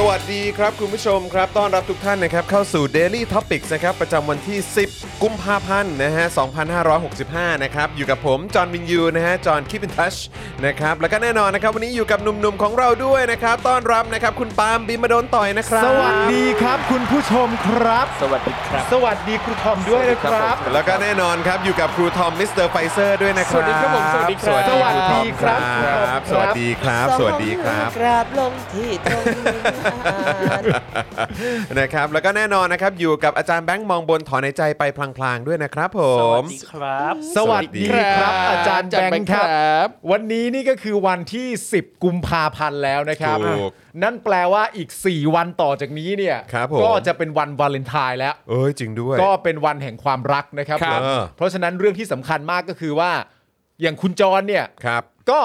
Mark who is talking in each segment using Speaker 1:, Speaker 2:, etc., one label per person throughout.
Speaker 1: สวัสดีครับคุณผู้ชมครับ ต้อนรับทุกท่านนะครับเข้าสู่ Daily Topics นะครับประจำวันที่ 10 กุมภาพันธ์นะฮะ 2565 นะครับ อยู่กับผม จอห์นวินยูนะฮะ จอห์นคิปินทัชนะครับ แล้วก็แน่นอนนะครับ วันนี้อยู่กับหนุ่มๆของเราด้วยนะครับ ต้อนรับนะครับ คุณปาล์มบิมมาโดนต่อยนะครับ
Speaker 2: สวัสดีครับคุณผู้ชมครับ
Speaker 3: สวัสดีครับ
Speaker 2: สวัสดีครูทอมด้วยนะครับ
Speaker 1: แล้วก็แน่นอนครับอยู่กับครูทอมมิสเตอร์ไฟเซอร์ด้วยนะครับ
Speaker 3: สวัสดีครับผมสวัสดีครับ
Speaker 1: บสวัสดีครับ สวัสดีครับ
Speaker 4: กราบลงที่ตรงนี้
Speaker 1: นะครับแล้วก็แน่นอนนะครับอยู่กับอาจารย์แบงค์มองบนถอนในใจไปพลางๆด้วยนะครับผม
Speaker 3: สวัสดีครับ
Speaker 2: สวัสดีค
Speaker 1: ส
Speaker 2: รับ
Speaker 1: วัสดีครับ
Speaker 2: อาจารย์แบงค์ครับ วันนี้นี่ก็คือวันที่ 10 กุมภาพันธ์แล้วนะครับ
Speaker 1: ถูก
Speaker 2: นั่นแปลว่าอีก 4 วันต่อจากนี้เนี่ย
Speaker 1: ครับผม
Speaker 2: ก็จะเป็นวันวาเลนไทน์แล้ว
Speaker 1: เอ้ยจริงด้วย
Speaker 2: ก็เป็นวันแห่งความรักนะครับ
Speaker 1: ครับ
Speaker 2: ผม
Speaker 1: เออ
Speaker 2: เพราะฉะนั้นเรื่องที่สำคัญมากก็คือว่า อย่างคุณจรเนี่ย
Speaker 1: ครับ
Speaker 2: ก็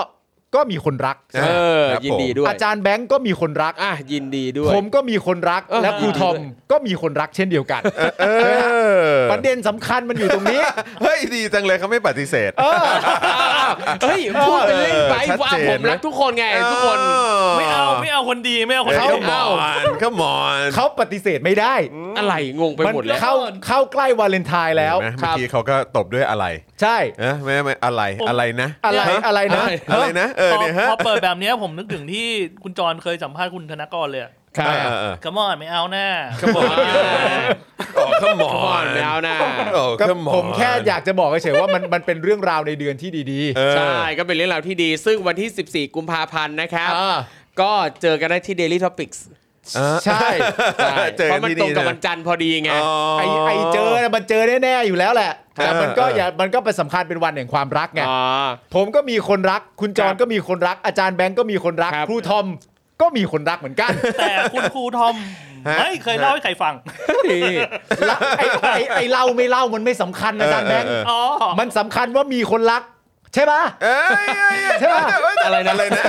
Speaker 2: ก็มีคนรัก
Speaker 1: ครั
Speaker 3: เอบ อ
Speaker 1: ครับ
Speaker 3: ยินดีด้วย
Speaker 2: อาจารย์แบงค์ก็มีคนรัก
Speaker 3: อ่ะยินดีด้วย
Speaker 2: ผมก็มีคนรัก
Speaker 3: เออ
Speaker 2: และครู
Speaker 3: ดีด้วย
Speaker 2: ทอมก็มีคนรักเช่นเดียวกัน
Speaker 1: อ
Speaker 2: ประเด็นสำคัญมันอยู่ตรงนี้
Speaker 1: เฮ้ยดีจังเลยเขาไม่ปฏิเสธ
Speaker 3: เฮ้ย พูดไปเลยไป
Speaker 1: ชัด
Speaker 3: ว่า
Speaker 1: เจน
Speaker 3: ผมรักทุกคนไง
Speaker 1: เออ
Speaker 3: ทุกคน
Speaker 5: ไม่เอาไม่เอาคนดีไม่เอาคน
Speaker 1: เขา
Speaker 5: ไม่
Speaker 1: หม
Speaker 5: เอา
Speaker 1: อนเขาหมอน
Speaker 2: เขาปฏิเสธไม่ได้
Speaker 3: อะไรงงไป
Speaker 2: มัน
Speaker 3: หมดแล้ว
Speaker 2: เข้าเข้าใกล้วาเลนไทน์แล้ว
Speaker 1: เห็นไหม
Speaker 3: ค
Speaker 1: เมื่
Speaker 3: รั
Speaker 1: อบ กี้เขาก็ตบด้วยอะไร
Speaker 2: ใช่
Speaker 1: เอ๊ะไม่ไม่อะไร
Speaker 5: ผม
Speaker 1: อะไรนะ
Speaker 2: อะไร
Speaker 3: ฮะ
Speaker 2: อะไรนะ
Speaker 1: อะไรนะเออ
Speaker 5: พอ
Speaker 1: เนี่ยฮะ
Speaker 5: พอเปิดแบบเนี้ยผมนึกถึงที่คุณจรเคยสัมภาษณ์คุณธนกรเลย
Speaker 1: เออเออเออ
Speaker 5: ขมอนไม่เอาหน้า
Speaker 3: ก็บอกว่า
Speaker 1: โอ้เขาหมอ
Speaker 3: ก่อน นแล้วนะ
Speaker 1: โอ้
Speaker 2: ก็
Speaker 1: เขาหมอน
Speaker 2: ผมแค่อยากจะบอกเฉยๆว่ามันมันเป็นเรื่องราวในเดือนที่ดี
Speaker 1: เออ
Speaker 3: ใช่ ก็เป็นเรื่องราวที่ดี ซึ่งวันที่ 14 กุมภาพันธ์นะครับ
Speaker 2: อ่า
Speaker 3: ก็เจอกันได้ที่ Daily Topics
Speaker 2: ใช่
Speaker 3: ใช่
Speaker 1: เจอ
Speaker 3: เพ
Speaker 1: กัน
Speaker 3: ราะมัน
Speaker 1: ที่นี่
Speaker 3: ตรงกับ
Speaker 1: นะ
Speaker 3: วันจันทร์พอดีไง
Speaker 1: อ๋อ
Speaker 2: ไอไอเจอน่ะมันเจอแน่ๆอยู่แล้วแหละ แต่มันก็
Speaker 1: เอออ
Speaker 2: อย่ามันก็เป็นสำคัญเป็นวันแห่งความรักไง
Speaker 3: อ๋อ
Speaker 2: ผมก็มีคนรัก คุณจร
Speaker 3: ครับ
Speaker 2: ก็มีคนรักอาจารย์แบงก์ก็มีคนรัก
Speaker 3: ครับ
Speaker 2: ครูทอมก็มีคนรักเหมือนกัน
Speaker 5: แต่คุณครูทอม
Speaker 1: ฮะ
Speaker 5: ไม่เคยเล่าให้ใครฟัง
Speaker 2: ละไอ้ไอ้ไอ้เล่าไม่เล่ามันไม่สำคัญนะอาจารย์แบงค์
Speaker 1: เออเออ
Speaker 5: อ๋อ
Speaker 2: มันสำคัญว่ามีคนรัก ใช่ปะ
Speaker 1: เอ้ยเอ้ยเอ้ย
Speaker 2: ใช่ปะ
Speaker 3: อะไรนะ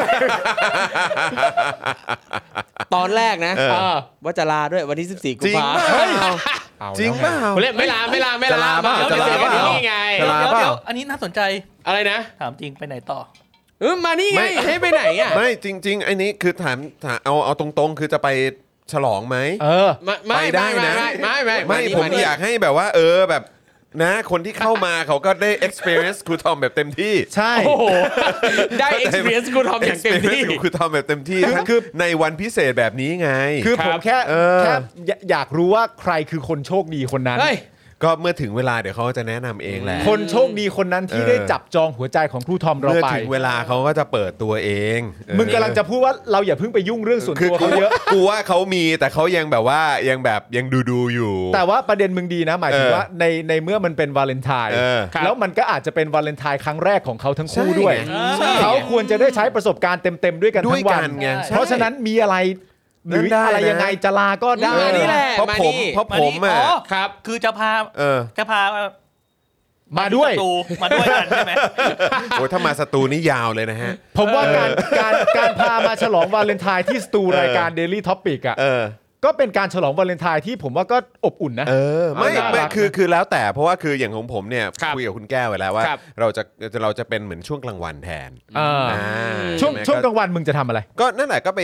Speaker 3: ตอนแรกนะ
Speaker 2: เออ
Speaker 3: ว่าจะลาด้วยวันที่ 14 กุ
Speaker 1: จ
Speaker 3: ม
Speaker 1: ริง
Speaker 3: ภา
Speaker 1: เปล่า
Speaker 3: พันธ์
Speaker 1: จริงเปล่า
Speaker 3: ผมเล่นไม่ลาไม่ลาไม่ลา
Speaker 1: จะลาเปล่า
Speaker 3: ดี๋ยว
Speaker 1: จะลา
Speaker 3: เดี๋
Speaker 1: เป
Speaker 3: ยว
Speaker 1: ล่า
Speaker 3: นี่ไง
Speaker 1: เวลา
Speaker 5: เดี๋ยว
Speaker 1: เปล่า
Speaker 5: เดี๋ยวอันนี้น่าสนใจ
Speaker 3: อะไรนะ
Speaker 5: ถามจริงไปไหนต่อ
Speaker 3: เออมานี่ไง
Speaker 1: ไม่
Speaker 3: ให้ไปไหนอ่ะ
Speaker 1: ไม่จริงๆไอ้นี้คือถามถามเอาเอาตรงๆ คือจะไปฉลองไหม
Speaker 2: เออ
Speaker 3: มาไม่
Speaker 1: ไปได้
Speaker 3: ไม่ไม่
Speaker 1: นะ
Speaker 3: ไม่ไม่
Speaker 1: ไม่
Speaker 3: นี่
Speaker 1: ผม
Speaker 3: นี่
Speaker 1: อยากให้แบบว่า เออแบบนะ คนที่เข้ามา เขาก็ได้ experience ครูทอมแบบเต็มที่
Speaker 2: ใช่
Speaker 3: โอ้โห ได้ experience กูทอมอย่างเต็ม
Speaker 1: experience
Speaker 3: ที่
Speaker 1: ของครูทอมแบบเต็มที่ทั้ง
Speaker 2: คือ
Speaker 1: ในวันพิเศษแบบนี้ไง
Speaker 2: คือผมแค่
Speaker 1: เออ
Speaker 2: แค่อยากอยากรู้ว่าใครคือคนโชคดีคนนั้น
Speaker 3: เฮ้ย
Speaker 1: ก็เมื่อถึงเวลาเดี๋ยวเขาจะแนะนำเองแหละ
Speaker 2: คนโชคดีคนนั้นที่
Speaker 1: เออ
Speaker 2: ได้จับจองหัวใจของครูทอมเรา
Speaker 1: เมื่อ
Speaker 2: ไป
Speaker 1: ถึงเวลาเขาก็จะเปิดตัวเองเออ
Speaker 2: มึงกำลังจะพูดว่าเราอย่าเพิ่งไปยุ่งเรื่องส่วน
Speaker 1: คือ
Speaker 2: ตั
Speaker 1: กู
Speaker 2: วเขาเยอะ
Speaker 1: กูว่าเขามีแต่เขายังแบบว่ายังแบบยังดูดูๆอยู่
Speaker 2: แต่ว่าประเด็นมึงดีนะ หมายถึง
Speaker 1: เออ
Speaker 2: ว่าในในเมื่อมันเป็นวาเลนไทน์
Speaker 1: เออ
Speaker 3: ครับ
Speaker 2: แล้วมันก็อาจจะเป็นวาเลนไทน์ครั้งแรกของเขาทั้งคู่
Speaker 1: ใช่
Speaker 2: ด้วย
Speaker 1: ไง
Speaker 5: ใช่
Speaker 2: เขาควรจะได้ใช้ประสบการณ์เต็มๆด้วยกัน
Speaker 1: ด้ว
Speaker 2: ทั้
Speaker 1: ย
Speaker 2: งวั
Speaker 1: กัน นไงใช่
Speaker 2: เพราะฉะนั้นมีอะไรหรือ
Speaker 1: ได้นะ
Speaker 2: อะไรยังไงจะลาก็ได้
Speaker 3: มานี่แหละ
Speaker 1: เพราะ
Speaker 3: มา
Speaker 1: ผม
Speaker 3: นี่
Speaker 1: เพราะผมอ่ะ
Speaker 5: มานี่อ๋อ
Speaker 3: ครับ
Speaker 5: คือจะพา
Speaker 1: เออ
Speaker 5: จะพา
Speaker 2: มาด้วย
Speaker 5: ศัตรูมาด้วยกันใช่ไหม
Speaker 1: โอ้ยถ้ามาสตูนี่ยาวเลยนะฮะ
Speaker 2: ผมว่าการการการพามาฉลองวาเลนไทน์ที่สตูรายการ Daily Topic อ่ะ
Speaker 1: เออ
Speaker 2: ก็เป็นการฉลองวาเลนไทน์ที่ผมว่าก็อบอุ่นนะ
Speaker 1: เออไม่
Speaker 2: น่ารัก
Speaker 1: ไม่
Speaker 2: นะ
Speaker 1: คือคือแล้วแต่เพราะว่าคืออย่างของผมเนี่ย
Speaker 3: ครับ
Speaker 1: คุยกับคุณแก้วไว้แล้วว่า
Speaker 3: ครับ
Speaker 1: เราจะเราจะเป็นเหมือนช่วงกลางวันแทน
Speaker 2: อ่า
Speaker 1: อ่า
Speaker 2: ช่วง
Speaker 1: ใไหม
Speaker 2: ช่วงก
Speaker 1: ก็
Speaker 2: ลางวันมึงจะทำอะไร
Speaker 1: ก็นั่นแหละก็ไป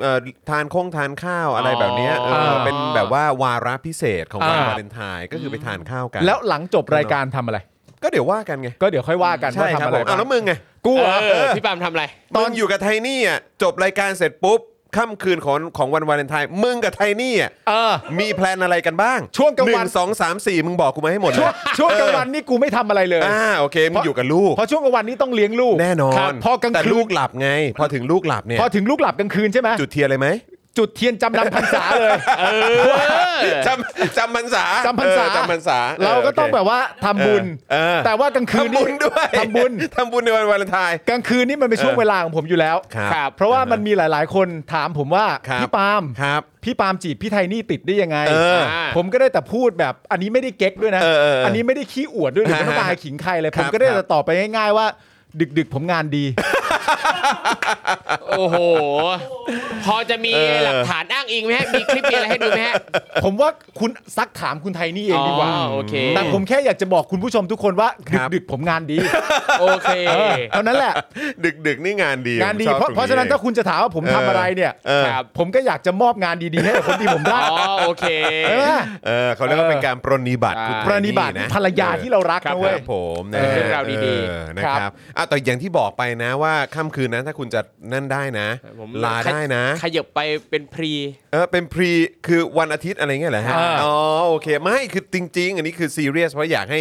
Speaker 1: เอ่อทานคงทานข้าวอะไร
Speaker 5: อ๋อ
Speaker 1: แบบเนี้ยเออ
Speaker 2: อ่า
Speaker 1: เป็นแบบว่าวาระพิเศษของวัน
Speaker 2: อ่า
Speaker 1: วาเลนไทน์ก็คือไปทานข้าวกัน
Speaker 2: แล้วหลังจบรายการทำอะไร
Speaker 1: ก็เดี๋ยวว่ากันไง
Speaker 2: ก็เดี๋ยวค่อยว่ากัน
Speaker 1: ใช่ค
Speaker 2: ว่าทำ
Speaker 1: รับ
Speaker 2: อะ
Speaker 1: ผม
Speaker 2: ไร
Speaker 1: อ้าวแล้วมึงไง
Speaker 2: กูเหรอ
Speaker 3: เออพี่ปาล์มทำอะไร
Speaker 1: ตอนอยู่กับไทนี่อ่ะจบรายการเสร็จปุ๊บค่ำคืนของของวันวาเลนไทน์มึงกับไทนี่อ่ะ
Speaker 2: เออ
Speaker 1: มีแพลนอะไรกันบ้าง
Speaker 2: ช่วงกลางวัน
Speaker 1: หสองสามสี่มึงบอกกูมาให้หมดเล
Speaker 2: ช่วย งช่วงกลางวันนี่กูไม่ทำอะไรเลย
Speaker 1: อ่าโอเคมึง
Speaker 2: เพราะ
Speaker 1: อยู่กับลูก
Speaker 2: เพราะช่วงกลางวันนี่ต้องเลี้ยงลูก
Speaker 1: แน่นอ
Speaker 2: ครับ
Speaker 1: น
Speaker 2: พอกลาง
Speaker 1: แต่
Speaker 2: คื
Speaker 1: ลู
Speaker 2: น
Speaker 1: กหลับไง พอถึงลูกหลับเนี่ย
Speaker 2: พอถึงลูกหลับกลางคืนใช่ไหม
Speaker 1: จุดเทียนเลยไหม
Speaker 2: จุดเทียนจำนำพรรษาเลย
Speaker 1: จำจำพรรษา
Speaker 2: จำพรรษา
Speaker 1: เออจำพรรษา
Speaker 2: เราก็ต้องแบบว่าทำบุญ
Speaker 1: เออ
Speaker 2: แต่ว่ากลางคืน
Speaker 1: ทำ
Speaker 2: นี่
Speaker 1: บุญด้วย
Speaker 2: ทำบุญ
Speaker 1: ทำบุญในวันวาเลนไทน์
Speaker 2: กลางคืนนี่มันเป็นช่วง
Speaker 1: เออ
Speaker 2: เวลาของผมอยู่แล้ว
Speaker 1: ครับ
Speaker 3: ครับ
Speaker 2: เพราะว่ามันมีหลาย ๆ คนถามผมว่า
Speaker 1: ครับ
Speaker 2: พี่ปาล์ม
Speaker 1: ครับ
Speaker 2: พี่ปาล์มจีบพี่ไทนี่ติดได้ยังไง
Speaker 1: เออ
Speaker 2: ผมก็ได้แต่พูดแบบอันนี้ไม่ได้เก๊กด้วยนะ
Speaker 1: เออเออเอออั
Speaker 2: อันนี้ไม่ได้ขี้อวดด้วยหรือไม่ต้อง
Speaker 1: ฮะ
Speaker 2: บายขิงใครเลย
Speaker 1: ครั
Speaker 2: ผ
Speaker 1: บ
Speaker 2: มก็ได้แต่ตอบไปง่าย ๆ ว่า ดึก ๆ ผมงานดี
Speaker 3: โอ้โห พอจะมีหลักฐานอ้างอิงไหมฮะ มีคลิปมีอะไรให้ดูไหมฮะ
Speaker 2: ผมว่าคุณซักถามคุณไทนี่เองดีกว่า
Speaker 3: อ๋อโอเค
Speaker 2: แต่ผมแค่อยากจะบอกคุณผู้ชมทุกคนว่า
Speaker 1: ครับ
Speaker 2: ดึก ๆ ผมงานดี
Speaker 3: โอเค
Speaker 2: เออเท่านั้นแหละ
Speaker 1: ดึกดึกๆนี่งานดี
Speaker 2: งานดี
Speaker 1: ผมชอบตง
Speaker 2: เพราะเพราะฉะนั้นถ้าคุณจะถามว่าผมทำอะไรเนี่ย
Speaker 1: เออ
Speaker 3: ครับ
Speaker 2: ผมก็อยากจะมอบงานดีๆให้กับคนที่ผมได้
Speaker 3: อ๋อโอเค
Speaker 2: เออ
Speaker 1: เออเขาเรียกว่าเป็นการปรนนิบัติ
Speaker 3: ใช่
Speaker 1: คุณ
Speaker 2: ปรนิบัติ
Speaker 1: นะ
Speaker 2: ภรรยาที่เรารัก
Speaker 1: ครับ
Speaker 2: นะเว้ย
Speaker 1: ผม
Speaker 3: เออเรื่องราวดีๆ
Speaker 1: เออนะครับอ่ะแต่อย่างที่บอกไปนะว่าค่ำคืนนั้นถ้าคุณจะนั่นได้นะ
Speaker 3: ผม
Speaker 1: ลาได้นะ
Speaker 3: ขยับไปเป็นพรี
Speaker 1: เออเป็นพรีคือวันอาทิตย์อะไรเงี้ยเหรอฮะ
Speaker 2: อ่า
Speaker 1: อ๋อโอเคไม่คือจริง ๆ อันนี้คือซีเรียสเพราะอยากให้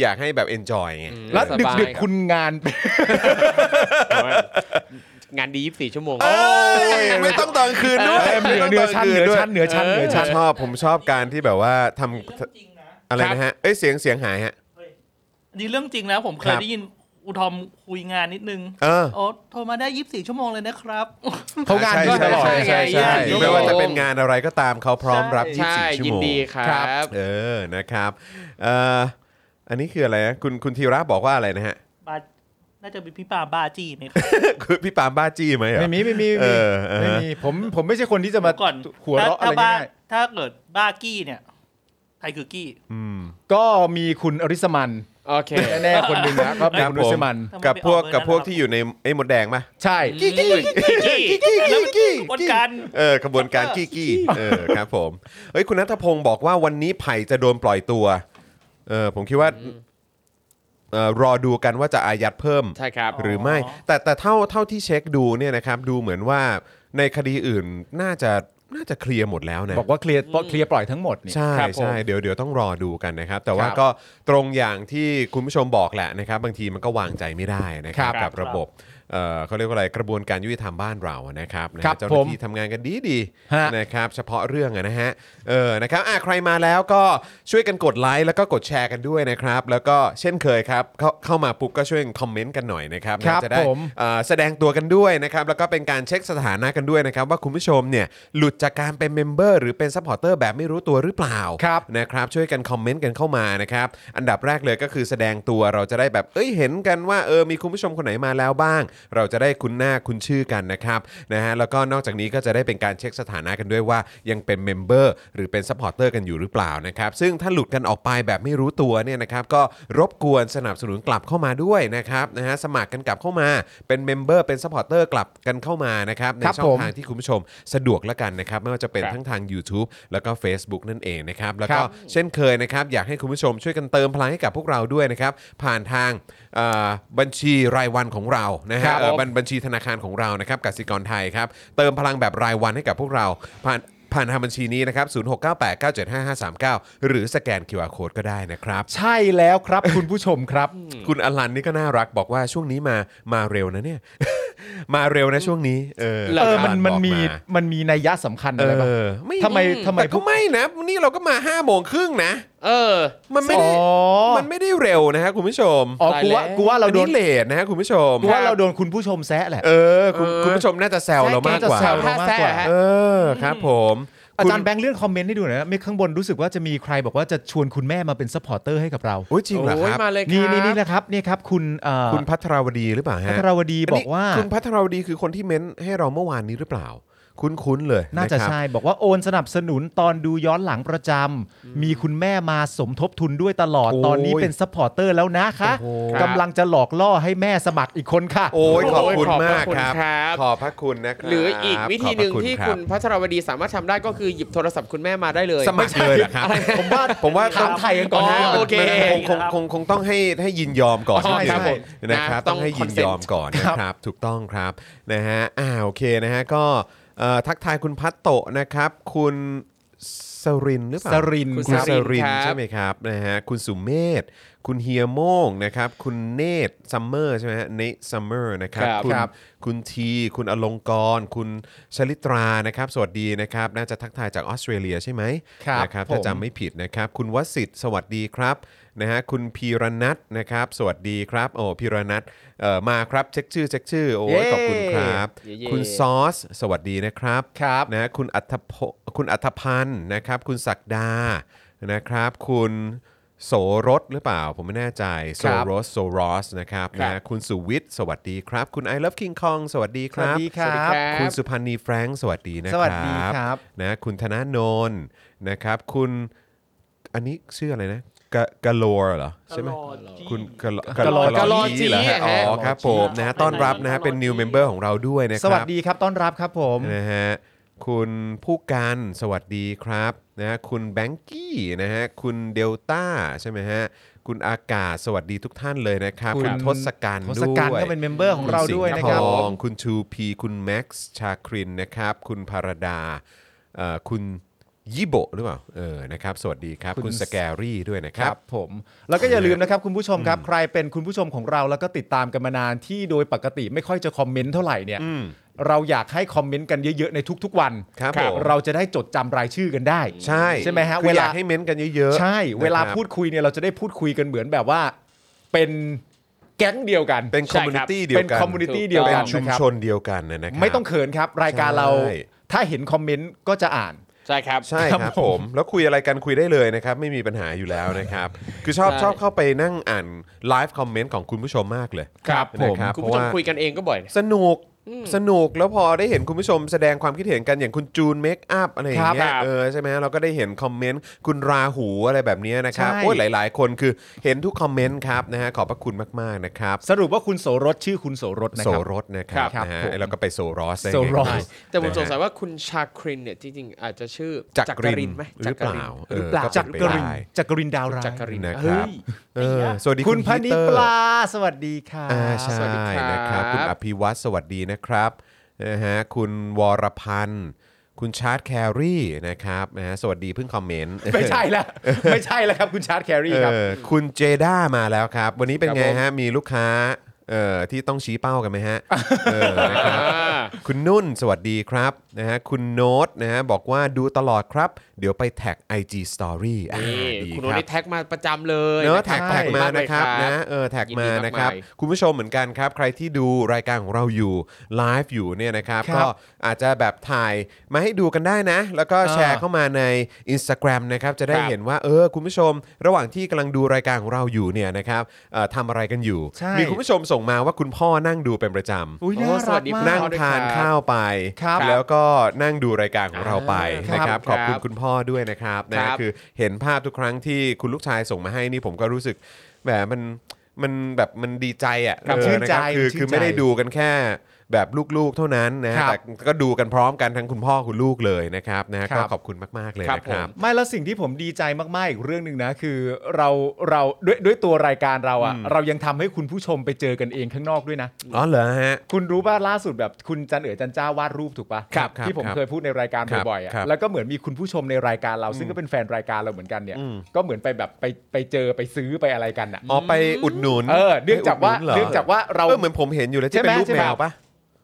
Speaker 1: อยากให้แบบเอนจอยไง
Speaker 2: แล้ว
Speaker 3: สบาย
Speaker 2: ดึก
Speaker 3: ครับ
Speaker 2: ๆคุณงาน
Speaker 3: งานดี 24 ชั่วโมง
Speaker 1: เอ้ยไม่ต้องตอนคืนด้วย
Speaker 2: เหนือเหนือชั้นเหนือชั้นเหนือชั้นเหนือชั้น
Speaker 1: ชอบผมชอบการที่แบบว่าทำ
Speaker 5: จริงนะ
Speaker 1: อะไรนะฮะเอ้ยเสียงเสียงหายฮะ
Speaker 5: นี่เรื่องจริงนะ ผมเค
Speaker 1: ครั
Speaker 5: ย
Speaker 1: บ
Speaker 5: ได้ยินอุทอมคุยงานนิดนึง
Speaker 1: เออ
Speaker 5: โอ้โทรมาได้ 24 ชั่วโมงเลยนะครับ
Speaker 2: เขางาน
Speaker 1: ใช่
Speaker 2: ด้วยตลอด
Speaker 1: ใช่ใช่ใช่
Speaker 3: ใช่
Speaker 1: ใช่ไม่ว่าจะเป็นงานอะไรก็ตามเขาพร้อมรับ
Speaker 3: ใช่
Speaker 1: 24 ชั่ว
Speaker 3: ยิน
Speaker 1: โมง
Speaker 3: ดีครั
Speaker 2: ครับ
Speaker 3: บ
Speaker 1: เออนะครับเอ่ออันนี้คืออะไรนะคุณคุณธีระบอกว่าอะไรนะฮะ
Speaker 5: บาน่าจะเป็นพี่ปาบาจีไหมครับ
Speaker 1: คือพี่ปาล์มบ้าจี้ไหมเหรอ
Speaker 2: ไม่มีไม่มี
Speaker 1: เออ
Speaker 2: ไม่มี
Speaker 1: เออ
Speaker 2: ไม่มีผมผมไม่ใช่คนที่จะมา
Speaker 5: ก่อน
Speaker 2: หัวเราะอะไร
Speaker 5: ถ้าบ้า
Speaker 2: ง่าย
Speaker 5: ถ้าเกิดบ้ากี้เนี่ยใครคือกี้
Speaker 1: อืม
Speaker 2: ๆก็มีคุณอริสมัน
Speaker 3: โอเค
Speaker 2: แน่ๆคนหนึ่งนะก็เป็น
Speaker 1: ครับ
Speaker 2: คุณอริสมัน
Speaker 5: ทำไม
Speaker 1: กับพวก
Speaker 5: ไม่ออกเบอร์นั้น
Speaker 1: กับพวก
Speaker 5: ล่ะ
Speaker 1: ที่อยู่ในไอ้มดแดงปะ
Speaker 2: ใช่
Speaker 3: กี้กี้กี้
Speaker 1: กี้กี้กี้
Speaker 5: กระบวนการ
Speaker 1: เออกระบวนการกี้กี้เออครับผมเฮ้ยคุณนัทพงศ์บอกว่าวันนี้ไผ่จะโดนปล่อยตัวเออผมคิดว่าเออรอดูกันว่าจะอายัดเพิ่ม
Speaker 3: ใช่ครับ
Speaker 1: หรือไม่ แต่แต่เท่าเท่าที่เช็คดูเนี่ยนะครับ ดูเหมือนว่าในคดีอื่นน่าจะน่าจะเคลียร์หมดแล้วนะ
Speaker 2: บอกว่าเคลียร์เคลียร์ปล่อยทั้งหมดนี่
Speaker 1: ใช่
Speaker 3: ครับผม
Speaker 1: ใช่เดี๋ยวเดี๋ยวต้องรอดูกันนะครับ แต่ว่า
Speaker 2: ครับ
Speaker 1: ก็ตรงอย่างที่คุณผู้ชมบอกแหละนะครับ บางทีมันก็วางใจไม่ได้นะครับ
Speaker 2: ครับ
Speaker 1: กับระบบเอ่อเขาเรียกว่าอะไรกระบวนการยุติธรรมบ้านเราอะนะครับนะฮะ
Speaker 2: ครับ
Speaker 1: เจ้าหน้าที่ทำงานกันดีดีๆ
Speaker 2: ฮะ
Speaker 1: นะครับ เฉพาะเรื่องอะนะฮะเออนะครับอ่ะใครมาแล้วก็ช่วยกันกดไลค์แล้วก็กดแชร์กันด้วยนะครับ แล้วก็เช่นเคยครับ เข้าเข้ามาปุ๊บก็ช่วยคอมเมนต์กันหน่อยนะครับนะครับจะได้
Speaker 2: ผม
Speaker 1: เอ่อแสดงตัวกันด้วยนะครับ แล้วก็เป็นการเช็คสถานะกันด้วยนะครับ ว่าคุณผู้ชมเนี่ยหลุดจากการเป็นเมมเบอร์หรือเป็นซัพพอร์เตอร์แบบไม่รู้ตัวหรือเปล่า
Speaker 2: ครับ
Speaker 1: นะครับช่วยกันคอมเมนต์กันเข้ามานะครับ อันดับแรกเลยก็คือแสดงตัวเราจะได้แบบเอ้ยเห็นกันว่าเออมีคุณผู้ชมคนไหนมาแล้วบ้าง เราจะได้คุ้นหน้าคุ้นชื่อกันนะครับนะฮะแล้วก็นอกจากนี้ก็จะได้เป็นการเช็คสถานะกันด้วยว่ายังเป็นเมมเบอร์หรือเป็นซัพพอร์เตอร์กันอยู่หรือเปล่านะครับซึ่งถ้าหลุดกันออกไปแบบไม่รู้ตัวเนี่ยนะครับก็รบกวนสนับสนุนกลับเข้ามาด้วยนะครับนะฮะสมัครกันกลับเข้ามาเป็นเมมเบอร์เป็นซัพพอร์เตอร์กลับกันเข้ามานะครับใน
Speaker 2: ครับ
Speaker 1: ช่อง
Speaker 2: ผม
Speaker 1: ทาง ที่คุณผู้ชมสะดวกละกันนะครับ ไม่ว่าจะเป็น
Speaker 3: ครับ
Speaker 1: ทั้งทาง YouTube แล้วก็ Facebook นั่นเองนะครับ แล้ว
Speaker 2: ครั
Speaker 1: ก็
Speaker 2: บ
Speaker 1: เช่นเคยนะครับ อยากให้คุณผู้ชมช่วยกันเติมพลังให้กับพวกเราด้วยนะครับ ผ่านทางเอ่อบัญชีรายวันของเรานะ
Speaker 3: ค
Speaker 1: ฮะ
Speaker 3: รับ
Speaker 1: เอ่อ
Speaker 3: ผม
Speaker 1: บัญบัญชีธนาคารของเรานะครับกสิกรไทยครับ เติมพลังแบบรายวันให้กับพวกเรา ผ่านผ่านทางบัญชีนี้นะครับ 0698975539 หรือสแกน QR Code ก็ได้นะครับ
Speaker 2: ใช่แล้วครับ คุณผู้ชมครับ
Speaker 1: คุณอลันนี่ก็น่ารักบอกว่าช่วงนี้มามาเร็วนะเนี่ย มาเร็วนะช่วงนี้เออ
Speaker 2: เออมัน
Speaker 1: คุณลั
Speaker 2: มัน
Speaker 1: บอก
Speaker 2: มี
Speaker 1: า
Speaker 2: มันมีนัยยะสำคัญอะไรบ้าง
Speaker 1: เออไม่
Speaker 2: ทำไมทำไม
Speaker 1: แต่ก็ไม่นะ นี่เราก็มา5้าโมงครึ่งนะ
Speaker 3: เออ
Speaker 1: มันไม่ได้
Speaker 2: อ๋อ
Speaker 1: มันไม่ได้เร็วนะฮะคุณผู้ชม
Speaker 2: อ๋อ
Speaker 3: ตาย
Speaker 2: กูว่ากูว่า
Speaker 3: แล้ว
Speaker 2: เราโดน
Speaker 1: อัเลทนะฮะคุณผู้ชม
Speaker 2: กูว่าเราโดนคุณผู้ชมแซะแหละ
Speaker 1: เออคุณคุณผู้ชมน่าจะแซวเรามากกว่า
Speaker 2: แซะแกจะแซว
Speaker 3: ถ้าแซ่ฮะ
Speaker 1: เออครับผม
Speaker 2: อาจารย์แบงค์เลื่อนคอมเมนต์ให้ดูหน่อยนะไม่ข้างบนรู้สึกว่าจะมีใครบอกว่าจะชวนคุณแม่มาเป็นซัพพอร์เตอร์ให้กับเรา
Speaker 1: โอ้ยจริงเหรอ
Speaker 3: โอ้
Speaker 1: ค
Speaker 3: ย
Speaker 1: รับ
Speaker 3: มาเลยครับ
Speaker 2: นี่นี่นี่นะครับนี่ครับคุณเอ่อ
Speaker 1: คุณพัทรวดีหรือเปล่าฮะ
Speaker 2: พัทรวดีบอกว่า
Speaker 1: นนี้คุณพัทรวดีคือคนที่เม้นให้เราเมื่อวานนี้หรือเปล่า คุ้นๆเลย
Speaker 2: น่าจะ
Speaker 1: ครับ
Speaker 2: ใช่ บอกว่าโอนสนับสนุนตอนดูย้อนหลังประจำมีคุณแม่มาสมทบทุนด้วยตลอด
Speaker 1: โอ้ย
Speaker 2: ตอนนี้เป็นซัพพอร์เตอร์แล้วนะคะ
Speaker 1: โอ้
Speaker 3: โห
Speaker 2: กำลังจะหลอกล่อให้แม่สมัครอีกคนค่ะ
Speaker 1: โอ้ยขอบคุณ
Speaker 3: โอ้ยขอบพระ
Speaker 1: มาก
Speaker 3: คุณ
Speaker 1: ครับ
Speaker 3: ครับ
Speaker 1: ขอบพระคุณนะครับ
Speaker 3: หรืออีกวิธีหนึ่ง
Speaker 1: ขอบพระ
Speaker 3: ที่
Speaker 1: รับ
Speaker 3: คุณพัชรวดีสามารถทำได้ก็คือหยิบโทรศัพท์คุณแม่มาได้เลย
Speaker 1: สมัครเลยเหรอครับ ผมว่าผมว่า
Speaker 2: ถามไทยกันก่อนนะ
Speaker 1: มั
Speaker 3: โอเค
Speaker 1: มันคงคงคงคงต้องให้ให้ยินยอมก่อน
Speaker 3: อ๋อ
Speaker 1: นิด
Speaker 3: ครับ
Speaker 1: หนึ่งนะ
Speaker 3: ผม
Speaker 1: ครับ
Speaker 3: นะต้
Speaker 1: ต้อ
Speaker 3: อง ง
Speaker 1: ให้ยินย
Speaker 3: consent
Speaker 1: อมก่อนนะครับ ถูกต้องครับนะฮะอ่าโอเคนะฮะก็เอ่อทักทายคุณพัตโตะนะครับ คุณสรินทร์หรือเปล่า
Speaker 2: สรินทร์
Speaker 3: คุณ
Speaker 1: คุณ
Speaker 2: ครับ
Speaker 1: สรินท
Speaker 3: ค
Speaker 1: ร์
Speaker 3: รับ
Speaker 1: ใช่ไหมครับนะฮะคุณสุเมธคุณเฮียโมงนะครับ คุณเนตซัมเมอร์ใช่ไหมฮะเนตซัมเมอร์นะครับ
Speaker 3: ครับ
Speaker 1: ณ
Speaker 3: ครับ
Speaker 1: คุณที คุณอลงกร คุณชลิตรา นะครับ สวัสดีนะครับ น่าจะทักทายจากออสเตรเลียใช่ไหม
Speaker 2: ครับ
Speaker 1: นะครับ
Speaker 2: ผม
Speaker 1: ถ้าจำไม่ผิดนะครับ คุณวสิทธิ์สวัสดีครับนะฮะคุณพีรนัทนะครับ สวัสดีครับโอ้พีรนัทเอ่อมาครับเช็คชื่อเช็คชื่อโอ้ยขอบคุณครับ
Speaker 3: เย่
Speaker 1: คุณซอสสวัสดีนะครับ
Speaker 2: ครับ
Speaker 1: นะคุณอัธพคุณอัธพันธ์นะครับ คุณศักดานะครับ คุณโสรสหรือเปล่า ผมไม่แน่ใจโซ
Speaker 2: ครับ
Speaker 1: รสโซรสนะครับ
Speaker 3: ครับ
Speaker 1: นะคุณสุวิทย์สวัสดีครับ คุณ I love King Kong สวัสดีค
Speaker 2: สวั
Speaker 1: รับ
Speaker 2: สดีครับ
Speaker 1: คุณสุพันธ์นีแฟรงค์สวัสดีนะค
Speaker 2: ส
Speaker 1: รับ
Speaker 2: วัสดีครับ
Speaker 1: นะคุณธนาโนนนะครับ คุณอันนี้ชื่ออะไรนะกะกะโลร์เหรอใช่ไหม คุณกะลอกะลอก
Speaker 3: ะลอ
Speaker 1: จีเหรอฮะ
Speaker 3: จี
Speaker 1: อ๋
Speaker 3: ฮะ
Speaker 1: อครับผมนะฮะต้อนรับนะฮะเป็น new member ของเราด้วยนะค
Speaker 2: ส
Speaker 1: รับ
Speaker 2: วัสดีครับต้อนรับครับผม
Speaker 1: นะฮะคุณผู้การสวัสดีครับนะฮะคุณแบงกี้นะฮะคุณเดลต้าใช่ไหมฮะคุณอากาศสวัสดีทุกท่านเลยนะครับ
Speaker 2: คุณ
Speaker 1: คุณทศกัณฐ์
Speaker 2: ท
Speaker 1: ด้วย
Speaker 2: ศกัณฐ์ก็เป็นเมมเบอร์ของเราด้วยนะครับ
Speaker 1: ณสิงห์ทองคุณชูพีคุณแม็กซ์ชาครินนะครับ คุณภารดาเอ่อคุณยิโบะหรือเปล่าเออนะครับ สวัสดีครับ
Speaker 2: คุ
Speaker 1: คุณ
Speaker 2: ณ
Speaker 1: สแกรี่ด้วยนะค
Speaker 2: ค
Speaker 1: รั
Speaker 2: รับ บผมแล้วก็อย่าลืมนะครับคุณผู้ชมครับ ใครเป็นคุณผู้ชมของเราแล้วก็ติดตามกันมานานที่โดยปกติไม่ค่อยจะคอมเมนต์เท่าไหร่เนี่ยเราอยากให้คอมเมนต์กันเยอะๆในทุกๆ วัน
Speaker 1: ครับผม
Speaker 2: เราจะได้จดจำรายชื่อกันได้
Speaker 1: ใช่
Speaker 2: ใช่ไหมฮะ
Speaker 1: คือ
Speaker 2: เว
Speaker 1: อ
Speaker 2: ลา
Speaker 1: ยากให้เม้นต์กันเยอะๆ
Speaker 2: ใช่ เวลา
Speaker 1: นะครับ
Speaker 2: พูดคุยเนี่ยเราจะได้พูดคุยกันเหมือนแบบว่า เป็นแก๊งเดียวกัน
Speaker 1: เป็นคอมมูนิตี้เดียว
Speaker 2: เป็
Speaker 1: กัน น
Speaker 2: คอมมูนิตี้เดียว
Speaker 1: เป็
Speaker 2: กัน น
Speaker 1: ชุม
Speaker 2: นะครับ
Speaker 1: ชนเดียวกันนะครับ
Speaker 2: ไม่ต้องเขินครับ รายการเรา
Speaker 1: ใช่
Speaker 2: ถ้าเห็นคอมเมนต์ก็จะอ่าน
Speaker 3: ใช่ครับ
Speaker 1: ใช่ครับผม แล้วคุยอะไรกันคุยได้เลยนะครับ ไม่มีปัญหาอยู่แล้วนะครับ คือชอบ
Speaker 3: ใช่
Speaker 1: ชอบเข้าไปนั่งอ่านไลฟ์คอมเมนต์ของคุณผู้ชมมากเลย
Speaker 2: ครับผม
Speaker 1: นะครับ
Speaker 3: คุณ
Speaker 1: เพ
Speaker 3: ผู้
Speaker 1: ราะ
Speaker 3: ชม
Speaker 1: ว่า
Speaker 3: คุยกันเองก็บ่อยนะ
Speaker 1: สนุกสนุกแล้วพอได้เห็นคุณผู้ชมแสดงความคิดเห็นกันอย่างคุณจูนเมคอัพอะไรอย่างเงี้ย
Speaker 3: ครับ
Speaker 1: เออใช่ไหมเราก็ได้เห็นคอมเมนต์คุณราหูอะไรแบบเนี้ยนะครับ
Speaker 2: ใช่
Speaker 1: โอ้ยหลาย ๆ คนคือเห็นทุกคอมเมนต์ครับนะฮะขอบพระคุณมากๆนะครับ
Speaker 2: สรุปว่าคุณโสรสชื่อคุณโสรสนะ
Speaker 1: โซ
Speaker 2: ครับ
Speaker 1: รสนะครับ
Speaker 2: ครับ
Speaker 1: นะฮะ
Speaker 2: ผม
Speaker 1: แล้วก็ไปโซรสได้ไง
Speaker 2: โซรส
Speaker 1: นะฮะ
Speaker 3: แต่ผมสงสัยว่าคุณชาครินเนี่ยจริงๆอาจจะชื่อ
Speaker 1: จักริน
Speaker 3: ไหม
Speaker 1: หรือเปล่า
Speaker 3: จักรินหรือเปล่า
Speaker 1: เออ
Speaker 2: จักริน
Speaker 1: ได้
Speaker 2: จักรินดาวร้าย
Speaker 3: จักริน
Speaker 1: นะครับเออสวัสดี
Speaker 2: คุณพนิ
Speaker 1: ฮีเตอร์
Speaker 2: ปลาสวัสดีค่ะ
Speaker 1: อ่าใช่
Speaker 3: สวัสดีครับ
Speaker 1: นะครับ คุณอภิวัตรสวัสดีนะครับนะฮะคุณวรพันธ์ คุณชาร์ตแครี่นะครับนะฮะสวัสดีเพิ่งคอมเมนต์
Speaker 2: ไม่ใช่ แล้วไม่ใช่แล้วครับคุณชาร์ตแครี
Speaker 1: เอ
Speaker 2: ครับ
Speaker 1: อคุณเจด้ามาแล้วครับ วันนี้เป็นไง
Speaker 3: ครับผม
Speaker 1: ฮะ มีลูกค้าเอ่อที่ต้องชี้เป้ากันไหมฮะเออนะครับ
Speaker 3: อ่า
Speaker 1: คุณนุ่นสวัสดีครับนะฮะคุณโน้ตนะฮะบอกว่าดูตลอดครับ เดี๋ยวไปแท็ก IG Story อ่า
Speaker 3: นี่
Speaker 1: ดี
Speaker 3: คุณ
Speaker 1: ค
Speaker 3: โน
Speaker 1: รับ
Speaker 3: นี่แท็กมาประจำเล
Speaker 1: เนอะ
Speaker 3: ยะค
Speaker 1: แท็
Speaker 3: รับ
Speaker 1: กแท็กมา
Speaker 3: ขอณ
Speaker 1: นะครับ
Speaker 3: เลย
Speaker 1: นะเออแท็ก
Speaker 3: ยิน
Speaker 1: มาม
Speaker 3: ดีาก
Speaker 1: นะครับ
Speaker 3: มาย
Speaker 1: คุณผู้ชมเหมือนกันครับ ใครที่ดูรายการของเราอยู่ไลฟ์อยู่เนี่ยนะครับ
Speaker 2: ครั
Speaker 1: ก็
Speaker 2: บ
Speaker 1: อาจจะแบบถ่ายมาให้ดูกันได้นะ แล้วก็
Speaker 2: อ่า
Speaker 1: แชร์เข้ามาใน Instagram นะครับจะได้
Speaker 3: ครับ
Speaker 1: เห็นว่าเออคุณผู้ชม ระหว่างที่กำลังดูรายการของเราอยู่เนี่ยนะครับเอ่อทำอะไรกันอยู่
Speaker 2: ใช่
Speaker 1: มีคุณผู้ชมส่งมาว่าคุณพ่อนั่งดูเป็นประจำ
Speaker 2: อุ้ย
Speaker 3: โอ้
Speaker 2: น่า
Speaker 3: สวั
Speaker 2: รัก
Speaker 3: สดี
Speaker 2: มา
Speaker 1: นั่
Speaker 2: ก
Speaker 1: ง
Speaker 3: ด้วยครับ
Speaker 1: ทานข้าวไป
Speaker 2: ครับ
Speaker 1: แล้วก็นั่งดูรายการของเราไป
Speaker 2: ครับ
Speaker 1: นะครับ ข
Speaker 3: ครั
Speaker 1: อ
Speaker 3: บบ
Speaker 1: คุณคุณพ่อด้วยนะครับนะครับ คือเห็นภาพทุกครั้งที่คุณลูกชายส่งมาให้นี่ผมก็รู้สึกแหมมันมันแบบมันดีใจอ่ะ
Speaker 2: ครับ
Speaker 1: เออ
Speaker 2: ชื่นใจ
Speaker 1: นะครับคือคื
Speaker 2: ชื่นใจ
Speaker 1: อไม่ได้ดูกันแค่แบบลูกๆเท่านั้นนะครับ แต่ก็ดูกันพร้อมกันทั้งคุณพ่อคุณลูกเลยนะครับนะ
Speaker 2: ครั
Speaker 1: ก็
Speaker 2: บ
Speaker 1: ขอบคุณมากๆเลย
Speaker 3: ครับ
Speaker 1: นะครั
Speaker 3: ผ
Speaker 1: บ
Speaker 3: ม
Speaker 2: ไม่แล้วสิ่งที่ผมดีใจมาก ๆ อีกเรื่องหนึ่งนะ คือเราเราด้วยด้วยตัวรายการเราอะเรายังทำให้คุณผู้ชมไปเจอกันเองข้างนอกด้วยนะ
Speaker 1: อ๋อเหรอฮะ
Speaker 2: คุณรู้ป่ะล่าสุดแบบคุณจันเอ๋อจันเจ้าวาดรูปถูกป่ะ
Speaker 1: ครับครับ
Speaker 2: ที่ผม
Speaker 1: ครับ
Speaker 2: เคยพูดในรายการ
Speaker 1: ครับ
Speaker 2: บ่อยๆอะ
Speaker 1: ครับ
Speaker 2: แล้วก็เหมือนมีคุณผู้ชมในรายการเรา ซึ่งก็เป็นแฟนรายการเราเหมือนกันเนี่ย
Speaker 1: อืม
Speaker 2: ก็เหมือนไปแบบไปไปเจอไปซื้อไปอะไรกันอะ
Speaker 1: อ๋อไปอุดหนุน
Speaker 2: เออเนื่องจากว่า
Speaker 1: ไปดหหร
Speaker 2: เนื่องจากว่าเรา
Speaker 1: เออเหมือนผมเห็นอยู่แล้วที่เป็นรูป
Speaker 2: ใช่ไหมใช่ไห
Speaker 1: แม
Speaker 2: ม
Speaker 1: วปะ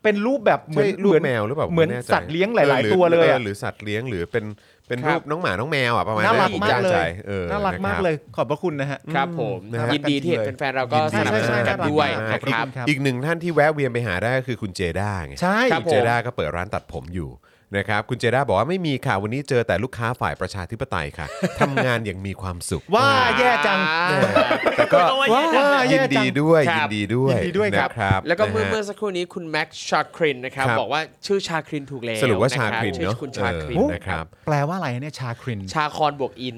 Speaker 2: เป็นรูปแบบเหมือน
Speaker 1: ใช่ลูก
Speaker 2: เหอน
Speaker 1: แมวหรือเปล่า
Speaker 2: เหมือน
Speaker 1: ไแใจ
Speaker 2: สัตว์เลี้ยงหลาย ๆ ตัวเลย
Speaker 1: ออ
Speaker 2: อะ
Speaker 1: หรือสัตว์เลี้ยงหรือเป็น เป็น
Speaker 3: ครับ
Speaker 1: รูปน้องหมาน้องแมวอ่ะประมาณ
Speaker 2: น่ารัก
Speaker 1: ผม
Speaker 2: มากเล
Speaker 1: ใจ
Speaker 2: ย
Speaker 1: เออ
Speaker 2: น่ารัก
Speaker 1: ะคบ
Speaker 2: มากเลยขอบพระคุณนะฮะ
Speaker 3: ครับผม
Speaker 1: นะฮะ
Speaker 3: ยินดีที่เห็นแฟนๆเราก็
Speaker 2: ใช่
Speaker 3: สนับ
Speaker 2: ใช่
Speaker 3: ส
Speaker 2: ใช่
Speaker 3: นุนกัน
Speaker 2: น่ารัก
Speaker 3: ด้วย
Speaker 2: มาก
Speaker 3: นะค
Speaker 1: อีก
Speaker 3: รับ
Speaker 2: ครับ
Speaker 1: อีกหนึ่งท่านที่แวะเวียนไปหาได้ก็คือคุณเจด้าไง
Speaker 2: ใช่
Speaker 3: ครับ
Speaker 1: คุณเจด้าก็เปิดร้านตัดผมอยู่นะครับคุณเจด้าบอกว่าไม่มีค่ะวันนี้เจอแต่ลูกค้าฝ่ายประชาธิปไตย ค่ะทำงานอย่างมีความสุข
Speaker 2: ว่าแย่จัง
Speaker 1: แต่ก็
Speaker 5: เอาไว้เย็นนะ
Speaker 2: ว่า
Speaker 1: ยิ
Speaker 2: แย่
Speaker 1: น
Speaker 2: จั
Speaker 1: ดี
Speaker 2: ง
Speaker 1: ด้วย
Speaker 3: ค
Speaker 1: ยิ
Speaker 3: รั
Speaker 1: น
Speaker 3: บ
Speaker 1: ดีด้วย
Speaker 2: ยินดีด้วยครับ
Speaker 1: นะครับ
Speaker 3: แล้วก็เมื่อ
Speaker 1: นะฮะ
Speaker 3: เมื่อสักครู่นี้คุณแม็กซ์ชาครินนะครับ
Speaker 1: ครับ
Speaker 3: บอกว่าชื่อชาครินถูกแล้ว
Speaker 1: สรุปว่า
Speaker 3: ะบ
Speaker 1: ชาคริน
Speaker 3: ชื่อ
Speaker 1: เนอะ
Speaker 3: คุณชาคริน
Speaker 1: เออ
Speaker 3: นะ
Speaker 1: นะครับ
Speaker 2: แปลว่าอะไรเนี่ยชาคริน
Speaker 3: ชาคอนบวกอิน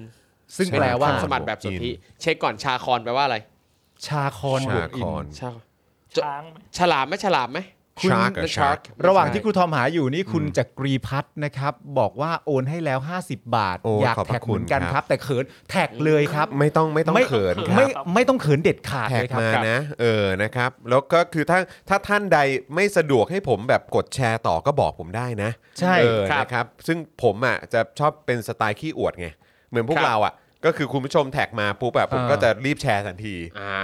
Speaker 2: ซึ่งแปลว่า
Speaker 3: สมัติแบบสุทธิเช็คก่อนชาคอนแปลว่าอะไร
Speaker 2: ชาคอนบ
Speaker 1: ชาว
Speaker 2: ก
Speaker 1: ค
Speaker 2: อิน
Speaker 1: อน
Speaker 3: ชา
Speaker 5: ช้างไหม
Speaker 3: ฉลามไหมฉลามไหม
Speaker 2: คุณ
Speaker 1: ชาร์ก
Speaker 3: Shark
Speaker 2: ระหว่างที่ครูทอมหาอยู่นี่คุณจักรีพัฒน์นะครับ บอกว่าโอนให้แล้ว 50 บาท
Speaker 1: โอ้
Speaker 2: ยาก
Speaker 1: ขอบพระ
Speaker 2: แท็กเหมือน
Speaker 1: คุณ
Speaker 2: กัน
Speaker 1: ครับ
Speaker 2: ครับ แต่เขินแท็กเลยครับ
Speaker 1: ไม่ต้องไม่ต้องเขินครั
Speaker 2: ไม่
Speaker 1: บ
Speaker 2: ไม่ต้องเขินเด็ดขาด
Speaker 1: แท็
Speaker 2: เล
Speaker 1: ก
Speaker 2: ยครับ
Speaker 1: มานะ เออนะครับแล้วก็คือถ้าถ้าท่านใดไม่สะดวกให้ผมแบบกดแชร์ต่อก็บอกผมได้นะ
Speaker 2: ใช่
Speaker 1: เออ
Speaker 3: ครับ
Speaker 1: นะครับซึ่งผมอ่ะจะชอบเป็นสไตล์ขี้อวดไง เหมือนพวก
Speaker 3: ครับ
Speaker 1: เราอ่ะ ก็คือคุณผู้ชมแท็กมาปุ๊บแบบผมก็จะรีบแชร์ทันที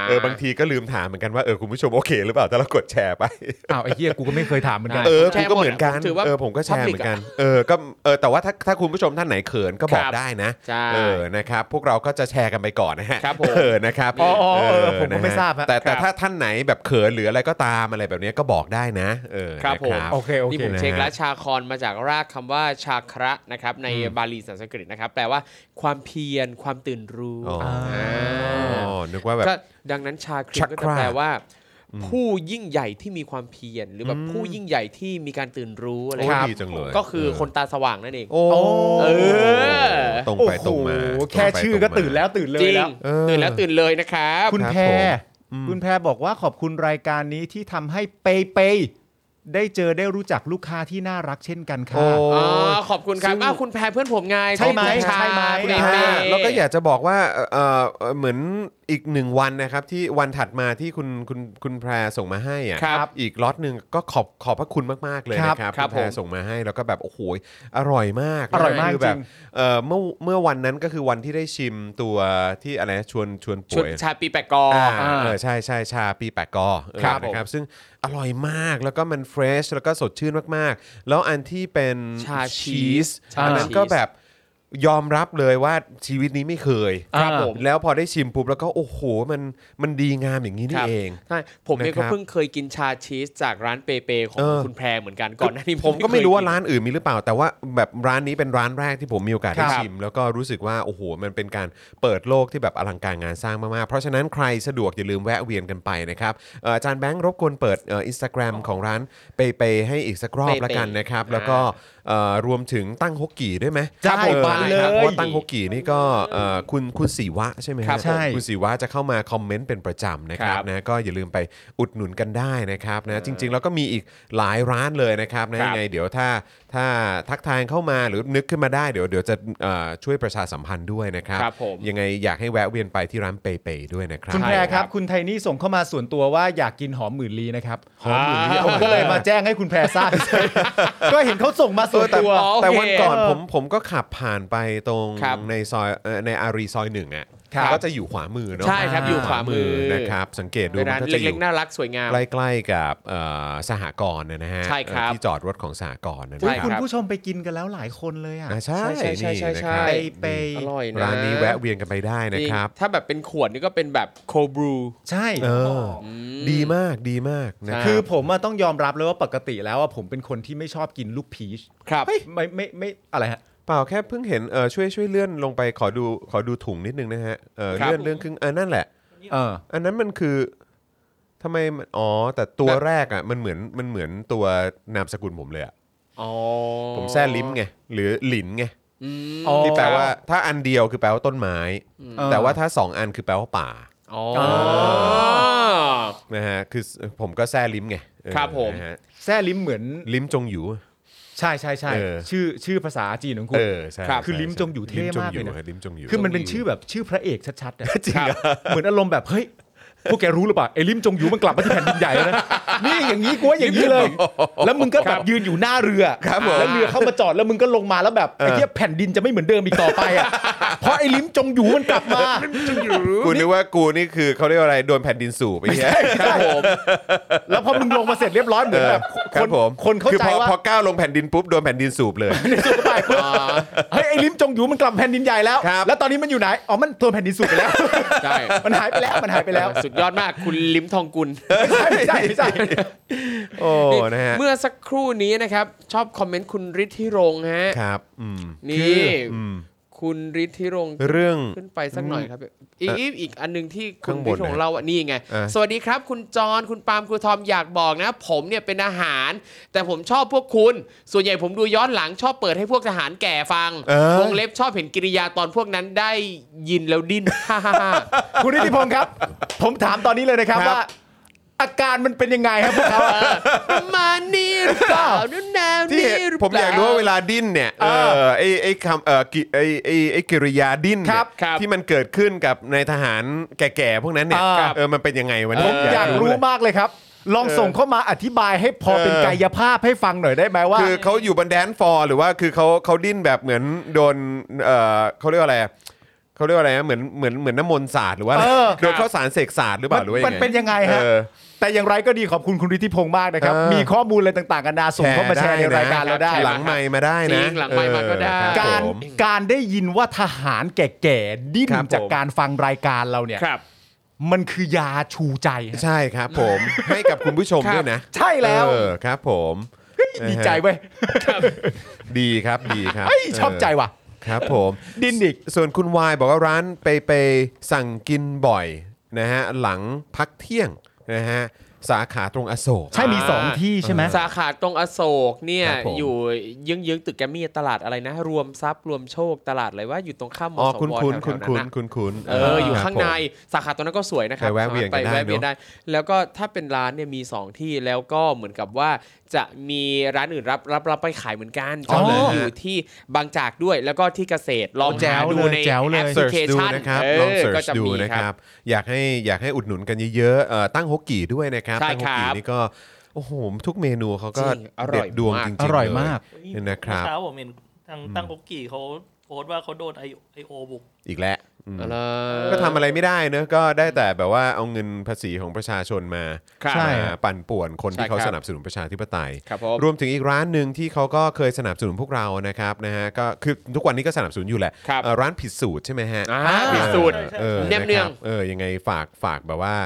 Speaker 1: เออบางทีก็ลืมถามเหมือนกันว่าเออคุณผู้ชมโอเคหรือเปล่าถ้าเรากดแชร์ไป
Speaker 2: อ้าวไอ้เหี้ยกูก็ไม่เคยถามเหมือนกัน
Speaker 1: เออ
Speaker 3: ผมแช
Speaker 1: กู
Speaker 3: ร์
Speaker 1: ก็เหมือนกัน
Speaker 3: หมดอะผมถือว่า
Speaker 1: เออผมก็แชร์เห
Speaker 3: public
Speaker 1: มือนกัน เออก็เออแต่ว่าถ้าถ้าคุณผู้ชมท่านไหนเขินก็บอก
Speaker 3: ครับ
Speaker 1: ได้นะ
Speaker 3: ใช่
Speaker 1: เออนะครับพวกเราก็จะแชร์กันไปก่อนนะฮะ
Speaker 3: ครับผม
Speaker 1: เออนะครับ
Speaker 2: อ๋ออ๋อเออผมก็ไม่
Speaker 1: นะฮะ
Speaker 2: ทราบฮะ
Speaker 1: แต่แต่ถ้าท่านไหนแบบเขินหรืออะไรก็ตามอะไรแบบเนี้ยก็บอกได้นะ เออ
Speaker 3: ครับผม
Speaker 1: นะ
Speaker 2: โอเคโอ
Speaker 3: นี่
Speaker 2: เค
Speaker 3: ผม
Speaker 1: นะฮะ
Speaker 3: เช็คแล้วชาคอนมาจากรากคำว่าชาคระนะครับในบาลีสันสกฤตนะครับ แปลว่าความเพียรความตื่นรู้
Speaker 1: อ๋ออ่
Speaker 3: า
Speaker 1: อ๋อนึกว่าแบบ
Speaker 3: ก็ดังนั้นชาคริน
Speaker 1: ชัก
Speaker 3: ก็
Speaker 1: ค
Speaker 3: จะ
Speaker 1: ร่า
Speaker 3: แปลว่า ผู้ยิ่งใหญ่ที่มีความเพียรหรือแบบผู้ยิ่งใหญ่ที่มีการตื่นรู้อะไร
Speaker 1: โอ้ย
Speaker 3: ครับ
Speaker 1: ดีจังเลย
Speaker 3: ก็คือ
Speaker 1: เ
Speaker 3: คนตาสว่างนั่นเอง
Speaker 1: โอ้
Speaker 3: เออ
Speaker 1: ตรง
Speaker 2: โอ้
Speaker 1: ไปตรง
Speaker 2: โห
Speaker 1: มา
Speaker 2: แค่
Speaker 1: รงไป
Speaker 2: ชื่อก็
Speaker 1: รงมา
Speaker 2: ตื่นแล้วตื่นเล
Speaker 3: จ
Speaker 2: ย
Speaker 3: ริง
Speaker 2: แล้ว
Speaker 1: เออ
Speaker 3: ตื่นแล้วตื่นเลยนะครับ
Speaker 2: คุณ
Speaker 1: ครับ
Speaker 2: แพร
Speaker 1: ผม
Speaker 2: คุณแพรบอกว่าขอบคุณรายการนี้ที่ทำให้เปย์เปย์ได้เจอได้รู้จักลูกค้าที่น่ารักเช่นกันค่ะ
Speaker 1: โอ้
Speaker 3: อ๋อ ขอบคุณครั
Speaker 1: ซึ่
Speaker 3: บ
Speaker 1: ง
Speaker 3: อ้าวคุณแพรเพื่อนผมไง
Speaker 2: ใช่ไหม
Speaker 3: ขอบคุณครับ
Speaker 2: ใช่ไหม
Speaker 3: คุณ
Speaker 1: นะ
Speaker 3: เอ
Speaker 1: ฮะ
Speaker 3: เต้
Speaker 1: แล้วก็อยากจะบอกว่าเอ่อเอ่อเหมือนอีกหนึ่งวันนะครับที่วันถัดมาที่คุณคุณคุณแพรส่งมาให้อ่ะ
Speaker 3: ครับ
Speaker 1: อีกล็อตหนึ่งก็ขอบขอบพระคุณมาก ๆ เลยนะครับ
Speaker 3: ครั
Speaker 1: ณ
Speaker 3: บ
Speaker 1: แพร
Speaker 3: ผม
Speaker 1: ส่งมาให้แล้วก็แบบโอ้โหอร่อยมาก
Speaker 2: อร่อยมาก
Speaker 1: คืแบบ
Speaker 2: จริง
Speaker 1: เอ่อเมื่อเมื่อวันนั้นก็คือวันที่ได้ชิมตัวที่อะไรนะชวนชวนป่
Speaker 3: ุด
Speaker 1: วย
Speaker 3: ชาปีแปะกอ
Speaker 1: อ่า
Speaker 3: อ่า
Speaker 1: เออใช่ใช่ชาปีแปะกอเออ
Speaker 3: ครับ
Speaker 1: นะครับ ซึ่งอร่อยมากแล้วก็มันเฟรชแล้วก็สดชื่นมากๆ แล้วอันที่เป็น
Speaker 3: ชา cheese ชา
Speaker 1: อันนั้นก็
Speaker 3: cheese
Speaker 1: แบบ ยอมรับเลยว่าชีวิตนี้ไม่เคย
Speaker 3: ครับผม
Speaker 1: แล้วพอได้ชิมปุ๊บแล้วก็โอ้โหมันมันดีงามอย่างนี้
Speaker 3: ค
Speaker 1: นี่
Speaker 3: รับ
Speaker 1: เอง
Speaker 3: ใช่ผมเอง
Speaker 1: นะครั
Speaker 3: ก็
Speaker 1: บ
Speaker 3: เพิ่งเคยกินชาชีสจากร้านเปเปของ
Speaker 1: เออ
Speaker 3: คุณแพรเหมือนกันก่อนหน้านี้
Speaker 1: ผมก็ไม่
Speaker 3: เคย
Speaker 1: รู้ว่าร้านอื่นมีหรือเปล่า แต่ว่าแบบร้านนี้เป็นร้านแรกที่ผมมีโอกาสได้
Speaker 3: ครับ
Speaker 1: ชิม แล้วก็รู้สึกว่าโอ้โหมันเป็นการเปิดโลกที่แบบอลังการงานสร้างมากๆ เพราะฉะนั้นใครสะดวกอย่าลืมแวะเวียนกันไปนะครับเอ่ออาจารย์แบงค์รบกวนเปิดเอินสตาแกรมของร้านเปเปให้อีกสักรอบ
Speaker 3: Pei
Speaker 1: ละกันนะครับ
Speaker 3: อ่า
Speaker 1: แล้วก็เอ่อรวมถึงตั้งฮกกี่ด้วยไหม
Speaker 2: ได้
Speaker 1: ออ
Speaker 2: ไปเลย
Speaker 1: นะครับเพราะว่าตั้งฮกกี่นี่ก็เอ่อคุณคุณสีวะใช่ไหมฮะ
Speaker 3: ครับผม
Speaker 2: ใช่
Speaker 1: คุณสีวะจะเข้ามาคอมเมนต์เป็นประจำนะครับ
Speaker 3: ครับ
Speaker 1: นะก็อย่าลืมไปอุดหนุนกันได้นะครับนะจริง ๆ แล้วก็มีอีกหลายร้านเลยนะครับนะครับ ยังไงเดี๋ยวถ้าถ้าทักทายเข้ามาหรือนึกขึ้นมาได้เดี๋ยวเดี๋ยวจะเอ่อช่วยประชาสัมพันธ์ด้วยนะครับ
Speaker 3: ครับผม
Speaker 1: ยังไงอยากให้แวะเวียนไปที่ร้านเปเปด้วยนะครับ
Speaker 2: คุณแพร
Speaker 3: ใช่
Speaker 2: ค
Speaker 3: ครั
Speaker 2: รับ
Speaker 3: บ
Speaker 2: คุณไทนี่ส่งเข้ามาส่วนตัวว่าอยากกินหอมหมื่นลีนะครับ
Speaker 3: หอมหมื่นลี้
Speaker 2: ผมก็เลยมาแจ้งให้คุณแพร ทราบ ก็เห็นเขาส่งมา
Speaker 1: เอ
Speaker 2: ส่ว
Speaker 1: อน แต่
Speaker 2: ตัว
Speaker 3: อ๋อ
Speaker 1: แต่วันก่อน
Speaker 2: โอเค
Speaker 1: ผมผมก็ขับผ่านไปตรง
Speaker 3: ครับ
Speaker 1: ในซอยเอ่อในอารีซอยหนึ่งอ่ะ
Speaker 2: ครับ
Speaker 1: ก็จะอยู่ขวามือเนาะ
Speaker 3: ใช่ครับอยู่ขวามือ
Speaker 1: นะครับสังเกตดู
Speaker 3: เป็น
Speaker 1: มั
Speaker 3: ร้าน
Speaker 1: นก็จะอ
Speaker 3: เล็ก
Speaker 1: ยู่
Speaker 3: ๆน่ารักสวยงาม
Speaker 1: ใกล้ๆกับเอ่อสหกรณ์นะฮะ
Speaker 3: ใช่ครับ
Speaker 1: เอ่อที่จอดรถของสหกรณ์นะ
Speaker 3: ใช่
Speaker 2: อุ๊ย
Speaker 1: ค
Speaker 3: รั
Speaker 1: รับ
Speaker 3: บ
Speaker 2: คุณผู้ชมไปกินกันแล้วหลายคนเลยอ่ะ
Speaker 1: อ่าใช่
Speaker 3: ใช่ใช่ใช่
Speaker 1: นี่นะค
Speaker 3: ใช่
Speaker 1: รับ
Speaker 2: ไปไป
Speaker 3: อร่อยนะ
Speaker 1: ร้านนี้แวะเวียนกันไปได้นะ
Speaker 3: จง
Speaker 1: ครับ
Speaker 3: ถ้าแบบเป็นขวดนี่ก็เป็นแบบโคบรู
Speaker 2: ใช่
Speaker 1: เออ
Speaker 3: ม
Speaker 1: ดีมากดีมากนะ
Speaker 3: ใช่
Speaker 1: คื
Speaker 2: คือ อผมอะต้องยอมรับเลยว่าปกติแล้วอะผมเป็นคนที่ไม่ชอบกินลูกพีช
Speaker 3: ครับ
Speaker 2: ไม่ไม่ไม่อะไรฮะ
Speaker 1: เปล่าแค่เพิ่งเห็นเออช่วยช่วยเลื่อนลงไปขอดูขอดูถุงนิดนึงนะฮะเออ
Speaker 3: ครับ
Speaker 1: เลื่อนเลื่อนครึ่งเออนั่นแหละ
Speaker 2: เออ
Speaker 1: อันนั้นมันคือทำไมมันอ๋อ แต่ตัว
Speaker 3: แต่
Speaker 1: แรกอ่ะมันเหมือนมันเหมือนตัวนามสกุลผมเลยอ่ะ
Speaker 3: อ๋อ
Speaker 1: ผมแซ่ลิ้มไงหรือหลินไง
Speaker 3: อืม
Speaker 2: อ๋อ
Speaker 1: ที่แปลว่าถ้าอันเดียวคือแปลว่าต้นไม้
Speaker 2: เออ
Speaker 1: แต่ว่าถ้าสองอันคือแปลว่าป่า
Speaker 3: อ๋อ
Speaker 1: นะฮะคือผมก็แซ่ลิ้มไงเออ
Speaker 3: ครับผม
Speaker 1: นะฮะ
Speaker 2: แซ่ลิ้มเหมือน
Speaker 1: ลิ้มจงอยู่
Speaker 2: ใช่ใช่ใช่
Speaker 1: เออ
Speaker 2: ชื่อชื่อภาษาจีนของคุณ
Speaker 1: เออใช่
Speaker 3: ครับ
Speaker 1: ใช่
Speaker 2: คือลิ้มจงอยู่
Speaker 1: ลิ้
Speaker 2: เท่มากเลยนะ
Speaker 1: ลิ้มจงอยู่
Speaker 2: คือมันเป็นชื่อแบบชื่อพระเอกชัดๆอะ
Speaker 1: จริงเหรอ
Speaker 2: เหมือนอารมณ์แบบ เฮ้ย พวกแกรู้หรือเปล่าเอลิมจงอยู่มันกลับมาที่แผ่นดินใหญ่แล้ว นะนี่อย่างนี้กูว่าอย่างนี้เลย แล้วมึงก็แบบยืนอยู่หน้าเรือ
Speaker 1: ครับผม
Speaker 2: แล้วเรือเข้ามาจอดแล้วมึงก็ลงมาแล้วแบบไอ้เหี้ยแผ่นดินจะไม่เหมือนเดิมอีกต่อไปอ่ ะเพราะไอ้ลิมจงอยู่มันกลับมา
Speaker 1: กูนึกว่ากูนี่คือเขาเรียกว่าอะไรโดนแผ่นดินสูบไปเงี้ย
Speaker 2: ครับผมแล้วพอมึงลงมาเสร็จเรียบร้อยเหมือนแบบ
Speaker 1: ครั
Speaker 2: ค
Speaker 1: บ
Speaker 2: น
Speaker 1: ผม
Speaker 2: คนเข้า
Speaker 1: คือ
Speaker 2: ใจ
Speaker 1: พอ
Speaker 2: ว่า
Speaker 1: พอก้าวลงแผ่นดินปุ๊บโดนแผ่นดินสูบเลย
Speaker 2: เฮ้ยไอ้ลิ้มจงอยู่มันกลับแผ่นดินใหญ่แล้ว
Speaker 1: ครับ
Speaker 2: แล้วตอนนี้มันอยู่ไหนอ๋อมันตัวแผ่นดินสูงไปแล้ว
Speaker 3: ใช่
Speaker 2: มันหายไปแล้วมันหายไปแล้ว
Speaker 3: สุดยอดมากคุณลิ้มทองกุล
Speaker 2: ไม่ใช่ไม่ใช่ไม่ใช่
Speaker 1: โอ้นะฮะ
Speaker 3: เมื่อสักครู่นี้นะครับ ชอบคอมเมนต์คุณฤทธิรงค์ฮะ
Speaker 1: ครับอืม
Speaker 3: นี่คุณฤทธิรงค์
Speaker 1: เรื่อง
Speaker 3: ขึ้นไปสักหน่อยครับอีกอีกอีกอันหนึงที่คุ
Speaker 1: ข้า
Speaker 3: ณ
Speaker 1: งบน
Speaker 3: พี่ของ
Speaker 1: นะ
Speaker 3: เราอ่ะนี่ไง
Speaker 1: อ่ะ
Speaker 3: สวัสดีครับ คุณจอนคุณปาล์มครูทอมอยากบอกนะ ผมเนี่ยเป็นอาหาร แต่ผมชอบพวกคุณ ส่วนใหญ่ผมดูย้อนหลังชอบเปิดให้พวกทหารแก่ฟังวงเล็บชอบเห็นกิริยาตอนพวกนั้นได้ยินแล้วดิ้น ฮ่าฮ่าฮ่า
Speaker 2: คุณนิติพงศ์ครับ ผมถามตอนนี้เลยนะครับ
Speaker 1: ครับ
Speaker 2: ว่า อาการมันเป็นยังไงครับพวกเขา
Speaker 3: ประมาณนี้หรือเปล่านู่นแนว
Speaker 1: ที่
Speaker 3: นี่
Speaker 1: เห็น
Speaker 3: หรือเปล่า
Speaker 1: ผมอยากรู้ว่าเวลาดิ้นเนี่ยเออไอ้ไอ้คำเออกิไอ้ไอ้ไอ้กิริยาดิ้นเนี่ย
Speaker 2: ครับ
Speaker 3: ครับ
Speaker 1: ที่มันเกิดขึ้นกับนายทหารแก่ๆพวกนั้นเนี่ย
Speaker 2: อ่า
Speaker 1: เออมันเป็นยังไงวะ
Speaker 2: ผ
Speaker 1: เนี่
Speaker 2: มอยากรู้
Speaker 1: เล
Speaker 2: มากเลยครับ ลองส่งเข้ามาอธิบายให้พอเป็น
Speaker 1: เออ
Speaker 2: กายภาพให้ฟังหน่อยได้ไหมว่า
Speaker 1: คือเขาอยู่บนแดนฟอร์หรือว่าคือเขาเขาดิ้นแบบเหมือนโดนเออเขาเรียกว่าอะไรเขาเรียกว่าอะไรนะเหมือนเหมือนเหมือนน้ำมนต์ศาสตร์หรือว่าอะไร
Speaker 2: เออ
Speaker 1: โดนข้าวสารเสกศาสตร์หรือเป
Speaker 2: มั
Speaker 1: ล่าหรือว่ายั
Speaker 2: มั
Speaker 1: ง
Speaker 2: น
Speaker 1: ไง
Speaker 2: เป็นยังไงฮะ
Speaker 1: เออ
Speaker 2: แต่อย่างไรก็ดีขอบคุณคุณฤทธิพงศ์มากนะครับ
Speaker 1: เออ
Speaker 2: มีข้อมูลอะไรต่างๆกันานาส่งเข้ามาแชร์ในรายการเราได้
Speaker 3: ได้นะ
Speaker 1: หลังไมค์มาได้นะ
Speaker 3: จริงหลังไมค์มาก็ได้
Speaker 1: เออคบ
Speaker 2: การ
Speaker 1: ผม
Speaker 2: การได้ยินว่าทหารแก่ๆ ดิ้น
Speaker 1: ครับผม
Speaker 2: จากการฟังรายการเราเนี่ย
Speaker 3: ครับ
Speaker 2: มันคือยาชูใจฮะ
Speaker 1: ใช่ครับผม ให้กับคุณผู้ชม
Speaker 3: ครับ
Speaker 1: ด้วยนะ
Speaker 2: ใช่แล้ว
Speaker 1: เออครับผม
Speaker 2: ดีใจเว้ย
Speaker 1: ดีครับดีครับ
Speaker 2: เอ้ยชอบใจว่ะ
Speaker 1: ครับผม
Speaker 2: ดิ้นอีก
Speaker 1: ส่วนคุณวายบอกว่าร้านไปไปสั่งกินบ่อยนะฮะหลังพักเที่ยงนะฮะสาขาตรงอโศก
Speaker 2: ใช่มีสองที่ใช่ไหม
Speaker 3: สาขาตรงอโศกเนี่ย
Speaker 1: ครับผม
Speaker 3: อยู่เยื้องๆตึกแกรมมี่ตลาดอะไรนะ รวมทรัพย์รวมโชคตลาดอะไรว่าอยู่ตรงข้ามม
Speaker 1: อ๋อ
Speaker 3: สว
Speaker 1: คุณคุณ
Speaker 3: แถวๆ
Speaker 1: คุณคุณ
Speaker 3: นั้นน่ะ
Speaker 1: คุณคุณ
Speaker 3: เอออยู่ข้าง
Speaker 1: ค
Speaker 3: ใน
Speaker 1: รับผม
Speaker 3: สาขาตรงนั้นก็สวยนะครับ
Speaker 1: ไปแวะเวียนกัน
Speaker 3: สา
Speaker 1: ได้เน
Speaker 3: มารถไปแวะ
Speaker 1: อะ
Speaker 3: เวียนได้ แล้วก็ถ้าเป็นร้านเนี่ยมี 2 ที่แล้วก็เหมือนกับว่าจะมีร้านอื่นรับรับรับไปขายเหมือนกัน
Speaker 2: อ๋อ
Speaker 3: จะมีอยู่ที่บางจากด้วย แล้วก็ที่เกษตรลอง
Speaker 2: แจ๋
Speaker 3: หาวดู
Speaker 2: เลย
Speaker 3: ใน
Speaker 2: แจ๋วเลย
Speaker 3: แอปพลิ
Speaker 1: เสิร์ช
Speaker 3: เค
Speaker 1: ดู
Speaker 3: ชัน
Speaker 1: นะครับ
Speaker 3: เอ
Speaker 1: ลอง
Speaker 3: อ
Speaker 1: เสิร์
Speaker 3: ก็
Speaker 1: ช
Speaker 3: จะ
Speaker 1: ดู
Speaker 3: มี
Speaker 1: นะ
Speaker 3: ค
Speaker 1: ครับ รับ อยากให้อยากให้อุดหนุนกันเยอะๆเอ่อตั้งฮกกี่ด้วยนะครับ
Speaker 3: ใช่
Speaker 1: ตั้งฮกกี่
Speaker 3: ครับ
Speaker 1: นี่ก็ โอ้โห ทุกเมนูเขาก็
Speaker 3: จริงอร่
Speaker 1: เด็
Speaker 3: อ
Speaker 1: ด
Speaker 3: ย
Speaker 1: ดวง
Speaker 3: มาก
Speaker 1: จริงๆ
Speaker 2: อร่อย
Speaker 1: เล
Speaker 2: มาก
Speaker 1: นะครับ
Speaker 5: เช้าผมเห็นทางตั้งกุ๊กกี้เขาโพสต์ว่าเขาโดนไอไอโอบุก
Speaker 1: อีกแล้วอืม
Speaker 3: เอาล่ะ
Speaker 1: ก็ทำอะไรไม่ได้เนอะก็ได้แต่แบบว่าเอาเงินภาษีของประชาชนมา
Speaker 3: ครับ
Speaker 2: ใช่
Speaker 1: มาปั่นป่วนคน
Speaker 3: ใช่
Speaker 1: ที่เขา
Speaker 3: ครับ
Speaker 1: สนับสนุนประชาธิปไตย
Speaker 3: ครับผม
Speaker 1: รวมถึงอีกร้านหนึ่งที่เขาก็เคยสนับสนุนพวกเรานะครับนะฮะก็คือทุกวันนี้ก็สนับสนุนอยู่แหละ
Speaker 3: ครับ
Speaker 1: เอ่อร้านผิดสูตรใช่ไหมฮะ
Speaker 3: อ่า
Speaker 1: เออ
Speaker 3: พิสูจน์
Speaker 1: ออ
Speaker 3: แนบเนือง
Speaker 1: ะครับเออยังไงฝากฝากแบบว่า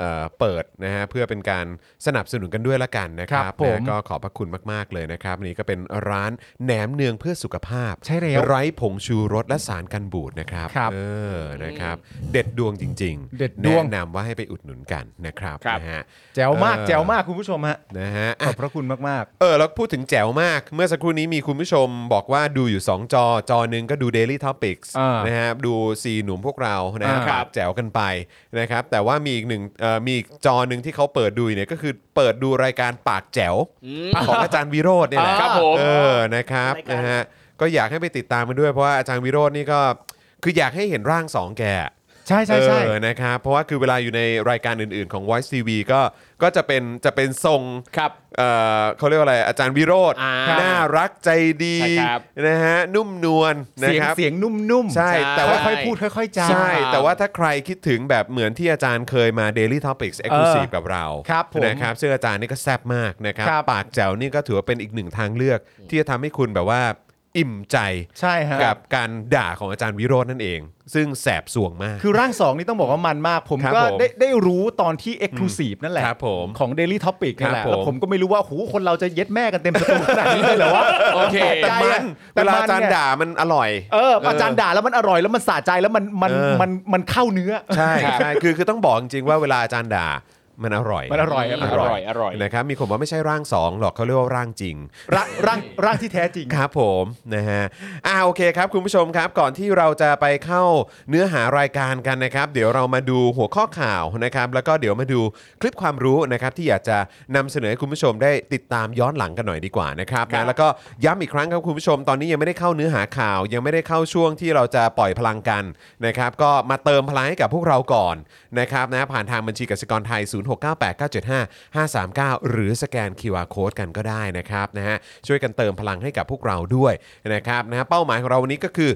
Speaker 1: เอ่อเปิดนะฮะเพื่อเป็นการสนับสนุนกันด้วยละกันนะครั
Speaker 2: ครับ บผม
Speaker 1: นะก็ขอบพระคุณมาก ๆ เลยนะครับ นี่ก็เป็นร้านแหนมเนืองเพื่อสุขภาพ
Speaker 2: ใช่แล้ว
Speaker 1: ไร้ผงชูรสและสารกันบูดนะครับ
Speaker 2: ครับ
Speaker 1: เออนะครับ เด็ดดวงจริงๆ
Speaker 2: เด็ดดวง
Speaker 1: แนะนำว่าให้ไปอุดหนุนกันนะครับ
Speaker 3: ครับ
Speaker 1: นะฮะ
Speaker 2: แจ๋วมาก
Speaker 1: เออ
Speaker 2: แจ๋วมากคุณผู้ชมฮะ
Speaker 1: นะฮะ
Speaker 2: ข
Speaker 1: อ่ะ
Speaker 2: อบพระคุณมาก
Speaker 1: เออแล้วพูดถึงแจ๋วมากเมื่อสักครู่นี้มีคุณผู้ชมบอกว่าดูอยู่ 2 จอ จอหนึ่งก็ดู Daily Topics
Speaker 2: อ่าน
Speaker 1: นะครับดูสีหนุ่มพวกเรานะค
Speaker 2: ครั
Speaker 1: รับบ แจ๋วกันไปนะครับ แต่ว่ามีอีกหนึ่งเอ่อมีอีกจอหนึ่งที่เขาเปิดดูเนี่ยก็คือเปิดดูรายการปากแจ๋วของอาจารย์วิโรจน์เนี่ยแหละ
Speaker 3: ครับผม
Speaker 1: เออนะครับ
Speaker 5: รายการ
Speaker 1: นะฮะก็อยากให้ไปติดตามมันด้วยเพราะว่าอาจารย์วิโรจน์นี่ก็คืออยากให้เห็นร่างสองแก
Speaker 2: ๆ ใช่ใช่ใช่
Speaker 1: เออ นะครับ เพราะว่าคือเวลาอยู่ในรายการอื่นๆของ Voice TV ก็ ก็จะเป็น จะเป็นทรง
Speaker 3: ครับ
Speaker 1: เอ่อเขาเรียกว่าอะไร อาจารย์วิโรธ
Speaker 3: อ่า
Speaker 1: น่ารักใจดี
Speaker 3: ใช่ครับ
Speaker 1: นะฮะ นุ่มนวลนะ
Speaker 2: เสียง
Speaker 1: ครับ
Speaker 2: เสียงนุ่มๆ
Speaker 1: ใช่แต่ว่า
Speaker 2: ค่อยๆพูดค่อยๆจา
Speaker 1: ใช่ แต่ว่าถ้าใครคิดถึงแบบเหมือนที่อาจารย์เคยมา Daily Topics Exclusive
Speaker 2: เออ
Speaker 1: กับเรา
Speaker 2: ครับผม
Speaker 1: นะครับซึ่งอาจารย์นี่ก็แซ่บมากนะครับ
Speaker 2: ครับ
Speaker 1: ปากแจ๋วนี่ก็ถือว่าเป็นอีกหนึ่งทางเลือก ที่จะทำให้คุณแบบว่าอิ่มใจ
Speaker 2: ใช่ฮะ
Speaker 1: กับการด่าของอาจารย์วิโรจน์นั่นเอง ซึ่งแสบสวงมาก
Speaker 2: คือร่างสองนี่ต้องบอกว่ามันมาก ผม
Speaker 1: ครับ
Speaker 2: ก็
Speaker 1: ผม
Speaker 2: ได้ได้รู้ตอนที่ Exclusive นั่นแหละ
Speaker 1: ครับผม
Speaker 2: ของ Daily Topic นั่นแหละ
Speaker 1: ครับผม
Speaker 2: แล้วผมก็ไม่รู้ว่าหูคนเราจะเย็ดแม่กันเต็มสตูขนาดนี้เลยเหรอวะ
Speaker 3: โอเค
Speaker 2: ตกใจ
Speaker 1: แต่มั
Speaker 2: อะ
Speaker 1: น
Speaker 2: แต่
Speaker 1: เวลา
Speaker 2: มัน
Speaker 1: อาจารย์
Speaker 2: เนี่ย
Speaker 1: ด่ามันอร่อย
Speaker 2: เอออาจารย์ด่าแล้วมันอร่อยแล้วมันสะใจแล้วมันมัน
Speaker 1: เออ
Speaker 2: มันมันเข้าเนื้อ
Speaker 1: ใช่ใช่คือคือต้องบอกจริงๆว่าเวลาอาจารย์ด่า มันอร่อย
Speaker 2: มันอร่อยครับ
Speaker 3: อร่อยอร่อย
Speaker 1: นะครับมีคนบอกไม่ใช่ร่างสองหรอกเขาเรียกว่าร่างจริง
Speaker 2: ร่างร่างร่างที่แท้จริง
Speaker 1: ครับผมนะฮะอ่าโอเคครับ คุณผู้ชมครับ ก่อนที่เราจะไปเข้าเนื้อหารายการกันนะครับ เดี๋ยวเรามาดูหัวข้อข่าวนะครับ แล้วก็เดี๋ยวมาดูคลิปความรู้นะครับ ที่อยากจะนำเสนอให้คุณผู้ชมได้ติดตามย้อนหลังกันหน่อยดีกว่านะครับนะแล้วก็ย้ำอีกครั้งครับคุณผู้ชม ตอนนี้ยังไม่ได้เข้าเนื้อหาข่าว ยังไม่ได้เข้าช่วงที่เราจะปล่อยพลังกันนะครับ ก็มาเติมพลังให้กับพวกเราก่อนนะครับนะผ่านทางบัญชีกสิกรไทย 0698975539 หรือสแกน QR Code กันก็ได้นะครับนะฮะช่วยกันเติมพลังให้กับพวกเราด้วยนะครับนะฮะเป้าหมายของเราวันนี้ก็คือ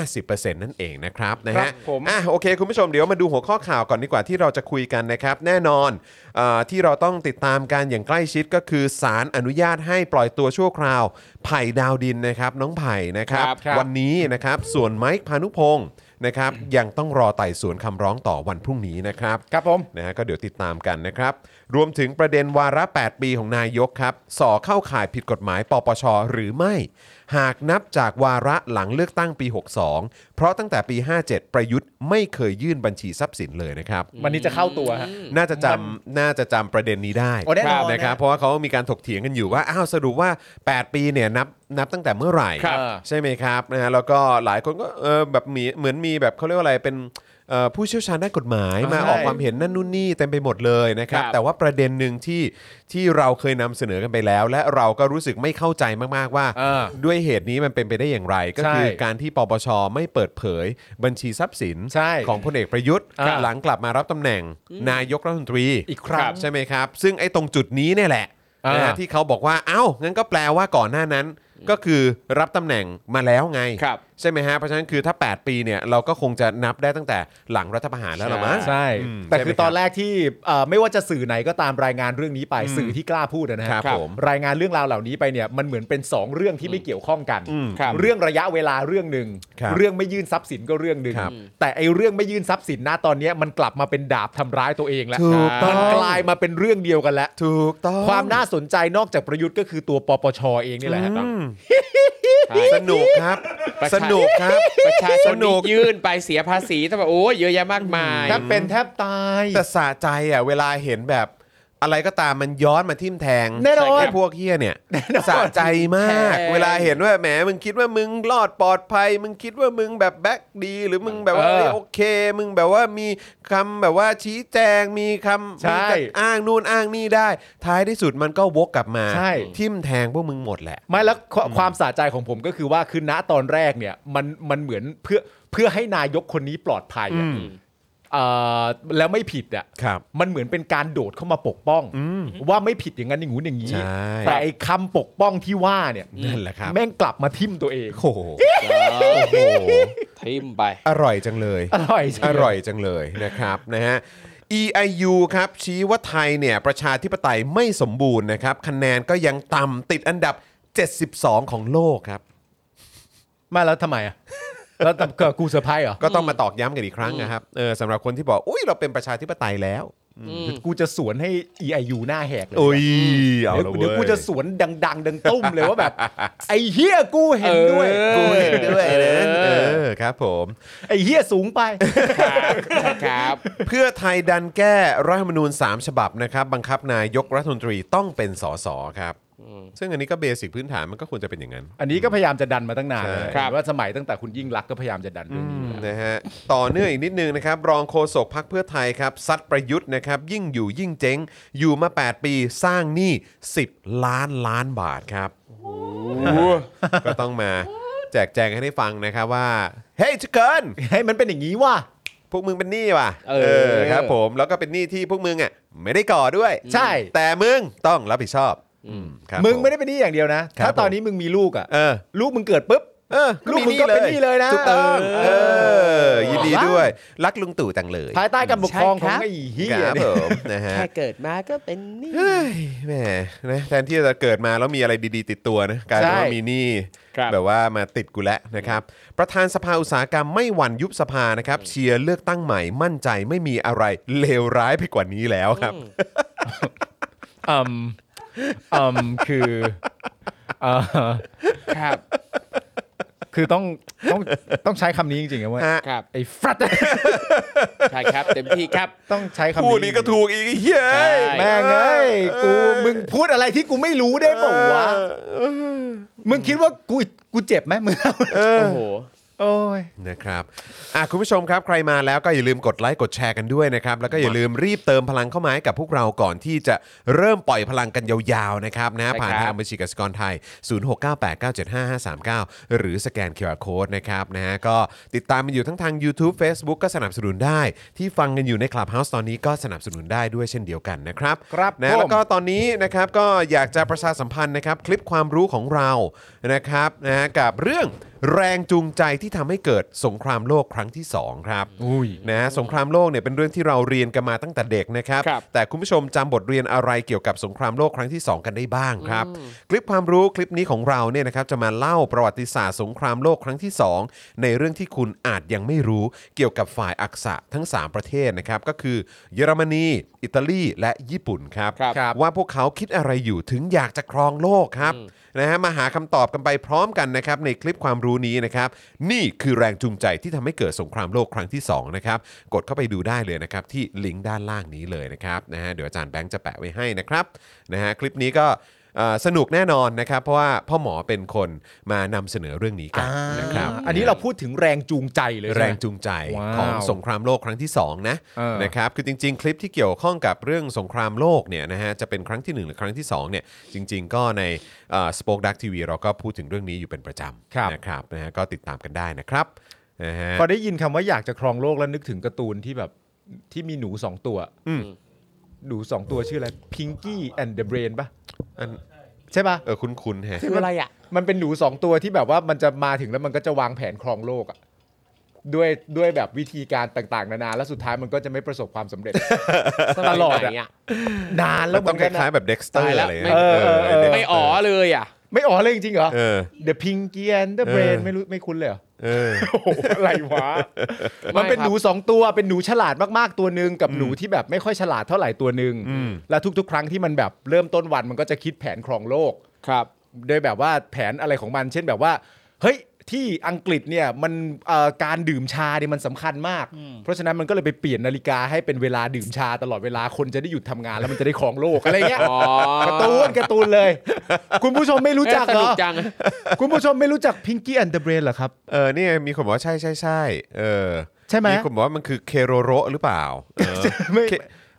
Speaker 1: 50%นั่นเองนะครับนะ
Speaker 2: ครั
Speaker 1: ฮะ
Speaker 2: บผม
Speaker 1: อ่ะโอเคคุณผู้ชมเดี๋ยวมาดูหัวข้อข่าวก่อนดีกว่าที่เราจะคุยกันนะครับ แน่นอนเออที่เราต้องติดตามกันอย่างใกล้ชิดก็คือศาลอนุญาตให้ปล่อยตัวชั่วคราวไผ่ดาวดินนะครับน้องไผ่นะครับ
Speaker 3: ครับครับ
Speaker 1: วันนี้นะครับส่วนไมค์พานุพงศ์นะครับยังต้องรอไต่สวนคำร้องต่อวันพรุ่งนี้นะครับ
Speaker 2: ครับผม
Speaker 1: นะฮะก็เดี๋ยวติดตามกันนะครับ รวมถึงประเด็นวาระ 8 ปีของนายกครับส่อเข้าข่ายผิดกฎหมายปปชหรือไม่ หากนับจากวาระหลังเลือกตั้งปี 62 เพราะตั้งแต่ปี 57 ประยุทธ์ไม่เคยยื่นบัญชีทรัพย์สินเลยนะครับ
Speaker 2: วันนี้จะเข้าตัวฮะ
Speaker 1: น่าจะจำน่าจะจำประเด็นนี้ได้
Speaker 2: โอ้แน่นอนนะ
Speaker 1: นะครับ เพราะว่าเขามีการถกเถียงกันอยู่ว่าอ้าวสรุปว่า 8 ปีเนี่ยนับนับตั้งแต่เมื่อไหร่
Speaker 2: ครับ
Speaker 1: ใช่ไหมครับนะฮะแล้วก็หลายคนก็เออแบบมีเหมือนมีแบบเขาเรียกว่าอะไรเป็นเอ่อผู้เชี่ยวชาญด้านกฎหมายมาออกความเห็นนั่นนู่นนี่เต็มไปหมดเลยนะครับ
Speaker 3: ครับ
Speaker 1: แต่ว่าประเด็นหนึ่งที่ที่เราเคยนำเสนอกันไปแล้ว และเราก็รู้สึกไม่เข้าใจมากๆว่า
Speaker 2: เออ
Speaker 1: ด้วยเหตุนี้มันเป็นไปได้อย่างไร ก็
Speaker 2: ใช่
Speaker 1: คือการที่ปปชไม่เปิดเผย บัญชีทรัพย์สิน
Speaker 2: ใช่
Speaker 1: ของพลเอกประยุทธ์
Speaker 2: อ่า
Speaker 1: หลังกลับมารับตำแหน่งนายกรัฐมนตรี
Speaker 2: อีกครั้ง
Speaker 1: ใช่ไหมครับ ซึ่งไอ้ตรงจุดนี้เนี่ยแหละ
Speaker 2: อ่าน
Speaker 1: นะฮะที่เขาบอกว่า เอ้า งั้นก็แปลว่าก่อนหน้านั้น ก็คือรับตำแหน่งมาแล้วไง
Speaker 3: ครับ
Speaker 1: ใช่ไหมฮะเพราะฉะนั้นคือถ้า 8 ปีเนี่ยเราก็คงจะนับได้ตั้งแต่หลังรัฐประหารแล้วเหรอมั้ง
Speaker 2: ใช่
Speaker 1: อืม
Speaker 2: แต่
Speaker 1: ใช่ไหม
Speaker 2: คือ
Speaker 1: ครับ
Speaker 2: ตอนแรกที่เอ่อไม่ว่าจะสื่อไหนก็ตามรายงานเรื่องนี้ไปสื่อที่กล้าพูดอะนะฮะ
Speaker 1: ครับผม
Speaker 2: รายงานเรื่องราวเหล่านี้ไปเนี่ยมันเหมือนเป็นสองเรื่องที่ไม่เกี่ยวข้องกัน
Speaker 1: อืม
Speaker 3: ครับ
Speaker 2: เรื่องระยะเวลาเรื่องหนึ่ง
Speaker 1: ครับ
Speaker 2: เรื่องไม่ยื่นทรัพย์สินก็เรื่องหนึ่ง
Speaker 1: ครับ
Speaker 2: แต่ไอเรื่องไม่ยื่นทรัพย์สินนะตอนเนี้ยมันกลับมาเป็นดาบทำร้ายตัวเองแล้ว
Speaker 1: ถูกต้
Speaker 2: มั
Speaker 1: อน ง
Speaker 2: กลายมาเป็นเรื่องเดียวกันแล้ว
Speaker 1: ถูกต้อง
Speaker 2: ความน่าสนใจนอกจากประยุทธ์ก็คือตัวปปชเองนี่แหละฮะ
Speaker 1: อืมสนุกครับ สนุกครับ
Speaker 3: ประชาชน
Speaker 1: สนุ
Speaker 3: นี่
Speaker 1: ก
Speaker 3: ยื่นไปเสียภาษีแต่แบบโอ้ยเยอะแยะมากมาย
Speaker 2: แทบเป็นแทบตาย
Speaker 1: แต่สะใจอ่ะเวลาเห็นแบบอะไรก็ตามมันย้อนมาทิ่มแทง
Speaker 2: แน่นอน
Speaker 1: ใช่ครับพวกเฮี้ยเนี่ย
Speaker 2: นอน
Speaker 1: สะใจมาก
Speaker 3: แทง
Speaker 1: เวลาเห็นว่าแหมมึงคิดว่ามึงรอดปลอดภัย มึงคิดว่ามึงแบบแบ็คดี หรือมึงแบบว่า
Speaker 3: เออ
Speaker 1: เอ้ยโอเค มึงแบบว่ามีคำแบบว่าชี้แจงมีคำ
Speaker 2: ใช่
Speaker 1: มีการอ้างนู่นอ้างนี่ได้ ท้ายที่สุดมันก็วกกลับมา
Speaker 2: ใช่
Speaker 1: ทิ่มแทงพวกมึงหมดแหละ
Speaker 2: ไม่แล้วควความสะใจของผมก็คือว่าคือณตอนแรกเนี่ยมันมันเหมือนเพื่อเพื่อให้นายกคนนี้ปลอดภัยอะเอ่อแล้วไม่ผิดอ่ะ
Speaker 1: ครับ
Speaker 2: มันเหมือนเป็นการโดดเข้ามาปกป้อง ว่าไม่ผิดอย่างนั้นอย่างงู้นอย่างนี้
Speaker 1: ใช่
Speaker 2: แต่ไอ้คำปกป้องที่ว่าเนี่ย
Speaker 1: นั่นแหละครับ
Speaker 2: แม่งกลับมาทิ่มตัวเอง
Speaker 1: โอ้โห
Speaker 3: โอ้โหทิมไป
Speaker 1: อร่อยจังเลย
Speaker 2: อร่อยใช่ไห
Speaker 1: อ
Speaker 2: ม
Speaker 1: ร่อยจังเลยนะครับนะฮะ EIU ครับชี้ว่าไทยเนี่ยประชาธิปไตยไม่สมบูรณ์นะครับ คะแนนก็ยังต่ำติดอันดับ 72 ของโลกครับ
Speaker 2: ไมาแล้วทำไมอ่ะ แล้วทำเกิดกูเซอร์ไพรส์เหรอ
Speaker 1: ก็ต้องมาตอกย้ำกันอีกครั้งนะครับเออสำหรับคนที่บอก อุ้ยเราเป็นประชาธิปไตยแล้ว
Speaker 2: กูจะสวนให้ EIU หน้าแหกเลย
Speaker 1: อุ้ยเอา
Speaker 2: เดี๋ยว
Speaker 1: ละ
Speaker 2: เดี๋ยวกู
Speaker 1: เว้ย
Speaker 2: จะสวนดัง ๆ ดังตุ้มเลยว่าแบบ ไอ้เฮียกูเห็นด้วย
Speaker 3: เออ
Speaker 2: กูเห็น
Speaker 1: เห็นด้วยนะเออครับผม
Speaker 2: ไอ้เฮียสูงไป
Speaker 3: ครับครับ
Speaker 1: เพื่อไทยดันแก้รัฐธรรมนูญ 3 ฉบับนะครับ บังคับนายกรัฐมนตรีต้องเป็นสสครับ ซึ่งอันนี้ก็เบสิกพื้นฐานมันก็ควรจะเป็นอย่างนั้น
Speaker 2: อันนี้ก็พยายามจะดันมาตั้งนาน
Speaker 1: ใช่
Speaker 2: เลย
Speaker 3: ครับ
Speaker 2: ว่าสมัยตั้งแต่คุณยิ่งรักษณ์ก็พยายามจะดันเรื่องนี้อยู่แล้ว
Speaker 1: นะฮะต่อเนื่องอีกนิดนึงนะครับ รองโฆษกพักเพื่อไทยครับซัดประยุทธ์นะครับ ยิ่งอยู่ยิ่งเจ๊ง อยู่มา 8 ปีสร้างหนี้ 10 ล้านล้านบาทครับ ก็ต้องมาแจกแจงให้ได้ฟังนะครับว่า เฮ้ยชิคเกิน
Speaker 2: เฮ้ยมันเป็นอย่างนี้ว่ะ
Speaker 1: พวกมึงเป็นหนี้ว่ะ
Speaker 3: เออ
Speaker 1: ครับผมแล้วก็เป็นหนี้ที่พวกมึงอ่ะไม่ได้ก่อด้วย
Speaker 2: ใช่
Speaker 1: แต่มึงต้องรับผิดชอบครับ
Speaker 2: มึง
Speaker 1: ผ
Speaker 2: ไม่ได้เป็นหนี่อย่างเดียวนะ
Speaker 1: ครับ
Speaker 2: ถ้าตอน
Speaker 1: ผม
Speaker 2: นี้มึงมีลูกอ่ะ
Speaker 1: เออ
Speaker 2: ลูกมึงเกิดปุ๊บ
Speaker 1: เออ
Speaker 2: ลูกมึงก็เป็นหนี้เลยนะ
Speaker 1: ถูกต้อง
Speaker 2: เอ
Speaker 1: เอ
Speaker 2: อ
Speaker 1: อยินดีด้วย รักลุงตู่จังเลย
Speaker 2: ภายใต้การปกครองของไอ้เฮี
Speaker 1: ค
Speaker 2: ย
Speaker 1: รับ
Speaker 2: เนี่
Speaker 1: ผ
Speaker 2: ย
Speaker 1: มนะฮะ
Speaker 4: แค่เกิดมาก็เป็นหนี่
Speaker 1: เฮ้ยแหมนะแทนที่จะเกิดมาแล้วมีอะไรดีๆ ติดตัวนะกลายเป็นว่ามีหนี้
Speaker 3: ครับ
Speaker 1: แบบว่ามาติดกูแล้วนะครับ ประธานสภาอุตสาหกรรมไม่หวั่นยุบสภานะครับ เชียร์เลือกตั้งใหม่มั่นใจไม่มีอะไรเลวร้ายไปกว่านี้แล้วครับ
Speaker 2: อืมอืมคือเอ่อ
Speaker 3: ครับ
Speaker 2: คือต้องต้องต้องใช้คำนี้จริงๆนะเว้ย
Speaker 1: ฮะ
Speaker 3: ครับ
Speaker 2: ไอ้ฟัด
Speaker 3: ใช่ครับเต็มที่ครับ
Speaker 2: ต้องใช้คำ
Speaker 1: พูดนี้ก็ถูกอีกไอ้เฮ้ย
Speaker 3: ใช่
Speaker 2: แม่งเอ้ยกูมึงพูดอะไรที่กูไม่รู้ได้เปล่าวะมึงคิดว่ากูกูเจ็บไหมมึงเอา
Speaker 3: โอ้โห
Speaker 2: โอ้ย
Speaker 1: นะครับอ่ะคุณผู้ชมครับใครมาแล้วก็อย่าลืมกดไลค์กดแชร์กันด้วยนะครับ แล้วก็อย่าลืมรีบเติมพลังเข้ามาให้กับพวกเราก่อนที่จะเริ่มปล่อยพลังกันยาวๆนะครับนะ
Speaker 3: ใช่ครับ
Speaker 1: ผ่านทางบัญชีกสิกรไทย 0698975539 หรือสแกน QR Code นะครับนะฮะก็ติดตามมันอยู่ทั้งทาง YouTube Facebook ก็สนับสนุนได้ ที่ฟังกันอยู่ใน Clubhouse ตอนนี้ก็สนับสนุนได้ด้วยเช่นเดียวกันนะครับ
Speaker 2: ครับ
Speaker 1: นะ
Speaker 2: ผม
Speaker 1: แล้วก็ ก็ตอนนี้นะครับก็อยากจะประชาสัมพันธ์นะครับคลิปความรู้ของเรานะครับนะฮะกับเรื่องแรงจูงใจที่ทำให้เกิดสงครามโลกครั้งที่สองครับนะฮะสงครามโลกเนี่ยเป็นเรื่องที่เราเรียนกันมาตั้งแต่เด็กนะครับ
Speaker 3: ครับ
Speaker 1: แต่คุณผู้ชมจำบทเรียนอะไรเกี่ยวกับสงครามโลกครั้งที่ 2 กันได้บ้างครับ คลิปความรู้คลิปนี้ของเราเนี่ยนะครับจะมาเล่าประวัติศาสตร์สงครามโลกครั้งที่ 2 ในเรื่องที่คุณอาจยังไม่รู้เกี่ยวกับฝ่ายอักษะทั้ง 3 ประเทศนะครับก็คือเยอรมนี อิตาลีและญี่ปุ่นครับ
Speaker 3: ครับ
Speaker 1: ว่าพวกเขาคิดอะไรอยู่ถึงอยากจะครองโลกครับนะฮะมาหาคำตอบกันไปพร้อมกันนะครับในคลิปความรู้นี้นะครับนี่คือแรงจูงใจที่ทำให้เกิดสงครามโลกครั้งที่สองนะครับกดเข้าไปดูได้เลยนะครับที่ลิงก์ด้านล่างนี้เลยนะครับนะฮะเดี๋ยวอาจารย์แบงค์จะแปะไว้ให้นะครับนะฮะคลิปนี้ก็เอ่อสนุกแน่นอนนะครับ เพราะว่าพ่อหมอเป็นคนมานำเสนอเรื่องนี้กันนะครับ
Speaker 2: อันนี้เราพูดถึงแรงจูงใจเลยใช่ไหม
Speaker 1: แรงจูงใจ
Speaker 2: ว้าว
Speaker 1: ของสงครามโลกครั้งที่ 2 นะ
Speaker 2: เออ
Speaker 1: นะครับคือจริง ๆ คลิปที่เกี่ยวข้องกับเรื่องสงครามโลกเนี่ยนะฮะจะเป็นครั้งทีหนึ่งหรือครั้งที่2เนี่ยจริง ๆ ก็ในสปอคดักทีวีเราก็พูดถึงเรื่องนี้อยู่เป็นประจำนะครับนะฮะก็ติดตามกันได้นะครับนะฮะ
Speaker 2: พอได้ยินคำว่าอยากจะครองโลกแล้วนึกถึงการ์ตูนที่แบบที่มีหนูสองตัวหนูสองตัวชื่ออะไรพิงกี้แอนด์เดอะเบรนปะ
Speaker 1: อัน
Speaker 2: ใช่ปะ
Speaker 1: เออคุ้นๆแฮะ
Speaker 3: คืออะไรอ่ะ
Speaker 2: มันเป็นหนูสองตัวที่แบบว่ามันจะมาถึงแล้วมันก็จะวางแผนครองโลกอะด้วยด้วยแบบวิธีการต่าง ๆ นานาแล้วสุดท้ายมันก็จะไม่ประสบความสำเร็จ ตลอดอะ นานแล้
Speaker 1: แล้ว ว
Speaker 2: เห
Speaker 1: ต้อ
Speaker 2: มือง น
Speaker 1: ค
Speaker 2: กัน
Speaker 1: ล้ายๆ
Speaker 2: อะ
Speaker 1: แบบเด็กสเตอ
Speaker 3: ตาย
Speaker 1: ร์
Speaker 3: แล้
Speaker 1: อะ
Speaker 3: ว
Speaker 1: ไร
Speaker 2: ไม่เออเออเออ
Speaker 3: ไม่อ๋อเลยอ่ะ
Speaker 2: ไม่อ๋อเลยจริงๆเหรอ
Speaker 1: เออ
Speaker 2: The Pinky and the
Speaker 1: เออ
Speaker 2: Brain ไม่รู้ไม่คุ้นเลยเหรอ
Speaker 1: เออ
Speaker 2: โอ้โหอะไรว ะ มันเป็น
Speaker 3: ไม่ครับ
Speaker 2: หนูสองตัว เป็นหนูฉลาดมากๆตัวหนึ่งกับหนูที่แบบไม่ค่อยฉลาดเท่าไหร่ตัวหนึ่ง
Speaker 1: อืม
Speaker 2: แล้วทุกๆ ครั้งที่มันแบบเริ่มต้นวันมันก็จะคิดแผนครองโลก
Speaker 3: ครับ
Speaker 2: โดยแบบว่าแผนอะไรของมัน เช่นแบบว่า เฮ้ย ที่อังกฤษเนี่ยมันเอ่อการดื่มชาเนี่ยมันสำคัญมาก เพราะฉะนั้นมันก็เลยไปเปลี่ยนนาฬิกาให้เป็นเวลาดื่มชาตลอดเวลาคนจะได้หยุดทำงานแล้วมันจะได้ครองโลกอะไรเงี้ย
Speaker 3: อ๋อ
Speaker 2: การ์ตูนการ์ตูนเลย คุณผู้ชมไม่รู้จัก
Speaker 3: เอ้ยส
Speaker 2: เหร
Speaker 3: นุ
Speaker 2: อก
Speaker 3: จัง
Speaker 2: คุณผู้ชมไม่รู้จักพิงกี้แอนด์เดอะเบรนเหรอครับ
Speaker 1: เออเนี่ยมีคนบอกว่าใช่ใช่ใช่เออ
Speaker 2: ใช่ไหม
Speaker 1: มีคนบอกว่ามันคือเคโรโรหรือเปล่าเออ
Speaker 2: ไม่
Speaker 1: เค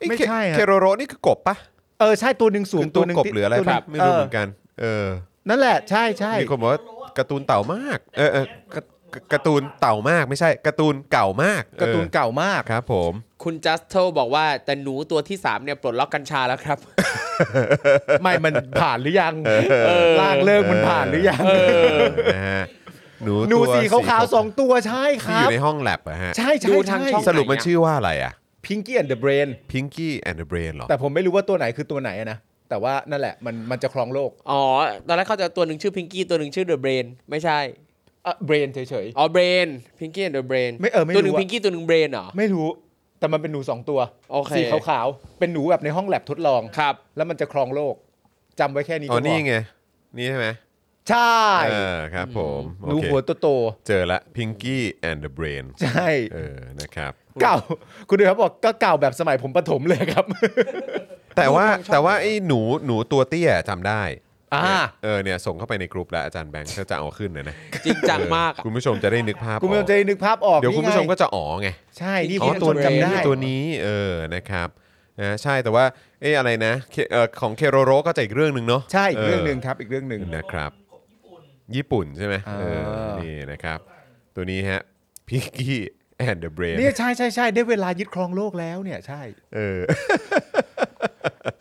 Speaker 2: ไม่ใช่
Speaker 1: เค
Speaker 2: ฮะ
Speaker 1: โรโรนี่คือกบปะ
Speaker 2: เออใช่ตัวหนึ่งสูง
Speaker 1: คือตัว
Speaker 2: หนึ่ง
Speaker 1: กบ
Speaker 2: ที่
Speaker 1: หรืออะไร
Speaker 2: ตัว
Speaker 1: ค
Speaker 2: นึ่
Speaker 1: รั
Speaker 2: ง
Speaker 1: บไม่รู้เหมือน
Speaker 2: เออ
Speaker 1: กันเออ
Speaker 2: นั่นแหละใช่ใช่
Speaker 1: มีคนบอกว่าการ์ตูนเต่ามาก เออเออกากการ์ตูนเต่ามากไม่ใช่การ์ตูนเก่ามาก
Speaker 2: การ์ตูน
Speaker 1: เออ
Speaker 2: เก่ามาก
Speaker 1: ครับผม
Speaker 3: คุณจัสเทลบอกว่าแต่หนูตัวที่ 3 เนี่ย ปลดล็อกกัญชาแล้ว ครับ
Speaker 2: ไม่มันผ่านหรือยัง
Speaker 3: อ
Speaker 2: ลากเลิกมันผ่านหรือยัง
Speaker 1: นะฮะหนู
Speaker 2: หนู
Speaker 1: ตัว
Speaker 2: สีขาวๆสองตัวใช่ค
Speaker 1: ที่อ
Speaker 2: รับ
Speaker 1: ยู่ในห้องแลบอะฮะ
Speaker 2: ใช่ใช่
Speaker 3: ดู
Speaker 2: ใช่
Speaker 3: ทางช่อง
Speaker 1: สรุปมันชื่อว่าอะไรอ่ะ
Speaker 2: พิงกี้แอนด์เดอะเบรน
Speaker 1: Pinky and the Brain เหรอ
Speaker 2: แต่ผมไม่รู้ว่าตัวไหนคือตัวไหนอะนะ แต่ว่านั่นแหละมันมันจะครองโลก
Speaker 3: อ๋อ ตอนแรกเขาใจะตัวหนึ่งชื่อพิงกี้ตัวหนึ่งชื่อเดอะเบรนไม่ใช่
Speaker 2: เบรนเฉย
Speaker 3: อ๋อเบรนพิงกี้เดอะเบรน
Speaker 2: ไม่เออไม่รู้
Speaker 3: ตัวหนึ่ง
Speaker 2: อะ
Speaker 3: พิงกี้ตัวหนึ่งเบรนเหรอ
Speaker 2: ๆ ไม่รู้ แต่มันเป็นหนูสองตัว
Speaker 3: โอเค
Speaker 2: สีขาวๆเป็นหนูแบบในห้องแลบทดลอง
Speaker 3: ครับ
Speaker 2: แล้วมันจะครองโลกจำไว้แค่นี้
Speaker 1: อ๋
Speaker 2: ก็
Speaker 1: อ
Speaker 2: พ
Speaker 1: นี่ไง นี่ใช่ไหม
Speaker 2: ใช่
Speaker 1: เออครับผม
Speaker 2: หนู
Speaker 1: โอเค
Speaker 2: หัวโตๆ
Speaker 1: เจอละ Pinky and the Brain
Speaker 2: ใช่
Speaker 1: เออนะครับ
Speaker 2: เก่าคุณดูครับบอกก็เก่าแบบสมัยผมประถมเลยครับ
Speaker 1: แต่ว่าแต่ว่าไอ้หนูหนูตัวเตี้ยจำได้
Speaker 2: อ่า
Speaker 1: เออเนี่ยส่งเข้าไปในกลุ่มแล้วอาจารย์แบงค์ก็จะเอาขึ้นนะนะ
Speaker 3: จริงจังมากอะ
Speaker 1: คุณผู้ชมจะได้นึกภาพ
Speaker 2: คุณผู้ช
Speaker 1: อ
Speaker 2: ม
Speaker 1: อก
Speaker 2: จะได้นึกภาพออก
Speaker 1: เดี๋ยวคุณผู้ชมก็
Speaker 2: นี่ไง
Speaker 1: จะอ๋อไง
Speaker 2: ใช่นี่
Speaker 1: อ๋
Speaker 2: คุ
Speaker 1: อ
Speaker 2: ณผู้
Speaker 1: ตัว
Speaker 2: ชมจำ
Speaker 1: จำได้
Speaker 2: ได้
Speaker 1: ตัวนี้เออนะครับนะใช่แต่ว่าเอ้อะไรนะเคเอ่อของเคโรโรก็จะอีกเรื่องหนึ่งเนาะ
Speaker 2: ใช่อีกเรื่องหนึ่งครับอีกเรื่องหนึ่ง
Speaker 1: นะครับ ญี่ปุ่นใช่ไหม
Speaker 2: อ่า
Speaker 1: เออนี่นะครับ ตัวนี้ฮะพิกกี้แอนเดอะเบรน
Speaker 2: เนี่ยใช่ใช่ใช่ได้เวลายึดครองโลกแล้วเนี่ย ใช่
Speaker 1: เออ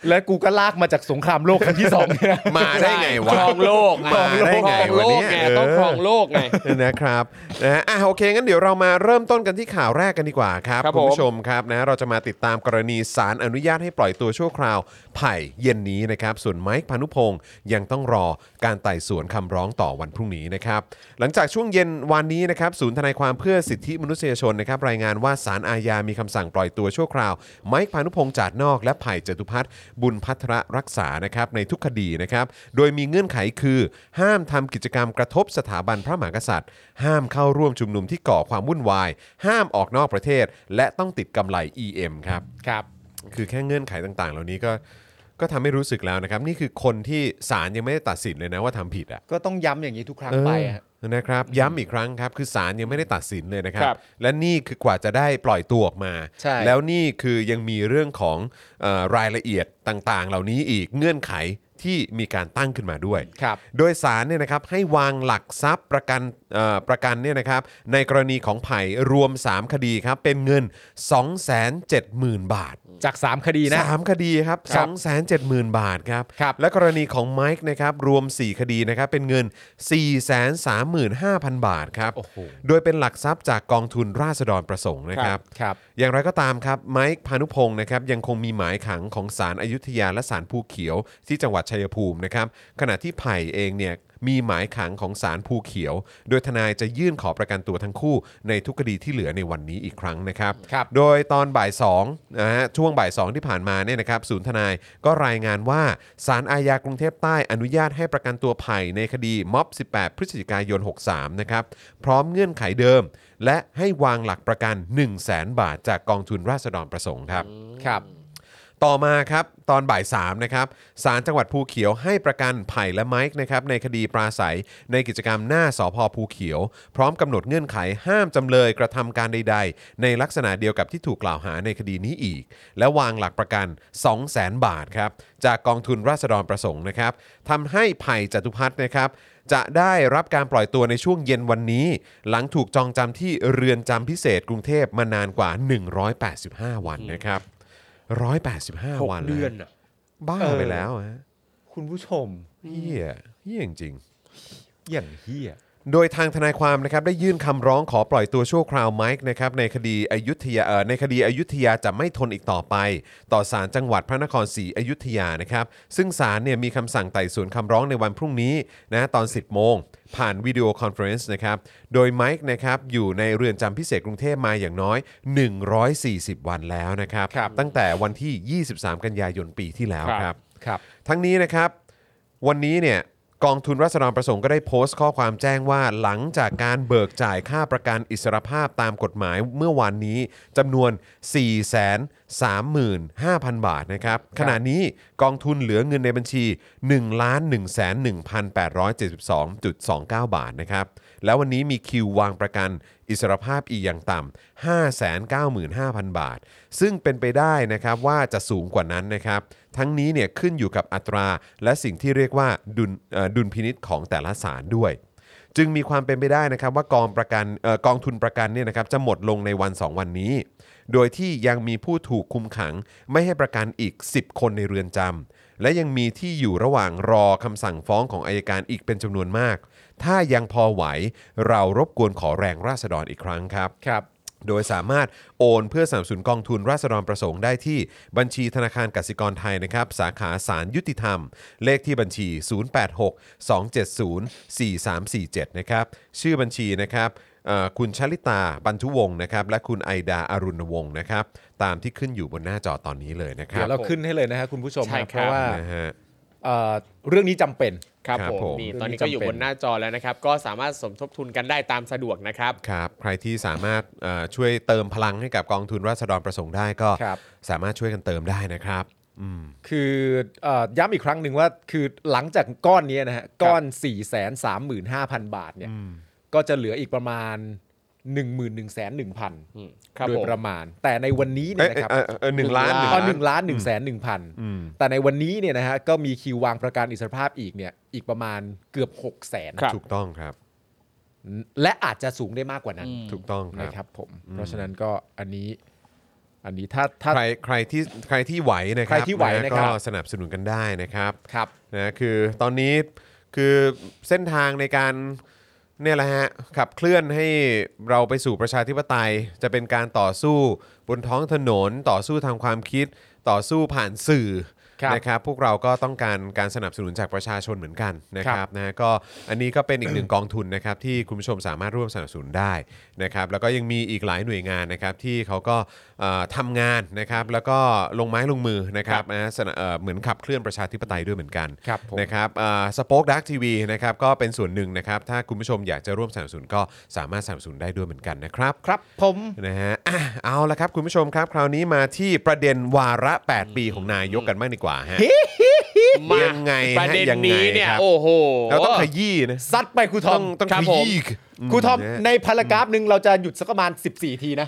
Speaker 2: และกูก็ลากมาจากสงครามโลกครั้งที่สองเนี่ย
Speaker 1: มาได้ไงวะ
Speaker 3: ครองโลกไง
Speaker 1: มาได้ไง
Speaker 3: ครอ
Speaker 1: วะ
Speaker 3: โล
Speaker 1: เนี่ย
Speaker 3: กไง
Speaker 1: เออ
Speaker 3: ต้องครองโลกไง
Speaker 1: นะครับนะฮะอ่ะโอเคงั้นเดี๋ยวเรามาเริ่มต้นกันที่ข่าวแรกกันดีกว่าครับ
Speaker 3: ครับ
Speaker 1: ณ
Speaker 3: ผม
Speaker 1: ผู้ชมครับนะเราจะมาติดตามกรณีสารอนุญาตให้ปล่อยตัวชั่วคราวไผ่เย็นนี้นะครับ ส่วนไมค์พานุพงศ์ยังต้องรอการไต่สวนคำร้องต่อวันพรุ่งนี้นะครับ หลังจากช่วงเย็นวันนี้นะครับศูนย์ทนายความเพื่อสิทธิมนุษยชนนะครับรายงานว่าสารอาญามีคำสั่งปล่อยตัวชั่วคราว ไมค์พานุพงศ์จาดนอกและไผ่จตุพัฒน์ บุญพัทรรักษานะครับในทุกคดีนะครับ โดยมีเงื่อนไขคือ ห้ามทำกิจกรรมกระทบสถาบันพระมหากษัตริย์ ห้ามเข้าร่วมชุมนุมที่ก่อความวุ่นวาย ห้ามออกนอกประเทศ และต้องติดกำไล EM ครับ
Speaker 2: ครับ
Speaker 1: คือแค่เงื่อนไขต่างๆ เหล่านี้ก็ก็ทำให้รู้สึกแล้วนะครับ นี่คือคนที่ศาลยังไม่ได้ตัดสินเลยนะว่าทำผิดอ่ะ
Speaker 2: ก็ต้องย้ำอย่างนี้ทุกครั้งไปอะ
Speaker 1: เออนะครับย้ำอีกครั้งครับ คือศาลยังไม่ได้ตัดสินเลยนะครับ
Speaker 2: ครับ
Speaker 1: และนี่คือกว่าจะได้ปล่อยตัวออกมา
Speaker 2: ใช่
Speaker 1: แล้วนี่คือยังมีเรื่องของเออรายละเอียดต่างๆ เหล่านี้อีกเงื่อนไขที่มีการตั้งขึ้นมาด้วย
Speaker 2: ครับ
Speaker 1: โดยสารเนี่ยนะครับให้วางหลักทรัพย์ประกันเอ่อประกันเนี่ยนะครับในกรณีของไผ่รวม 3 คดีครับเป็นเงิน 270,000 บาท
Speaker 2: จากสามคดีนะ
Speaker 1: สามคดีครับ
Speaker 2: ค
Speaker 1: ส
Speaker 2: รั
Speaker 1: องแสนเจ็ดหมื่นบาทครับ
Speaker 2: ครับ
Speaker 1: และกรณีของไมค์นะครับรวม 4 คดีนะครับเป็นเงิน 4 3 5 0 0 0 บาทครับ
Speaker 2: โอ้โห
Speaker 1: โดยเป็นหลักทรัพย์จากกองทุนราษฎรประสงค์นะครับ
Speaker 2: ครับ
Speaker 1: อย่างไรก็ตามครับไมค์พานุพงศ์นะครับยังคงมีหมายขังของศาลอายุทยาและศาลภูเขียว ที่จังหวัดชัยภูมินะครับขณะที่ไผ่เองเนี่ยมีหมายขังของศาลภูเขียว โดยทนายจะยื่นขอประกันตัวทั้งคู่ในทุกคดีที่เหลือในวันนี้อีกครั้งนะครับ
Speaker 2: ครับ
Speaker 1: โดยตอนบ่าย2นะฮะช่วงบ่าย 2 ที่ผ่านมาเนี่ยนะครับศูนย์ทนายก็รายงานว่าศาลอาญากรุงเทพใต้อนุญาตให้ประกันตัวไผ่ในคดีม็อบ 18 พฤศจิกายน 63 นะครับ พร้อมเงื่อนไขเดิม และให้วางหลักประกัน 1 0 0 0 0แบาทจากกองทุนราษฎรประสงค์ครับ
Speaker 2: ครับ
Speaker 1: ต่อมาครับตอนบ่าย3นะครับศาลจังหวัดภูเขียวให้ประกันไผ่และไมค์นะครับในคดีปราศัยในกิจกรรมหน้าสพภูเขียว พร้อมกำหนดเงื่อนไขห้ามจำเลยกระทำการใด ๆ ในลักษณะเดียวกับที่ถูกกล่าวหาในคดีนี้อีก และวางหลักประกัน 200,000 บาทครับจากกองทุนราษฎรประสงค์นะครับทำให้ไผ่จตุพัฒน์นะครับ จะได้รับการปล่อยตัวในช่วงเย็นวันนี้ หลังถูกจองจำที่เรือนจำพิเศษกรุงเทพมานานกว่า 185 วันนะครับ 185 วัน
Speaker 3: เดือน
Speaker 1: แล้ว
Speaker 3: อ่ะ
Speaker 1: บ้า
Speaker 2: เออ
Speaker 1: ไปแล้วฮะ
Speaker 2: คุณผู้ชม
Speaker 1: เฮียเฮียจริงๆ
Speaker 2: อย่างเฮีย
Speaker 1: โดยทางทนายความนะครับได้ยื่นคำร้องขอปล่อยตัวชั่วคราวไมค์นะครับในคดีอยุธยาเอ่อในคดีอยุธยาจะไม่ทนอีกต่อไป ต่อศาลจังหวัดพระนครศรีอยุธยานะครับซึ่งศาลเนี่ยมีคำสั่งไต่สวนคำร้องในวันพรุ่งนี้นะตอน 10 โมง ผ่านวิดีโอคอนเฟอเรนซ์นะครับโดยไมค์นะครับอยู่ในเรือนจำพิเศษกรุงเทพมาอย่างน้อย 140 วันแล้วนะครับ
Speaker 2: ครับ
Speaker 1: ตั้งแต่วันที่ 23 กันยายนปีที่แล้วครับ
Speaker 2: ครับ
Speaker 1: ทั้งนี้นะครับ วันนี้เนี่ยกองทุนรัศดรประสงค์ก็ได้โพสต์ข้อความแจ้งว่าหลังจากการเบิกจ่ายค่าประกันอิสรภาพตามกฎหมายเมื่อวานนี้จำนวน 435,000 บาทนะครับ ขณะนี้กองทุนเหลือเงินในบัญชี 1 1 1 872.29 บาทนะครับ แล้ววันนี้มีคิววางประกันอิสรภาพอีกอย่างต่ำ595,000 บาท ซึ่งเป็นไปได้นะครับว่าจะสูงกว่านั้นนะครับ ทั้งนี้เนี่ยขึ้นอยู่กับอัตราและสิ่งที่เรียกว่าดุลเอ่อดุลพินิษของแต่ละศาลด้วย จึงมีความเป็นไปได้นะครับว่ากองประกันเออกองทุนประกันเนี่ยนะครับจะหมดลงในวัน 2 วันนี้ โดยที่ยังมีผู้ถูกคุมขัง ไม่ให้ประกันอีก 10 คนในเรือนจำและยังมีที่อยู่ระหว่างรอคำสั่งฟ้องของอายการอีกเป็นจำนวนมาก ถ้ายังพอไหวเรารบกวนขอแรงราษฎรอีกครั้งครับ
Speaker 2: ครับ
Speaker 1: โดยสามารถโอนเพื่อสนับสนุนกองทุนราษฎรประสงค์ได้ที่บัญชีธนาคารกสิกรไทยนะครับ สาขาสารยุติธรรม เลขที่บัญชี 0862704347 นะครับ ชื่อบัญชีนะครับเอ่อคุณชลิตาบรรทุวงศ์นะครับ และคุณไอดาอารุณวงศ์นะครับ ตามที่ขึ้นอยู่บนหน้าจอตอนนี้เลยนะครั
Speaker 2: เดี๋ยวเราขึ้นให้เลยนะฮะคุณผู้ชม
Speaker 3: ใช่
Speaker 2: นะ
Speaker 3: ค
Speaker 2: เพ
Speaker 3: รับ
Speaker 2: ราะว่า
Speaker 1: นะฮะ
Speaker 2: เอ่อเรื่องนี้จำเป็น
Speaker 3: ครับ
Speaker 1: ครับ
Speaker 3: ผม
Speaker 1: ผม
Speaker 3: นี่ตอนนี้ก็อยู่บนหน้าจอแล้วนะครับ ก็สามารถสมทบทุนกันได้ตามสะดวกนะครับ
Speaker 1: ครับใครที่สามารถเอ่อช่วยเติมพลังให้กับกองทุนราษฎรประสงค์ได้ก็
Speaker 2: ครับ
Speaker 1: สามารถช่วยกันเติมได้นะครับอืม
Speaker 2: คือเออย้ำอีกครั้งหนึ่งว่าคือหลังจากก้อนเนี้ยนะฮะก้อน 4 3 5 0 0 0 บาทเนี่ยก็จะเหลืออีกประมาณ 1 1 1 0 0 0
Speaker 3: อืมครับ
Speaker 2: โดย
Speaker 3: ผม
Speaker 2: ประมาณ แต่ในวันนี้เนี่ยนะครับ
Speaker 1: เอ้ยเอ้ยเอ้ยหนึ่งล้าน
Speaker 3: หนึ่ง
Speaker 2: ก็หนึ่งล้านหนึ่งแสนหนึ่งพัน
Speaker 1: อืม
Speaker 2: แต่ในวันนี้เนี่ยนะฮะก็มีคิววางประกันอิสรภาพอีกเนี่ยอีกประมาณเกือบ6กแสน
Speaker 3: ครับ
Speaker 1: ถูกต้องครับ
Speaker 2: และอาจจะสูงได้มากกว่านั้น
Speaker 1: ถูกต้องค
Speaker 2: นะ
Speaker 1: รับ
Speaker 2: ครับผมเพราะฉะนั้นก็อันนี้อันนี้ถ้าถ้า
Speaker 1: ใครใครที่ใครที่ไหวนะครับ
Speaker 2: ใครที่ไหวนะครับ
Speaker 1: ก็สนับสนุนกันได้นะครับ
Speaker 2: ครับ
Speaker 1: นะคือตอนนี้คือเส้นทางในการเนี่ยแหละฮะขับเคลื่อนให้เราไปสู่ประชาธิปไตย จะเป็นการต่อสู้บนท้องถนน ต่อสู้ทางความคิด ต่อสู้ผ่านสื่อ
Speaker 2: ครับ
Speaker 1: นะครับพวกเราก็ต้องการการสนับสนุนจากประชาชนเหมือนกันนะค
Speaker 2: ค
Speaker 1: รั
Speaker 2: รั
Speaker 1: บบ นะฮะก็อันนี้ก็เป็นอีกหนึ่ง กองทุนนะครับที่คุณผู้ชมสามารถร่วมสนับสนุนได้นะครับแล้วก็ยังมีอีกหลายหน่วยงานนะครับที่เขาก็เอ่อทำงานนะครับแล้วก็ลงไม้ลงมือนะครับนะฮะสนับเอ่อเหมือนขับเคลื่อนประชาธิปไตยด้วยเหมือนกัน
Speaker 2: ครับผม
Speaker 1: นะครับสป็อคดักทีวีนะครับก็เป็นส่วนหนึ่งนะครับ ถ้าคุณผู้ชมอยากจะร่วมสนับสนุนก็สามารถสนับสนุนได้ด้วยเหมือนกันนะครับ
Speaker 2: ครับผม
Speaker 1: นะฮะอ่ะเอาละครับคุณผู้ชมครับ คราวนี้มาที่ประเด็นวาระ 8 ปีของนายกกันบ้างดีกว่าฮะ
Speaker 3: มา
Speaker 1: ยังไงฮะ
Speaker 3: ประเด็น
Speaker 1: ยังไง
Speaker 3: นี้เนี่ย
Speaker 1: ครับ
Speaker 3: โอ้โห
Speaker 1: เราต้องขยี้นะ
Speaker 2: ซัดไปครูทอ
Speaker 1: ต้อ
Speaker 2: ม
Speaker 1: งต้อง
Speaker 3: ครับ
Speaker 1: ข
Speaker 3: ผม
Speaker 1: ยี้
Speaker 2: ครูทอม
Speaker 1: นะฮะ
Speaker 2: ในพารากราฟหนึ่งเราจะหยุดสักประมาณ 14 ทีนะ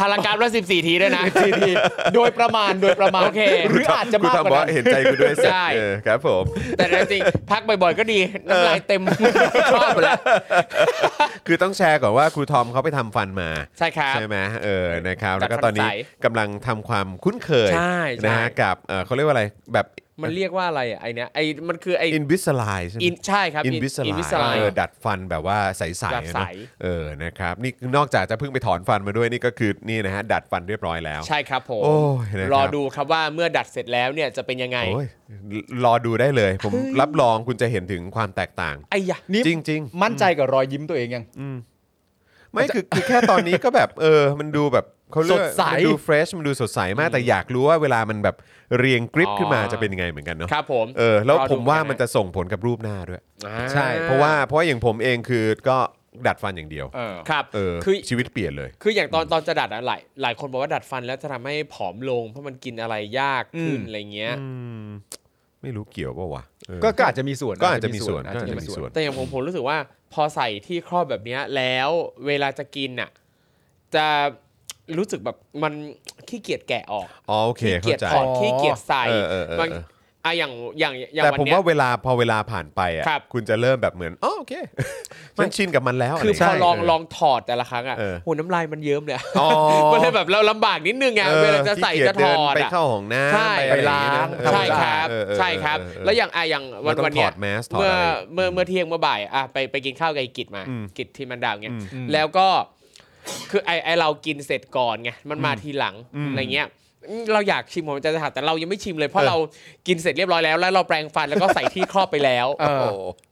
Speaker 3: พารากราฟละสิบสี่ทีด้วยนะ
Speaker 2: 14 ที โดยประมาณโดยประมาณ
Speaker 3: โอเค
Speaker 2: หรืออาจจะมาก
Speaker 1: คุณทำ
Speaker 2: ก
Speaker 1: บอ
Speaker 2: ว่า
Speaker 1: เห็นใจกูด้วยสิ
Speaker 3: ใช่
Speaker 1: เออครับผม
Speaker 3: แต่จริงๆพักบ่อยๆก็ดี น้ำลายเต็มชอบหมดแล้ว
Speaker 1: คือต้องแชร์ก่อนว่าครูทอมเขาไปทำฟันมา
Speaker 3: ใช่ครับ
Speaker 1: ใช่ไหมเออนะครับ
Speaker 3: จั
Speaker 1: แล้
Speaker 3: ด
Speaker 1: วก็ตอนนี้
Speaker 3: ฟันใส
Speaker 1: กำลังทำความคุ้นเคย
Speaker 3: ใช่ใช่
Speaker 1: นะฮะกับเอ่อเขาเรียกว่าอะไรแบบ
Speaker 3: มันเรียกว่าอะไรอ่ะไอเนี้ยไอมันคือไอ
Speaker 1: อินวิสไลใช่ไหม
Speaker 3: อินใช่ครับ
Speaker 1: อินวิสไล
Speaker 3: ไล
Speaker 1: เออดัดฟันแบบว่าใสๆ
Speaker 3: ดั
Speaker 1: อะ
Speaker 3: ด
Speaker 1: เน
Speaker 3: ใส
Speaker 1: อะเออนะครับนี่นอกจากจะเพิ่งไปถอนฟันมาด้วยนี่ก็คือนี่นะฮะดัดฟันเรียบร้อยแล้ว
Speaker 3: ใช่ครับผม
Speaker 1: โอ้ยนะครับ
Speaker 3: รอดูครับว่าเมื่อดัดเสร็จแล้วเนี่ยจะเป็นยังไง
Speaker 1: โอ้ยรอดูได้เลย ผมรับรองคุณจะเห็นถึงความแตกต่าง
Speaker 3: ไอ้ยะ
Speaker 2: นี้
Speaker 1: จริง
Speaker 2: มั่นใจกับรอยยิ้มตัวเองยัง
Speaker 1: ๆ ไม่คือคือแค่ตอนนี้ก็แบบเออมันดูแบบเขาเรียก
Speaker 2: สดใส
Speaker 1: มันดูเฟรชมันดูสดใสมากแต่อยากรู้ว่าเวลามันแบบเรียงกริป
Speaker 3: อ๋อ
Speaker 1: ขึ้นมาจะเป็นยังไงเหมือนกันเนาะ
Speaker 3: ครับผม
Speaker 1: เออแล้ว
Speaker 3: รอ
Speaker 1: ผ
Speaker 3: ดู
Speaker 1: มว่า
Speaker 3: กั
Speaker 1: มันจะส่งผลกับรูปหน้าด้วย
Speaker 3: อ่า
Speaker 1: ใช่ เพราะว่าเพราะว่าอย่างผมเองคือก็ดัดฟันอย่างเดียว
Speaker 2: เออ
Speaker 3: ครับ
Speaker 1: เออ
Speaker 3: คือ
Speaker 1: ชีวิตเปลี่ยนเลย
Speaker 3: คืออย่างตอนตอนจะดัดอะหลายหลายคนบอกว่าดัดฟันแล้วจะทำให้ผอมลง เพราะมันกินอะไรยากขึ้น
Speaker 2: อืม
Speaker 3: อะไรเงี้ย
Speaker 1: อืมไม่รู้เกี่ยวป่าวะเออ
Speaker 2: ก็ก็อาจจะมีส่วน
Speaker 1: ก็อาจจะมีส่วนก็อาจจะมีส่วน
Speaker 3: แต่อย่างผมผมรู้สึกว่าพอใส่ที่ครอบแบบเนี้ยแล้วเวลาจะกินอ่ะจะรู้สึกแบบมันขี้เกียจแกะออก
Speaker 1: อ๋อโอเค
Speaker 3: ขี้เกี
Speaker 1: เข้ายใจ
Speaker 3: จถอดขี้เกียจใส่
Speaker 1: เออเออเออ
Speaker 3: บางอ่ะอย่างอย่างอย่าง
Speaker 1: แต่
Speaker 3: วัน
Speaker 1: ผม
Speaker 3: เนี้ย
Speaker 1: ว่าเวลาพอเวลาผ่านไปอ่ะ
Speaker 3: ครับ
Speaker 1: คุณจะเริ่มแบบเหมือนอ๋อโอ เคฉันชินกับมันแล้ว
Speaker 3: คือพ
Speaker 1: ะ
Speaker 3: อ
Speaker 1: ไรย่า
Speaker 3: ล
Speaker 1: เย
Speaker 3: องลองถอดแต่ละครั้งอ่ะ
Speaker 1: เออ
Speaker 3: โหน้ำลายมันเยิ้มเลยอะ
Speaker 1: อ๋อ
Speaker 3: มันเลยแบบเราลำบากนิดนึงไง
Speaker 1: ออ
Speaker 3: เวลาจะใส่
Speaker 1: ขี้เกีย
Speaker 3: จะถ
Speaker 1: เน
Speaker 3: อด
Speaker 1: ไป
Speaker 3: อะ
Speaker 1: เข้าห้องน้ำ
Speaker 3: ใช่
Speaker 1: ไปอะไรอย่เย
Speaker 2: ไปล้าง
Speaker 1: เออ
Speaker 3: ใช่ครับ
Speaker 1: เออเออ
Speaker 3: ใช่ครับ
Speaker 1: เออเออ
Speaker 3: แล้วอย่างอะอย่างวัน
Speaker 1: เราต้อง
Speaker 3: วันเนี้
Speaker 1: ถ
Speaker 3: ย
Speaker 1: อดแมสถอด
Speaker 3: เมื่อ
Speaker 1: อะไร
Speaker 3: เมื่อเมื่อเที่ยงเมื่อบ่ายอ่ะไปไปกินข้าวกับไอ้กิจมา
Speaker 1: อืม
Speaker 3: กิจที่มันดาวเงี้ย
Speaker 1: อืม
Speaker 3: แล้วก็คือไอไอเรากินเสร็จก่อนไงมันมาทีหลังอะไรเงี้ยอืมเราอยากชิมของอาจารย์สหัสแต่เรายังไม่ชิมเลยเพราะเรากินเสร็จเรียบร้อยแล้วแล้วเราแปรงฟันแล้วก็ใส่ที่ครอบไปแล้ว
Speaker 2: เออ
Speaker 3: โโห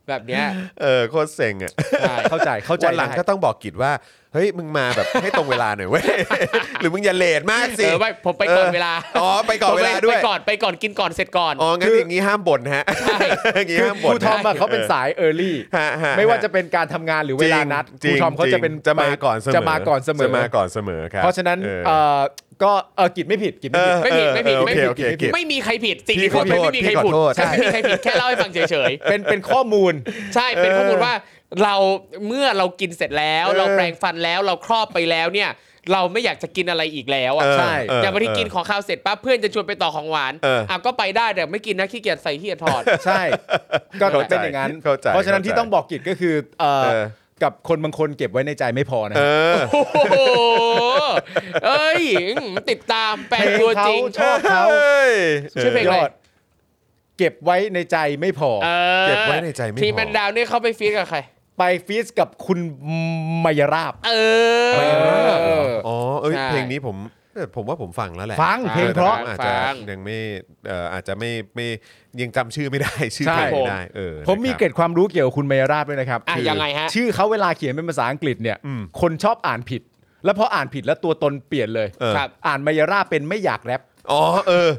Speaker 3: แบบเนี้ย
Speaker 1: เออโคตรเซ็งอ่ะ
Speaker 3: ใช่
Speaker 2: เข้าใจเข้าใจ
Speaker 1: วันหลัง
Speaker 2: ได้
Speaker 1: ก็ต้องบอกกิจว่าเฮ้ยมึงมาแบบให้ตรงเวลาหน่อยเว้ย หรือมึงอย่าเลทมากสิ
Speaker 3: เออไม่ผมไปก่อนเวลา
Speaker 1: อ๋อไปก่อนเวลาด้วย
Speaker 3: ไปก่อนไปก่อนกินก่อนเสร็จก่อน
Speaker 1: อ๋อ งั้น
Speaker 2: คือ
Speaker 1: อ
Speaker 2: อ
Speaker 1: ย่างนี้ห้ามบ่นฮะ
Speaker 3: ใช่
Speaker 1: อย่างนี้
Speaker 2: คือ
Speaker 1: ห้าม
Speaker 2: ค
Speaker 1: บ่
Speaker 2: รู
Speaker 1: น
Speaker 2: ทอม
Speaker 1: ฮะ
Speaker 2: อะเขาเป็นสายเออร์ลี่
Speaker 1: ฮะฮะ
Speaker 2: ไม่ว่าจะเป็นการทำงานหรือเวลานัด
Speaker 1: จ
Speaker 2: ครู
Speaker 1: ง
Speaker 2: ทอมเขาจะเป็น
Speaker 1: งจะมาก่อนเสมอ
Speaker 2: จะมาก่อนเสมอ
Speaker 1: จะมาก่อนเสมอครับ
Speaker 2: เพราะฉะนั้น
Speaker 1: ออ
Speaker 2: เอ่อก็เออกิจไม่ผิดกิจไม่
Speaker 1: เอ
Speaker 2: ผิด
Speaker 1: อ
Speaker 3: ไม่ผิดไม่ผิ
Speaker 1: เออ
Speaker 3: ดไม่
Speaker 1: โอเค
Speaker 3: ผิด
Speaker 1: โอเค
Speaker 3: ไม่มีใครผิดสิ่ง
Speaker 1: พี่
Speaker 3: ที่พูดไปไม่มี
Speaker 1: ข
Speaker 3: ใคร
Speaker 1: อ
Speaker 3: พูด
Speaker 1: โทษ
Speaker 3: ใช่ไม่มีใครผิดแค่เล่าให้ฟังเฉยๆ
Speaker 2: เป็นเป็นข้อมูล
Speaker 3: ใช่เป็นข้อมูลว่าเราเมื่อเรากินเสร็จแล้ว
Speaker 1: เออ
Speaker 3: เราแปรงฟันแล้วเราครอบไปแล้วเนี่ย เราไม่อยากจะกินอะไรอีกแล้วอ่ะ
Speaker 1: เออ
Speaker 2: ใช่
Speaker 1: เออ
Speaker 3: อย่างวันที่กินของข้าวเสร็จปั๊บเพื่อนจะชวนไปต่อของหวาน
Speaker 1: เอออ่
Speaker 3: ะก็ไปได้แต่ไม่กินนะขี้เกียจใส่ขี้เกียจถอ ด
Speaker 2: ใช่ ก็
Speaker 1: เข้าใจ
Speaker 2: เป็นอย่างนั้น
Speaker 1: เข้าใจ
Speaker 2: ราะฉะนั้นที่
Speaker 1: เข้าใจ
Speaker 2: ต้องบอกกิจก็คือเอ่อ
Speaker 1: เออ
Speaker 2: กับคนบางคนเก็บไว้ในใจไม่พอนะ
Speaker 1: เออ
Speaker 3: โอ้โหเอ้ยอืมติดตามแปล
Speaker 2: เพลง
Speaker 3: ตัว
Speaker 2: เขา
Speaker 3: จริง
Speaker 2: ชอบเขา
Speaker 3: ชื่อเพลงอะไร
Speaker 2: ยอดเก็บไว้ในใจไม่พอ
Speaker 3: เออ
Speaker 1: เก็บไว้ในใจไม่พอ
Speaker 3: ทีมแมนดาวนี่เขาไปฟีดกับใคร
Speaker 2: ไปฟีสกับคุณมายราบ
Speaker 3: เอ
Speaker 2: ไม่
Speaker 3: อ
Speaker 2: เลิก
Speaker 1: เอออ๋อเอ้ย
Speaker 3: ใช่
Speaker 1: เพลงนี้ผมเออผมว่าผมฟังแล้วแหละ
Speaker 2: ฟังเพลง
Speaker 1: ออ
Speaker 2: เพราะ
Speaker 1: แต่ว่อาจจะ
Speaker 3: ฟัง
Speaker 1: ยังไม่เอ่ออาจจะไม่ไม่ยังจำชื่อไม่ได้ ชื่อ
Speaker 2: ใช่
Speaker 1: เพลงไม่ได้เออ
Speaker 2: ผมมี
Speaker 1: นะคบ
Speaker 2: เกร็ดความรู้เกี่ยวกับคุณมายราบด้วยนะครับ
Speaker 3: อ่ะ
Speaker 2: คือ
Speaker 3: ยังไงฮะ
Speaker 2: ชื่อเขาเวลาเขียนเป็นภาษาอังกฤษเนี่ย
Speaker 1: อืม
Speaker 2: คนชอบอ่านผิด แล้วพออ่านผิดแล้วตัวตนเปลี่ยนเลย
Speaker 1: เออ
Speaker 3: ครับ
Speaker 2: อ่านมายราบเป็นไม่อยากแรป
Speaker 1: อ๋อเออ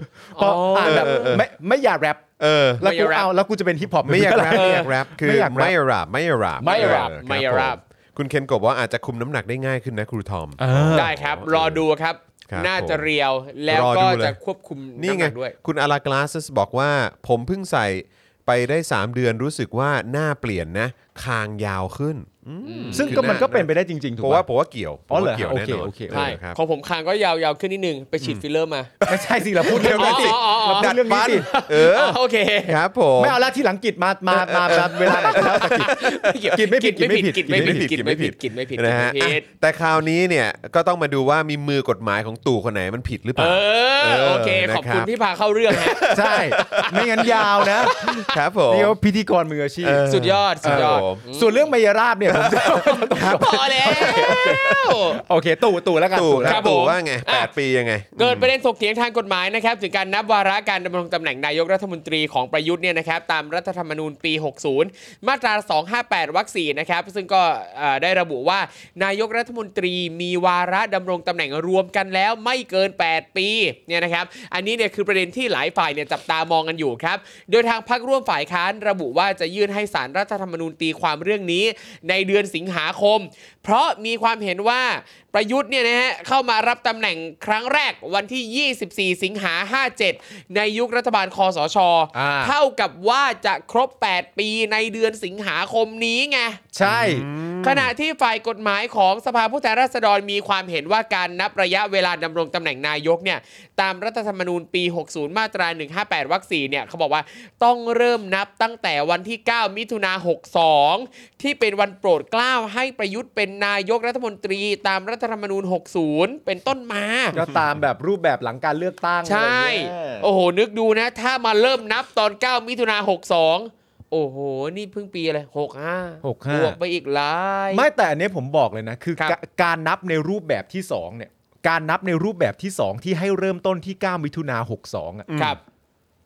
Speaker 2: พออ่านแบบ
Speaker 1: เออเออ
Speaker 2: ไม่ไม่อยากแรป
Speaker 1: เออ
Speaker 2: แล้วกู
Speaker 3: ไม่อยากแรป
Speaker 2: เอาแล้วกูจะเป็นฮิปฮอป
Speaker 1: ไม่อยากแรปไม่อยากแรปคือ
Speaker 2: ไม่อยากแรป
Speaker 1: ไม่อยากแรปไม่อยากแรป
Speaker 2: ไม่อยากแร
Speaker 1: เออค
Speaker 2: ป
Speaker 1: บ
Speaker 3: ไม่อยากแรป
Speaker 1: ผมคุณเคนกบว่าอาจจะคุมน้ำหนักได้ง่ายขึ้นนะครูทอม
Speaker 2: เออ
Speaker 3: ได้ครับ รอดูครับ
Speaker 1: ครับ
Speaker 3: น่าจะ
Speaker 1: ผม
Speaker 3: เรียวแล้ว
Speaker 1: รอดู
Speaker 3: ก็
Speaker 1: เลย
Speaker 3: จะควบคุม
Speaker 1: นี่
Speaker 3: น้ำห
Speaker 1: ไง
Speaker 3: นักด้วย
Speaker 1: คุณอารากลาสบอกว่าผมเพิ่งใส่ไปได้ 3 เดือนรู้สึกว่าหน้าเปลี่ยนนะ คางยาวขึ้นอืม
Speaker 2: ซึ่งก็มันก็เป็นไปได้จริง ๆ ถูก
Speaker 1: เพราะว่า
Speaker 2: ปะ
Speaker 1: ผมว่าเกี่ยวผม
Speaker 2: อ๋อเหร
Speaker 1: ว่า
Speaker 2: อ
Speaker 1: เกี่ยวแน่อน
Speaker 2: โอเคนโอเค
Speaker 3: ใช่
Speaker 1: ออครับ
Speaker 3: ของผมคางก็ยาวๆขึ้นนิดนึง ไปฉีดฟิลเลอร์มา
Speaker 2: ไม่ใช่สิเราพูดเรื่อง
Speaker 3: อ๋อ
Speaker 2: นี้สิ
Speaker 3: อ๋ออ๋อ
Speaker 2: เราพูดเรื่องนี้สิ
Speaker 1: เออ
Speaker 3: อ๋อโอเค
Speaker 1: ครับผม
Speaker 2: ไม่เอาละที่หลังกิจมามามามาเวลาไหนก็แล้วแต่กิจ กินไม่ผิดกิ
Speaker 3: กิน
Speaker 2: นไม่
Speaker 3: ไม่
Speaker 2: ผิด
Speaker 3: ผิดกินไม่ผิดกินไม่ผิดกิน
Speaker 1: นะ
Speaker 3: ไม่
Speaker 1: ฮะ
Speaker 3: ผิ
Speaker 1: อ่ะ
Speaker 3: ด
Speaker 1: แต่คราวนี้เนี่ยก็ต้องมาดูว่ามีมือกฎหมายของตู่คนไหนมันผิดหรือเป
Speaker 3: เอ
Speaker 1: ล่า
Speaker 3: อ
Speaker 1: เออ
Speaker 3: โอเค
Speaker 1: นะครับ
Speaker 3: ขอบคุณที่พาเข้าเรื่องฮะ
Speaker 2: ใช่ ไม่งั้นยาวนะครับ
Speaker 1: ผม
Speaker 2: นี่เขาพิธีกรมืออาชีพ
Speaker 1: เออ
Speaker 3: สุดยอด สุดยอด
Speaker 1: ผม
Speaker 2: ส่วนเรื่องไมยราบเนี่ยผมจะ
Speaker 3: พอแล้ว
Speaker 2: โอเค ตู่ตู่แล้วกัน
Speaker 1: ตู่ค
Speaker 2: แล้
Speaker 1: รั
Speaker 2: ว
Speaker 3: ครับ บ
Speaker 1: ตู่
Speaker 3: ผม
Speaker 1: ว่าไง
Speaker 3: อ่ะ
Speaker 1: 8 ปียังไง
Speaker 3: เกิดประเด็นถกเถียงทางกฎหมายนะครับถึงการนับวาระการดำรงตำแหน่งนายกรัฐมนตรีของประยุทธ์เนี่ยนะครับตามรัฐธรรมนูญปี 60 มาตรา 258 วรรค4นะครับซึ่งก็เอ่อได้ระบุว่านายกรัฐมนตรีมีวาระดำรงตำแหน่งรวมกันแล้วไม่เกิน 8 ปีเนี่ยนะครับอันนี้เนี่ยคือประเด็นที่หลายฝ่ายเนี่ยจับตามองกันอยู่ครับโดยทางพรรคร่วมฝ่ายค้านระบุว่าจะยื่นให้สารรัฐธรรมนูญตีความเรื่องนี้ ในเดือนสิงหาคม เพราะมีความเห็นว่าประยุทธ์เนี่ยนะฮะเข้ามารับตำแหน่งครั้งแรกวันที่ 24 สิงหา 57 ในยุครัฐบาลคอสช
Speaker 2: อ่า
Speaker 3: เท่ากับว่าจะครบ 8 ปีในเดือนสิงหาคมนี้ไง
Speaker 2: ใช่
Speaker 3: ขณะที่ฝ่ายกฎหมายของสภาผู้แทนราษฎรมีความเห็นว่าการนับระยะเวลาดำรงตำแหน่งนายกเนี่ยตามรัฐธรรมนูญปี 60 มาตรา 158 วรรค4เนี่ยเขาบอกว่าต้องเริ่มนับตั้งแต่วันที่ 9 มิถุนา62 ที่เป็นวันโปรดเกล้าให้ประยุทธ์เป็นนายกรัฐมนตรี ตามรัฐธรรมนูญ 60 เป็นต้นมา
Speaker 2: ก็ตามแบบรูปแบบหลังการเลือกตั้ง
Speaker 3: ใช่
Speaker 2: อะไรเงี้ย
Speaker 3: โอ้โห นึกดูนะ ถ้ามาเริ่มนับตอน 9 มิถุนา62 โอ้โห นี่เพิ่งปีอะไร65
Speaker 2: หกห้า
Speaker 3: บวกไปอีกหลาย
Speaker 2: ไม่แต่อันเนี้ยผมบอกเลยนะ คือ
Speaker 3: ครับ
Speaker 2: กะการนับในรูปแบบที่สองเนี่ยการนับในรูปแบบที่สองที่ให้เริ่มต้นที่ 9 มิถุนา62อ่ะ
Speaker 3: ครับ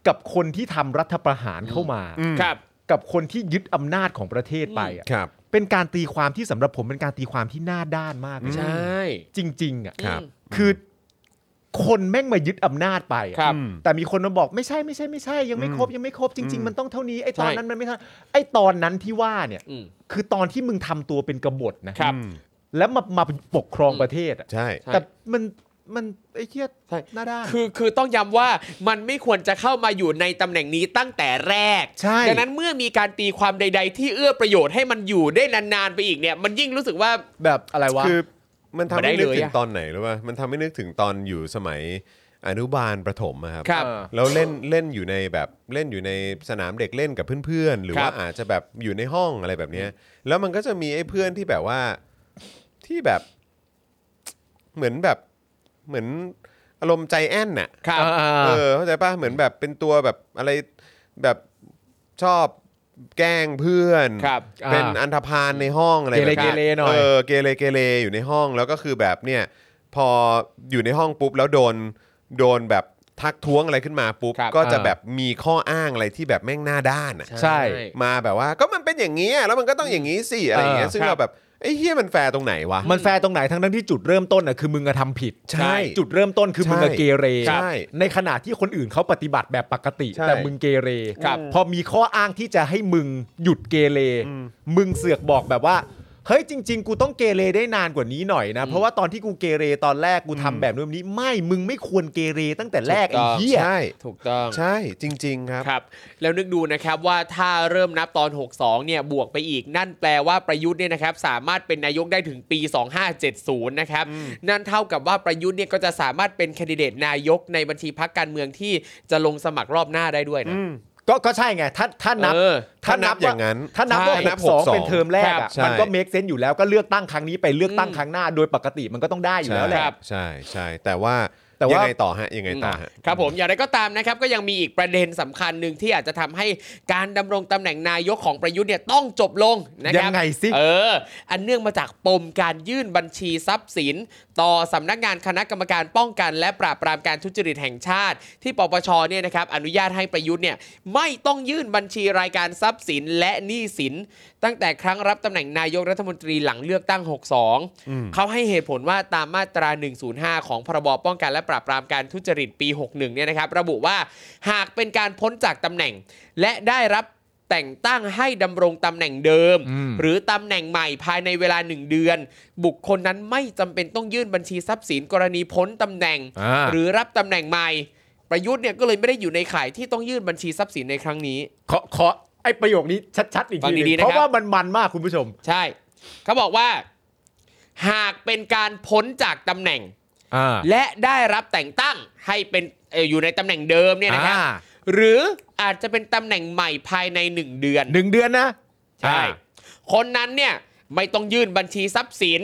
Speaker 2: กับคนที่ทำรัฐประหารเข้ามา
Speaker 3: ครับ
Speaker 2: กับคนที่ยึดอำนาจของประเทศไปอ่ะ
Speaker 1: ครับ
Speaker 2: เป็นการตีความที่สำหรับผมเป็นการตีความที่หน้าด้านมากเลย
Speaker 3: ใช่
Speaker 2: จริงๆอ่ะ
Speaker 1: ครับ
Speaker 2: คือคนแม่งมายึดอำนาจไปอะ
Speaker 3: ครับ
Speaker 2: แต่มีคนมาบอกไม่ใช่ไม่ใช่ไม่ใช่ ยังไม่ครบยังไม่ครบจริง ๆ มันต้องเท่านี้ไอ้ตอน
Speaker 3: ใช่
Speaker 2: นั้นมันไม่เท่าไอ้ตอนนั้นที่ว่าเนี่ย
Speaker 3: อืม
Speaker 2: คือตอนที่มึงทำตัวเป็นกบฏนะ
Speaker 3: ครับ
Speaker 2: แล้วมามาปกครองประเทศอะ
Speaker 1: ใช่
Speaker 3: ใช่
Speaker 2: แต่มันมันไอ้เทีย
Speaker 3: ใช่
Speaker 2: หน้าด้าน
Speaker 3: คือคือต้องย้ำว่ามันไม่ควรจะเข้ามาอยู่ในตำแหน่งนี้ตั้งแต่แรก
Speaker 2: ใช่
Speaker 3: ดังนั้นเมื่อมีการตีความใด ๆ ที่เอื้อประโยชน์ให้มันอยู่ได้นานๆไปอีกเนี่ย มันยิ่งรู้สึกว่า
Speaker 2: แบบอะไรวะ
Speaker 1: คือมันทำ
Speaker 3: ไม่ได้
Speaker 1: ให้นึก
Speaker 3: เลย
Speaker 1: ถึง
Speaker 3: อะ
Speaker 1: ตอนไหนหรือว่ามันทำให้นึกถึงตอนอยู่สมัยอนุบาลประถมอะครับ
Speaker 3: ครับ
Speaker 1: แล้วเล่นเล่นอยู่ในแบบเล่นอยู่ในสนามเด็กเล่นกับเพื่อนๆ หรือ
Speaker 3: ครั
Speaker 1: ว่า
Speaker 3: บ
Speaker 1: อาจจะแบบอยู่ในห้องอะไรแบบเนี้ยแล้วมันก็จะมีไอ้เพื่อนที่แบบว่าที่แบบเหมือนแบบเหมือนอารมณ์ใจแอนน่ะ
Speaker 3: ครับ
Speaker 1: เออเข้าใจป่ะเหมือนแบบเป็นตัวแบบอะไรแบบชอบแกล้งเพื่อน
Speaker 3: ครับ
Speaker 1: เป็น
Speaker 2: อ่า
Speaker 1: อันธพาลในห้องอะไร
Speaker 2: เกเร
Speaker 1: แบบ
Speaker 2: เกเรหน่อย
Speaker 1: เออเกเรเกเรอยู่ในห้องแล้วก็คือแบบเนี่ยพออยู่ในห้องปุ๊บแล้วโดนโดนแบบทักท้วงอะไรขึ้นมาปุ๊บ
Speaker 3: ครับ
Speaker 1: ก็จะแบบมีข้ออ้างอะไรที่แบบแม่งหน้าด้านอะ
Speaker 2: ใช่
Speaker 1: มาแบบว่าก็มันเป็นอย่างนี้อะแล้วมันก็ต้องอย่างนี้สิอะไรอย่างเงี้ย
Speaker 2: เออ
Speaker 1: ซึ่ง
Speaker 3: ครั
Speaker 1: เรา
Speaker 3: บ
Speaker 1: แบบไอ้เฮียมันแฟร์ตรงไหนวะ
Speaker 2: มันแฟร์ตรงไหนทั้งนั้นที่จุดเริ่มต้นน่ะคือมึงอะทำผิด
Speaker 1: ใช่
Speaker 2: จุดเริ่มต้นคือมึงอะ
Speaker 1: ใช่
Speaker 2: เกเร
Speaker 1: ใช่
Speaker 2: ในขณะที่คนอื่นเขาปฏิบัติแบบปกติ
Speaker 1: ใช่
Speaker 2: แต่มึงเกเร
Speaker 3: ครับ
Speaker 2: พอมีข้ออ้างที่จะให้มึงหยุดเกเรมึงเสือกบอกแบบว่าเฮ้ยจริง ๆ กูต้องเกเรได้นานกว่านี้หน่อยนะเพราะว่าตอนที่กูเกเรตอนแรกกูทำแบบนู้นแบบนี้ไม่มึงไม่ควรเกเรตั้งแต่แรก
Speaker 3: ถู
Speaker 2: ไอ้
Speaker 3: กต้อง
Speaker 2: เหี้ย
Speaker 1: ใช่
Speaker 3: ถูกต้อง
Speaker 1: ใช่จริง ๆ ครับ
Speaker 3: ครับแล้วนึกดูนะครับว่าถ้าเริ่มนับตอน 62 เนี่ยบวกไปอีก นั่นแปลว่าประยุทธ์เนี่ยนะครับสามารถเป็นนายกได้ถึงปี 2570 นะครับนั่นเท่ากับว่าประยุทธ์เนี่ยก็จะสามารถเป็นแคนดิเดตนายกในบัญชีพักการเมืองที่จะลงสมัครรอบหน้าได้ด้วยนะ
Speaker 2: ก็ก็ใช่ไงถ้าถ้านับ
Speaker 3: เออ
Speaker 1: ถ้านับอย่างนั้น
Speaker 2: ถ้านับว่า
Speaker 1: ใช่
Speaker 2: หกส
Speaker 1: นับ62
Speaker 2: องเป็นเทอมแรก
Speaker 3: ครั
Speaker 2: อ่ะ
Speaker 3: บ
Speaker 1: ใช่
Speaker 2: มันก็เมคเซนต์อยู่แล้วก็เลือกตั้งครั้งนี้ไปเลือกตั้งครั้งหน้า โดยปกติมันก็ต้องได้อยู่แล้วแหละ
Speaker 3: ครับ
Speaker 1: ใช่ใช่แต่ว่า
Speaker 2: แต่ว่ายั
Speaker 1: งไงต่อฮะยังไงต่อฮะ
Speaker 3: ครับผมอย่างไรก็ตามนะครับก็ยังมีอีกประเด็นสำคัญหนึ่งที่อาจจะทำให้การดำรงตำแหน่งนายกของประยุทธ์เนี่ยต้องจบลงนะครับ
Speaker 2: ยังไงสิ
Speaker 3: เออ อันเนื่องมาจากปมการยื่นบัญชีทรัพย์สิน ต่อสำนักงานคณะกรรมการป้องกัน และปราบปรามการทุจริตแห่งชาติ ที่ปปชเนี่ยนะครับอนุญาตให้ประยุทธ์เนี่ยไม่ต้องยื่นบัญชีรายการทรัพย์สินและหนี้สิน ตั้งแต่ครั้งรับตำแหน่งนายกรัฐมนตรีหลังเลือกตั้ง 62 เขาให้เหตุผลว่าตามมาตรา 105 ของพรบป้องกันและปราบปรามการทุจริตปี 61 เนี่ยนะครับระบุว่าหากเป็นการพ้นจากตำแหน่ง และได้รับ แต่งตั้งให้ดำรงตำแหน่งเดิม
Speaker 2: อืม
Speaker 3: หรือตำแหน่งใหม่ภายในเวลา 1 เดือน บุคคลนั้นไม่จำเป็นต้องยื่นบัญชีทรัพย์สินกรณีพ้นตำแหน่ง หรือรับตำแหน่งใหม่ ประยุทธ์เนี่ยก็เลยไม่ได้อยู่ในข่ายที่ต้องยื่นบัญชีทรัพย์สินในครั้งนี้
Speaker 2: ขอขอไอ้ประโยคนี้ชัดๆอีก
Speaker 3: ฟั
Speaker 2: ที
Speaker 3: ง
Speaker 2: หนึ
Speaker 3: ดี
Speaker 2: ง
Speaker 3: ๆนะครับ
Speaker 2: เพราะว่ามันมันมากคุณผู้ชม
Speaker 3: ใช่ เขาบอกว่า หากเป็นการพ้นจากตำแหน่ง และได้รับแต่งตั้งให้เป็นเอ่ออยู่ในตำแหน่งเดิมเนี่ยนะครับ
Speaker 2: อ่า
Speaker 3: หรืออาจจะเป็นตำแหน่งใหม่ภายใน 1 เดือน
Speaker 2: หนึ่งเดือนนะ
Speaker 3: ใช่
Speaker 2: อ่า
Speaker 3: คนนั้นเนี่ยไม่ต้องยื่นบัญชีทรัพย์สิน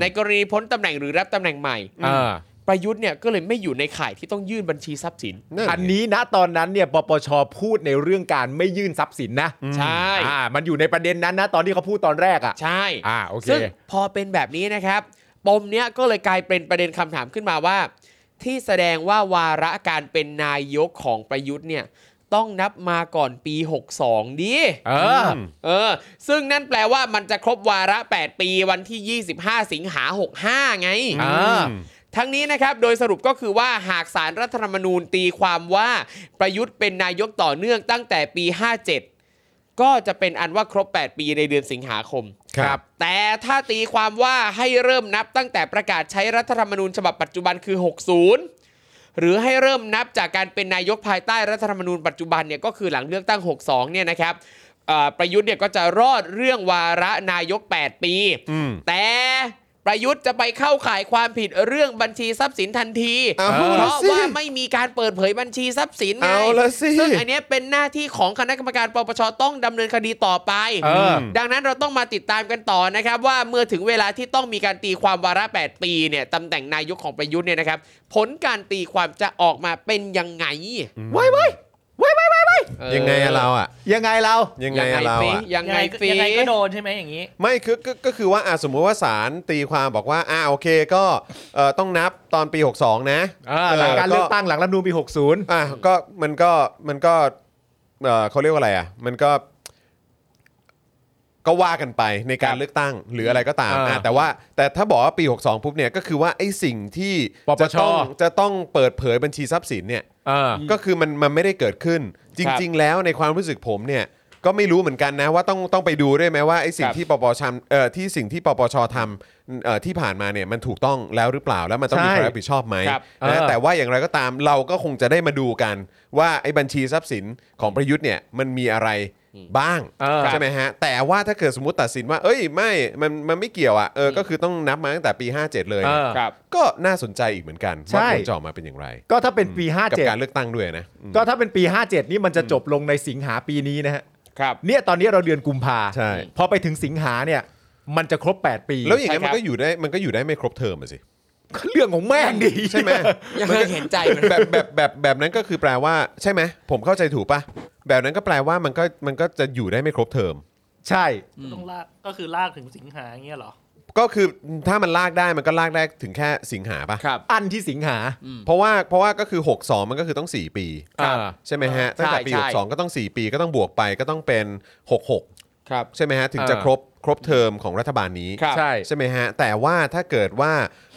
Speaker 3: ในกรณีพ้นตำแหน่งหรือรับตำแหน่งใหม่
Speaker 2: อ่า
Speaker 3: ประยุทธ์เนี่ยก็เลยไม่อยู่ในข่ายที่ต้องยื่นบัญชีทรัพย์สิน
Speaker 1: นั่น
Speaker 2: อัน
Speaker 1: ไง
Speaker 2: นี้ณตอนนั้นเนี่ยปปชพูดในเรื่องการไม่ยื่นทรัพย์สินนะ
Speaker 3: ใช่
Speaker 2: อ่ามันอยู่ในประเด็นนั้นนะตอนที่เขาพูดตอนแรกอ่ะ
Speaker 3: ใช่
Speaker 2: อ่าโอเค
Speaker 3: ซึ่งพอเป็นแบบนี้นะครับ ปมเนี้ยก็เลยกลายเป็นประเด็นคำถามขึ้นมาว่า ที่แสดงว่าวาระการเป็นนายกของประยุทธ์เนี่ยต้องนับมาก่อนปี 62 ดิ
Speaker 2: เอออ
Speaker 3: เออ ซึ่งนั่นแปลว่ามันจะครบวาระ 8 ปีวันที่ 25 สิงหา 65 ไง
Speaker 2: อ่า
Speaker 3: ทั้งนี้นะครับ โดยสรุปก็คือว่าหากสารรัฐธรรมนูญตีความว่าประยุทธ์เป็นนายกต่อเนื่องตั้งแต่ปี 57 ก็จะเป็นอันว่าครบ 8 ปีในเดือนสิงหาคม
Speaker 1: ครับ
Speaker 3: แต่ถ้าตีความว่าให้เริ่มนับตั้งแต่ประกาศใช้รัฐธรรมนูญฉบับปัจจุบันคือ 60 หรือให้เริ่มนับจากการเป็นนายกภายใต้รัฐธรรมนูญปัจจุบันเนี่ยก็คือหลังเลือกตั้ง 62 เนี่ยนะครับเอ่อประยุทธ์เนี่ยก็จะรอดเรื่องวาระนายก 8 ปี
Speaker 1: อืม
Speaker 3: แต่ประยุทธ์จะไปเข้าข่ายความผิดเรื่องบัญชีทรัพย์สินทันที
Speaker 1: เอา
Speaker 3: เพ
Speaker 1: ละ
Speaker 3: ราะ
Speaker 1: สิ
Speaker 3: ว่าไม่มีการเปิดเผยบัญชีทรัพย์สินไง
Speaker 1: เอาละสิ
Speaker 3: ซึ่งอันเนี้ยเป็นหน้าที่ของคณะกรรมการปปชต้องดำเนินคดีต่อไป
Speaker 2: เออ
Speaker 3: ดังนั้นเราต้องมาติดตามกันต่อนะครับ ว่าเมื่อถึงเวลาที่ต้องมีการตีความวาระ 8 ปีเนี่ยตำแหน่งนายกของประยุทธ์เนี่ยนะครับ ผลการตีความจะออกมาเป็นยังไง
Speaker 2: ไว้ไว้
Speaker 3: เออ
Speaker 1: ยังไงอะเราอะ
Speaker 2: ยังไงเรา
Speaker 1: ยังไงอะเรา
Speaker 3: สิ
Speaker 1: อะ
Speaker 3: ยังไง
Speaker 5: ก็
Speaker 3: สิ
Speaker 5: ยังไงก็โดนใช่ไหมอย่างนี้
Speaker 1: ไม่คือก็ก็คือว่าอ่ะสมมุติว่าศาลตีความบอกว่าอ่าโอเคก็เอ่อต้องนับตอนปี 62 นะ
Speaker 2: อ่าหลังการเลือกตั้งหลังรัฐธรรมนูญปี 60
Speaker 1: อ่ะก็มันก็มันก็เอ่อเขาเรียกว่าอะไรอ่ะมันก็ ก็ว่ากันไปในการ
Speaker 2: ครับ
Speaker 1: เลือกตั้งหรืออะไรก็ตาม
Speaker 2: อ่า
Speaker 1: อ่ะแต่ว่าแต่ถ้าบอกว่าปี 62ปุ๊บเนี่ยก็คือว่าไอ้สิ่งที่
Speaker 2: ปปช
Speaker 1: จะต้องจะต้องเปิดเผยบัญชีทรัพย์สินเนี่ย
Speaker 2: อ่า
Speaker 1: ก็คือมันมันไม่ได้เกิดขึ้น จ
Speaker 2: ครับ
Speaker 1: ริง ๆ แล้วในความรู้สึกผมเนี่ยก็ไม่รู้เหมือนกันนะว่าต้องต้องไปดูด้วยไหมว่าไอ้สิ่
Speaker 2: ค
Speaker 1: ง
Speaker 2: รับ
Speaker 1: ที่ปปชเอ่อที่สิ่งที่ปปชทำเอ่อที่ผ่านมาเนี่ยมันถูกต้องแล้วหรือเปล่าแล้วมันต้องมี
Speaker 2: ใช่
Speaker 1: ความรับผิดชอบไหม
Speaker 2: ครับ
Speaker 1: นะ
Speaker 2: เออ
Speaker 1: แต่ว่าอย่างไรก็ตามเราก็คงจะได้มาดูกัน ว่าไอ้บัญชีทรัพย์สินของประยุทธ์เนี่ยมันมีอะไรบ้าง
Speaker 2: เออ
Speaker 1: ใช่ไหมฮะแต่ว่าถ้าเกิดสมมติตัดสินว่า เอ้ยไม่มันมันไม่เกี่ยวอ่ะเออก็คือต้องนับมาตั้งแต่ปี 57 เลย
Speaker 2: เอ
Speaker 1: เนี่ย
Speaker 2: อ
Speaker 3: ครับ
Speaker 1: ก็น่าสนใจอีกเหมือนกันว่า
Speaker 2: ใช่
Speaker 1: ผลจะออกมาเป็นอย่างไร
Speaker 2: ก็ถ้าเป็นปี
Speaker 1: กับการ
Speaker 2: 57
Speaker 1: เลือกตั้งด้วยนะอืม
Speaker 2: ก็ถ้าเป็นปี 57 นี่มันจะจบลงในสิงหาปีนี้นะฮะ
Speaker 3: ครับ
Speaker 2: เนี่ยตอนนี้เราเดือนกุมภา
Speaker 1: ใช่
Speaker 2: พอไปถึงสิงหาเนี่ย มันจะครบ 8 ปี
Speaker 1: แล้วอย่างนั้น
Speaker 3: ใช่
Speaker 1: มั
Speaker 3: ครั
Speaker 1: น
Speaker 3: บ
Speaker 1: ก็อยู่ได้มันก็อยู่ได้ไม่ครบเทอมอะสิ
Speaker 2: ก็เรื่องของแม่งดี
Speaker 1: ใช่ไหม
Speaker 3: ยัง
Speaker 1: มันก็
Speaker 3: เห็นใจมัน
Speaker 1: แบบแบบแบบแบบนั้นก็คือแปลว่าใช่ไหมผมเข้าใจถูกปะแบบนั้นก็แปลว่ามันก็มันก็จะอยู่ได้ไม่ครบเทอม
Speaker 2: ใช่
Speaker 5: ต้องลากก็คือลากถึงสิงหาอย่างเงี้ยเหรอ
Speaker 1: ก็คือถ้ามันลากได้มันก็ลากได้ถึงแค่สิงหาปะ
Speaker 3: ครับ
Speaker 2: อันที่สิงหา
Speaker 1: เพราะว่าเพราะว่าก็คือ 62 มันก็คือต้อง 4 ปี
Speaker 2: ครับ
Speaker 1: ใช่ไหมฮะตั้งแต่ปี
Speaker 3: ใช่
Speaker 1: 62ก็ต้อง 4 ปีก็ต้องบวกไปก็ต้องเป็น 66
Speaker 3: ครับ
Speaker 1: ใช่ไหมฮะถึงจะครบครบเทอมของรัฐบาลนี้
Speaker 3: ครับ
Speaker 2: ใช่
Speaker 1: ใช่ไหมฮะ แต่ว่าถ้าเกิดว่า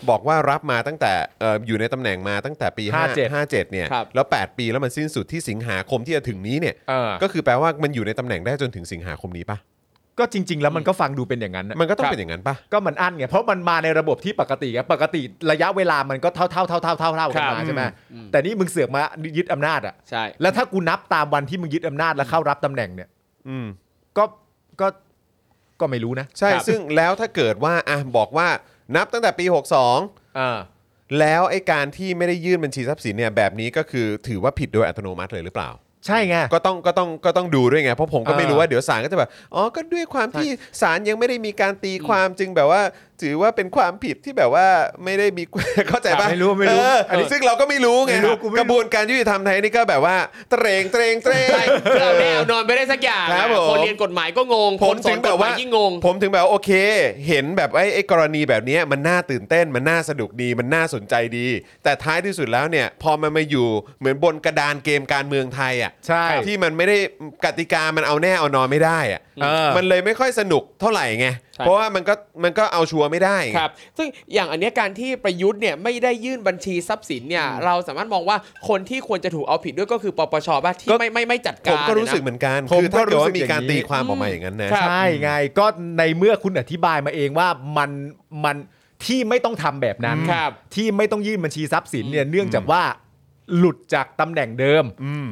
Speaker 1: บอกว่ารับมาตั้งแต่เอ่ออยู่ในตำแหน่งมาตั้งแต่ปี
Speaker 2: 57
Speaker 1: 5 57เนี่ย
Speaker 3: ครับ
Speaker 1: แล้ว 8 ปีแล้วมันสิ้นสุดที่สิงหาคมที่จะถึงนี้เนี่ย
Speaker 2: เออ
Speaker 1: ก็คือแปลว่ามันอยู่ในตำแหน่งได้จนถึงสิงหาคมนี้ปะ
Speaker 2: ก็จริง ๆ แล้วมันก็ฟังดูเป็นอย่างนั้นนะ
Speaker 1: มันก็ต้อง
Speaker 3: ครับ
Speaker 1: เป็นอย่างนั้นปะ
Speaker 2: ก็มันอันไง เพราะมันมาในระบบที่ปกติไงปกติระยะเวลามันก็เท่าเท่าเท่าเท่าเท่าเท่ากัน
Speaker 3: ครั
Speaker 2: มา
Speaker 3: บ
Speaker 2: ใช่ไหมแต่นี่มึงเสือกมายึดอำนาจอ่ะ
Speaker 3: ใช่
Speaker 2: แล้วถ้ากูนับตามวันที่มึงยึดอำนาจแล้วเข้ารับตำแหน่งเนี่ย
Speaker 1: อืม
Speaker 2: ก็ก็ก็ไม่รู้นะ
Speaker 1: ใช่
Speaker 3: ครับ
Speaker 1: ซึ่งแล้วถ้าเกิดว่าอ่ะบอกว่านับตั้งแต่ปี 62
Speaker 2: อ่า
Speaker 1: แล้วไอ้การที่ไม่ได้ยื่นบัญชีทรัพย์สินเนี่ยแบบนี้ก็คือถือว่าผิดโดยอัตโนมัติเลยหรือเปล่า
Speaker 2: ใช่ไง
Speaker 1: ก็ต้องก็ต้องก็ต้องดูด้วยไง เพราะผมก็ไม่
Speaker 2: เออ
Speaker 1: รู้ว่าเดี๋ยวศาลก็จะแบบอ๋อก็ด้วยความที่ศาลยังไม่ได้มีการตีความจึงแบบว่า ถือว่าเป็นความผิดที่แบบว่าไม่ได้มี เข้าใจปะ
Speaker 2: ไม่รู้ไม่รู้
Speaker 1: เอออันนี้ซึ่งเราก็ไม่รู้ไง
Speaker 2: ไม่รู้กูไม่รู้
Speaker 1: กระบวนการยุติธรรมไทยนี่ก็แบบว่าเตรงเตรงเตรง
Speaker 3: ใช่เราแนวนอนไม่ได้สักอย่าง
Speaker 1: ครับผม
Speaker 3: คนเรียนกฎหมายก็งง
Speaker 1: ผ
Speaker 3: ค
Speaker 1: ม
Speaker 3: นส
Speaker 1: ถึ
Speaker 3: อง น
Speaker 1: แบ
Speaker 3: ก
Speaker 1: บ
Speaker 3: ฎหมา
Speaker 1: ว่าย
Speaker 3: ยิ่งงง
Speaker 1: ผมถึงแบบว่าโอเค เห็นแบบไอ้ไอ้กรณีแบบเนี้ยมันน่าตื่นเต้นมันน่าสนุกดีมันน่าสนใจดี แต่ท้ายที่สุดแล้วเนี่ย พอมันมาอยู่เหมือนบนกระดานเกมการเมืองไทยอ่ะ
Speaker 2: ใช่
Speaker 1: ที่มันไม่ได้กติกามันเอาแน่เอานอนไม่ได้อะ
Speaker 2: เออ
Speaker 1: มันเลยไม่ค่อยสนุกเท่าไหร่ไง
Speaker 3: ใช่
Speaker 1: เพราะว่ามันก็มันก็เอาชัวร์ไม่ได้ไง
Speaker 3: ครับ ซึ่งอย่างอันเนี้ยการที่ประยุทธ์เนี่ยไม่ได้ยื่นบัญชีทรัพย์สินเนี่ยเราสามารถมองว่าคนที่ควรจะถูกเอาผิดด้วยก็คือปปชบ้างที่
Speaker 1: ก็
Speaker 3: ไม่ไม่ไม่จัด
Speaker 1: ผ
Speaker 3: การ
Speaker 1: มก็
Speaker 3: เนี่ยนะ
Speaker 1: รู้สึกเหมือนกัน
Speaker 2: ผม
Speaker 1: คือ
Speaker 2: ก็
Speaker 1: ถ้าเกิ
Speaker 2: รู้
Speaker 1: ด
Speaker 2: สึ
Speaker 1: ว่าก มี
Speaker 2: อย่างนี้
Speaker 1: การตีความออกมาอย่างนั้นนะ
Speaker 3: ค รับ
Speaker 2: ใช่ไงก็ในเมื่อคุณอธิบายมาเองว่ามันมันที่ไม่ต้องทำแบบนั้น
Speaker 3: ครับ
Speaker 2: ที่ไม่ต้องยื่นบัญชีทรัพย์สินเนี่ยเนื่องจากว่าหลุดจากตำแหน่งเดิม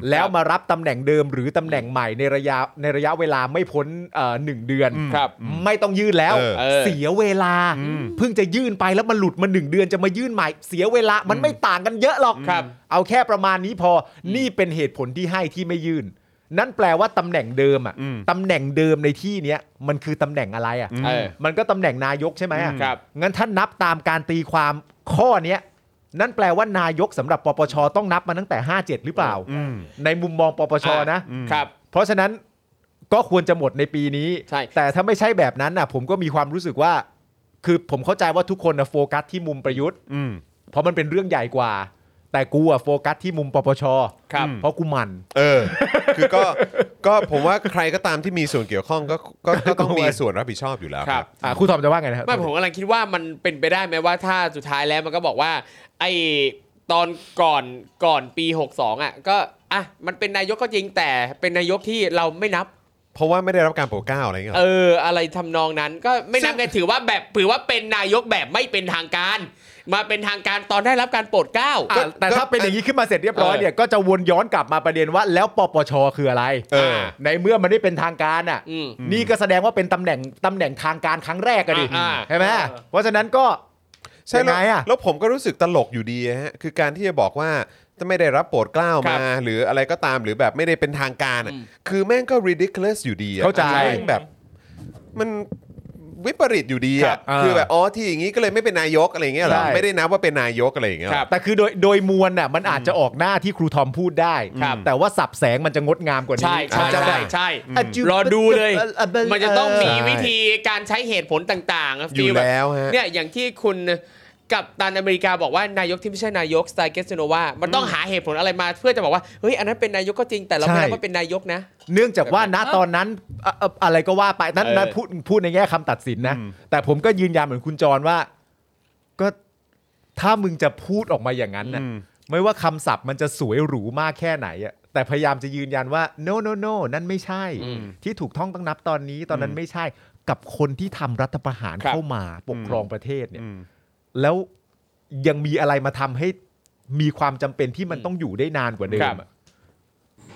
Speaker 2: แล้วมารับตำแหน่งเดิม หรือตำแหน่งใหม่ในระยะในระยะเวลาไม่พ้นเอ่อหนึ่งเดือน
Speaker 3: ครับ
Speaker 2: ไม่ต้องยื่นแล้ว
Speaker 1: เออ
Speaker 3: เออ
Speaker 2: เสียเวลา เพิ่งจะยื่นไปแล้วมันหลุดมาหนึ่งเดือนจะมายื่นใหม่ เสียเวลามันไม่ต่างกันเยอะหรอก
Speaker 3: ครับ
Speaker 2: เอาแค่ประมาณนี้พออนี่เป็นเหตุผลที่ให้ที่ไม่ยื่น นั่นแปลว่าตำแหน่งเดิมอ่ะ
Speaker 1: อืม
Speaker 2: ตำแหน่งเดิมในที่เนี้ยมันคือตำแหน่งอะไรอ่ะ
Speaker 3: เออ
Speaker 2: มันก็ตำแหน่งนายกใช่ไหมอะ
Speaker 3: ครับ
Speaker 2: งั้นถ้านับตามการตีความข้อเนี้ย นั่นแปลว่านายกสำหรับปปชต้องนับมาตั้งแต่ 57 หรือเปล่า
Speaker 1: อืม
Speaker 2: ในมุมมองปปช
Speaker 3: อ่ะ
Speaker 2: นะครับ เพราะฉะนั้นก็ควรจะหมดในปีนี้
Speaker 3: ใช่
Speaker 2: แต่ถ้าไม่ใช่แบบนั้นน่ะ ผมก็มีความรู้สึกว่า คือผมเข้าใจว่าทุกคนนะโฟกัสที่มุมประยุทธ์
Speaker 1: อืม
Speaker 2: เพราะมันเป็นเรื่องใหญ่กว่า แต่กูอะโฟกัสที่มุมปปช
Speaker 3: ครับ
Speaker 2: เพราะกูหมัน
Speaker 1: เออ คือก็ ก็ผมว่าใครก็ตามที่มีส่วนเกี่ยวข้องก็ก็ก็ต้องมีส่วนรับผิดชอบอยู่แล้วครับ
Speaker 2: อ่ะครูทอมจะว่าไงนะครับ
Speaker 3: ไม่ผมกำลังคิดว่ามันเป็นไปได้ไหมว่าถ้าสุดท้ายแล้วมันก็บอกว่า ไอตอนก่อนก่อนปี 62 อ่ะ ก็อ่ะมันเป็นนายกก็จริงแต่เป็นนายกที่เราไม่นับ
Speaker 1: เพราะว่าไม่ได้รับการโปรดเกล้าอะไรอย่างเงี้ยหร
Speaker 3: เอ
Speaker 1: อ
Speaker 3: อ อะไรทำนองนั้นก็ไม่นับไงถือว่าแบบถือว่าเป็นนายกแบบไม่เป็นทางการ มาเป็นทางการตอนได้รับการโปรดเกล้า
Speaker 2: อ่ะแต่ถ้าเป็นอย่างนี้ขึ้นมาเสร็จเรียบร้อยเนี่ยก็จะวนย้อนกลับมาประเด็นว่าแล้วปปชคืออะไร
Speaker 1: เออ
Speaker 2: ในเมื่อมันไม่เป็นทางการอ่ะ
Speaker 3: อืม
Speaker 2: นี่ก็แสดงว่าเป็นตำแหน่งตำแหน่งทางการครั้งแรกกันดิ
Speaker 3: อ่า
Speaker 2: ใช่ไหม
Speaker 5: เออ
Speaker 2: เพราะฉะนั้นก็
Speaker 1: ใช่แล้ว
Speaker 2: ยังไงอะ
Speaker 1: แล้วผมก็รู้สึกตลกอยู่ดีฮะคือการที่จะบอกว่าจะไม่ได้รับโปรดเกล้า
Speaker 3: ครั
Speaker 1: มา
Speaker 3: บ
Speaker 1: หรืออะไรก็ตามหรือแบบไม่ได้เป็นทางการอะ
Speaker 3: อืม
Speaker 1: คือแม่งก็ ridiculous อยู่ดีอะ
Speaker 2: เข้าใจ
Speaker 1: แม่งแบบ มันวิปริตอยู่ดี
Speaker 2: ครั
Speaker 1: อะ
Speaker 2: บอ่า
Speaker 1: คือแบบอ๋อที่อย่างนี้ก็เลยไม่เป็นนายกอะไรอย่างเงี้ยเหรอ
Speaker 2: ใช่
Speaker 1: ไม่ได้นับว่าเป็นนายกอะไรอย่างเงี้ยเหรอ
Speaker 2: แต่คือโดยโดยมวลน่ะมันอาจจะออกหน้าที่ครูทอมพูดได้
Speaker 3: ครับ
Speaker 2: แต่ว่าสับแสงมันจะงดงามกว่านี้
Speaker 3: ใช่ใช่
Speaker 2: มันจะแบบ
Speaker 3: ใช่ใช่
Speaker 1: อืม
Speaker 3: รอดูเลย
Speaker 2: อ่ะ
Speaker 3: มันจะต้องมี
Speaker 1: ใช่
Speaker 3: วิธีการใช้เหตุผลต่างๆ
Speaker 1: อยู่
Speaker 3: ฟีบบ
Speaker 1: แล้วฮะ
Speaker 3: เนี่ยอย่างที่คุณกับตันอเมริกาบอกว่านายกที่ไม่ใช่นายกสไตล์เกสโนวามันต้องหาเหตุผลอะไรมาเพื่อจะบอกว่าเฮ้ยอันนั้นเป็นนายกก็จริงแต่เราไม่
Speaker 2: ใช่
Speaker 3: ได้ว่าเป็นนายกนะ
Speaker 2: เนื่องจากว่าณตอนนั้นอ่ะอ่ะอะไรก็ว่าไปนั้น
Speaker 3: เออ
Speaker 2: นั้นพูดพูดในแง่คำตัดสินนะ แต่ผมก็ยืนยันเหมือนคุณจรว่า ก็ถ้ามึงจะพูดออกมาอย่างนั้นนะไม่ว่าคำศัพท์มันจะสวยหรูมากแค่ไหนอะแต่พยายามจะยืนยันว่า no no no นั่นไม่ใช่ ที่ถูกท่องต้องนับตอนนี้ ตอนนั้นไม่ใช่กับคนที่ทำรัฐประหาร
Speaker 3: ครับ
Speaker 2: เข้ามาปกครองประเทศเนี่ย
Speaker 1: อืม
Speaker 2: แล้วยังมีอะไรมาทำให้มีความจำเป็นที่มันต้องอยู่ได้นานกว่าเดิ
Speaker 3: ครั
Speaker 2: ม
Speaker 3: บ
Speaker 2: อะ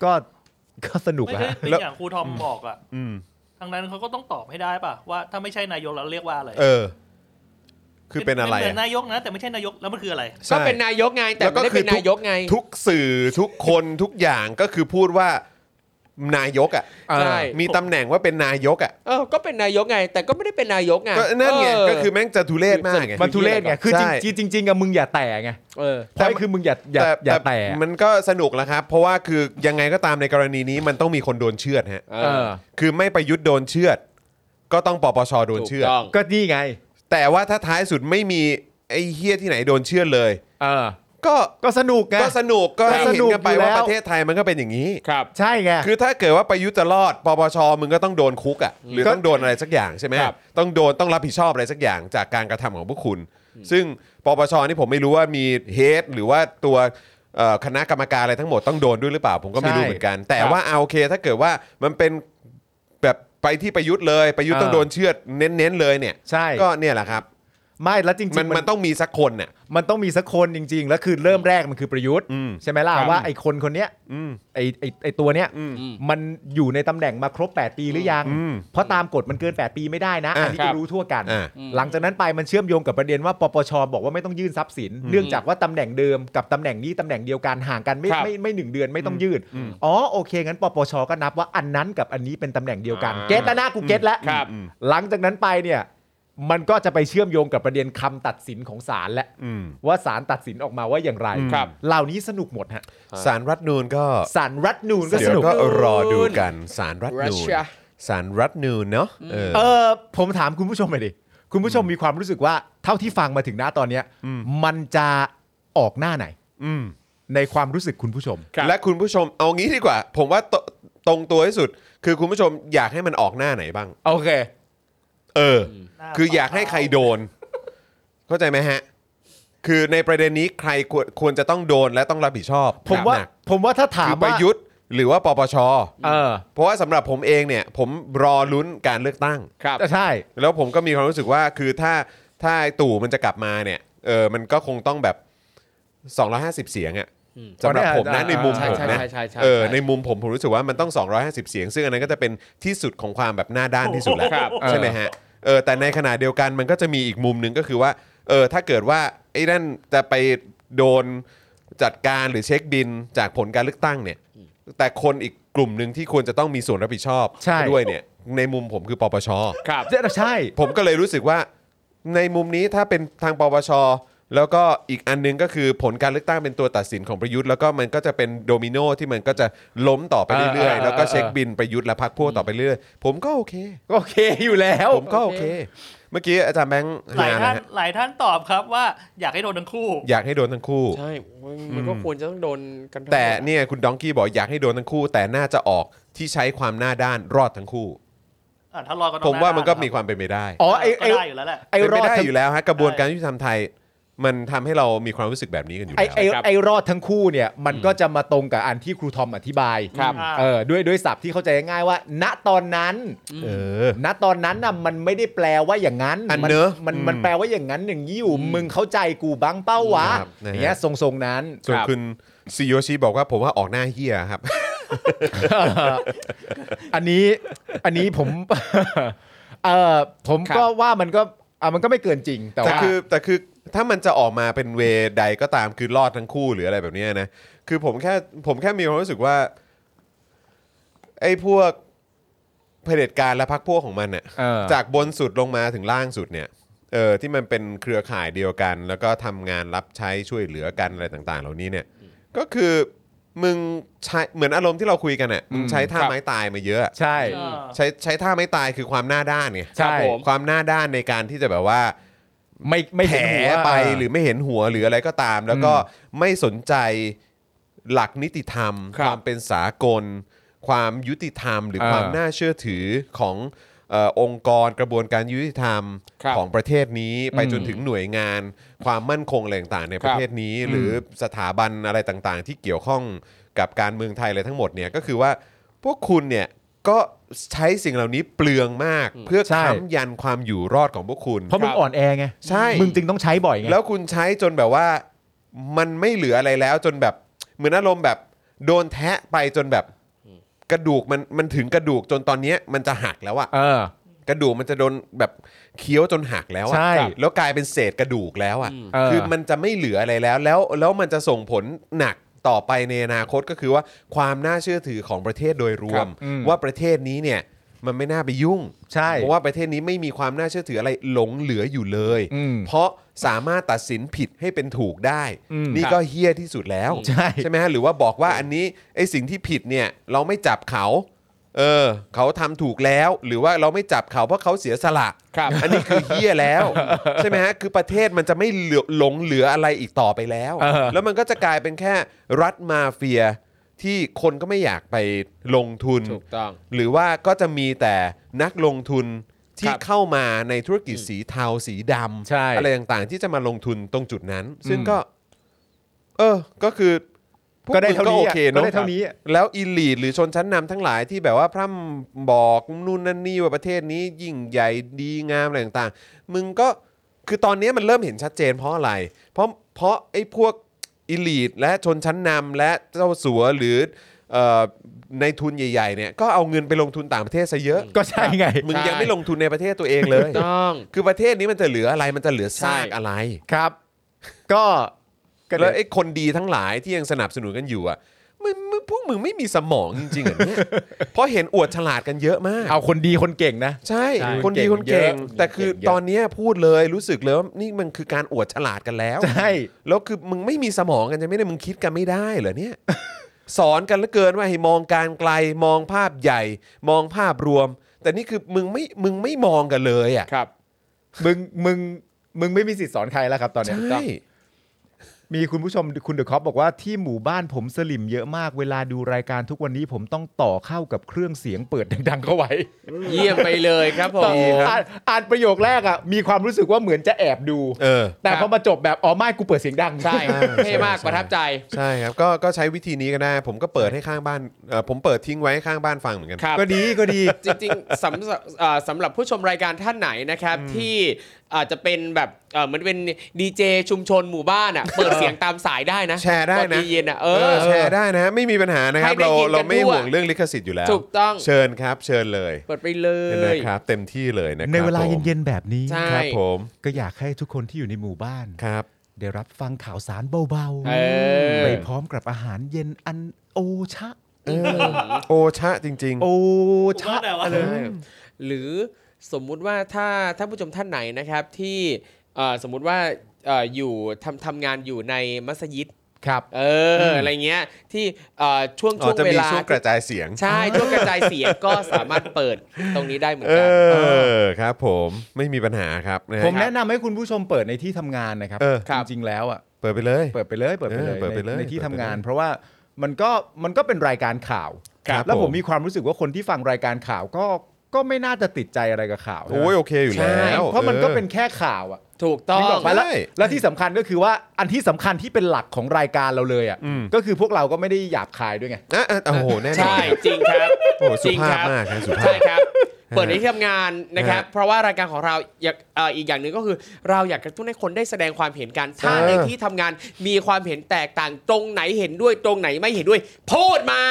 Speaker 2: ก็ก็สนุก
Speaker 5: ไม่
Speaker 2: อะ
Speaker 5: ใช่
Speaker 2: ฮะ
Speaker 5: คืออย่างครูทอมบอกอ่ะ
Speaker 1: อืม
Speaker 5: ทางนั้นเขาก็ต้องตอบให้ได้ป่ะว่าถ้าไม่ใช่นายกแล้วเรียกว่าอะไร
Speaker 1: เออ คือเป็นอะไร
Speaker 5: เหมือน
Speaker 1: อะ
Speaker 5: นายกนะ แต่ไม่ใช่นายกแล้วมันคืออะไร
Speaker 3: ก็
Speaker 1: ใช่
Speaker 3: เป็นนายกไงแต่
Speaker 1: แล้วก็
Speaker 3: ไม่ได้
Speaker 1: คื
Speaker 3: เป็
Speaker 1: อน ทุก
Speaker 3: นายกไง
Speaker 1: ทุกสื่อทุกคนทุกอย่างก็คือพูดว่านายกอ่ะ
Speaker 3: ใช่
Speaker 1: มีตำแหน่งว่าเป็นนายกอ่ะ
Speaker 3: เออก็เป็นนายกไง แต่ก็ไม่ได้เป็นนายกไง
Speaker 1: ก็นั่นไง
Speaker 3: เออ
Speaker 1: ก็คือแม่งจะทุเรศมากไง
Speaker 2: มันทุเรศไง คือจ
Speaker 1: ใช่
Speaker 2: ริงจริงจริงๆอะมึงอย่าแต่ไง
Speaker 3: เออ
Speaker 2: แต่คือมึงอย่าอย่าอย่าแต่อะ
Speaker 1: มันก็สนุกแล้วครับ เพราะว่าคือยังไงก็ตามในกรณีนี้มันต้องมีคนโดนเชือดฮะ
Speaker 3: เอ
Speaker 2: เอ
Speaker 3: อ
Speaker 2: อ
Speaker 1: คือไม่ประยุทธ์โดนเชือด ก็ต้องปปชโดนเชือด
Speaker 3: ถูต้อง
Speaker 2: ก็นี่ไง
Speaker 1: แต่ว่าถ้าท้ายสุดไม่มีไอ้เฮี้ยที่ไหนโดนเชือดเลย
Speaker 2: เออ
Speaker 1: ก็
Speaker 2: ก็สนุกไง
Speaker 1: ก็สนุกก็ให้
Speaker 2: ส
Speaker 1: เห็น
Speaker 2: นุก
Speaker 1: กันไป
Speaker 2: อยู่
Speaker 1: ว่า
Speaker 2: แล้ว
Speaker 1: ประเทศไทยมันก็เป็นอย่างนี้
Speaker 3: ครับ
Speaker 2: ใช่ไง
Speaker 1: คือถ้าเกิดว่าประยุทธ์จะรอด ปปช มึงก็ต้องโดนคุกอะ่ะ หรือ
Speaker 2: ก็
Speaker 1: ต้องโดนอะไรสักอย่างใช่ไหม
Speaker 3: ครับ
Speaker 1: ต้องโดนต้องรับผิดชอบอะไรสักอย่างจากการกระทำของพวกคุณ ซึ่งปปช นี่ผมไม่รู้ว่ามีเฮดหรือว่าตัวเอ่อคณะกรรมการอะไรทั้งหมดต้องโดนด้วยหรือเปล่า ผมก็ไม่รู้เหมือนกัน แต่ว่าเอาโอเค ถ้าเกิดว่ามันเป็นแบบไปที่ประยุทธ์เลย ประยุทธ์ต้องโดนเชือดเน้นๆเลยเนี่ย
Speaker 2: ใช่
Speaker 1: ก็เนี่ยแหละครับ
Speaker 2: ไม่แล้วจริงๆ
Speaker 1: มันมันต้องมีสักคนน่ะ
Speaker 2: มันต้องมีสักคนจริง ๆ แล้วคือเริ่มแรกมันคือประยุทธ์
Speaker 1: อืม
Speaker 2: ใช่ไหมล่ะ
Speaker 3: ครับ
Speaker 2: ว่าไอ้คนคนเนี้ย
Speaker 1: อืม
Speaker 2: ไอ้ไอ้ไอ้ตัวเนี้ย
Speaker 1: อืม
Speaker 2: มันอยู่ในตำแหน่งมาครบ 8 ปีหรือยัง
Speaker 1: อืม
Speaker 2: เพราะตามกฎมันเกิน 8 ปีไม่ได้นะ อันนี้
Speaker 3: อ่าครั
Speaker 2: ก็
Speaker 3: บ
Speaker 2: รู้ทั่วกัน
Speaker 1: อ่า
Speaker 2: หลังจากนั้นไปมันเชื่อมโยงกับประเด็นว่าปปชบอกว่าไม่ต้องยื่นทรัพย์สิน เนื่องจากว่าตำแหน่งเดิมกับตำแหน่งนี้ตำแหน่งเดียวกันห่างกันไม่
Speaker 3: ครับ
Speaker 2: ไม่ไม่หนึ่งเดือนไม่ต้องยื่นอ๋อโอเคงั้นปปชก็นับว่าอันนั้นกับอันนี้เป็นตำแหน่งเดียวกัน
Speaker 1: อ่า
Speaker 2: เก็ตแล้วนะกูเก็ตแล้ว
Speaker 3: ครับ
Speaker 2: หลังจากนั้นไปเนี่ยมันก็จะไปเชื่อมโยงกับประเด็นคำตัดสินของศาลและ
Speaker 1: อืม
Speaker 2: ว่าศาลตัดสินออกมาว่าอย่างไร
Speaker 3: ครับ
Speaker 2: เหล่านี้สนุกหมดฮะ
Speaker 1: สารรัฐธรรมนูนก็
Speaker 2: ศาลรัฐนูนก็ส
Speaker 1: เดี๋ย
Speaker 2: นุ
Speaker 1: ว
Speaker 2: ก
Speaker 1: ก็รอดูกันสารรัฐนูน
Speaker 3: Russia
Speaker 1: สารรัฐนูนเนาะเออ
Speaker 2: เออผมถามคุณผู้ชมหน่อยดิคุณผู้ชมมีความรู้สึกว่าเท่าที่ฟังมาถึงหน้าตอนเนี้ยมันจะออกหน้าไหน
Speaker 1: อืม
Speaker 2: ในความรู้สึกคุณผู้ชม
Speaker 3: ครับ
Speaker 1: และคุณผู้ชมเอางี้ดีกว่า ผมว่าตตรงตัวที่สุด คือคุณผู้ชมอยากให้มันออกหน้าไหนบ้าง
Speaker 2: โอเค
Speaker 1: เออ
Speaker 5: หน้า
Speaker 1: คืออยากให้ใครโดน เข้าใจไหมฮะ คือในประเด็นนี้ใครควรควรจะต้องโดนและต้องรับผิดชอบ
Speaker 2: ผมว่า
Speaker 1: หนัก
Speaker 2: ผมว่าถ้า
Speaker 1: ๆ
Speaker 2: ถาม
Speaker 1: คือป
Speaker 2: ว่า
Speaker 1: ระยุทธ์หรือว่าปปช
Speaker 2: เออ
Speaker 1: เพราะว่าสำหรับผมเองเนี่ย ผมรอลุ้นการเลือกตั้ง
Speaker 3: ครับ
Speaker 2: ใช่
Speaker 1: แล้วผมก็มีความรู้สึกว่าคือถ้าถ้าไอ้ตู่มันจะกลับมาเนี่ยเออมันก็คงต้องแบบ 250 เสียงอะ
Speaker 3: อืม
Speaker 1: สำหรับผมนะ
Speaker 2: อ่า
Speaker 1: ในมุม
Speaker 3: ใช่
Speaker 1: ผมนะ
Speaker 3: ใช่ใช่ใช่
Speaker 1: เออ
Speaker 3: ใช่
Speaker 1: ในมุมผมผมรู้สึกว่ามันต้อง 250 เสียง ซึ่งอันนั้นก็จะเป็นที่สุดของความแบบหน้าด้านที่สุดแล้ว
Speaker 3: ครับ
Speaker 1: ใช่ไหมฮะเออแต่ในขณะเดียวกันมันก็จะมีอีกมุมหนึ่งก็คือว่าเออถ้าเกิดว่าไอ้นั่นจะไปโดนจัดการหรือเช็คบินจากผลการเลือกตั้งเนี่ย แต่คนอีกกลุ่มหนึ่งที่ควรจะต้องมีส่วนรับผิดชอบ
Speaker 2: ใช่
Speaker 1: ด้วยเนี่ยในมุมผมคือปปช
Speaker 3: ครับ
Speaker 2: ใช่
Speaker 1: ผมก็เลยรู้สึกว่าในมุมนี้ถ้าเป็นทางปปช แล้วก็อีกอันหนึงก็คือผลการเลือกตั้งเป็นตัวตัดสินของประยุทธ์แล้วก็มันก็จะเป็นโดมิโนที่มันก็จะล้มต่อไปเรื่อย
Speaker 2: เออเออเอ
Speaker 1: ๆ
Speaker 2: อ
Speaker 1: แล้วก็เช็คบินประยุทธ์และพรรคพวกต่อไปเรื่อยผมก็โอเค
Speaker 2: ก็โอเคอยู่แล้ว
Speaker 1: ผมก็โอเค เมื่อกี้อาจารย์แบงค์
Speaker 5: หลาย
Speaker 1: หานะ
Speaker 5: ท่าน
Speaker 1: ฮะ
Speaker 5: หลายท่านตอบครับว่าอยากให้โดนทั้งคู่
Speaker 1: อยากให้โดนทั้งคู่
Speaker 3: ใช่มันมันก็ควรจะต้องโดนกันทั้ง
Speaker 1: แต่
Speaker 3: หมด
Speaker 1: เนี่ยคุณดองกี้บอกอยากให้โดนทั้งคู่ แต่น่าจะออกที่ใช้ความหน้าด้านรอดทั้งคู่
Speaker 5: อ่ะถ้ารอดก็ต้อง
Speaker 1: ผมว่ามันก็มี
Speaker 5: ได้
Speaker 1: ความเป็นไปได้
Speaker 2: อ๋อ
Speaker 5: ครับ
Speaker 2: ไอ้ไอ้
Speaker 5: ก็ได้อยู่แล้วแหละ
Speaker 2: ไอ้
Speaker 1: เป็น
Speaker 2: ร
Speaker 1: ไป
Speaker 2: อด
Speaker 1: ได้
Speaker 2: ทั้ง
Speaker 1: อยู่แล้วฮะกระบวนการยุติธรรมไทย มันทำให้เรามีความรู้สึกแบบนี้กันอยู่
Speaker 2: ไอ้
Speaker 1: แล้ว
Speaker 2: ไอ้
Speaker 3: ครับ
Speaker 2: ไอ้รอดทั้งคู่เนี่ยมันก็จะมาตรงกับอันที่ครูทอมอธิบาย
Speaker 3: ครับ
Speaker 2: เออด้วยด้วยศัพท์ที่เข้าใจง่ายๆว่า ณตอนนั้น
Speaker 1: เออ
Speaker 2: ณตอนนั้นน่ะมันไม่ได้แปลว่าอย่างนั้น
Speaker 1: อัน
Speaker 2: มั
Speaker 1: เนอะ
Speaker 2: มัน
Speaker 1: อืม
Speaker 2: มันแปลว่าอย่างนั้นอย่างนี้อยู่มึงเข้าใจกูบ้างเป้าวะ
Speaker 1: ครับนะฮะ
Speaker 2: อย่างเงี้ยทรงๆนั้น
Speaker 1: ส่วน
Speaker 2: ครับ
Speaker 1: คุณซีโยชิบอกว่าผมว่าออกหน้าเฮียครับ
Speaker 2: อันนี้อันนี้ผม เออผม
Speaker 3: ครับ
Speaker 2: ก็ว่ามันก็อ่ะมันก็ไม่เกินจริงแต่
Speaker 1: แต่
Speaker 2: ว่า
Speaker 1: คือแต่คือถ้ามันจะออกมาเป็นเวใดก็ตามคือรอดทั้งคู่หรืออะไรแบบเนี้ยนะ คือผมแค่ผมแค่มีความรู้สึกว่า ไอ้พวกเผด็จการและพรรคพวกของมันเนี่ย
Speaker 2: เออ
Speaker 1: จากบนสุดลงมาถึงล่างสุดเนี่ยเออที่มันเป็นเครือข่ายเดียวกัน แล้วก็ทำงานรับใช้ช่วยเหลือกันอะไรต่าง ๆ เหล่านี้เนี่ย ก็คือมึงใช้เหมือนอารมณ์ที่เราคุยกันเนี่ยมึงใช้ท่าไม้ตายมาเยอะ
Speaker 2: ใช่
Speaker 5: เออ
Speaker 1: ใช้ใช้ท่าไม้ตายคือความหน้าด้านไง
Speaker 2: ใช่
Speaker 1: ความหน้าด้านในการที่จะแบบว่า
Speaker 2: ไม่ไม่
Speaker 1: แผล
Speaker 2: เห็นหัว
Speaker 1: ไปหรือไม่เห็นหัวหรืออะไรก็ตาม แล้วก็ไม่สนใจหลักนิติธรรม
Speaker 3: ครั
Speaker 1: ค
Speaker 3: บ
Speaker 1: วามเป็นสากล ความยุติธรรม หรือ
Speaker 2: เออ
Speaker 1: ความน่าเชื่อถือของเออองค์กรกระบวนการยุติธรรม
Speaker 3: ครับ
Speaker 1: ของประเทศนี้ ไป
Speaker 2: อืม
Speaker 1: จนถึงหน่วยงาน ความมั่นคงอะไรต่างๆใน
Speaker 3: ครับ
Speaker 1: ประเทศนี้ หรือสถาบันอะไรต่างๆ ที่เกี่ยวข้องกับการเมืองไทยอะไรทั้งหมดเนี่ยก็คือว่าพวกคุณเนี่ยก็ใช้สิ่งเหล่านี้เปลืองมาก เพื่อ
Speaker 2: ใช่
Speaker 1: ค้ำยันความอยู่รอดของพวกคุณ
Speaker 2: เพราะมึงอ่อนแอไง
Speaker 1: ใช่
Speaker 2: มึงจึงต้องใช้บ่อยไง
Speaker 1: แล้วคุณใช้จนแบบว่ามันไม่เหลืออะไรแล้วจนแบบเหมือนอารมณ์แบบโดนแทะไปจนแบบกระดูกมันมันถึงกระดูกจนตอนเนี้ยมันจะหักแล้วอะ
Speaker 2: เออ
Speaker 1: กระดูกมันจะโดนแบบเคี้ยวจนหักแล้วอะ
Speaker 2: ใช่
Speaker 1: แล้วกลายเป็นเศษกระดูกแล้วอะ
Speaker 2: เออ
Speaker 1: คือมันจะไม่เหลืออะไรแล้ว แล้วแล้วมันจะส่งผลหนักต่อไปในอนาคตก็คือว่าความน่าเชื่อถือของประเทศโดยรวม
Speaker 2: อืม
Speaker 1: ว่าประเทศนี้เนี่ยมันไม่น่าไปยุ่ง
Speaker 2: ใช่
Speaker 1: เพราะว่าประเทศนี้ไม่มีความน่าเชื่อถืออะไรหลงเหลืออยู่เลย
Speaker 2: อืม
Speaker 1: เพราะสามารถตัดสินผิดให้เป็นถูกได้
Speaker 2: อืม
Speaker 1: นี่ก็เฮี้ยที่สุดแล้ว
Speaker 2: ใช่
Speaker 1: ไหมฮะหรือว่าบอกว่าอันนี้ไอ้สิ่งที่ผิดเนี่ยเราไม่จับเขา เออ เขาทำถูกแล้ว หรือว่าเราไม่จับเขาเพราะเขาเสียสละ
Speaker 3: ครับ
Speaker 1: อันนี้คือเฮี้ยแล้ว ใช่ไหมฮะคือประเทศมันจะไม่เหลือหลงเหลืออะไรอีกต่อไปแล้ว
Speaker 2: เออ
Speaker 1: แล้วมันก็จะกลายเป็นแค่รัฐมาเฟียที่คนก็ไม่อยากไปลงทุน
Speaker 3: ถูกต้อง
Speaker 1: หรือว่าก็จะมีแต่นักลงทุนที่
Speaker 3: ครับ
Speaker 1: เข้ามาในธุรกิจสีเทาสีด
Speaker 2: ใช่
Speaker 1: ำอะไรต่างๆ ที่จะมาลงทุนตรงจุดนั้น ซึ่ง
Speaker 2: อืม
Speaker 1: ก็ เออ ก็คือพว
Speaker 2: ก็ได้
Speaker 1: มึงก็
Speaker 2: เท่านี้
Speaker 1: โอ
Speaker 2: อะ
Speaker 1: เคเน
Speaker 2: ก็ได้
Speaker 1: อะ
Speaker 2: เท่านี้อะ
Speaker 1: แล้วอิลีทหรือชนชั้นนำทั้งหลายที่แบบว่าพร่ำบอกนู่นนั่นนี่ว่าประเทศนี้ยิ่งใหญ่ดีงามอะไรต่างๆ มึงก็คือตอนนี้มันเริ่มเห็นชัดเจนเพราะอะไร เพราะเพราะไอ้พวกอิลีทและชนชั้นนำและเจ้าสัวหรือเอ่อในทุนใหญ่ๆเนี่ยก็เอาเงินไปลงทุนต่างประเทศซะเยอะ
Speaker 2: ก็ใช่ไง
Speaker 1: มึงยังไม่ลงทุนในประเทศตัวเองเลย
Speaker 3: ต้อง
Speaker 1: คือประเทศนี้มันจะเหลืออะไร มันจะเหลือซาก
Speaker 3: ใช่
Speaker 1: อะไร
Speaker 2: ครับ ก็ก็
Speaker 1: แล้
Speaker 2: แล้ว ว
Speaker 1: ไอ้คนดีทั้งหลายที่ยังสนับสนุนกันอยู่อ่ะ มึงมึงพวกมึงไม่มีสมองจริงๆเหรอ เนี่ย เพราะเห็นอวดฉลาดกันเยอะมาก
Speaker 2: เอาคนดีคนเก่งนะ
Speaker 1: ใช่
Speaker 2: ใช่
Speaker 1: คนดี
Speaker 2: ค
Speaker 1: คน น
Speaker 2: เก่
Speaker 1: เก่
Speaker 2: ง
Speaker 1: ง
Speaker 2: เยอะ
Speaker 1: แต่คือ
Speaker 2: คนเก่งเยอะ
Speaker 1: ตอนเนี้ยพูดเลยรู้สึกเลยว่านี่มันคือการอวดฉลาดกันแล้ว
Speaker 2: ใช่
Speaker 1: แล้วคือมึงไม่มีสมองกันใช่ไหมเนี่ยมึงคิดกันไม่ได้เหรอเนี่ย สอนกันเหลือเกินว่าให้มองการไกลมองภาพใหญ่ มองภาพรวม แต่นี่คือมึงไม่มึงไม่มองกันเลยอ่ะ
Speaker 3: ครับ
Speaker 2: มึงมึงมึงไม่มีสิทธิ์สอนใครแล้วครับตอนเนี้ย
Speaker 1: ใช่
Speaker 2: มีคุณผู้ชมคุณเดอะคอปบอกว่าที่หมู่บ้านผมสลิมเยอะมากเวลาดูรายการทุกวันนี้ผมต้องต่อเข้ากับเครื่องเสียงเปิดดังๆเข้าไว้
Speaker 3: เยี่ยมไปเลยครับผม
Speaker 2: อ่านอ่านประโยคแรกอ่ะมีความรู้สึกว่าเหมือนจะแอบดู
Speaker 1: เออ
Speaker 2: แต่
Speaker 3: ครับ
Speaker 2: พอมาจบแบบอ๋อไม่กูเปิดเสียงดัง
Speaker 3: ใช่เท่มากประทับใจ
Speaker 1: ใช่ครับก็ก็ใช้วิธีนี้ก็ได้ ผมก็เปิดให้ข้างบ้านเอ่อผมเปิดทิ้งไว้ให้ข้างบ้านฟังเหมือนกัน
Speaker 3: ครับ
Speaker 2: ก็ดีก็ดี
Speaker 3: จริงๆสำหรับเอ่อสำหรับผู้ชมรายการท่านไหนนะครับ ที่อาจจะเป็นแบบเอ่อเหมือนเป็นดีเจชุมชนหมู่บ้านอ่ะเปิดเสียงตามสายได้นะ
Speaker 1: แชร์ได้
Speaker 3: ตอ
Speaker 1: นะ
Speaker 3: เย็นๆอ่ะเออ
Speaker 1: แชร์ได้นะ ไม่มีปัญหานะครับ
Speaker 3: ให้ได้
Speaker 1: เรา
Speaker 3: ยินกัน
Speaker 1: เราไม่
Speaker 3: ทั่ว
Speaker 1: ห่วงเรื่องลิขสิทธิ์อยู่แล้ว
Speaker 3: ถูกต้อง
Speaker 1: เชิญครับ เชิญเลย
Speaker 3: เปิดไปเล
Speaker 1: นะ
Speaker 3: ย
Speaker 1: ครับ เต็มที่เลยนะครับ
Speaker 2: ในเวลา
Speaker 1: ผม
Speaker 2: เย็นๆแบบนี้
Speaker 3: ใช่
Speaker 1: ครับผม
Speaker 2: ก็อยากให้ทุกคนที่อยู่ในหมู่บ้าน
Speaker 1: ครับ
Speaker 2: ได้รับฟังข่าวสารเบา
Speaker 3: เออ
Speaker 2: ไปพร้อมกับอาหารเย็นอันโอชะ
Speaker 1: โอชะจริง
Speaker 2: โอ
Speaker 5: ผม
Speaker 2: ชะ
Speaker 5: ว่าแต่ว่า
Speaker 3: ใช่หรือสมมุติว่าถ้าถ้าผู้ชมท่านไหนนะครับที่เอ่อสมมุติว่า เอ่ออยู่ทำทำงานอยู่ในมัสยิด
Speaker 2: ครับ
Speaker 3: เออออะไรเงี้ยที่เอ่อช่วง
Speaker 1: อ๋
Speaker 3: ช่
Speaker 1: อ
Speaker 3: วง
Speaker 1: จะ
Speaker 3: เว
Speaker 1: มี
Speaker 3: ลา
Speaker 1: ช่วงกระจายเสียง
Speaker 3: ใช่ ช่วงกระจายเสียงก็สามารถเปิดตรงนี้ได้เหมือน
Speaker 1: เอ
Speaker 3: กัน
Speaker 1: อครับผมไม่มีปัญหาครับนะฮะ
Speaker 2: ผมแนะนำให้คุณผู้ชมเปิดในที่ทำงานนะครับ
Speaker 1: เออ
Speaker 3: ครับ
Speaker 2: จริงๆแล้วอ่ะ
Speaker 1: เปิดไปเลย
Speaker 2: เปิดไปเลยเปิดไปเล
Speaker 1: เอ
Speaker 2: ย
Speaker 1: อเปิดไปเลย
Speaker 2: ในในที่
Speaker 1: เปิด
Speaker 2: ทำ
Speaker 1: ไปเลย
Speaker 2: งาน เพราะว่ามันก็มันก็เป็นรายการข่าว
Speaker 1: ครับ
Speaker 2: แล้ว
Speaker 1: ผ
Speaker 2: ผม มมีความรู้สึกว่าคนที่ฟังรายการข่าวก็ก็ไม่น่าจะติดใจอะไรกับข่าว
Speaker 1: โอ้ยโอเคอยู่
Speaker 3: ใช่
Speaker 1: แล้ว
Speaker 2: เพราะมันก็เป็น
Speaker 1: อ
Speaker 2: แค่ข่าวอ่ะ
Speaker 3: ถูกต้อง
Speaker 2: นึกกปะแล้ว
Speaker 1: ใช่
Speaker 2: แล้วที่สำคัญก็คือว่าอันที่สำคัญที่เป็นหลักของรายการเราเลยอ่ะ
Speaker 1: อืม
Speaker 2: ก็คือพวกเราก็ไม่ได้หยาบคายด้วยไง
Speaker 1: ออ่ะอ่ะโอ้โหแน่นอน
Speaker 3: ใช่
Speaker 1: ครับ
Speaker 3: จริงครับ
Speaker 1: โอ้โหสุ
Speaker 3: จริง
Speaker 1: ภาพ
Speaker 3: ครับ
Speaker 1: มากนะสุภา
Speaker 3: ใช่
Speaker 1: พ
Speaker 3: ครับ เปิดในที่ทำงานนะครับ
Speaker 1: ฮะ
Speaker 3: เพราะว่ารายการของเราอยากเอ่ออีกอย่างหนึ่งก็คือ เราอยากกระตุ้นให้คนได้แสดงความเห็นกันถ้า
Speaker 1: เออ
Speaker 3: ในที่ทำงานมีความเห็นแตกต่างตรงไหนเห็นด้วยตรงไหนไม่เห็นด้วยพูดมา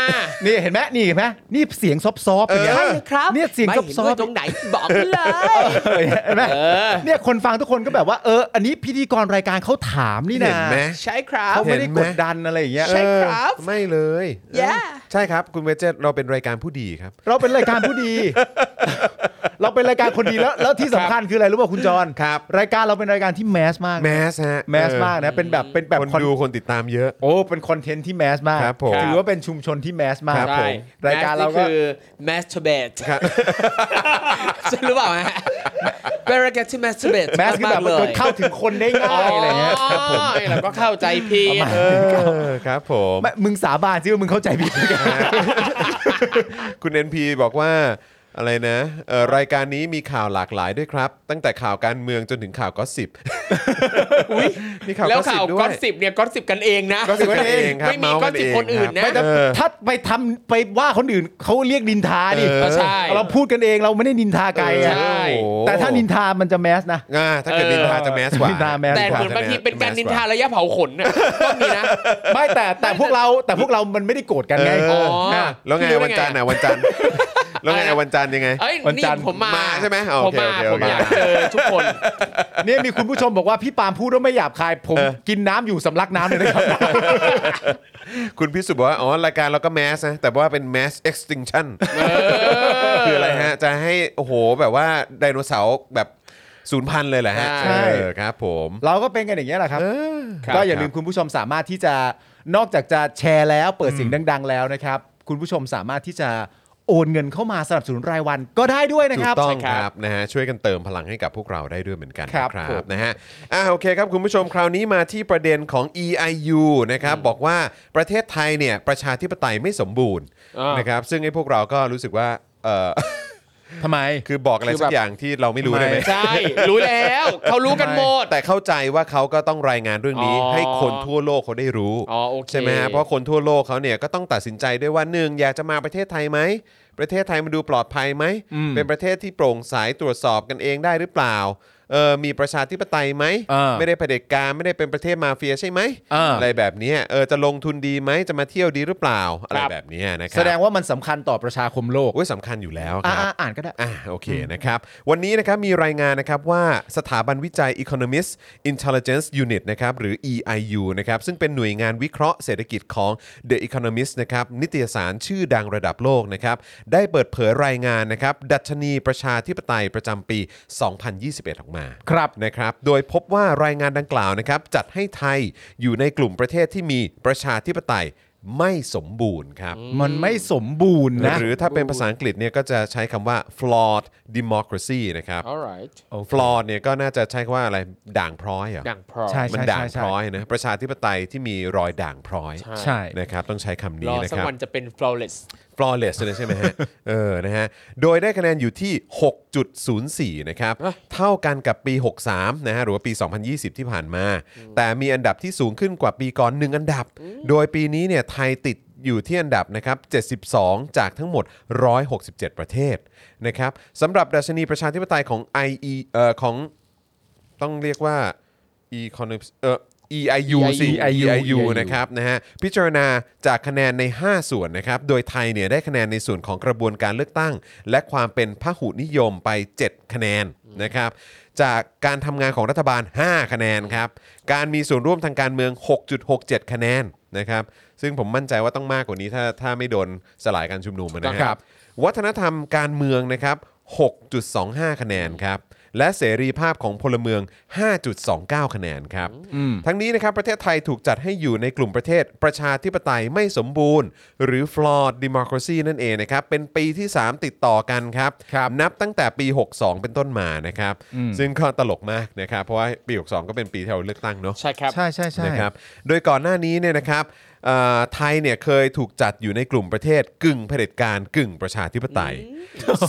Speaker 2: นี่เห็นไหมนี่เห็นไหมนี่เสียงซอฟซอฟ
Speaker 1: เออ
Speaker 3: ใช่เลยครับ
Speaker 2: เนี่ยเสียง
Speaker 3: ไม่
Speaker 2: ซอฟ
Speaker 3: เห็น
Speaker 2: ซอ
Speaker 3: ด้วย
Speaker 2: ฟ
Speaker 3: ตรงไหนบอกเลย
Speaker 2: เห็นไหม
Speaker 3: เออ
Speaker 2: เนี่ยคนฟังทุกคนก็แบบว่าเอออันนี้พิธีกรรายการเขาถามนี่นะ
Speaker 1: เห็นไหม
Speaker 3: ใช่ครับ
Speaker 2: เขาไม่ได้
Speaker 1: เห็นไหม
Speaker 2: กดดันอะไรอย่างเงี้ย
Speaker 3: ใช่ครับ
Speaker 1: เออไม่เลยเออ
Speaker 3: Yeah
Speaker 1: ใช่ครับ คุณเวจเจตเราเป็นรายการผู้ดีครับ
Speaker 2: เราเป็นรายการผู้ดี เราเป็นรายการคนดีแล้ว แล้วที่สำคัญคืออะไรรู้ป่ะคุณจร
Speaker 1: ครับ
Speaker 2: รายการเราเป็นรายการที่แมสมาก
Speaker 1: แม
Speaker 2: นะ
Speaker 1: สฮะ
Speaker 2: แมสมากนะ เป็นแบบเป็น
Speaker 1: แบ
Speaker 2: แบบ บ
Speaker 1: คน
Speaker 2: คอน
Speaker 1: ดูคนติดตามเยอะ
Speaker 2: โอ้ เป็นคอนเทนต์ที่แมสมาก
Speaker 1: ครับผม
Speaker 2: ถือว่าเป็นชุมชนที่แมสมาก
Speaker 1: ครับ
Speaker 3: ใช่
Speaker 1: ผม
Speaker 2: รายการเราก็
Speaker 3: คือ masturbate ใช่หรือเปล่าฮะเป็นรายการที่ masturbate
Speaker 2: แมสคือแบบ
Speaker 3: มากๆเลย
Speaker 2: มันเข้าถึงคนได้ง่ายอะไรเงี้ย
Speaker 3: ครับผมเราก็เข้าใจผิด
Speaker 1: เออครับผม
Speaker 2: ไม่มึงสาบานสิว่ามึงเข้าใจผิด
Speaker 1: คุณ NP บอกว่าอะไรนะเอ่อรายการนี้มีข่าวหลากหลายด้วยครับ ตั้งแต่ข่าวการเมืองจนถึงข่าวก็สิบมีข่าว
Speaker 3: แล้ว
Speaker 1: ก็สิ
Speaker 3: ข่าว
Speaker 1: บด้วย
Speaker 3: ก้อนสิบเนี่ยก้อนสิบกันเองนะ
Speaker 1: ก็สิบกันเองครับ
Speaker 3: ไม่มี
Speaker 1: เาส์
Speaker 3: ก้อนสิบ
Speaker 1: เง
Speaker 3: คนอื่นนะ
Speaker 1: รับเออ
Speaker 2: ถ้าไปทำไปว่าคนอื่นเขาเรียกดินทาดิ
Speaker 1: เออ
Speaker 3: ใช่
Speaker 2: เราพูดกันเองเราไม่ได้ดินทาไกลอะ
Speaker 3: ใช่
Speaker 1: โอ้โห
Speaker 2: แต่ถ้านินทามันจะแมสนะ
Speaker 1: อ่าถ้าเกิด
Speaker 3: เออ
Speaker 1: นินทาจะแมสกว่า
Speaker 2: นินทาแมส
Speaker 3: แต่เหมือนบางทีเป็นการนินทาระยะเผาขนน่ะก็มีนะ
Speaker 2: ไม่แต่แต่พวกเราแต่พวกเรามันไม่ได้โกรธกันไง
Speaker 1: เออ
Speaker 3: อ
Speaker 1: อ่ะแล้วไง
Speaker 3: พี่รู้ได้ไง
Speaker 1: วันจันทร์อ่ะวันจันทร์แล้วไงอ่ะวันจันทร์ยังไง
Speaker 3: เอ้ย
Speaker 2: วัน
Speaker 3: นี่
Speaker 2: จันทร์
Speaker 3: ผมมา
Speaker 1: มาใช่ไหมอ่ะโอ
Speaker 3: ผม
Speaker 1: เค
Speaker 3: มา
Speaker 1: โอเคโอเค
Speaker 3: ผมอยากเจอทุกคน
Speaker 2: เนี่ยมีคุณผู้ชมบอกว่าพี่ปาล์มพูดว่าไม่หยาบคายผม
Speaker 1: เออ
Speaker 2: กินน้ำอยู่สำลักน้ำเลยนะครับ
Speaker 1: คุณพิสุทธิ์บอกว่า อ๋อ รายการเราก็แมสนะ แต่ว่าเป็นแมส extinction คืออะไรฮะ จะให้ โอ้โห แบบว่าไดโนเสาร์แบบศูนย์พันธุ์เลยเหรอฮะ
Speaker 3: ใช่
Speaker 1: เออครับผม
Speaker 2: เราก็เป็นกันอย่างนี้ยแหละครับ
Speaker 1: เออครับ
Speaker 2: ก็อย่าลืมคุณผู้ชมสามารถที่จะนอกจากจะแชร์แล้วเปิดเสียงดัง ๆ แล้วนะครับ คุณผู้ชมสามารถที่จะโอนเงินเข้ามาสนับสนุนรายวันก็ได้ด้วยนะครับ
Speaker 1: ถูกต้องครับนะฮะช่วยกันเติมพลังให้กับพวกเราได้ด้วยเหมือนกันนะครับ ครั
Speaker 2: ผม
Speaker 1: บนะฮะอ่าโอเคครับคุณผู้ชมคราวนี้มาที่ประเด็นของ EIU นะครับบอกว่าประเทศไทยเนี่ยประชาธิปไตยไม่สมบูรณ์
Speaker 3: อ่าน
Speaker 1: นะครับซึ่งไอ้พวกเราก็รู้สึกว่าเอ อ
Speaker 2: ทำไม
Speaker 1: คือบอกอะไรสักอย่างที่เราไม่รู้ได้ไหม
Speaker 3: ใช่ รู้แล้วเขารู้กันหมด
Speaker 1: แต่เข้าใจว่าเขาก็ต้องรายงานเรื่องนี้
Speaker 3: อ๋อ
Speaker 1: ให้คนทั่วโลกเขาได้รู้
Speaker 3: อ๋อโอเค
Speaker 1: ใช่ไหมฮะเพราะคนทั่วโลกเขาเนี่ยก็ต้องตัดสินใจด้วยว่าหนึ่งอยากจะมาประเทศไทยไหม ประเทศไทยมันดูปลอดภัยไหม
Speaker 2: อืม
Speaker 1: เป็นประเทศที่โปร่งใสตรวจสอบกันเองได้หรือเปล่าเออมีประชาธิปไตยไหม
Speaker 2: อ่า
Speaker 1: ไม่ได้เผด็จการไม่ได้เป็นประเทศมาเฟียใช่ไหม
Speaker 2: อ่า
Speaker 1: ไรแบบเนี้ยเออจะลงทุนดีไหมจะมาเที่ยวดีหรือเปล่าอะไร
Speaker 3: ครับ
Speaker 1: แบบเนี้ยนะครั
Speaker 2: แสดงว่ามันสำคัญต่อประชาคมโลก
Speaker 1: โอ้ยสำคัญอยู่แล้วค
Speaker 2: อ่า
Speaker 1: รับ
Speaker 2: อ่านก็ได้
Speaker 1: อ่าโอเคนะครับวันนี้นะครับมีรายงานนะครับว่าสถาบันวิจัย Economist Intelligence Unit นะครับหรือ EIU นะครับซึ่งเป็นหน่วยงานวิเคราะห์เศรษฐกิจของ The Economist นะครับนิตยสารชื่อดังระดับโลกนะครับได้เปิดเผยรายงานนะครับดัชนีประชาธิปไตยประจำปี 2021 ออกมา
Speaker 2: ครับ
Speaker 1: นะครับ โดยพบว่ารายงานดังกล่าวนะครับจัดให้ไทยอยู่ในกลุ่มประเทศที่มีประชาธิปไตยไม่สมบูรณ์ครับ
Speaker 2: มันไม่สมบูรณ์นะ
Speaker 1: หรือถ้าเป็นภาษาอังกฤษเนี่ยก็จะใช้คำว่า flawed democracy นะครับ
Speaker 3: alright
Speaker 1: flawed เนี่ยก็น่าจะใช้คำว่าอะไรด่างพร้อยเหรอ
Speaker 3: ดังพร้อม
Speaker 2: ใช่
Speaker 1: มันด่างพร้อยนะประชาธิปไตยที่มีรอยด่างพร้อย
Speaker 2: ใช่
Speaker 1: นะครับต้องใช้คำ
Speaker 3: ร
Speaker 1: นี้
Speaker 3: อ
Speaker 1: นะ
Speaker 3: สัก
Speaker 1: ครับ
Speaker 3: วันจะเป็น flawless
Speaker 1: flawless เลยใช่ไหมฮะ เออนะฮะโดยได้คะแนนอยู่ที่ 6.04 นะครับ เท่ากันกับปี 63 นะฮะหรือว่าปี 2020 ที่ผ่านมา แต่มีอันดับที่สูงขึ้นกว่าปีก่อน 1 อันดับ โดยปีนี้เนี่ยไทยติดอยู่ที่อันดับนะครับ 72 จากทั้งหมด 167 ประเทศนะครับสำหรับดัชนีประชาธิปไตยของ IE เอ่อของ ต้องเรียกว่า Economic เอ่อ EIU สิ
Speaker 2: EIU
Speaker 1: EIU นะครับนะฮะพิจารณาจากคะแนนใน 5 ส่วนนะครับ โดยไทยเนี่ยได้คะแนนในส่วนของกระบวนการเลือกตั้ง และความเป็นพหุนิยมไป 7 คะแนนนะครับ จากการทำงานของรัฐบาล 5 คะแนนครับ การมีส่วนร่วมทางการเมือง 6.67 คะแนนนะครับ ซึ่งผมมั่นใจว่าต้องมากกว่านี้ถ้าถ้าไม่โดนสลายการชุมนุมนะฮะ
Speaker 2: ครับ
Speaker 1: วัฒนธรรมการเมืองนะครับ 6.25 คะแนนครับ และเสรีภาพของพลเมือง 5.29 คะแนนครับ ทั้งนี้นะครับประเทศไทยถูกจัดให้อยู่ในกลุ่มประเทศประชาธิปไตยไม่สมบูรณ์ หรือ flawed democracy นั่นเองนะครับ เป็นปีที่ 3 ติดต่อกันครับ นับตั้งแต่ปี 62 เป็นต้นมานะครับ ซึ่งก็ตลกมากนะครับ เพราะว่าปี 62 ก็เป็นปีที่เราเลือกตั้งเนาะ
Speaker 3: ใช่ครับ
Speaker 2: ใช่ใช่ใช่
Speaker 1: นะครับโดยก่อนหน้านี้เนี่ยนะครับเอ่อไทยเนี่ยเคยถูกจัดอยู่ในกลุ่มประเทศกึ่งเผด็จการกึ่งประชาธิปไตย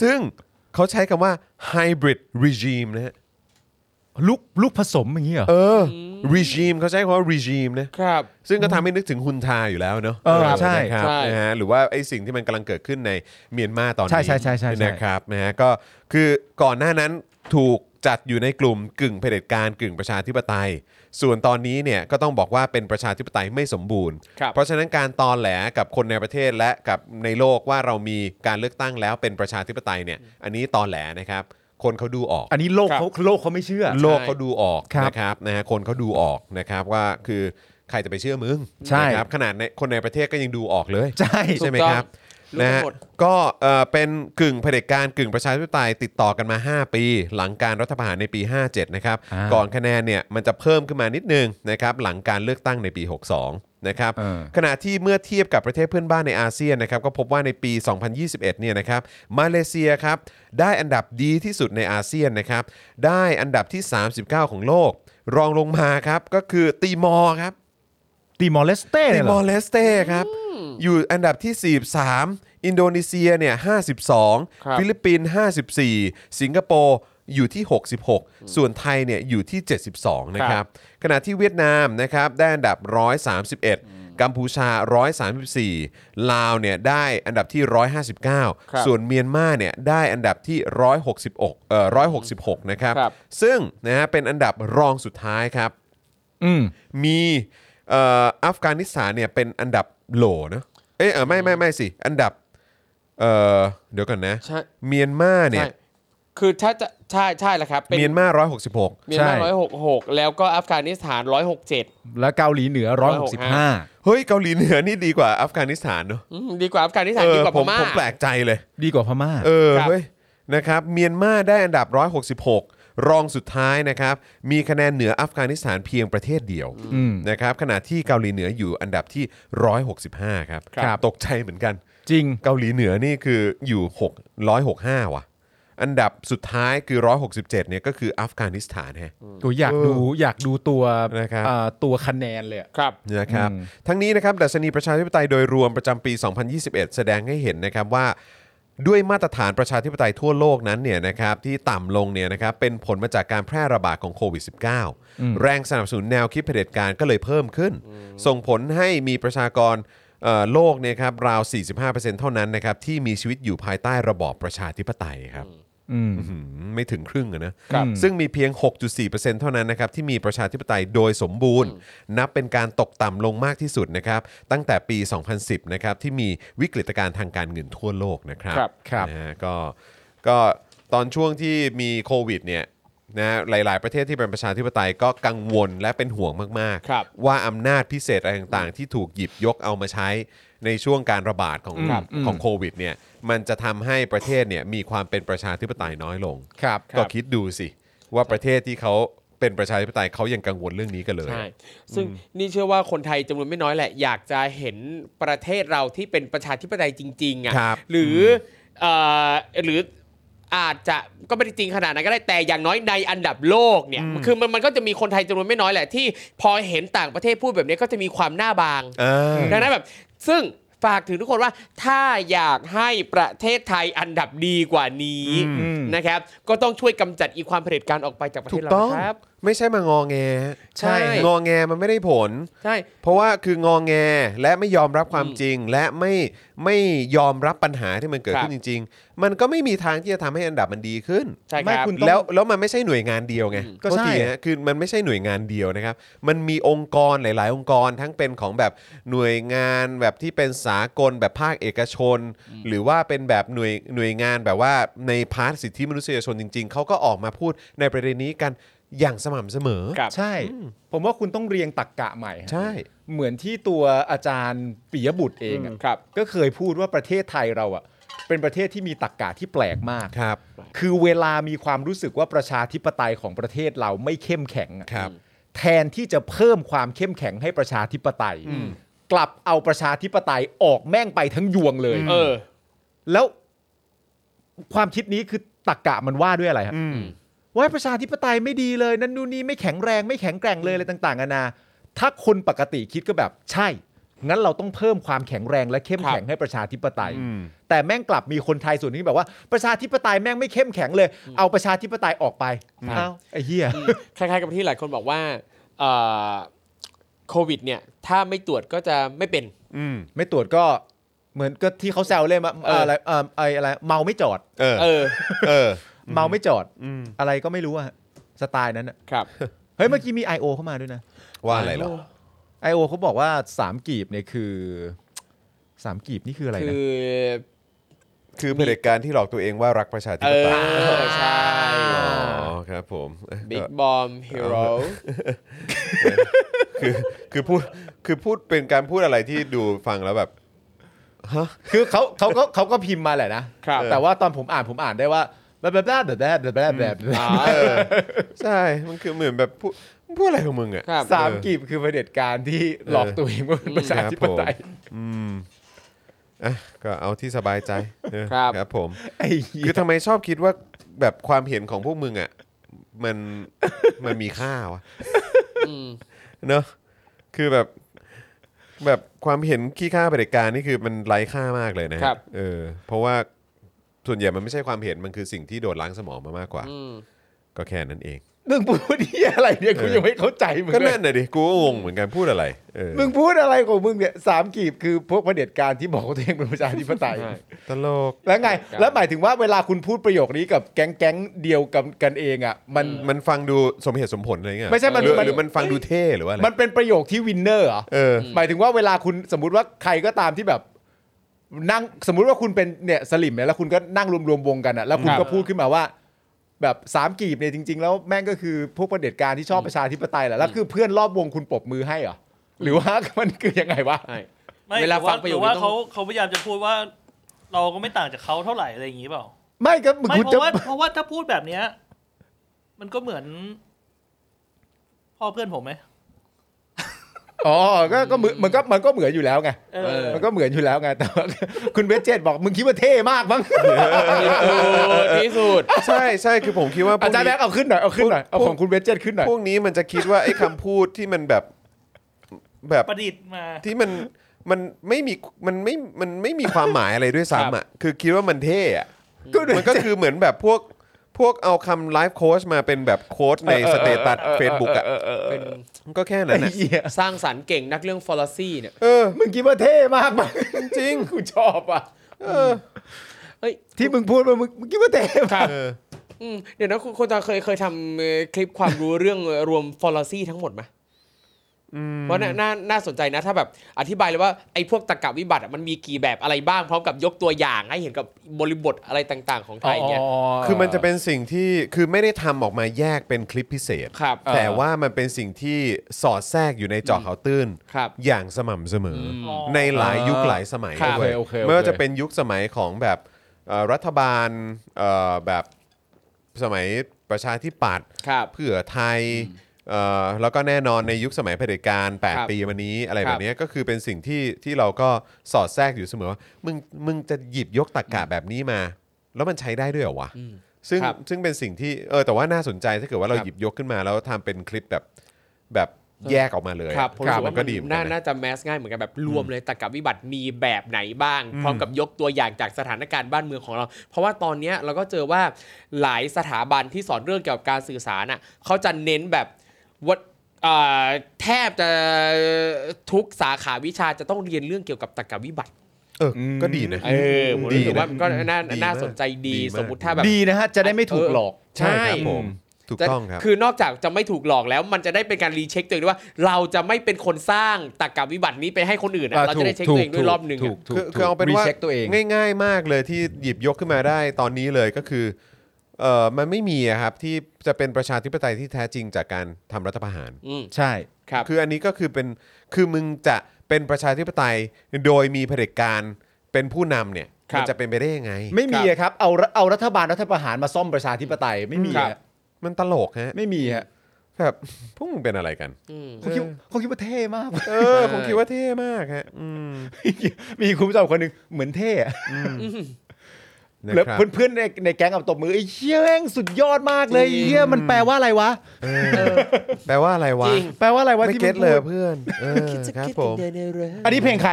Speaker 1: ซึ่งเขาใช้คำว่า hybrid regime นะฮะ
Speaker 2: ลูกลูกผสมอย่างนี้เหรอ
Speaker 1: เออ regime เขาใช้คำว่า regime นะครับ ซึ่งก็ทำให้นึกถึงฮุนทาอยู่แล้วเนอะ
Speaker 2: เออใช่
Speaker 1: นะครับ
Speaker 3: ใช่
Speaker 1: นะฮะหรือว่าไอ้สิ่งที่มันกำลังเกิดขึ้นในเมียนมาตอนนี้
Speaker 2: ใช่ใช่ใช่ใช่ใช่
Speaker 1: นะครับนะฮะก็คือก่อนหน้านั้นถูกจัดอยู่ในกลุ่มกึ่งเผด็จการกึ่งประชาธิปไตย ส่วนตอนนี้เนี่ยก็ต้องบอกว่าเป็นประชาธิปไตยไม่สมบูรณ์
Speaker 3: ครับ
Speaker 1: เพราะฉะนั้นการตอนแหลกับคนในประเทศและกับในโลกว่าเรามีการเลือกตั้งแล้วเป็นประชาธิปไตยเนี่ยอันนี้ตอนแหลนะครับ คนเขาดูออก
Speaker 2: อันนี้โลก
Speaker 3: ครับ
Speaker 2: เขาโลกเขาไม่เชื่อ
Speaker 1: โลกเขาดูออก
Speaker 2: ครับ
Speaker 1: นะครับนะฮะคนเขาดูออกนะครับว่าคือใครจะไปเชื่อมึง
Speaker 2: ใช่
Speaker 1: นะครับขนาดในคนในประเทศก็ยังดูออกเลย
Speaker 2: ใช่
Speaker 1: ใช่ไหม
Speaker 3: ถูกต้อง
Speaker 1: ครับ
Speaker 3: รู้กัน
Speaker 1: นะฮะ
Speaker 3: หมด
Speaker 1: ก็เอ่อเป็นกึ่งเผด็จการกึ่งประชาธิปไตยติดต่อกันมา 5 ปี หลังการรัฐประหารในปี 57 นะครับ
Speaker 2: อ่า
Speaker 1: ก่อนคะแนนเนี่ยมันจะเพิ่มขึ้นมานิดนึงนะครับหลังการเลือกตั้งในปี 62 นะครับ
Speaker 2: เออ
Speaker 1: ขณะที่เมื่อเทียบกับประเทศเพื่อนบ้านในอาเซียนนะครับก็พบว่าในปี 2021 เนี่ยนะครับมาเลเซียครับได้อันดับดีที่สุดในอาเซียนนะครับได้อันดับที่ 39 ของโลก รองลงมาครับก็คือตีมอร์ครับ
Speaker 2: ตีมอร์เลสเต้
Speaker 1: ติ
Speaker 2: เนี่ยเหร
Speaker 1: มอ
Speaker 2: อ
Speaker 1: ร์เลสเต้ครับ อยู่อันดับที่ 43 อินโดนีเซียเนี่ย
Speaker 3: ครับ
Speaker 1: 52 ฟิลิปปินส์54 สิงคโปร์อยู่ที่ 66 ส่วนไทยเนี่ยอยู่ที่ 72 นะครับ ขณะที่เวียดนามนะครับได้อันดับ 131 กัมพูชา 134 ลาวเนี่ยได้อันดับที่ 159 ส่วนเมียนมาเนี่ยได้อันดับที่ 166เอ่อ166 นะครับ
Speaker 3: ครับ
Speaker 1: ซึ่งนะฮะเป็นอันดับรองสุดท้ายครับ
Speaker 2: อืม
Speaker 1: มีเอ่ออัฟกานิสถานเนี่ยเป็นอันดับโหลนะเอ้ยเออไม่ไม่ไม่สิ อันดับเอ่อเดี๋ยวก่อนนะ
Speaker 3: ใช่
Speaker 1: เมียนมาเนี่ย
Speaker 3: ใช่คือถ้าจะใช่ใช่แหละครับป็
Speaker 1: เมียนมา166
Speaker 3: เมียนมา
Speaker 2: ใช่
Speaker 3: ร้อยหกหกแล้วก็อัฟกานิสถานร้อยหกเจ็ด
Speaker 2: แล้วเกาหลีเหนือ 165
Speaker 1: เฮ้ย เกาหลีเหนือนี่ดีกว่าอัฟกานิสถานเนอะ
Speaker 3: ดีกว่าอัฟกานิสถาน
Speaker 1: เออ
Speaker 3: ดีกว่า
Speaker 1: ผ
Speaker 3: พ
Speaker 1: ม
Speaker 3: ม่า
Speaker 1: ผมแปลกใจเลย
Speaker 2: ดีกว่าพม่า
Speaker 1: เออ
Speaker 3: ครับ
Speaker 1: เฮ้ยนะครับเมียนมาได้อันดับ 166 รองสุดท้ายนะครับ มีคะแนนเหนืออัฟกานิสถานเพียงประเทศเดียว
Speaker 2: อืม
Speaker 1: นะครับขณะที่เกาหลีเหนืออยู่อันดับที่ 165 ครับ
Speaker 2: ครับ
Speaker 1: ตกใจเหมือนกัน
Speaker 2: จริง
Speaker 1: เกาหลีเหนือนี่คืออยู่ 6 165 ว่ะ อันดับสุดท้ายคือ 167 เนี่ยก็คืออัฟกานิสถานฮะ
Speaker 2: ตัวอยากดูอยากดูตัว
Speaker 1: นะครับ
Speaker 2: อ่าตัวคะแนนเลยอะ
Speaker 3: ครับ
Speaker 1: นะครับ
Speaker 2: อืม
Speaker 1: ทั้งนี้นะครับดัชนีประชาธิปไตยโดยรวมประจำปี 2021 แสดงให้เห็นนะครับว่า ด้วยมาตรฐานประชาธิปไตยทั่วโลกนั้นเนี่ยนะครับที่ต่ำลงเนี่ยนะครับเป็นผลมาจากการแพร่ระบาดของโควิด -19 แรงสนับสนุนแนวคิดเผด็จการก็เลยเพิ่มขึ้น ส่งผลให้มีประชากรเอ่อโลกเนี่ยครับราว 45%เท่านั้นนะครับที่มีชีวิตอยู่ภายใต้ระบอบประชาธิปไตยครับ
Speaker 2: อืม
Speaker 1: อืมไม่ถึงครึ่งอะนะครับ ซึ่งมีเพียง 6.4%เท่านั้นนะครับที่มีประชาธิปไตยโดยสมบูรณ์ นับเป็นการตกต่ำลงมากที่สุดนะครับตั้งแต่ปี 2010 นะครับที่มีวิกฤตการณ์ทางการเงินทั่วโลกนะครับ
Speaker 3: ครับ
Speaker 2: ครับ
Speaker 1: นะฮะก็ก็ตอนช่วงที่มีโควิดเนี่ยนะหลาย ๆ ประเทศที่เป็นประชาธิปไตยก็กังวลและเป็นห่วงมาก
Speaker 3: ครับ
Speaker 1: ๆ ว่าอำนาจพิเศษอะไรต่างๆ ที่ถูกหยิบยกเอามาใช้ในช่วงการระบาดของ
Speaker 2: ครับอืม
Speaker 1: ของโควิดเนี่ยมันจะทำให้ประเทศเนี่ยมีความเป็นประชาธิปไตยน้อยลง
Speaker 2: ครับ
Speaker 1: ก็คิดดูสิ ว่าประเทศที่เขาเป็นประชาธิปไตยเขายังกังวลเรื่องนี้กันเลย
Speaker 3: ใช่ ซึ่งนี่เชื่อว่าคนไทยจำนวนไม่น้อยแหละ อยากจะเห็นประเทศเราที่เป็นประชาธิปไตยจริงๆ
Speaker 1: ครั
Speaker 3: อะ่ะ
Speaker 1: บ
Speaker 3: หรือเอ่อหรืออาจจะก็ไม่ได้จริงขนาดนั้นก็ได้แต่อย่างน้อยในอันดับโลกเนี่ยคือมันมันก็จะมีคนไทยจำนวนไม่น้อยแหละที่พอเห็นต่างประเทศพูดแบบนี้ก็จะมีความหน้าบาง
Speaker 1: เออ
Speaker 3: ดังนั้นแบบซึ่งฝากถึงทุกคนว่าถ้าอยากให้ประเทศไทยอันดับดีกว่านี้
Speaker 2: อืม
Speaker 3: นะครับ ก็ต้องช่วยกำจัดอีความเผด็จการออกไปจากประเท
Speaker 1: ถู
Speaker 3: ศ
Speaker 1: ก
Speaker 3: เรา
Speaker 1: ต้อง
Speaker 3: นะครับ
Speaker 1: ไม่ใช่มางอแง
Speaker 3: ใช่
Speaker 1: งอแงมันไม่ได้ผล
Speaker 3: ใช่
Speaker 1: เพราะว่าคืองอแงและไม่ยอมรับความจริง และไม่ไม่ยอมรับปัญหาที่มันเกิดขึ้นจริง ๆ มันก็ไม่มีทางที่จะทำให้อันดับมันดีขึ้น
Speaker 3: ใช่ค
Speaker 2: ไม่
Speaker 3: รับ
Speaker 2: คุณ ต้อง
Speaker 1: แล้วแล้วมันไม่ใช่หน่วยงานเดียวไง
Speaker 2: ก็ใช่
Speaker 1: โทษทีฮะคือมันไม่ใช่หน่วยงานเดียวนะครับ มันมีองค์กรหลาย ๆ องค์กรทั้งเป็นของแบบหน่วยงานแบบที่เป็นสากลแบบภาคเอกชน หรือว่าเป็นแบบหน่วยหน่วยงานแบบว่าในพาร์ทสิทธิมนุษยชนจริง ๆ เขาก็ออกมาพูดในประเด็นนี้กันอย่างสม่ำเสมอ
Speaker 3: ครับ
Speaker 2: ใช่ ผมว่าคุณต้องเรียงตรกกะใหม่ฮะ
Speaker 1: ใช่
Speaker 2: เหมือนที่ตัวอาจารย์ปิยบุตรเองอะ
Speaker 3: ครับ
Speaker 2: ก็เคยพูดว่าประเทศไทยเราอ่ะเป็นประเทศที่มีตรกกะที่แปลกมาก
Speaker 1: ครับ
Speaker 2: คือเวลามีความรู้สึกว่าประชาธิปไตยของประเทศเราไม่เข้มแข็งอะ
Speaker 1: ครับ
Speaker 2: แทนที่จะเพิ่มความเข้มแข็งให้ประชาธิปไตย
Speaker 1: อืม
Speaker 2: กลับเอาประชาธิปไตยออกแม่งไปทั้งยวงเลย
Speaker 5: อืม
Speaker 3: เออ
Speaker 2: แล้วความคิดนี้คือตรกกะมันว่าด้วยอะไรฮะ
Speaker 1: อืม
Speaker 2: ว่าประชาธิปไตยไม่ดีเลยนั่นนู่นนี่ไม่แข็งแรงไม่แข็งแกร่งเลยอะไรต่างๆนานาถ้าคนปกติคิดก็แบบใช่ งั้นเราต้องเพิ่มความแข็งแรงและเข้มแข็งให้ประชาธิปไตย
Speaker 1: อืม
Speaker 2: แต่แม่งกลับมีคนไทยส่วนหนึงที่แบบว่าประชาธิปไตยแม่งไม่เข้มแข็งเลย เอาประชาธิปไตยออกไปเอ้าไอ้เหี้ย
Speaker 3: คล้ายๆกับที่หลายคนบอกว่าเอ่อโควิด เนี่ย ถ้าไม่ตรวจก็จะไม่เป็น
Speaker 1: อืม
Speaker 2: ไม่ตรวจก็เหมือนก็ที่เขาแซวเล่นมา
Speaker 3: เอออ
Speaker 2: อะไรเอ่อไอ้อะไรเมาไม่จอด
Speaker 1: เออ
Speaker 3: เออ
Speaker 1: เออ
Speaker 2: เมาไม่จอด
Speaker 1: อืม
Speaker 2: อะไรก็ไม่รู้อะสไตล์นั้นอะ
Speaker 3: ครับ
Speaker 2: เฮ้ยเมื่อกี้มี I.O. เข้ามาด้วยนะ
Speaker 1: ว่าอะไรเหรอ
Speaker 2: I.O. เขาบอกว่าสามกีบเนี่ยคือสามกีบนี่คืออะไร
Speaker 3: คื
Speaker 2: นะ
Speaker 3: อ
Speaker 1: คือเผด็จการที่หลอกตัวเองว่ารักประชาธิป
Speaker 3: เอ
Speaker 1: ไต
Speaker 3: อย ใช่
Speaker 1: อ๋อครับผม
Speaker 3: บิ๊
Speaker 1: ก็
Speaker 3: กบอมฮีโร่
Speaker 1: คือ คือพูดคือพูดเป็นการพูดอะไรที่ดูฟังแล้วแบบ
Speaker 2: คือเขาเขาก็เขาก็พิมพ์มาแหละนะ
Speaker 3: ครับ
Speaker 2: แต่ว่าตอนผมอ่านผมอ่านได้ว่าแบบแบบแบบแบบแบบแบบแบบ
Speaker 3: อ๋อ
Speaker 1: เออ ใช่ มันคือเหมือนแบบพูดพูดอะไรของมึงอ่ะ
Speaker 3: ครับ
Speaker 2: สามกีบคือเผด็จการที่หลอกตัวเองว่าเป็นประชาธิปไตย
Speaker 1: อืมอ่ะก็เอาที่สบายใจเออ
Speaker 3: ครับ
Speaker 1: ครับผม
Speaker 2: ไอ้เหี้
Speaker 1: คื
Speaker 2: ย
Speaker 1: อทำไมชอบคิดว่าแบบความเห็นของพวกมึงอ่ะ มันมันมีค่าวะ
Speaker 3: อืม
Speaker 1: เนอะคือแบบ แบบความเห็นขี้ค่าเผด็จการนี่คือมันไร้ค่ามากเลยนะฮะ
Speaker 3: ครับ
Speaker 1: เออ เพราะว่าส่วนใหญ่มันไม่ใช่ความเห็นมันคือสิ่งที่โดนล้างสมองมามากกว่า
Speaker 3: อืม
Speaker 1: ก็แค่นั้นเอง
Speaker 2: มึงพูดเหี้ยอะไรเนี่ยกูยังไม่เข้าใจมึง
Speaker 1: ก็
Speaker 2: เล
Speaker 1: นั่
Speaker 2: ย
Speaker 1: นน่ะดิกูก็งงเหมือนกันพูดอะไรเออ
Speaker 2: มึงพูดอะไรของมึงเนี่ยสามกีบคือพวกเผด็จการที่บอกว่าตัวเองเป็นประชาธิปไตย
Speaker 3: ใช่
Speaker 1: ตลก
Speaker 2: แล้วไง แล้วหมายถึงว่าเวลาคุณพูดประโยคนี้กับแก๊งแก๊งๆเดียวกับกันเองอ่ะมัน
Speaker 1: มันฟังดูสมเหตุสมผลอะไรเงี้ย
Speaker 2: ไม่ใช่มัน
Speaker 1: หรือ
Speaker 2: มัน
Speaker 1: หรือมันฟังดูเท่หรือว่าอะไร
Speaker 2: มันเป็นประโยคที่วินเนอร์เหรอ
Speaker 1: เออ
Speaker 2: หมายถึงว่าเวลาคุณสมมติว่าใครก็ตามที่แบบนั่งสมมุติว่าคุณเป็นเนี่ยสลิมเนี่ยแล้วคุณก็นั่งรวมๆวงกันอะแล้วคุณ
Speaker 3: ครับ
Speaker 2: ก็พูดขึ้นมาว่า แบบสามกีบเนี่ยจริง ๆ แล้วแม่งก็คือพวกประเผด็จการที่ชอบประชาธิปไตยแหละแล้วคือเพื่อนรอบวงคุณปรบมือให้เหรอหรือว่า มันคือยังไงวะ
Speaker 3: ใช่
Speaker 5: ไม่
Speaker 3: เวลาฟัง
Speaker 5: ห
Speaker 3: ประโย
Speaker 5: รื
Speaker 3: ค
Speaker 5: อ
Speaker 3: นี้
Speaker 5: ว่า
Speaker 3: ต้อง
Speaker 5: เขาเขาพยายามจะพูดว่า เราก็ไม่ต่างจากเขาเท่าไหร่อะไรอย่างนี้เปล่า
Speaker 2: ไม่ก็มึง
Speaker 5: ไม่
Speaker 2: คุณ
Speaker 5: เพ
Speaker 2: จะ
Speaker 5: ราะว่าเพราะว่าถ้าพูดแบบเนี้ย มันก็เหมือน พ่อเพื่อนผมไหม
Speaker 2: อ๋อก็ก็เหมือนมันก็มันก็เหมือนอยู่แล้วไง
Speaker 5: เอ
Speaker 3: เอ
Speaker 5: อ
Speaker 3: อ
Speaker 2: มันก็เหมือนอยู่แล้วไงแต่ว่าคุณเวจเจตบอกมึงคิดว่าเท่มากมั้ง
Speaker 3: ที่สุด
Speaker 1: ใช่ใช่คือผมคิดว่าพว
Speaker 2: อาก จารย์แบ
Speaker 1: นี้
Speaker 2: งค์เอาขึ้นหน่อยเอาขึ้นหน่อยเอาของคุณเวจเจตขึ้นหน่อย
Speaker 1: พวกนี้มันจะคิดว่าไอ้คำพูดที่มันแบบแบบ
Speaker 5: ประดิษฐ์มา
Speaker 1: ที่มันมันไม่มีมันไม่มันไม่มีความหมายอะไรด้วยซ้ำอ่ะคือคิดว่ามันเท่อะมันก็คือเหมือนแบบพวกพวกเอาคำไลฟ์โค้ชมาเป็นแบบโค้ชในสเตตัสเฟซบุ๊กอ่ะ
Speaker 3: เป็น
Speaker 1: ก็แค่นั้นน่ะ
Speaker 2: ไอ้เหี้ย
Speaker 3: สร้างสรรค์เก่งนักเรื่องฟอลซี่เนี่ย
Speaker 1: เออ
Speaker 2: มึงคิดว่าเท่มากมั้ย
Speaker 1: จริง
Speaker 2: กูชอบอ่ะ
Speaker 1: เออ
Speaker 3: เฮ้ย
Speaker 2: ที่มึงพูดมามึงมึงคิดว่าเท่มาก
Speaker 1: เออ
Speaker 3: อืมเดี๋ยวนะคุณคุณตาเคยเคยทำเอ่อคลิปความรู้ เรื่องเอ่อรวมฟอลซี่ทั้งหมดไหมเพราะน่าน่าน่าสนใจนะถ้าแบบอธิบายเลยว่าไอ้พวกตรรกะวิบัติอะมันมีกี่แบบอะไรบ้างพร้อมกับยกตัวอย่างให้เห็นกับบริบทอะไรต่างๆ ของไทยเนี่ย
Speaker 1: คือมันจะเป็นสิ่งที่คือไม่ได้ทำออกมาแยกเป็นคลิปพิเศษ
Speaker 3: ครับ
Speaker 1: แต่ว่ามันเป็นสิ่งที่สอดแทรกอยู่ในเจอเขาวตื้น
Speaker 3: ครับ
Speaker 1: อย่างสม่ำเสมออ
Speaker 5: ม
Speaker 1: ในหลายยุคหลายสมัย
Speaker 3: ครับ
Speaker 1: ด้วย
Speaker 2: โอเคโอเค
Speaker 1: ไม่ว่าจะเป็นยุคสมัยของแบบเอ่อรัฐบาลเอ่อแบบสมัยประชาธิปัตย์
Speaker 3: ครับ
Speaker 1: เพื่อไทยเอ่อแล้วก็แน่นอนในยุคสมัยเผด็จการ
Speaker 3: ครับ
Speaker 1: 8 ปีมานี้อะไร
Speaker 3: ครับ
Speaker 1: แบบเนี้ยก็คือเป็นสิ่งที่ที่เราก็สอดแทรกอยู่เสมอว่ามึงมึงจะหยิบยกตรกกะแบบนี้มา แล้วมันใช้ได้ด้วยเหรอวะ ซึ่ง
Speaker 3: ครับ
Speaker 1: ซึ่งเป็นสิ่งที่เออแต่ว่าน่าสนใจถ้าเกิดว่าเรา
Speaker 3: ครับ
Speaker 1: หยิบยกขึ้นมาแล้วทำเป็นคลิปแบบแบบแยกออกมาเลย
Speaker 3: ครับผมรู้สึก
Speaker 1: มั
Speaker 3: ว่าน มั
Speaker 1: ก็
Speaker 3: น
Speaker 1: ดีเหมือน
Speaker 3: น่า
Speaker 1: กันนะ
Speaker 3: น่าจะแมสง่ายเหมือนกันแบบรวมเลยตรรกะวิบัติมีแบบไหนบ้าง พร้อมกับยกตัวอย่างจากสถานการณ์บ้านเมืองของเรา เพราะว่าตอนเนี้ยเราก็เจอว่าหลายสถาบันที่สอนเรื่องเกี่ยวกับการสื่อสารอ่ะเขาจะเน้นแบบวัดเอ่อแทบจะทุกสาขาวิชาจะต้องเรียนเรื่องเกี่ยวกับตรรกะวิบัติ
Speaker 1: เออ ก็ดีนะ
Speaker 3: เออผมรู้สึกว่ามันก็น่า
Speaker 1: ดีมาก
Speaker 3: น่าสนใจดี
Speaker 1: ดีมาก
Speaker 3: สมมติถ้าแบบ
Speaker 2: ดีนะฮะ จะได้ไม่ถูกหลอก
Speaker 1: ใช่ครับผม ถูกต้องครับ
Speaker 3: คือนอกจากจะไม่ถูกหลอกแล้วมันจะได้เป็นการรีเช็คตัวเองด้วยว่า เราจะไม่เป็นคนสร้างตรรกะวิบัตินี้ไปให้คนอื่นอะ
Speaker 2: อ่า
Speaker 3: เราจะ
Speaker 2: ถู
Speaker 3: ได้
Speaker 2: ก
Speaker 3: เช็คตัวเองด้วย
Speaker 2: ถูก
Speaker 3: รอบหนึ่งอะ
Speaker 2: ถูก
Speaker 1: คือคือเอาเป็นว่า
Speaker 2: recheck ตัวเอง
Speaker 1: ง่ายๆมากเลยที่หยิบยกขึ้นมาได้ตอนนี้เลยก็คือเออมันไม่มีอะครับที่จะเป็นประชาธิปไตยที่แท้จริงจากการทำรัฐประหาร
Speaker 3: อืม
Speaker 2: ใช่
Speaker 3: ครับ
Speaker 1: คืออันนี้ก็คือเป็นคือมึงจะเป็นประชาธิปไตยโดยมีเผด็จการเป็นผู้นำเนี่ย
Speaker 3: ครับ
Speaker 1: มันจะเป็นไปได้ยังไง
Speaker 2: ไม่มีอะครับเอาเอารัฐบาลรัฐประหารมาซ่อมประชาธิปไตยไม่มี
Speaker 3: ครับ
Speaker 2: ฮะ
Speaker 1: มันตลกฮะ
Speaker 2: ไม่มีฮะ
Speaker 1: แบบพวกมึงเป็นอะไรกัน
Speaker 3: อืม
Speaker 2: เขาคิดเขาคิดว่าเท่มาก
Speaker 1: เออ ผมคิดว่าเท่มากฮะอืม
Speaker 2: มีคุณผู้ชมคนหนึ่งเหมือนเท่อะ
Speaker 1: นะ
Speaker 2: แล้ว
Speaker 1: ครับ
Speaker 2: เพื่อนๆในในแก๊งอับตบมือไอ้เหี้ยแม่งสุดยอดมากเลย
Speaker 3: จริง
Speaker 2: เหี้ยมันแปลว่าอะไรวะ
Speaker 1: เออแปลว่าอะไรวะ
Speaker 3: จริง
Speaker 2: แปลว่าอะไรวะ
Speaker 1: ไม่
Speaker 2: ที่
Speaker 1: เก็
Speaker 2: มั
Speaker 1: ต
Speaker 2: น
Speaker 1: เลย
Speaker 2: พูด
Speaker 1: เพื่อนเออ
Speaker 4: คิดจะ
Speaker 1: ครับ
Speaker 4: คิด
Speaker 1: ผ
Speaker 4: ถึง
Speaker 1: ม
Speaker 4: เดินในเรือ
Speaker 2: อันนี้เพลงใคร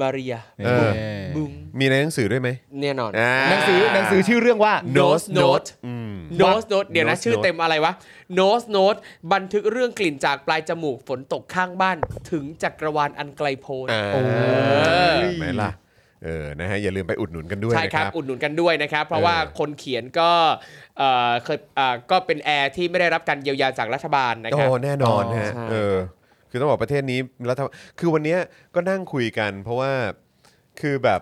Speaker 3: มาเรีย
Speaker 1: เออ
Speaker 2: บุ้ง
Speaker 1: มีในหนังสือด้วยไหม
Speaker 3: แน่นอน
Speaker 1: า
Speaker 2: หนังสือหนังสือชื่อเรื่องว่า
Speaker 3: Nose Note
Speaker 1: อืม
Speaker 3: โนสโนตเดี๋ยวนะ
Speaker 1: Nose
Speaker 3: ชื่อ
Speaker 1: Note
Speaker 3: เต็มอะไรวะโนสโนตบันทึกเรื่องกลิ่นจากปลายจมูกฝนตกข้างบ้านถึงจักรวาลอันไกลโพ้น
Speaker 1: อ่า
Speaker 2: โอ้ย
Speaker 1: ไหมล่ะเออนะฮะอย่าลืมไปอุดหนุนกันด้วย
Speaker 3: ใช่
Speaker 1: นะ
Speaker 3: ค
Speaker 1: ค
Speaker 3: รั
Speaker 1: รับ บ
Speaker 3: อุดหนุนกันด้วยนะครับ เพราะว่า
Speaker 1: เออ
Speaker 3: คนเขียนก็เอ่อเคยเอ่อก็เป็นแอร์ที่ไม่ได้รับการเยียวยาจากรัฐบาลนะค
Speaker 1: โอ้
Speaker 3: รับ
Speaker 1: แน่นอน
Speaker 2: อ๋อ
Speaker 1: ฮะ
Speaker 3: ใช่
Speaker 1: เออ คือต้องบอกประเทศนี้รัฐบาลคือวันเนี้ยก็นั่งคุยกัน เพราะว่าคือแบบ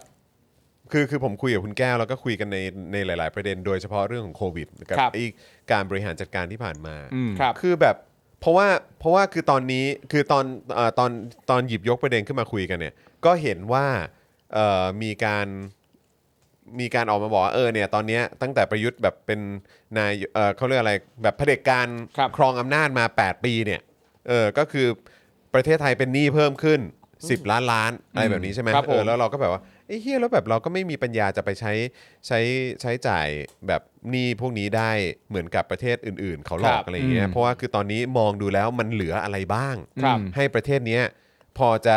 Speaker 1: คือคือผมคุยกับคุณแก้วแล้วก็คุยกันในในหลาย ๆ ประเด็น โดยเฉพาะเรื่องของโควิดกัไอ้การบริหารจัดการที่ผ่านมา
Speaker 3: ครับ
Speaker 1: คือแบบเพราะว่าเพราะว่าคือตอนนี้คือตอนเออตอนตอนหยิบยกประเด็นขึ้นมาคุยกันเนี่ยก็เห็นว่าเอ่อมีการมีการออกมาบอกว่าเออเนี่ยตอนเนี้ยตั้งแต่ประยุทธ์แบบเป็นนายเออเขาเรียกอะไรแบบเผด็จการ
Speaker 3: ครับ
Speaker 1: ครองอำนาจมา 8 ปีเนี่ยเออก็คือประเทศไทยเป็นหนี้เพิ่มขึ้น 10 ล้านล้านอะไรแบบนี้ใช่ไหม
Speaker 3: ครับผม
Speaker 1: เออแล้วเราก็แบบว่าไอ้ยเฮียแล้วแบบเราก็ไม่มีปัญญาจะไปใช้ใช้ใช้จ่ายแบบหนี้พวกนี้ได้เหมือนกับประเทศอื่น ๆ เขาหลอ
Speaker 3: ครั
Speaker 1: ก
Speaker 3: บ
Speaker 1: อะไรอย่างเงี้ย
Speaker 2: อืม
Speaker 1: เพราะว่าคือตอนนี้มองดูแล้วมันเหลืออะไรบ้าง
Speaker 3: ครับ
Speaker 1: ให้ประเทศเนี้ยพอจะ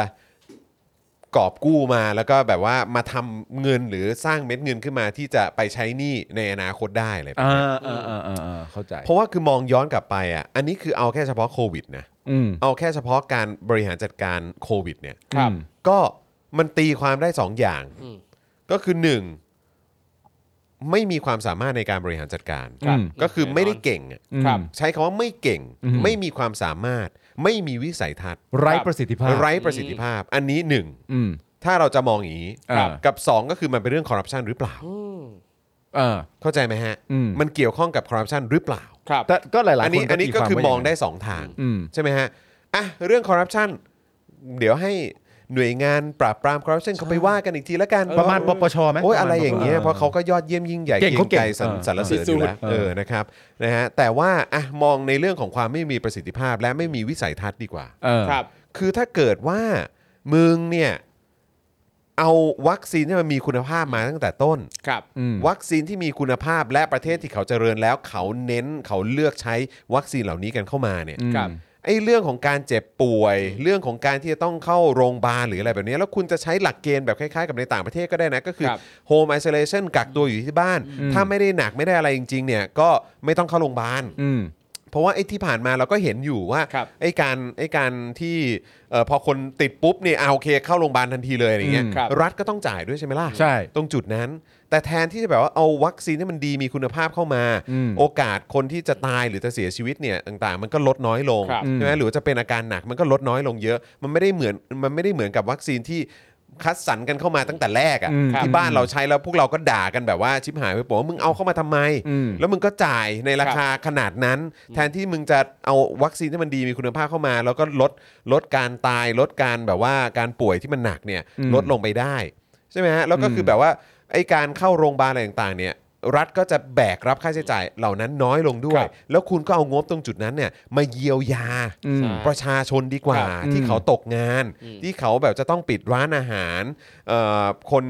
Speaker 1: กอบกู้มาแล้วก็แบบว่ามาทำเงินหรือสร้างเม็ดเงินขึ้นมาที่จะไปใช้หนี้ในอนาคตได้อะไรแบบ
Speaker 2: อ่า
Speaker 1: เนี้ย
Speaker 2: อ่าอ่าอ่าอ่าเข้าใจ
Speaker 1: เพราะว่าคือมองย้อนกลับไปอ่ะอันนี้คือเอาแค่เฉพาะโควิดนะ
Speaker 2: อืม
Speaker 1: เอาแค่เฉพาะการบริหารจัดการโควิดเนี่ย
Speaker 3: ครับ
Speaker 1: ก็มันตีความได้สองอย่าง
Speaker 3: อืม
Speaker 1: ก็คือหนึ่งไม่มีความสามารถในการบริหารจัดการ
Speaker 2: อืม
Speaker 1: ก็คือไม่ได้เก่งอะ
Speaker 2: อืม
Speaker 3: ครับ
Speaker 1: ใช้คำว่าไม่เก่ง
Speaker 2: อืม
Speaker 1: ไม่มีความสามารถ ไม่มีวิสัยทัศน์
Speaker 2: ไร้ประสิทธิภาพ
Speaker 1: ไร้ประสิทธิภาพ อันนี้หนึ่ง
Speaker 2: อืม
Speaker 1: ถ้าเราจะมองอย่างนี้
Speaker 2: ครับ
Speaker 1: กับ 2 ก็คือมันเป็นเรื่องคอร์รัปชันหรือเปล่า
Speaker 3: อืม
Speaker 2: เออ
Speaker 1: เข้าใจไหมฮะ
Speaker 2: อืม
Speaker 1: มันเกี่ยวข้องกับคอร์รัปชันหรือเปล่า
Speaker 3: ครับ
Speaker 2: แต่ก็หลายๆ
Speaker 1: อันนี้
Speaker 2: คน
Speaker 1: อันนี้ก็
Speaker 2: ตีวา
Speaker 1: คือมอง
Speaker 2: ว่าย่า
Speaker 1: ได้ 2 ทาง
Speaker 2: อืม
Speaker 1: ใช่ไหมฮะอ่ะเรื่องคอร์รัปชันเดี๋ยวให้หน่วยงานปราบปรามคอร์รัปชันเขาไปว่ากันอีกทีละกัน
Speaker 2: ประมาณปปชไหม
Speaker 1: โอ้ย
Speaker 2: ป
Speaker 1: อะไร
Speaker 2: มณ
Speaker 1: อย่างเงี้ยเพราะเขาก็ยอดเยี่ยมยิ่งใหญ่
Speaker 2: เก่งเขาเก่ง
Speaker 1: ไสรร
Speaker 2: เออ
Speaker 1: สรรเสริญอยู่แล้ว
Speaker 2: เออ
Speaker 1: เออนะครับนะฮะแต่ว่าอ่ะมองในเรื่องของความไม่มีประสิทธิภาพและไม่มีวิสัยทัศน์ดีกว่า
Speaker 2: เออ
Speaker 3: ครับ
Speaker 1: คือถ้าเกิดว่ามึงเนี่ยเอาวัคซีนที่มันมีคุณภาพมาตั้งแต่ต้น
Speaker 3: ครับ
Speaker 2: อืม
Speaker 1: วัคซีนที่มีคุณภาพและประเทศที่เขาเจริญแล้ว เขาเน้นเขาเลือกใช้วัคซีนเหล่านี้กันเข้ามาเนี่ย
Speaker 2: อืม
Speaker 3: ครับ
Speaker 1: ไอ้เรื่องของการเจ็บป่วย เรื่องของการที่จะต้องเข้าโรงพยาบาลหรืออะไรแบบนี้ แล้วคุณจะใช้หลักเกณฑ์แบบคล้ายๆกับในต่างประเทศก็ได้นะ ก็คือ
Speaker 3: ครับ
Speaker 1: โฮมไอโซเลชันกักตัวอยู่ที่บ้าน
Speaker 2: อืม
Speaker 1: ถ้าไม่ได้หนักไม่ได้อะไรจริง ๆ เนี่ย ก็ไม่ต้องเข้าโรงพยาบาล
Speaker 2: อืม
Speaker 1: เพราะว่าไอ้ที่ผ่านมาเราก็เห็นอยู่ว่า
Speaker 3: ครับ
Speaker 1: ไอ้การไอ้การที่เอ่อพอคนติดปุ๊บเนี่ยเอาโอเคเข้าโรงพยาบาลทันทีเลยอะไรเงี้ย
Speaker 2: อืม
Speaker 3: ครับ
Speaker 1: รัฐก็ต้องจ่ายด้วยใช่ไหมล่ะ
Speaker 2: ใช่
Speaker 1: ตรงจุดนั้น แต่แทนที่จะแบบว่าเอาวัคซีนที่มันดีมีคุณภาพเข้ามา
Speaker 2: อืม
Speaker 1: โอกาสคนที่จะตายหรือจะเสียชีวิตเนี่ยต่างๆ มันก็ลดน้อยลง
Speaker 3: ครับ
Speaker 1: ใช่ไหมหรือว่าจะเป็นอาการหนักมันก็ลดน้อยลงเยอะ มันไม่ได้เหมือนมันไม่ได้เหมือนกับวัคซีนที่คัดสรรกันเข้ามาตั้งแต่แรก
Speaker 2: อืม
Speaker 1: อะ่ะที่บ้านเราใช้แล้วพวกเราก็ด่ากันแบบว่าชิบหายไปบอกว่ามึงเอาเข้ามาทำไม
Speaker 2: อืม
Speaker 1: แล้วมึงก็จ่ายในราคาขนาดนั้น แทนที่มึงจะเอาวัคซีนที่มันดีมีคุณภาพเข้ามา แล้วก็ลดลดการตายลดการแบบว่าการป่วยที่มันหนักเนี่ย
Speaker 2: อืม
Speaker 1: ลดลงไปได้ ใช่ไหมฮะแล้วก็คือแบบว่าไอ้การเข้าโรงพยาบาลอะไรต่างๆเนี่ยรัฐก็จะแบกรับค่าใช้จ่ายเหล่านั้นน้อยลงด้ว
Speaker 2: ค
Speaker 1: ย
Speaker 2: รับ
Speaker 1: แล้วคุณก็เอางบตรงจุดนั้นเนี่ยมาเยียวยา
Speaker 2: อืม
Speaker 3: ใช่
Speaker 1: ประชาชนดีกว่า
Speaker 2: ครับ
Speaker 1: ที่
Speaker 2: อืม
Speaker 1: เขาตกงาน
Speaker 3: อืม
Speaker 1: ที่เขาแบบจะต้องปิดร้านอาหารเอ่อคน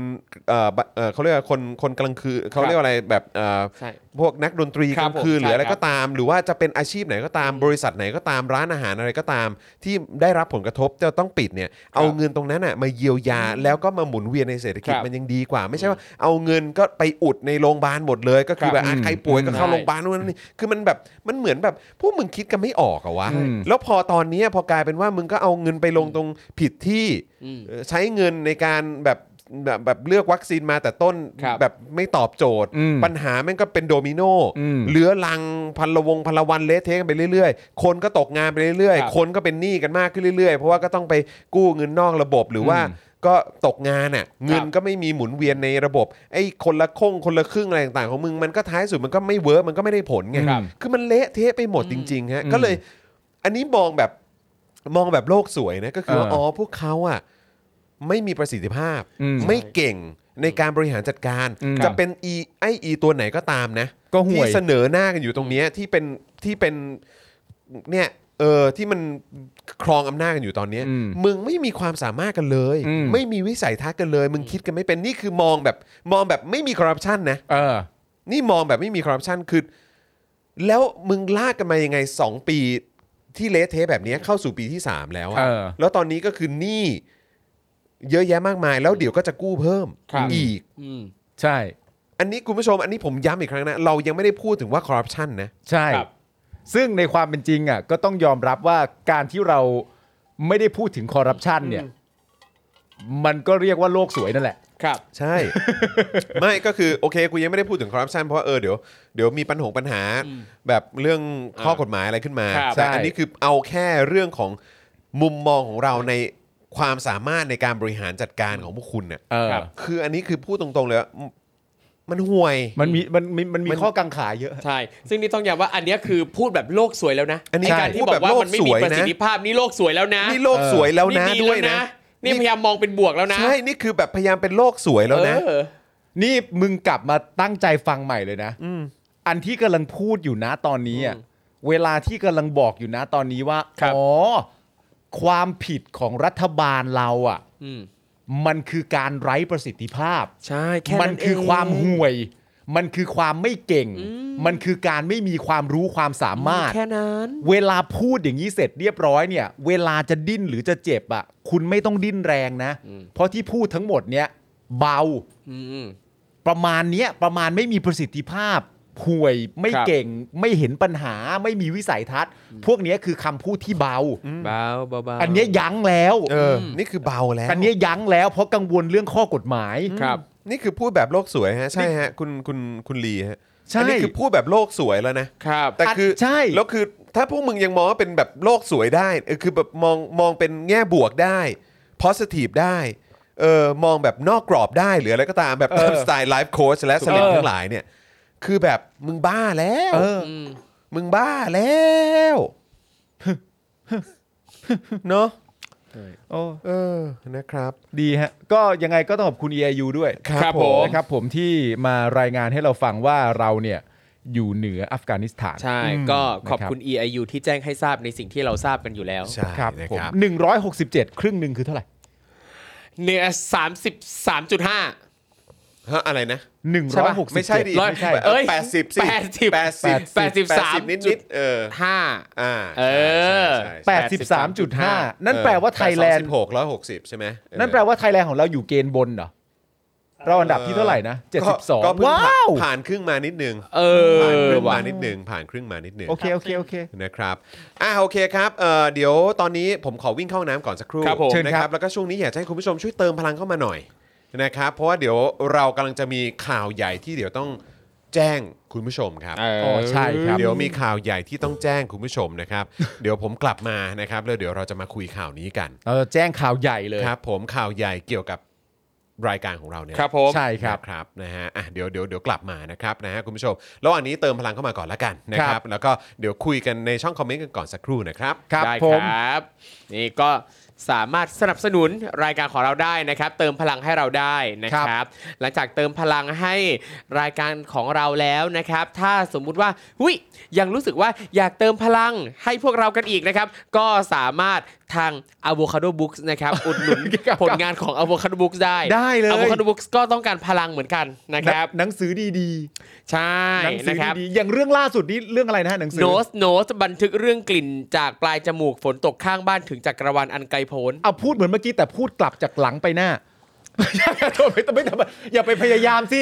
Speaker 1: เอ่อบะเอ่อเขาเรียกว่าคนคนกลางคืนเขาเรียกว่าอะไรแบบเอ่อ
Speaker 3: ใช่
Speaker 1: พวกนักดนตรี
Speaker 3: ค
Speaker 1: ก
Speaker 3: รั
Speaker 1: ลา
Speaker 3: บ
Speaker 1: งคืน
Speaker 3: ผม
Speaker 1: หรืออะไร
Speaker 3: ใช่ครับ
Speaker 1: ก็ตาม หรือว่าจะเป็นอาชีพไหนก็ตามบริษัทไหนก็ตามร้านอาหารอะไรก็ตาม ที่ได้รับผลกระทบจะต้องปิดเนี่ยเอาเงินตรงนั้นอ่ะมาเยียวยาแล้วก็มาหมุนเวียนในเศรษฐกิจ
Speaker 3: ครับ
Speaker 1: มันยังดีกว่า ไม่ใช่ว่าเอาเงินก็ไปอุดในโรงพยาบาลหมดเลยก็คือ
Speaker 3: ครับ
Speaker 1: แบบอ่ะ
Speaker 2: อืม
Speaker 1: ใครป่วยก็เข้า
Speaker 3: ใช่
Speaker 1: โรงพยาบาลนู่นนนนี่คือมันแบบมันเหมือนแบบพวกมึงคิดกันไม่ออกอะวะ
Speaker 2: อืม
Speaker 1: แล้วพอตอนเนี้ยพอกลายเป็นว่ามึงก็เอาเงินไปลงตรงผิดที่
Speaker 3: อืม
Speaker 1: เอ่อใช้เงินในการแบบแบบแบบเลือกวัคซีนมาแต่ต้น
Speaker 3: ครับ
Speaker 1: แบบไม่ตอบโจทย์
Speaker 2: อืม
Speaker 1: ปัญหาแม่งก็เป็นโดมิโน
Speaker 2: อืม
Speaker 1: เหลือลังพันละวงพันละวันเละเทะกันไปเรื่อยๆ คนก็ตกงานไปเรื่อย
Speaker 3: ครับ
Speaker 1: ๆ คนก็เป็นหนี้กันมากขึ้นเรื่อยๆ เพราะว่าก็ต้องไปกู้เงินนอกระบบหรือว่า
Speaker 2: อืม
Speaker 1: ก็ตกงานอ่ะเงินก็ไม่มีหมุนเวียนในระบบไอ้คนละคงคนละครึ่งอะไรต่างๆของมึงมันก็ท้ายสุดมันก็ไม่เวิร์กมันก็ไม่ได้ผลไง
Speaker 3: ครับ
Speaker 1: คือมันเละเทะไปหมดจริงๆฮะก็เลยอันนี้มองแบบมองแบบโลกสวยนะก็คือว่า
Speaker 2: เอออ๋
Speaker 1: อ๋อพวกเขาอ่ะไม่มีประสิทธิภาพ
Speaker 2: อืม
Speaker 1: ไม่เก่ง ในการบริหารจัดการ
Speaker 2: อืม
Speaker 1: จะเป็นอีไออีตัวไหนก็ตามนะ
Speaker 2: ก็ห่วย
Speaker 1: ที่เสนอหน้ากันอยู่ตรงเนี้ยที่เป็นที่เป็นเนี่ยเออที่มันครองอำนาจกันอยู่ตอนเนี้ย
Speaker 2: อืม
Speaker 1: งไม่มีความสามารถกันเลย
Speaker 2: อืม
Speaker 1: ไม่มีวิสัยทัศน์กันเลย มึงคิดกันไม่เป็นนี่คือมองแบบมองแบบไม่มีคอร์รัปชันนะ
Speaker 2: เออ
Speaker 1: นี่มองแบบไม่มีคอร์รัปชันคือ แล้วมึงลากกันมายังไง 2 ปีที่เละเทะแบบเนี้ยเข้าสู่ปีที่ 3 แล้วอะ
Speaker 2: เออ
Speaker 1: แล้วตอนนี้ก็คือหนี้เยอะแยะมากมาย แล้วเดี๋ยวก็จะกู้เพิ่ม
Speaker 2: ครับ
Speaker 1: อีก
Speaker 3: อืม
Speaker 2: ใช่
Speaker 1: อันนี้คุณผู้ชม อันนี้ผมย้ำอีกครั้งนะ เรายังไม่ได้พูดถึงว่าคอร์รัปชันนะ
Speaker 2: ใช่
Speaker 6: ครับ
Speaker 2: ซึ่งในความเป็นจริงอ่ะก็ต้องยอมรับว่าการที่เราไม่ได้พูดถึงคอร์รัปชันเนี่ย
Speaker 3: อืม
Speaker 2: มันก็เรียกว่าโลกสวยนั่นแหละ
Speaker 6: ครับ
Speaker 1: ใช่ ไม่ก็คือโอเคกูยังไม่ได้พูดถึงคอร์รัปชันเพราะว่าเออเดี๋ยวเดี๋ยวมีปัญหาปัญหาแบบเรื่องข้อกฎหมายอะไรขึ้นมา
Speaker 6: ครับ
Speaker 1: แต่
Speaker 2: ใช่
Speaker 1: อันนี้คือเอาแค่เรื่องของมุมมองของเราในความสามารถในการบริหารจัดการของพวกคุณเนี่ย
Speaker 2: เออ
Speaker 6: ครับ
Speaker 1: คืออันนี้คือพูดตรงๆเลยว่ามันห่วย
Speaker 2: มันมีมันมีมันมี
Speaker 1: มัน
Speaker 2: ข้อกังขาเยอะ
Speaker 3: ใช่ ซึ่งนี่ต้องย้ำว่าอันเนี้ยคือพูดแบบโลกสวยแล้วนะ
Speaker 1: อันนี้
Speaker 3: ไการที่บอกว่ามันไม่
Speaker 1: พูด
Speaker 3: มี
Speaker 1: แบบโลกสวยนะ
Speaker 3: ประสิทธิภาพนี่โลกสวยแล้วนะ
Speaker 1: นี่โลกสวยแล้วนะ
Speaker 3: แล้
Speaker 1: ด้วยนะ
Speaker 3: นี่พยายามมองเป็นบวกแล้วนะ
Speaker 1: ใช่ นี่คือแบบพยายามเป็นโลกสวยแล้วนะ
Speaker 3: เออ
Speaker 2: นี่มึงกลับมาตั้งใจฟังใหม่เลยนะ อันที่กำลังพูดอยู่นะตอนนี้อะเวลาที่กำลังบอกอยู่นะตอนนี้ว่า
Speaker 3: ครับ
Speaker 2: อ๋อ ความผิดของรัฐบาลเราอะ่ะ
Speaker 3: อืม
Speaker 2: มันคือการไร้ประสิทธิภาพ
Speaker 3: ใช่แค่
Speaker 2: มันคือ
Speaker 3: เง
Speaker 2: ความห่วย มันคือความไม่เก่ง มันคือการไม่มีความรู้ความสามารถ
Speaker 3: แค่นั้น
Speaker 2: เวลาพูดอย่างนี้เสร็จเรียบร้อยเนี่ย เวลาจะดิ้นหรือจะเจ็บอะ่ะ คุณไม่ต้องดิ้นแรงนะ เพราะที่พูดทั้งหมดเนี่ยเบา
Speaker 3: อืม
Speaker 2: ประมาณเนี้ยประมาณไม่มีประสิทธิภาพห่วยไม่
Speaker 6: ครับ
Speaker 2: เก่ง ไม่เห็นปัญหา ไม่มีวิสัยทัศน์ พวกเนี้ยคือคำพูดที่เบา
Speaker 3: เบาเบาเบา
Speaker 2: อันเนี้ยยั้งแล้ว
Speaker 1: เออ นี่คือเบาแล้ว
Speaker 2: อันเนี้ยยั้งแล้ว เพราะกังวลเรื่องข้อกฎหมาย
Speaker 6: ครับ
Speaker 1: นี่คือพูดแบบโลกสวยฮะ ใช่ฮะ คุณคุณคุณลีฮะ
Speaker 2: ใช่
Speaker 1: อันนี้คือพูดแบบโลกสวยแล้วนะ
Speaker 6: ครับ
Speaker 1: แต่คือ
Speaker 2: ใช่
Speaker 1: แล้วคือถ้าพวกมึงยังมองว่าเป็นแบบโลกสวยได้เออคือแบบมองมองเป็นแง่บวกได้ positive ได้เออมองแบบนอกกรอบได้หรืออะไรก็ตามแบบตามสไตล์ไลฟ์โค้ชและสลิมทั้งหลายเนี่ย คือแบบมึงบ้าแล้ว
Speaker 2: เออ
Speaker 3: อืม
Speaker 1: มึงบ้าแล้ว เนาะ
Speaker 2: โอ้
Speaker 1: เออนะครับ
Speaker 2: ดีฮะ ก็ยังไงก็ต้องขอบคุณ EIU ด้วย
Speaker 1: ครับผม
Speaker 2: นะครับผมที่มารายงานให้เราฟังว่าเราเนี่ยอยู่เหนืออัฟกานิสถาน
Speaker 3: ใช่
Speaker 2: อืม
Speaker 3: ก็
Speaker 2: นะครับ
Speaker 3: ขอบคุณ EIU ที่แจ้งให้ทราบในสิ่งที่เราทราบกันอยู่แล้ว
Speaker 1: ใช่
Speaker 2: ครับ
Speaker 1: นะ
Speaker 2: ผม
Speaker 1: ครับ
Speaker 2: หนึ่งร้อยหกสิบเจ็ดครึ่งหนึ่งคือเท่าไหร่
Speaker 3: เนื้อสามสิบสามจุดห้า
Speaker 1: ฮะอะไรนะ
Speaker 2: หนึ่ง
Speaker 1: ใช่
Speaker 2: ร้อย
Speaker 1: ปะ
Speaker 2: หกสิบ
Speaker 1: ไม่ใช่ดิ
Speaker 3: ร้อย
Speaker 1: ไม่ใช่
Speaker 3: เอ้ย
Speaker 1: แปดสิบสิ
Speaker 3: แปดสิบ
Speaker 1: แปดสิบ
Speaker 3: แปดสิบสาม
Speaker 1: นิดนิดๆเออ
Speaker 3: ห้า
Speaker 1: อ่า
Speaker 3: เออ
Speaker 1: ใช่ใช่ใช่
Speaker 2: แปดสิบสามจุดห้านั่นแปลว่าไทยแลนด์
Speaker 1: หกร้อยหกสิบใช่ไหมเออ
Speaker 2: นั่นแปลว่าไทยแลนด์ของเราอยู่เกณฑ์บนเหรอ เราอันดับที่เท่าไหร่นะ
Speaker 1: ก็ก็
Speaker 2: 72
Speaker 1: เพิ่ง
Speaker 2: ว้า
Speaker 1: ผ่าน
Speaker 2: ว
Speaker 1: ผ่านครึ่งมานิดนึง
Speaker 3: เอ
Speaker 1: ผ่านค
Speaker 3: อ
Speaker 1: รึ่ง
Speaker 3: ว่ะ
Speaker 1: มานิดนึงผ่านครึ่งมานิดนึง
Speaker 2: โอเค โอเค โอเค
Speaker 1: นะครับอ่ะโอเคครับเอ่อเดี๋ยวตอนนี้ผมขอวิ่งเข้าห้องน้ำก่อนสักครู่
Speaker 6: ครับผม
Speaker 2: เชิญ
Speaker 1: นะครับแล้วก็ช่วงนี้อยากจะให้คุณผู้ชมช่วยเติมพลังเข้ามาหน่อยนะครับเพราะว่าเดี๋ยวเรากำลังจะมีข่าวใหญ่ที่เดี๋ยวต้องแจ้งคุณผู้ชมครับ
Speaker 6: เออ
Speaker 2: อ๋อใช่ครับ
Speaker 1: เดี๋ยวมีข่าวใหญ่ที่ต้องแจ้งคุณผู้ชมนะครับ เดี๋ยวผมกลับมานะครับแล้วเดี๋ยวเราจะมาคุยข่าวนี้กัน
Speaker 2: เราจะแจ้งข่าวใหญ่เลย
Speaker 1: ครับ ผมข่าวใหญ่เกี่ยวกับรายการของเราเนี่ย
Speaker 6: ครับผม
Speaker 2: ใช่ครับ
Speaker 1: นะครับนะฮะอ่ะเดี๋ยวเดี๋ยวเดี๋ยวกลับมานะครับนะฮะคุณผู้ชมระหว่างนี้เติมพลังเข้ามาก่อนละกันนะค
Speaker 2: ครั
Speaker 1: รับ
Speaker 2: บ
Speaker 1: แล้วก็เดี๋ยวคุยกันในช่องคอมเมนต์กันก่อนสักครู่นะครับ
Speaker 2: ครับ
Speaker 3: ได้
Speaker 2: ผม
Speaker 3: ครับ นี่ก็สามารถสนับสนุนรายการของเราได้นะครับ เติมพลังให้เราได้นะครับ หลังจากเติมพลังให้รายการของเราแล้วนะครับ ถ้าสมมุติว่าหุยยังรู้สึกว่าอยากเติมพลังให้พวกเรากันอีกนะครับ ก็สามารถทาง Avocado Books นะครับ อุดหนุ นผลงานของ Avocado Books ได้
Speaker 2: ได้เลย
Speaker 3: Avocado Books ก็ต้องการพลังเหมือนกันนะครับ
Speaker 2: หนังสือดี
Speaker 3: ใช่
Speaker 2: ๆ หนังสื
Speaker 3: นะ
Speaker 2: อ
Speaker 3: ครับ
Speaker 2: ดีๆ อย่างเรื่องล่าสุดนี้เรื่องอะไรนะฮะหนังสื
Speaker 3: โนสโนสบันทึกเรื่องกลิ่นจากปลายจมูกฝนตกข้างบ้านถึงจักรวาลอันไกลโพ้น
Speaker 2: เอาพูดเหมือนเมื่อกี้แต่พูดกลับจากหลังไปหน้า โทษไม่ต้องไม่ต้องอย่าไปพยายามสิ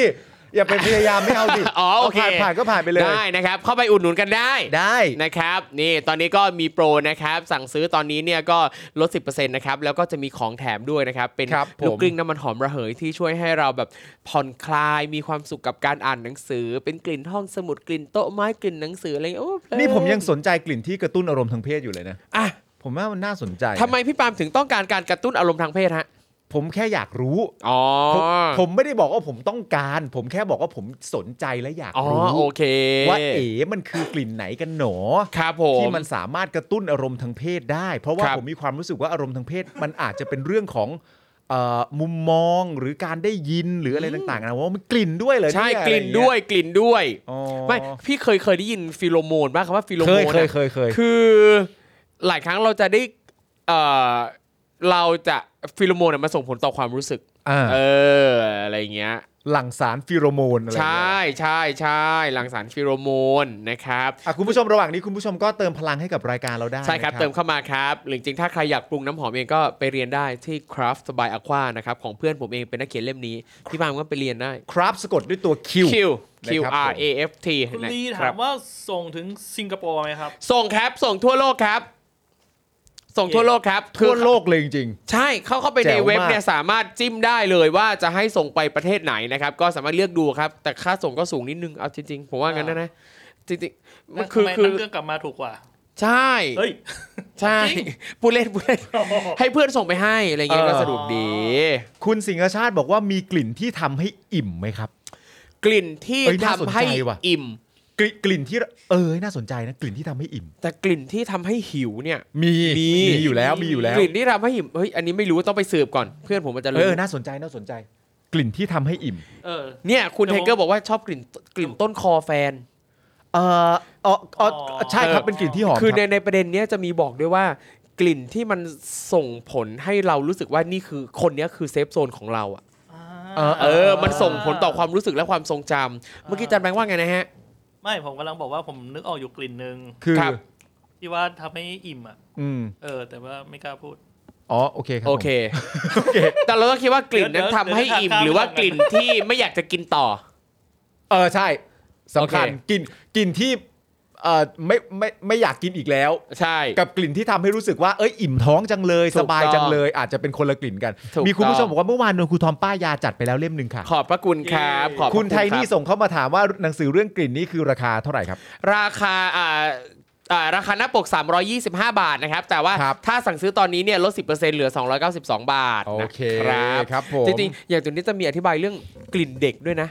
Speaker 2: อย่าไปพยายามไม่เอาสิ
Speaker 3: อ๋อโอเค
Speaker 2: ผ่านผ่านก็ผ่านไปเลย
Speaker 3: ได้นะครับ เข้าไปอุดหนุนกันได้
Speaker 2: ได้
Speaker 3: นะครับนี่ตอนนี้ก็มีโปรนะครับ สั่งซื้อตอนนี้เนี่ยก็ลด 10%นะครับแล้วก็จะมีของแถมด้วยนะครับ เป็น
Speaker 2: ครับผม
Speaker 3: ลูกกลิ้งน้ำมันหอมระเหยที่ช่วยให้เราแบบผ่อนคลายมีความสุขกับการอ่านหนังสือ เป็นกลิ่นห้องสมุดกลิ่นโต๊ะไม้กลิ่นหนังสืออะไรอย่างเงี้ยโอ้เพลิ
Speaker 2: นี่ผมยังสนใจกลิ่นที่กระตุ้นอารมณ์ทางเพศอยู่เลยนะ
Speaker 3: อ่ะ
Speaker 2: ผมว่ามันน่าสนใจนะ
Speaker 3: ทำไมพี่ปาล์มถึงต้องการการกระตุ้นอารมณ์ทางเพศฮะ
Speaker 2: ผมแค่อยากรู้
Speaker 3: อ๋อ
Speaker 2: ผมผมไม่ได้บอกว่าผมต้องการ ผมแค่บอกว่าผมสนใจและอยาก
Speaker 3: อ๋อ
Speaker 2: รู้
Speaker 3: โอเค
Speaker 2: ว่าเอ๋มันคือกลิ่นไหนกันหนอ
Speaker 3: ครับผม
Speaker 2: ที่มันสามารถกระตุ้นอารมณ์ทางเพศได้ เพราะว่า
Speaker 3: ครับ
Speaker 2: ผมมีความรู้สึกว่าอารมณ์ทางเพศ มันอาจจะเป็นเรื่องของ เอ่อมุมมองหรือการได้ยินหรืออะไรต่างๆนะว่ามันกลิ่นด้วยเหรอ
Speaker 3: ใช่
Speaker 2: เย
Speaker 3: กลิ่นด้วยกลิ่นด้วย
Speaker 2: อ๋อ
Speaker 3: ไม่พี่เคยเคยได้ยินฟิโลโมนบ้างคำว่าฟิโล
Speaker 2: เค
Speaker 3: โม
Speaker 2: ย
Speaker 3: น
Speaker 2: เคย
Speaker 3: อะ
Speaker 2: เคยเคย
Speaker 3: คือหลายครั้งเราจะได้เออเราจะฟิโลโมนอะมันส่งผลต่อความรู้สึก
Speaker 2: อ่า
Speaker 3: เอออะไรอย่างเงี้ย
Speaker 2: หลั่งสารฟิโรโมนอะไร
Speaker 3: ใช
Speaker 2: เงี้ย่
Speaker 3: ใช่ใช่หลังสารฟิโลโมนนะครับ
Speaker 2: อ่ะคุณผู้ชมระหว่างนี้คุณผู้ชมก็เติมพลังให้กับรายการเราได้
Speaker 3: ใช่ครับ
Speaker 2: นะ
Speaker 3: เติมเข้ามาครับ หรือจริงๆถ้าใครอยากปรุงน้ำหอมเองก็ไปเรียนได้ที่ Craft by Aqua นะครับ ของเพื่อนผมเองเป็นนักเขียนเล่มนี้ พี่บางก็ไปเรียนได้
Speaker 2: ครับสะกดด้วยตัว Q
Speaker 3: Q Q
Speaker 2: นะครับผม
Speaker 3: R A F T
Speaker 5: คุณ
Speaker 3: นะ
Speaker 5: ลี
Speaker 3: ค
Speaker 5: ถา
Speaker 3: รับ
Speaker 5: มว่าส่งถึงสิงคโปร์ไหมครับ
Speaker 3: ส่งครับส่งทั่วโลกครับ ส่งทั่วโลกครับคือ
Speaker 2: ทั่วโลกเลยจริง
Speaker 3: ใช่เขาเข้าไป
Speaker 2: แจ๋
Speaker 3: ใน
Speaker 2: วมาก
Speaker 3: เว็บเนี่ยสามารถจิ้มได้เลยว่าจะให้ส่งไปประเทศไหนนะครับ ก็สามารถเลือกดูครับ แต่ค่าส่งก็สูงนิดนึงเอาจริงๆ ผมว่างั้นนะนะจริงๆมัน
Speaker 5: ทำ
Speaker 3: คือ
Speaker 5: ไม
Speaker 3: คื
Speaker 5: นั่
Speaker 3: อง
Speaker 5: เครื่องกลับมาถูกกว่า
Speaker 3: ใช่
Speaker 5: เฮ้ย
Speaker 3: ใช่
Speaker 5: จริง
Speaker 3: ผู้เล่นผู้เล่น ให้เพื่อนส่งไปให้อะไรเงี้ยก็สะดวกดี
Speaker 2: ๆ คุณสิงห์ชาติบอกว่ามีกลิ่นที่ทำให้อิ่มไหมครับ
Speaker 3: กลิ่นที่
Speaker 2: เอ้ยน่าสน
Speaker 3: ทำ
Speaker 2: ใจ
Speaker 3: ให้
Speaker 2: ว่ะ
Speaker 3: อิ่ม
Speaker 2: กลิกลิ่นที่เออน่าสนใจนะกลิ่นที่ทำให้อิ่ม
Speaker 3: แต่กลิ่นที่ทำให้หิวเนี่ย
Speaker 2: มี
Speaker 3: มี
Speaker 2: มีอยู่แล้วมีอยู่แล้ว
Speaker 3: กลิ่นที่ทำให้หิวเฮ้ยอันนี้ไม่รู้ต้องไปสืบก่อนเพื่อนผมมันจะ
Speaker 2: เอ
Speaker 3: รู้
Speaker 2: อน่าสนใจน่าสนใจ กลิ่นที่ทำให้อิ่ม
Speaker 5: เออ
Speaker 3: เนี่ยคุณ
Speaker 5: เดี๋
Speaker 3: เท
Speaker 5: ยวผม
Speaker 3: เกอร์บอกว่าชอบกลิ่นกลิ่นต้นคอแฟน
Speaker 2: เอออ๋ออ๋อ
Speaker 5: อ๋อ
Speaker 2: ใช่ครับเป็นกลิ่นที่หอม
Speaker 3: คือใน
Speaker 2: รับ
Speaker 3: ในประเด็นเนี้ยจะมีบอกด้วยว่ากลิ่นที่มันส่งผลให้เรารู้สึกว่านี่คือคนเนี้ยคือเซฟโซนของเราอ่ะ
Speaker 5: อ่า
Speaker 3: เออ มันส่งผลต่อความรู้สึกและความทรงจำเมื่อกี้อาจันแบงค์ว่าไงนะฮะ
Speaker 5: ไม่ผมกำลังบอกว่าผมนึกออกอยู่กลิ่นหนึ่ง
Speaker 2: คือ
Speaker 3: ครับ
Speaker 5: ที่ว่าทำให้อิ่มอ่ะ
Speaker 2: อืม
Speaker 5: เออ แต่ว่าไม่กล้าพูด
Speaker 2: อ๋อโอเคครับ
Speaker 3: โอเค
Speaker 2: ผมโอเค
Speaker 3: แต่เราต้องคิดว่ากลิ่นนั้น
Speaker 5: เดี๋ยว
Speaker 3: ทำให้อิ่ม
Speaker 5: เดี๋ยว
Speaker 3: หรือว่ากลิ่นที่ไม่อยากจะกินต่อ
Speaker 2: เออใช่สำคัญ
Speaker 3: โอเค
Speaker 2: กลิ่นกลิ่นที่เออไม่ไม่ไม่อยากกินอีกแล้ว
Speaker 3: ใช่
Speaker 2: กับกลิ่นที่ทำให้รู้สึกว่าเอ้ยอิ่มท้องจังเลย
Speaker 3: ถูก
Speaker 2: สบายจัง
Speaker 3: ต้อง
Speaker 2: เลย อาจจะเป็นคนละกลิ่นกัน
Speaker 3: ถูก
Speaker 2: มีคุณผู้ช
Speaker 3: ต้
Speaker 2: ม
Speaker 3: อง
Speaker 2: บอกว่าเมื่อวานโดนครูทอมป้ายาจัดไปแล้วเล่มหนึ่งค่ะ
Speaker 3: ขอบพระคุณครับขอบพระ
Speaker 2: คุณไทนี่
Speaker 3: รับ
Speaker 2: ส่งเข้ามาถามว่าหนังสือเรื่องกลิ่นนี้คือราคาเท่าไหร่ครับ
Speaker 3: ราคาอ่าอ่าราคาหน้าปก 325 บาทนะครับ แต่ว่า
Speaker 2: ครับ
Speaker 3: ถ้าสั่งซื้อตอนนี้เนี่ยลด 10%เหลือ 292 บาทนะครับ
Speaker 2: ครับผม
Speaker 3: จริงๆ อย่างตัวนี้จะมีอธิบายเรื่องกลิ่นเด็กด้วยนะ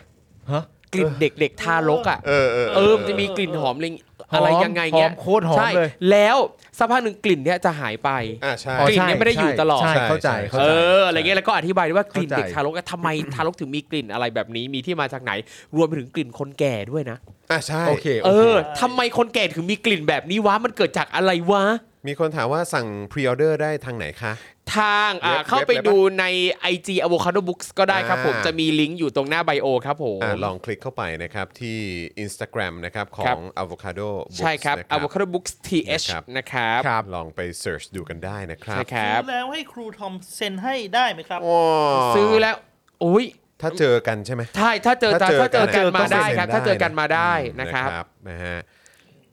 Speaker 2: ฮะ
Speaker 3: กลิ่นเด็กเด็กทารกอ่ะ
Speaker 1: เออเออ
Speaker 3: เออมันจะมีกลิ่นหอมอะไรอะไรยังไงเงี้
Speaker 2: ห
Speaker 3: ย
Speaker 2: อมโคตรหอม
Speaker 3: ใช่
Speaker 2: เลย
Speaker 3: แล้วสักพักหนึ่งกลิ่นเนี้ยจะหายไป
Speaker 1: อ่าใช่
Speaker 2: อ๋อก
Speaker 3: ลิ่น
Speaker 2: ใช่
Speaker 3: เนี่ยไม่ได้อยู่ตลอด
Speaker 2: ใช่เข้าใจเข้า
Speaker 3: เอ
Speaker 2: ใจ
Speaker 3: ออะไรเงี้ยแล้วก็อธิบายด้วยว่ากลิ่น
Speaker 2: เข้าใจ
Speaker 3: เด็กทารกอะทำไม ทารกถึงมีกลิ่นอะไรแบบนี้มีที่มาจากไหน รวมไปถึงกลิ่นคนแก่ด้วยนะ
Speaker 1: อ่าใช่
Speaker 2: โอเค
Speaker 3: เอ
Speaker 2: โอเค
Speaker 3: อทำไมคนแก่ถึงมีกลิ่นแบบนี้วะมันเกิดจากอะไรวะ
Speaker 1: มีคนถามว่าสั่งพรีออเดอร์ได้ทางไหนคะ
Speaker 3: ทางอ่า
Speaker 1: เว็บ
Speaker 3: เข้าไป
Speaker 1: เว็บ
Speaker 3: ดูใน IG Avocado Books ก็ได้ครับ ผม
Speaker 1: อ่า
Speaker 3: จะมีลิงก์อยู่ตรงหน้าไบโอครับผม
Speaker 1: อ่าลองคลิกเข้าไปนะครับที่ Instagram นะครับข
Speaker 3: ค
Speaker 1: อ
Speaker 3: รับ
Speaker 1: ง Avocado Books
Speaker 3: ใช่ครับ
Speaker 1: นะ
Speaker 3: Avocado Books TH
Speaker 1: นะครับ
Speaker 3: นะครับ
Speaker 2: ครับ
Speaker 1: ลองไป search ดูกันได้นะครั
Speaker 3: ใช่
Speaker 1: บ
Speaker 3: ครับ
Speaker 5: ซื้อแล้วให้ครูทอมเซ็นให้ได้ไหมครับ
Speaker 1: ว้าว
Speaker 3: ซื้อแล้วอุ้ย
Speaker 1: ถ้าเจอกันใช่ไหม
Speaker 3: ใช่ถ้าเจอ
Speaker 1: ถ้า
Speaker 3: ถ้า
Speaker 1: เจอ
Speaker 3: เจอกัน
Speaker 1: ต้
Speaker 3: มา
Speaker 1: อง
Speaker 3: ได้
Speaker 1: เซ็น
Speaker 3: ครับ ถ้าเจอกันมาได้นะครับ
Speaker 1: นะฮะ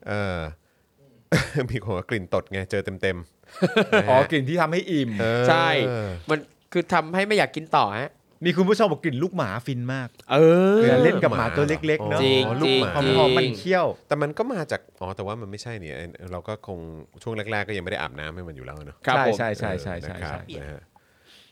Speaker 1: เออ มีคนว่ากลิ่นตดไงเจอเต็มๆนะฮะ
Speaker 2: อ๋อกลิ่นที่ทำให้อิ่ม
Speaker 1: เออ
Speaker 3: ใช่ มันคือทำให้ไม่อยากกินต่อฮะ
Speaker 2: มีคุณผู้ชมบอกกลิ่นลูกหมาฟินมาก
Speaker 3: เออ
Speaker 2: เวลาเล่นกับหมาตัวเล็กๆเนาะ
Speaker 3: จริง
Speaker 2: อ๋อลูกหมา
Speaker 3: จริง
Speaker 2: หอมๆมันเคี้ยว
Speaker 1: แต่มันก็มาจากอ๋อแต่ว่ามันไม่ใช่เนี่ยเราก็คงช่วงแรก ๆ ก็ยังไม่ได้อาบน้ำให้มันอยู่แล้วเนอะ
Speaker 3: ครับผม
Speaker 2: ใช่ใช่ใช่
Speaker 1: เออ
Speaker 2: ใช่
Speaker 1: นะครั
Speaker 2: ใช่
Speaker 1: บนะฮะ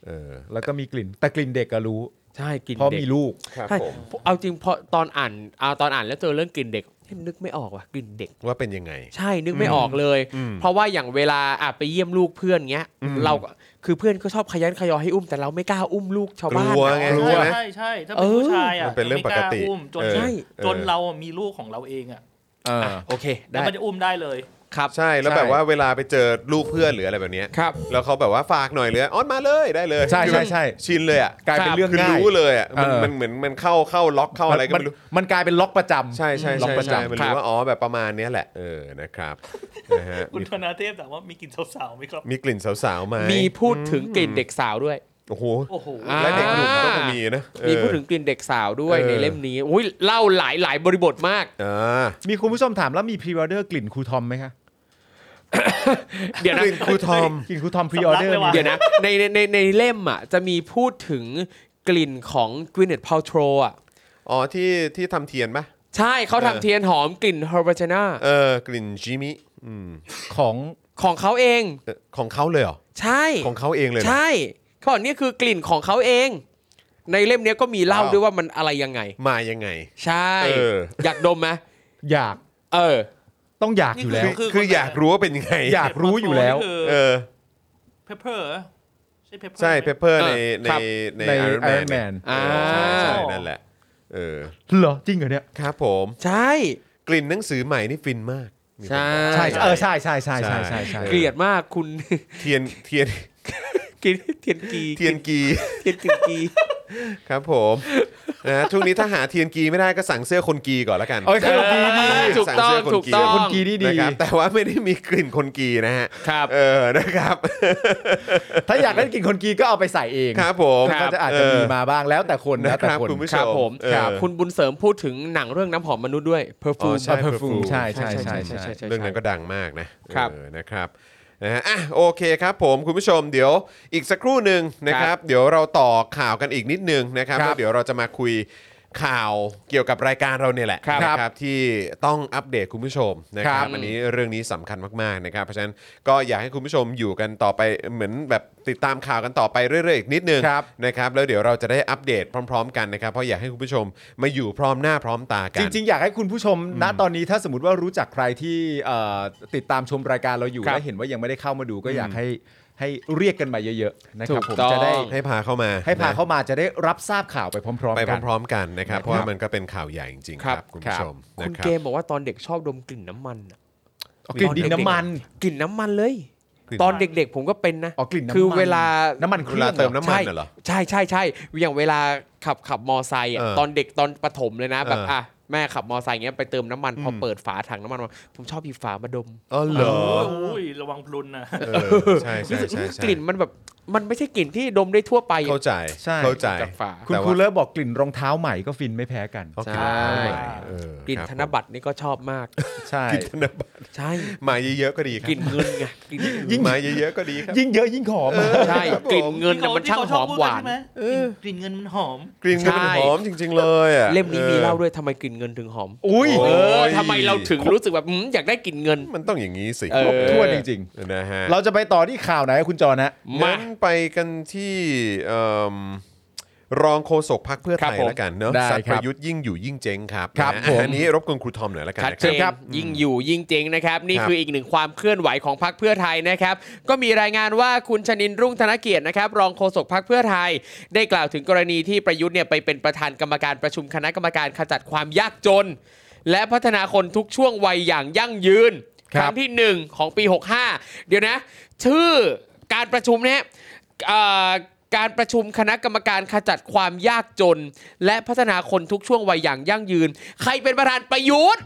Speaker 1: เออ
Speaker 2: แล้วก็มีกลิ่นแต่กลิ่นเด็กก็รู้
Speaker 3: ใช่กลิ่น
Speaker 2: เพราะ
Speaker 3: เด็
Speaker 2: มี
Speaker 3: ก
Speaker 2: ลูก
Speaker 1: ครับ
Speaker 3: ใช่
Speaker 1: ผม
Speaker 3: เอาจริงพอตอนอ่านเอาตอนอ่านแล้วเจอเรื่องกลิ่นเด็กเฮ้ยนึกไม่ออกว่ะกลิ่นเด็ก
Speaker 1: ว่าเป็นยังไง
Speaker 3: ใช่นึกไม่ออกเลย
Speaker 1: อืม
Speaker 3: เพราะว่าอย่างเวลาอ่ะไปเยี่ยมลูกเพื่อนเงี้ย
Speaker 1: อืม
Speaker 3: เราก็คือเพื่อนก็ชอบขยันขยอให้อุ้มแต่เราไม่กล้าอุ้มลูกชาวบ้าน
Speaker 1: กลัว
Speaker 3: อะ
Speaker 1: ไง
Speaker 5: ใช่
Speaker 1: รู้ไหม
Speaker 5: ใช่ใช่ถ้าเป็นผู้ชายอ่ะ
Speaker 1: มันเป็นเรื่องปกติ
Speaker 5: จะไม่ล้าอุ้มจน
Speaker 1: เออ
Speaker 3: ใช่
Speaker 1: เออ
Speaker 5: จนเรามีลูกของเราเองอ่ะ
Speaker 2: เออ
Speaker 3: โอเค
Speaker 5: แล้
Speaker 3: ได้
Speaker 5: วมันจะอุ้มได้เลย
Speaker 3: ครับ
Speaker 1: ใช่แล้ว
Speaker 2: ใช่
Speaker 1: แบบว่าเวลาไปเจอลูกเพื่อนหรืออะไรแบบเนี้ย
Speaker 3: ครับ
Speaker 1: แล้วเขาแบบว่าฝากหน่อยเลยอ๋อมาเลยได้เลย
Speaker 2: ใช่ใช่ใช่
Speaker 1: ชินเลยอ่ะ
Speaker 2: กลายเป็นเรื่อง
Speaker 1: คือ
Speaker 2: ง่าย
Speaker 1: รู้เลยอ่ะมัน
Speaker 2: เออ
Speaker 1: มันเหมือนมันเข้าเข้าล็อกเข้าอะไรก็
Speaker 2: น
Speaker 1: ไม่รู้
Speaker 2: มันกลายเป็นล็อกประจำ
Speaker 1: ใช่ใช่
Speaker 2: ล็อ
Speaker 1: ใช่
Speaker 2: กประจำ
Speaker 1: ใช่มัน
Speaker 3: ครั
Speaker 1: รู้
Speaker 3: บ
Speaker 1: ว่าอ๋อแบบประมาณเนี้ยแหละเออนะครับนะฮะ
Speaker 5: คุณ
Speaker 1: มี
Speaker 5: ธนาเทพถามว่ามีกลิ่นสาวๆไหมครับ
Speaker 1: มีกลิ่นสาวๆไหม
Speaker 3: มีพูดถึงกลิ่นเด็กสาวด้วย
Speaker 1: โอ้โห
Speaker 5: โอ้โห
Speaker 3: อ่า
Speaker 1: และเด็กหนุ่มก็คงมีนะเออ
Speaker 3: มีพูดถึงกลิ่นเด็กสาวด้วย
Speaker 1: เออ
Speaker 3: ในเล่มนี้อุ้ยเล่าหลายหลายบริบทมาก
Speaker 1: อ่า
Speaker 2: มีคุณผู้ชมถามแล้วมีพรีออเดอร์กลิ่นครูทอมไหมคะ
Speaker 3: เดี๋ยว
Speaker 1: ก
Speaker 3: นะ
Speaker 1: ลิ่นครูทอม
Speaker 2: กลิ่นครูทอมพรีออเดอร์
Speaker 5: สำลักเลยว่ะ
Speaker 3: เดี๋ยวนะในในในในเล่มอ่ะจะมีพูดถึงกลิ่นของก n ินเนตพาวโทรอ่ะ
Speaker 1: อ๋อที่ที่ทำเทียนปะ
Speaker 3: ใช่เขาทำเทียนหอมกลิ่นเฮอร์บ t ชนา
Speaker 1: เออกลิ่นจิมิอืม
Speaker 2: ของ
Speaker 3: ของเขาเอง
Speaker 1: เออของเขาเลยเหรอ
Speaker 3: ใช่
Speaker 1: ของเขาเองเลยเหรอ
Speaker 3: ใช่เขาบอกนี่คือกลิ่นของเขาเอง ในเล่มเนี้ยก็มีเล่า
Speaker 1: ว้าว
Speaker 3: ด้วยว่ามันอะไรยังไง
Speaker 1: มายังไง
Speaker 3: ใช่
Speaker 1: เออ
Speaker 3: อยากดมไหม
Speaker 2: อยาก
Speaker 3: เออ
Speaker 2: ต้องอยากอยู่แล้ว
Speaker 1: คือคืออยากรู้ว่าเป็นยังไง
Speaker 2: อยากรู้อยู่แล้ว
Speaker 5: คือ
Speaker 1: เออ
Speaker 5: เพปเปอร์ ช่เพปเปอร์
Speaker 1: ใช่เพเปอร์ในใน
Speaker 2: ครับ
Speaker 1: ใน
Speaker 2: ใน
Speaker 1: ไอรอนแมน
Speaker 2: Iron Man
Speaker 1: ใช่ใช่นั่นแหละเออ
Speaker 2: เหรอจริงเหรอเนี่ย
Speaker 1: ครับผม
Speaker 3: ใช่
Speaker 1: กลิ่นหนังสือใหม่นี่ฟินมากมีคน
Speaker 3: ใช่
Speaker 1: บอก
Speaker 2: ใช่ใช่เออใช่ใช่ใช่ใช่ใช่ใช่
Speaker 3: เกลียดมากคุณ
Speaker 1: เทียนเทียน
Speaker 3: กินเทียนกี
Speaker 1: เทียนกี
Speaker 3: เทียนกี
Speaker 1: ครับผมนะช่วงนี้ถ้าหาเทียนกีไม่ได้ก็สั่งเสื้อคนกีก่อนละกัน
Speaker 2: โอ้ย เสื้กีนี่
Speaker 3: เออถูก ต้อง
Speaker 1: สั่งเสื้อคนกี
Speaker 3: ถูกต้อง
Speaker 2: คนกีนี่ดี
Speaker 1: นะครับแต่ว่าไม่ได้มีกลิ่นคนกีนะฮะ
Speaker 3: ครับ
Speaker 1: เออนะครับ
Speaker 2: ถ้าอยากได้กลินคนกีก็เอาไปใส่เอง
Speaker 1: ครับผม
Speaker 2: ก็จะอาจจะมีมาบ้างแล้วแต่คน
Speaker 1: เออ
Speaker 2: แล้
Speaker 1: นะ
Speaker 2: ว
Speaker 1: ค
Speaker 2: แต่
Speaker 1: รับ
Speaker 2: คน
Speaker 1: คุณผู้ช
Speaker 3: ครับ
Speaker 1: ม
Speaker 3: ผม
Speaker 1: เออ
Speaker 3: ครับคุณบุญเสริมพูดถึงหนังเรื่องน้ำหอมมนุษย์ด้วย
Speaker 1: อ๋
Speaker 3: Perfume
Speaker 1: อใช่
Speaker 3: ครับ
Speaker 2: p e r f u ใช่ใช่ใช่
Speaker 3: ใช่
Speaker 2: ใช่
Speaker 3: ใช่
Speaker 2: ใช่
Speaker 1: เรื่องนั้นก็ดังมากนะครับ เออนะครับนะฮะอ่ะโอเคครับผมคุณผู้ชมเดี๋ยวอีกสักครู่หนึ่งนะครับ เดี๋ยวเราต่อข่าวกันอีกนิดนึงนะครับ
Speaker 2: ครั
Speaker 1: แล้
Speaker 2: บ
Speaker 1: วเดี๋ยวเราจะมาคุยข่าวเกี่ยวกับรายการเราเนี่ยแหละ
Speaker 2: ครับ
Speaker 1: นะที่ต้องอัปเดตคุณผู้ชมนะค
Speaker 2: ครั
Speaker 1: รับบ อันนี้เรื่องนี้สำคัญมากๆนะครับ เพราะฉะนั้นก็อยากให้คุณผู้ชมอยู่กันต่อไปเหมือนแบบติดตามข่าวกันต่อไปเรื่อยๆอีกนิดนึงนะครับแล้วเดี๋ยวเราจะได้อัปเดตพร้อม ๆ กันนะครับเพราะอยากให้คุณผู้ชมมาอยู่พร้อมหน้าพร้อมตากั
Speaker 2: จ
Speaker 1: น
Speaker 2: ริง ๆ อยากให้คุณผู้ชมณตอนนี้ถ้าสมมติว่ารู้จักใครที่เอ่อติดตามชมรายการเราอยู่
Speaker 3: ครับ
Speaker 2: และเห็นว่ายังไม่ได้เข้ามาดูก็อยากให้ให้เรียกกันมาเยอะๆนะครับ
Speaker 3: ถู
Speaker 2: ผม
Speaker 3: กต้อง
Speaker 2: จะได้
Speaker 1: ให้พาเข้ามา
Speaker 2: ให้พา
Speaker 1: นะ
Speaker 2: เข้ามาจะได้รับทราบข่าวไปพร้อม
Speaker 1: ไป
Speaker 2: ๆกัน
Speaker 1: พร้อมๆกันนะครับ
Speaker 2: นะครับ
Speaker 1: เพราะว่ามันก็เป็นข่าวใหญ่จริงๆค
Speaker 2: ครั
Speaker 1: รับบ คุณผู้ชม
Speaker 3: คุ
Speaker 1: นะ
Speaker 3: ณ
Speaker 1: ครั
Speaker 3: เก
Speaker 1: บ
Speaker 3: มบอกว่าตอนเด็กชอบดมกลิ่นน้ำมันอะ
Speaker 2: อ๋อกลิ่นดินน้ำมัน
Speaker 3: กลิ่นน้ำมันเลย
Speaker 1: กลิ่
Speaker 3: ตอนเด็กๆผมก็เป็นนะ
Speaker 2: อ๋อกลิ่นน้ำมัน
Speaker 3: คือเวลา
Speaker 2: น้ำมันเค
Speaker 1: เว
Speaker 2: รื่อ
Speaker 1: ลางเติม
Speaker 2: หรอ
Speaker 1: น้ำมันน่ะเหรอ
Speaker 3: ใช่ใช่ใช่อย่างเวลาขับขับมอไซค์อะ
Speaker 1: เออ
Speaker 3: ตอนเด็กตอนประถมเลยนะแบ
Speaker 1: เอ
Speaker 3: บ
Speaker 1: ออ่
Speaker 3: อ่ะแม่ขับมอไซค์เงี้ยไปเติมน้ำมัน พออ
Speaker 1: ม
Speaker 3: เปิดฝาถังน้ำมันมาผมชอบหยิบฝามาดม
Speaker 1: อ๋อเหรอ
Speaker 5: อุ้ยระวังพลุนนะ
Speaker 1: เออใช่
Speaker 3: รู้
Speaker 1: ใช่
Speaker 3: สึก
Speaker 1: ใช่ใช่
Speaker 3: กลิ่นมันแบบมันไม่ใช่กลิ่นที่ดมได้ทั่วไปอะ
Speaker 1: เข้าใจ
Speaker 2: ใช่
Speaker 1: เข้าใจ
Speaker 3: จากฝา
Speaker 2: คุณครูเลิฟบอกกลิ่นรองเท้าใหม่ก็ฟินไม่แพ้กัน
Speaker 1: อ๋อก
Speaker 3: ใช่ กลิ่น
Speaker 1: ครับ
Speaker 3: ธนบัตรนี่ก็ชอบมาก
Speaker 2: ใช่
Speaker 1: กลิ่นธนบัตร
Speaker 3: ใช่
Speaker 1: มาเยอะๆก็ดีครั
Speaker 3: กลิ่นเงินไงกลิ่น
Speaker 1: ยิ่งมาเยอะๆก็ดีครับ
Speaker 2: ยิ่งเยอะยิ่งหอมอะ
Speaker 3: ใช่
Speaker 1: ครับผม
Speaker 3: กลิ่นเงินน่ะมันช่างหอมหวาน
Speaker 5: ที่เขชอบพูดกัใช่ไกลิ่นเงินมันหอม
Speaker 1: กลิ่นเงินมัน
Speaker 3: ใช่
Speaker 1: หอมจริง ๆ เลยอ่ะ
Speaker 3: เล่มนี้มี
Speaker 1: ออ
Speaker 3: เล่าด้วยทำไมกลิ่นเงินถึงหอม
Speaker 2: อุ้ย
Speaker 1: โอ้
Speaker 3: เอย อทำไมเราถึงรู้สึกแบบอืมอยากได้กลิ่นเงิน
Speaker 1: มันต้องอย่างนี้สิ
Speaker 3: เอ
Speaker 2: คร
Speaker 3: อ
Speaker 2: บถ้วนจริง
Speaker 1: นะฮะ
Speaker 2: ๆ เราจะไปต่อที่ข่าวไหนครับคุณจอนะ
Speaker 3: มา
Speaker 1: งั้นไปกันที่เอิ่มรองโฆษกพักเพื่อ
Speaker 3: ครั
Speaker 1: ไท
Speaker 3: บ
Speaker 1: ย
Speaker 3: ผม
Speaker 1: แล้วกันเนาะ
Speaker 2: ได้
Speaker 1: สัตว์
Speaker 2: ค
Speaker 1: ป
Speaker 2: รับ
Speaker 1: ระยุทธ์ยิ่งอยู่ยิ่งเจ๊งครับ
Speaker 2: ครับ
Speaker 1: นะ
Speaker 2: ผม
Speaker 1: อันนี้รบกวนครูทอมหน่อยละกัน
Speaker 3: ชัด
Speaker 1: นะค
Speaker 3: เจ
Speaker 1: รับ
Speaker 3: นยิ่งอยู่ยิ่งเจ๊งนะครับ นี่
Speaker 1: ครับ
Speaker 3: คืออีกหนึ่งความเคลื่อนไหวของพรรคเพื่อไทยนะครับ ก็มีรายงานว่าคุณชนินทร์รุ่งธนเกียรตินะครับ รองโฆษกพรรคเพื่อไทย ได้กล่าวถึงกรณีที่ประยุทธ์เนี่ยไปเป็นประธานกรรมการประชุมคณะกรรมการขจัดความยากจน และพัฒนาคนทุกช่วงวัยอย่างยั่งยืน
Speaker 2: ครับ
Speaker 3: งที่ 1 ของปี 65 เดี๋ยวนะ ชื่อการประชุมเนี่ยเอ่อการประชุมคณะกรรมการขจัดความยากจน และพัฒนาคนทุกช่วงวัยอย่างยั่งยืน ใครเป็นประธานประยุทธ์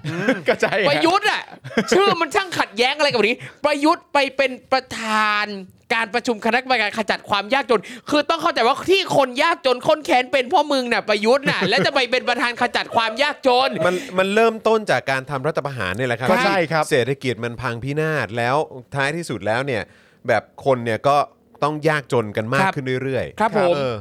Speaker 2: ก็ใช่ฮ
Speaker 3: ประยุทธ์ อ่ะ ชื่อมันช่างขัดแย้งอะไรกับวันนี้ ประยุทธ์ไปเป็นประธานการประชุมคณะกรรมการขจัดความยากจน คือต้องเข้าใจว่าที่คนยากจนคนแค้นเป็นเพ่อมึงน่ะประยุทธ์ น่ะ และจะไปเป็นประธานขจัดความยากจน
Speaker 1: มันมันเริ่มต้นจากการทำรัฐประหารเนี่ยแหละครั
Speaker 2: ก็ใช่ครับ
Speaker 1: เศรษฐกิจมันพังพินาศแล้วท้ายที่สุดแล้วเนี่ย แบบคนเนี่ยก็ต้องยากจนกันมา
Speaker 3: ค
Speaker 1: ก
Speaker 3: รับ
Speaker 1: ขึ้นเรื่อยๆ
Speaker 3: ครับผม
Speaker 1: เออ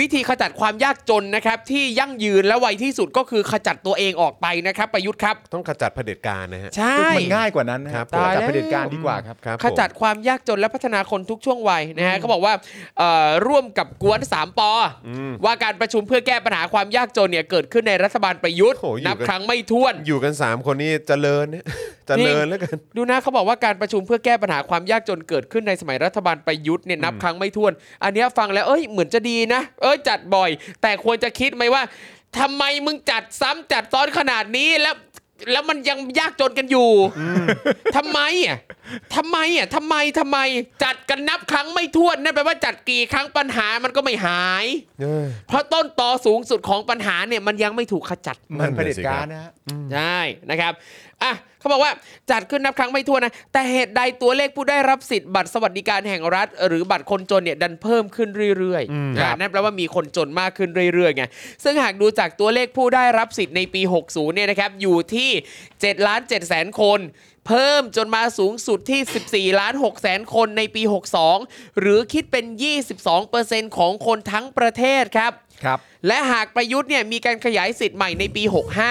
Speaker 3: วิธีขจัดความยากจนนะครับ ที่ยั่งยืนและไวที่สุดก็คือขจัดตัวเองออกไปนะครับ ประยุทธ์ครับ
Speaker 1: ต้องขจัดเผด็จการนะฮะ
Speaker 3: ใช่
Speaker 2: มันง่ายกว่านั้นนะครับ
Speaker 1: ครับ
Speaker 2: จับ
Speaker 3: ตายแล้ว
Speaker 2: เผด็จการดีกว่าครับ
Speaker 1: ครับผม
Speaker 3: ขจัดความยากจนและพัฒนาคนทุกช่วงวัยนะฮะเขาบอกว่าเอ่อร่วมกับกวน3ปออ
Speaker 1: อืม
Speaker 3: ว่าการประชุมเพื่อแก้ปัญหาความยากจนเนี่ยเกิดขึ้นในรัฐบาลประยุทธ์
Speaker 1: โอ้โหอยู่
Speaker 3: นับ
Speaker 1: กัน
Speaker 3: ครั้งไม่ถ้วน
Speaker 1: อยู่กัน 3 คนนี่เจริญนะ เจริญแล้วกัน
Speaker 3: ดูนะเขาบอกว่าการประชุมเพื่อแก้ปัญหาความยากจนเกิดขึ้นในสมัยรัฐบาลประยุทธ์เนี่ยนับครั้งไม่ถ้วน อันเนี้ยฟังแล้วเอ้ยเหมือนจะดีนะ เอ้ยจัดบ่อย แต่ควรจะคิดไหมว่าทำไมมึงจัดซ้ำจัดซ้อนขนาดนี้แล้ว แล้วมันยังยากจนกันอยู่ทำไมอ่ะทำไมอ่ะทำไมทำไมจัดกันนับครั้งไม่ถ้วนนั่นแปลว่าจัดกี่ครั้งปัญหามันก็ไม่หาย
Speaker 1: เออ
Speaker 3: เพราะต้นตอสูงสุดของปัญหาเนี่ยมันยังไม่ถูกขจัด
Speaker 2: มันเผด็จการนะฮะ
Speaker 3: ใช่นะครับ อ่ะเขาบอกว่าจัดขึ้นนับครั้งไม่ถ้วนนะ แต่เหตุใดตัวเลขผู้ได้รับสิทธิ์บัตรสวัสดิการแห่งรัฐ หรือบัตรคนจนเนี่ยดันเพิ่มขึ้นเรื่อย
Speaker 1: อืม
Speaker 3: ๆอ่ะนั่นแปลว่ามีคนจนมากขึ้นเรื่อยๆไง ซึ่งหากดูจากตัวเลขผู้ได้รับสิทธิ์ในปี 60 เนี่ยนะครับ อยู่ที่7ล้าน7แสนคน เพิ่มจนมาสูงสุดที่ 14 ล้าน6แสนคนในปี 62 หรือคิดเป็น 22%ของคนทั้งประเทศครับ
Speaker 2: ครับ
Speaker 3: และหากประยุทธ์เนี่ยมีการขยายสิทธิ์ใหม่ในปี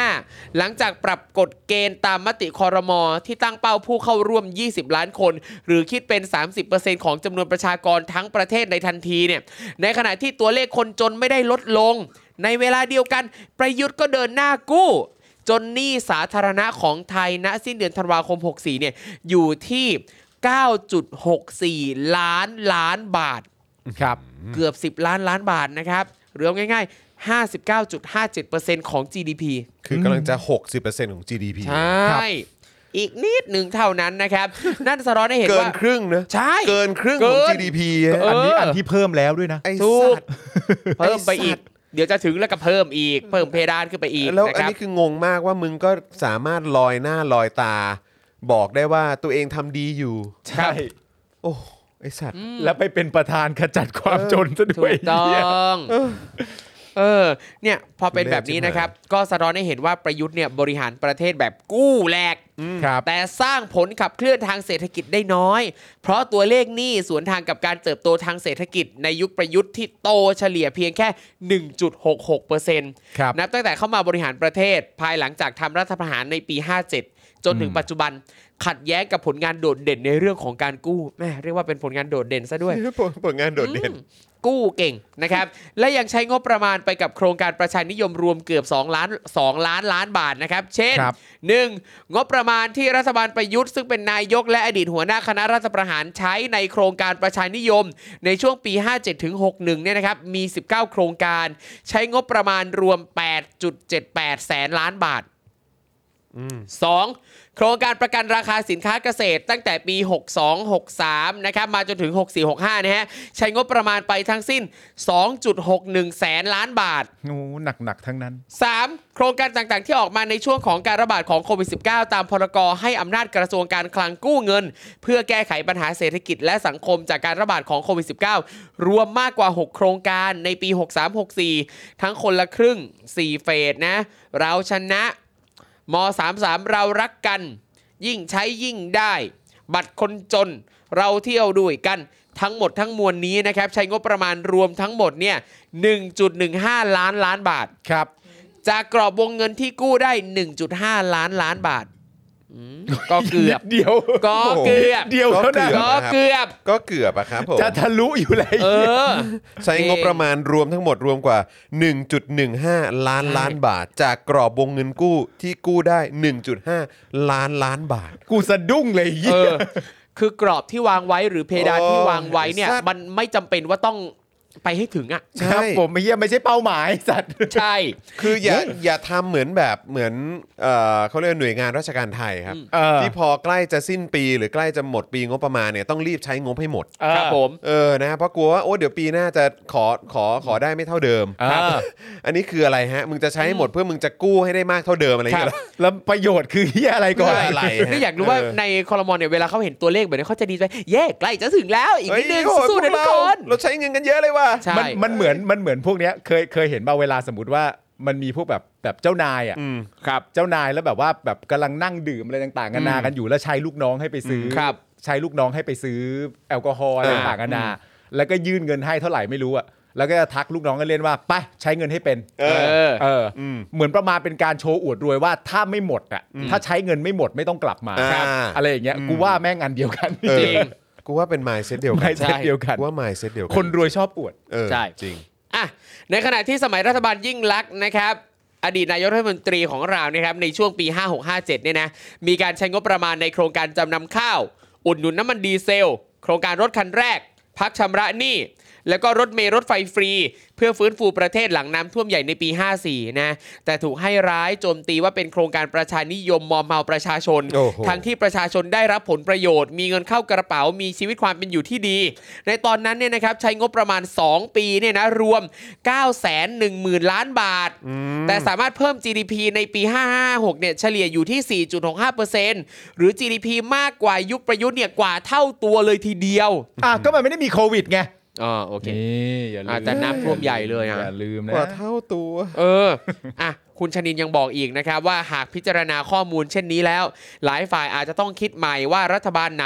Speaker 3: 65 หลังจากปรับกฎเกณฑ์ตามมติคอรมอที่ตั้งเป้าผู้เข้าร่วม 20 ล้านคน หรือคิดเป็น 30%ของจำนวนประชากรทั้งประเทศในทันทีเนี่ย ในขณะที่ตัวเลขคนจนไม่ได้ลดลง ในเวลาเดียวกัน ประยุทธ์ก็เดินหน้ากู้ จนหนี้สาธารณะของไทยณสิ้นเดือนธันวาคม 64 เนี่ยอยู่ที่ 9.64 ล้านล้านบาท
Speaker 2: ครับ
Speaker 3: เกือบ 10 ล้านล้านบาทนะครับหรือเอาง่ายๆ 59.57%ของ GDP
Speaker 1: คือกำลังจะ 60%ของ GDP
Speaker 3: ใช่อีกนิดหนึ่งเท่านั้นนะครับ นั่นสะท้อนให้เห็น
Speaker 1: เกิน
Speaker 3: ว่า
Speaker 1: ครึ่งนะ
Speaker 3: ใช่
Speaker 1: เกินครึ่งของ
Speaker 3: เกิน
Speaker 1: GDP
Speaker 3: เอออั
Speaker 2: อันนี้อันที่เพิ่มแล้วด้วยนะ
Speaker 1: ไอ้
Speaker 3: ถูก
Speaker 1: สัตว์
Speaker 3: เพิ่มไป
Speaker 1: ไอ้สั
Speaker 3: อี
Speaker 1: ต
Speaker 3: ก
Speaker 1: ว์
Speaker 3: เดี๋ยวจะถึงแล้วก็เพิ่มอีก เพิ่มเพดานขึ้นไปอีก
Speaker 1: แล้ว
Speaker 3: นะ
Speaker 1: อัน
Speaker 3: ครับ
Speaker 1: นี้คืองงมากว่ามึงก็สามารถลอยหน้าลอยตา บอกได้ว่าตัวเองทำดีอยู่
Speaker 2: ใช่
Speaker 1: โอ้ไอสัตว์
Speaker 2: แล้วไปเป็นประธานขจัดความจนซะ
Speaker 3: ถู
Speaker 2: ด้วย
Speaker 3: กต้อ
Speaker 2: เหี้ย
Speaker 3: ง เออ เนี่ยพอเป็นแบบนี้
Speaker 1: เละชิบหาย
Speaker 3: นะครับ ก็สะท้อนให้เห็นว่าประยุทธ์เนี่ยบริหารประเทศแบบกู้แลก
Speaker 2: ครับ
Speaker 3: แต่สร้างผลขับเคลื่อนทางเศรษฐกิจได้น้อย เพราะตัวเลขหนี้สวนทางกับการเติบโตทางเศรษฐกิจในยุคประยุทธ์ที่โตเฉลี่ยเพียงแค่ 1.66%น
Speaker 2: ครับ
Speaker 3: ับตั้งแต่เข้ามาบริหารประเทศภายหลังจากทำรัฐประหารในปี 57 จนถึงปัจจุบัน ขัดแย้งกับผลงานโดดเด่นในเรื่องของการกู้แม่เรียกว่าเป็นผลงานโดดเด่นซะด้วย
Speaker 1: ผ ลผลงานโดดเด่น
Speaker 3: กู้เก่งนะครับ และยังใช้งบประมาณไปกับโครงการประชานิยมรวมเกือบ 2 ล้าน 2 ล้านล้านบาทนะครับ เช่น
Speaker 2: ครับ
Speaker 3: 1. งบประมาณที่รัฐบาลประยุทธ์ซึ่งเป็นนายกและอดีตหัวหน้าคณะรัฐประหารใช้ในโครงการประชานิยม ในช่วงปี 57ถึง61เนี่ยนะครับมี 19 โครงการ ใช้งบประมาณรวม 8.78 แสนล้านบาท 2. โครงการประกันราคาสินค้าเกษตรตั้งแต่ปี 62-63 นะครับมาจนถึง 64-65 นะฮะ ใช้งบประมาณไปทั้งสิ้น 2.61 แสนล้านบาท
Speaker 2: โอ้หนักหนักๆทั้งนั้น
Speaker 3: 3. โครงการต่างๆ ที่ออกมาในช่วงของการระบาดของโควิด -19 ตามพรกให้อำนาจกระทรวงการคลังกู้เงิน เพื่อแก้ไขปัญหาเศรษฐกิจและสังคมจากการระบาดของโควิด -19 รวมมากกว่า 6 โครงการในปี 63-64 ทั้งคนละครึ่ง 4 เฟสนะ เราชนะม .33 เรารักกัน ยิ่งใช้ยิ่งได้ บัตรคนจนเราเที่ยวด้วยกันทั้งหมดทั้งมวลนี้นะครับใช้งบประมาณรวมทั้งหมดเนี่ย1.15 ล้านล้านบาท
Speaker 2: ครับ
Speaker 3: จากกรอบวงเงินที่กู้ได้ 1.5 ล้านล้านบาทอืมก็เกื อบ
Speaker 2: เดียว
Speaker 3: ก็เกือบ
Speaker 2: เดียวเท่านั้น
Speaker 1: ก็
Speaker 3: ก็เกือบ
Speaker 1: ก็เกือบอะครับผม
Speaker 2: จะทะลุอยู่เลย
Speaker 3: เอ อ
Speaker 1: ใช้งบประมาณรวมทั้งหมดรวมกว่า 1.15 ล้านล้านบาท จากกรอบวงเงินกู้ที่กู้ได้ 1.5 ล้านล้านบาท
Speaker 2: กูสะดุ้งเลยเหี้
Speaker 3: เอย อ คือกรอบที่วางไว้หรือเพดาน
Speaker 1: โอ้
Speaker 3: ที่วางไว้เนี่ย
Speaker 1: สัตว์
Speaker 3: มันไม่จำเป็นว่าต้องไปให้ถึงอ่ะ
Speaker 1: ใช่
Speaker 2: ครับผมไม่เยี่ยไม่ใช่เป้าหมายสัตว์
Speaker 3: ใช่
Speaker 1: คืออย่าอย่าทำเหมือนแบบเหมือนเอ่อเขาเรียกว่าหน่วยงานราชการไทยครับ
Speaker 2: เออ
Speaker 1: ที่พอใกล้จะสิ้นปีหรือใกล้จะหมดปีงบประมาณเนี่ยต้องรีบใช้งบให้หมด
Speaker 3: ครับผม
Speaker 1: เออนะเพราะกลัวว่าโอ้เดี๋ยวปีหน้าจะขอขอขอได้ไม่เท่าเดิม
Speaker 2: อ่า
Speaker 1: ครับ อันนี้คืออะไรฮะ มึงจะใช้ให้หมดเพื่อมึงจะกู้ให้ได้มากเท่าเดิมอะไรอย่างเงี้ยเหรอ
Speaker 2: แล้วประโยชน์คือเฮียอะไรก่อน
Speaker 1: ใช่ ไรฮะ
Speaker 3: นี่อยากรู้ว่า
Speaker 1: เออ
Speaker 3: ในคอรมอเนี่ยเวลาเขาเห็นตัวเลขแบบนี้เขาจะดีใจเย้ใกล้จะถึงแล้ว อีกนิดนึง
Speaker 1: เฮ้ยโอ้ย
Speaker 3: สู้ๆนะทุกคน
Speaker 1: พวกเราเราใช้เงินกันเยอะเลยว่ะ
Speaker 3: ใช่
Speaker 2: มันมันเหมือนมันเหมือนพวกเนี้ยเคยเคยเห็นมาเวลาสมมติว่ามันมีพวกแบบแบบเจ้านายอ่ะ
Speaker 1: อืม
Speaker 2: ครับเจ้านายแล้วแบบว่าแบบกำลังนั่งดื่มอะไรต่างๆกันานากันอยู่แล้วใช้ลูกน้องให้ไปซื้อ
Speaker 3: มครับ
Speaker 2: ใช้ลูกน้องให้ไปซื้อแอลกอฮอล์อะไร
Speaker 3: อ่า
Speaker 2: ต่างกันานาแล้วก็ยื่นเงินให้เท่าไหร่ไม่รู้อ่ะแล้วก็จะทักลูกน้องกันเล่นว่าไปใช้เงินให้เป็น
Speaker 1: เออ
Speaker 3: เออ
Speaker 2: เอออ
Speaker 1: ม
Speaker 2: เหมือนประมาณเป็นการโชว์อวดรวยว่าถ้าไม่หมดอ่ะถ้าใช้เงินไม่หมดไม่ต้องกลับมา
Speaker 1: ครับ
Speaker 2: อะไรอย่างเงี้ยกูว่าแม่งอันเดียวกัน
Speaker 1: เออ
Speaker 3: จริง
Speaker 1: กูว่าเป็นไมล์เซตเดียวกั
Speaker 2: ไม่
Speaker 1: น
Speaker 2: ใช่เดียวกัน
Speaker 1: กูว่าไมล์เซตเดียวกั
Speaker 2: คนรวยชอบอวด
Speaker 1: เออ
Speaker 3: ใช่
Speaker 1: จริง
Speaker 3: อ่ะในขณะที่สมัยรัฐบาลยิ่งลักษณ์นะครับ อดีตนายกรัฐมนตรีของเรานะครับในช่วงปี 5657เนี่ยนะมีการใช้งบประมาณในโครงการจำนำข้าว อุดหนุนน้ำมันดีเซล โครงการรถคันแรก พักชำระหนี้ แล้วก็รถเมล์รถไฟฟรี เพื่อฟื้นฟูประเทศหลังน้ำท่วมใหญ่ในปี 54 นะ แต่ถูกให้ร้ายโจมตีว่าเป็นโครงการประชานิยมมอมเมาประชาชน
Speaker 1: โอ้โห
Speaker 3: ทั้งที่ประชาชนได้รับผลประโยชน์ มีเงินเข้ากระเป๋ามีชีวิตความเป็นอยู่ที่ดี ในตอนนั้นเนี่ยนะครับใช้งบประมาณ 2 ปีเนี่ยนะรวม 9 1 0 0 0 0 ล้านบาท แต่สามารถเพิ่ม GDP ในปี 556เนี่ยเฉลี่ยอยู่ที่ 4.65%หรือ GDP มากกว่ายุคประยุทธ์เนี่ยกว่าเท่าตัวเลยทีเดียว
Speaker 2: อ่ะก็มันไม่ได้มีโควิดไง
Speaker 3: อ๋อโอเค
Speaker 2: นี่อย่าลืม
Speaker 3: อ่ะแต่น้ำท่วมใหญ่เลยอ่ะ
Speaker 2: อย่าลืมนะ
Speaker 1: กว่าเท่าตัว
Speaker 3: เออ อ่ะ คุณชนินยังบอกอีกนะครับว่าหากพิจารณาข้อมูลเช่นนี้แล้ว หลายฝ่ายอาจจะต้องคิดใหม่ว่ารัฐบาลไหน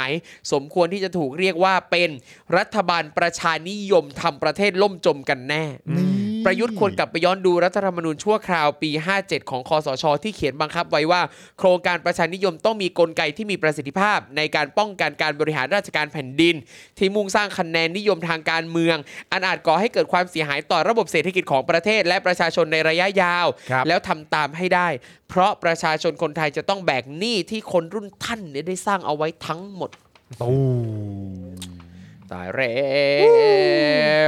Speaker 3: สมควรที่จะถูกเรียกว่าเป็นรัฐบาลประชานิยมทำประเทศล่มจมกันแน่ ประยุทธ์ควรกลับไปย้อนดูรัฐธรรมนูญชั่วคราวปี 57 ของคอสช ที่เขียนบังคับไว้ว่า โครงการประชานิยมต้องมีกลไกที่มีประสิทธิภาพ ในการป้องกันการบริหารราชการแผ่นดิน ที่มุ่งสร้างคะแนนนิยมทางการเมือง อันอาจก่อให้เกิดความเสียหายต่อระบบเศรษฐกิจของประเทศ และประชาชนในระยะยาว
Speaker 2: ครับ
Speaker 3: แล้วทำตามให้ได้ เพราะประชาชนคนไทยจะต้องแบกหนี้ที่คนรุ่นท่านเนี่ยได้สร้างเอาไว้ทั้งหมด ตายแล้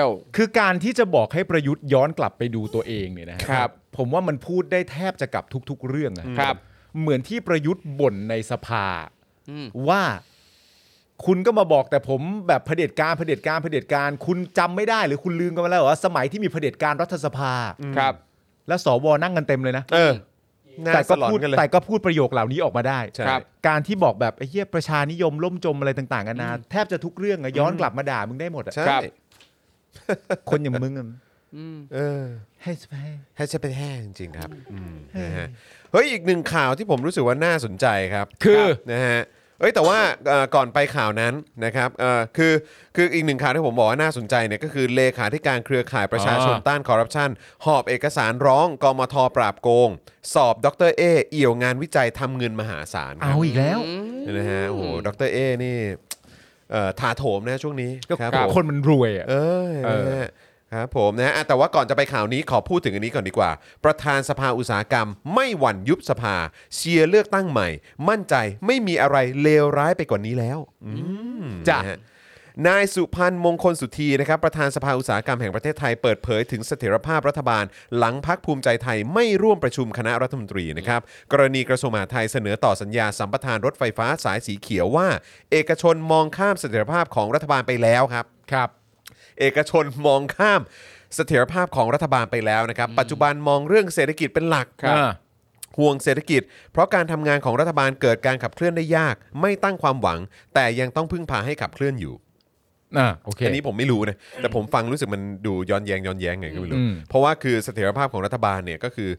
Speaker 3: ว
Speaker 2: คือการที่จะบอกให้ประยุทธ์ย้อนกลับไปดูตัวเองเนี่ยนะฮะ
Speaker 3: ครับ
Speaker 2: ผมว่ามันพูดได้แทบจะกับทุกๆเรื่องอะ
Speaker 3: ครับ
Speaker 2: เหมือนที่ประยุทธ์บ่นในสภา
Speaker 3: อืม
Speaker 2: ว่าคุณก็มาบอกแต่ผมแบบเผด็จการเผด็จการเผด็จการ คุณจำไม่ได้หรือคุณลืมกันมาแล้วเหรอสมัยที่มีเผด็จการรัฐสภา
Speaker 3: ครับ
Speaker 2: และสวนั่งกันเต็มเลยนะ
Speaker 1: เออน่า
Speaker 2: แต่
Speaker 1: ส
Speaker 2: ก็
Speaker 1: ลอน
Speaker 2: พูด
Speaker 1: กันเลย
Speaker 2: แต่ก็พูดประโยคเหล่านี้ออกมาได้
Speaker 1: ใช่
Speaker 3: ครับ
Speaker 2: การที่บอกแบบไอ้เหี้ยประชานิยมล่มจมอะไรต่างๆกันานาแทบจะทุกเรื่องอะย้อนกลับมาด่ามึงได้หมดอะ
Speaker 1: ใช่
Speaker 3: ครับ
Speaker 2: คนอย่างมึงอะ
Speaker 3: อืม
Speaker 1: เออ
Speaker 2: ให้สบาย
Speaker 1: แฮชแท็กเป็นแห้งจริงๆครับอืมนะฮะเฮ้ยอีกหนึ่งข่าวที่ผมรู้สึกว่าน่าสนใจครับ
Speaker 2: คือ
Speaker 1: รับนะฮะเอ้ยแต่ว่าเอ่อก่อนไปข่าวนั้นนะครับเอ่อคือคืออีกหนึ่งข่าวที่ผมบอกว่าน่าสนใจเนี่ยก็คือเลขาธิการเครือข่ายประชาชน
Speaker 2: อ่า
Speaker 1: ต้านคอร์รัปชันหอบเอกสารร้องกมทปราบโกง สอบดรเอเอี่ยวงานวิจัยทำเงินมหาศาลค
Speaker 2: เอา
Speaker 1: รับ
Speaker 2: อีกแล้ว
Speaker 1: นะฮะโอ้โหดรเอนี่เอ่อถาโถมนะช่วงนี้
Speaker 2: ก็
Speaker 1: ครับผม
Speaker 2: คนมันรวยอะ
Speaker 1: เอย
Speaker 2: เออ
Speaker 1: นะฮะครับผมนะฮะอ่ะแต่ว่าก่อนจะไปข่าวนี้ขอพูดถึงอันนี้ก่อนดีกว่า ประธานสภาอุตสาหกรรม ไม่หวั่นยุบสภา เชียร์เลือกตั้งใหม่ มั่นใจไม่มีอะไรเลวร้ายไปกว่านี้แล้วอืม
Speaker 2: จ้ะ
Speaker 1: นฮนายสุพันธ์มงคลสุธีนะครับประธานสภาอุตสาหกรรมแห่งประเทศไทยเปิดเผยถึงเสถียรภาพรัฐบาล หลังพักภูมิใจไทยไม่ร่วมประชุมคณะรัฐมนตรีนะครับกรณีกระทรวงมหาดไทยเสนอต่อสัญญาสัมปทานรถไฟฟ้าสายสีเขียวว่า เอกชนมองข้ามเสถียรภาพของรัฐบาลไปแล้วครับ
Speaker 2: ครับ
Speaker 1: เอกชนมองข้ามเสถียรภาพของรัฐบาลไปแล้วนะครับ ปัจจุบันมองเรื่องเศรษฐกิจเป็นหลัก
Speaker 2: ครับอ่า
Speaker 1: ห่วงเศรษฐกิจ เพราะการทำงานของรัฐบาลเกิดการขับเคลื่อนได้ยาก ไม่ตั้งความหวัง แต่ยังต้องพึ่งพาให้ขับเคลื่อนอยู่
Speaker 2: อ่าโอเค
Speaker 1: อันนี้ผมไม่รู้นะแต่ผมฟังรู้สึกมันดูย้อนแยงย้อนแยงไงก็ไม่รู้
Speaker 2: อืม
Speaker 1: เพราะว่าคือเสถียรภาพของรัฐบาลเนี่ยก็คือ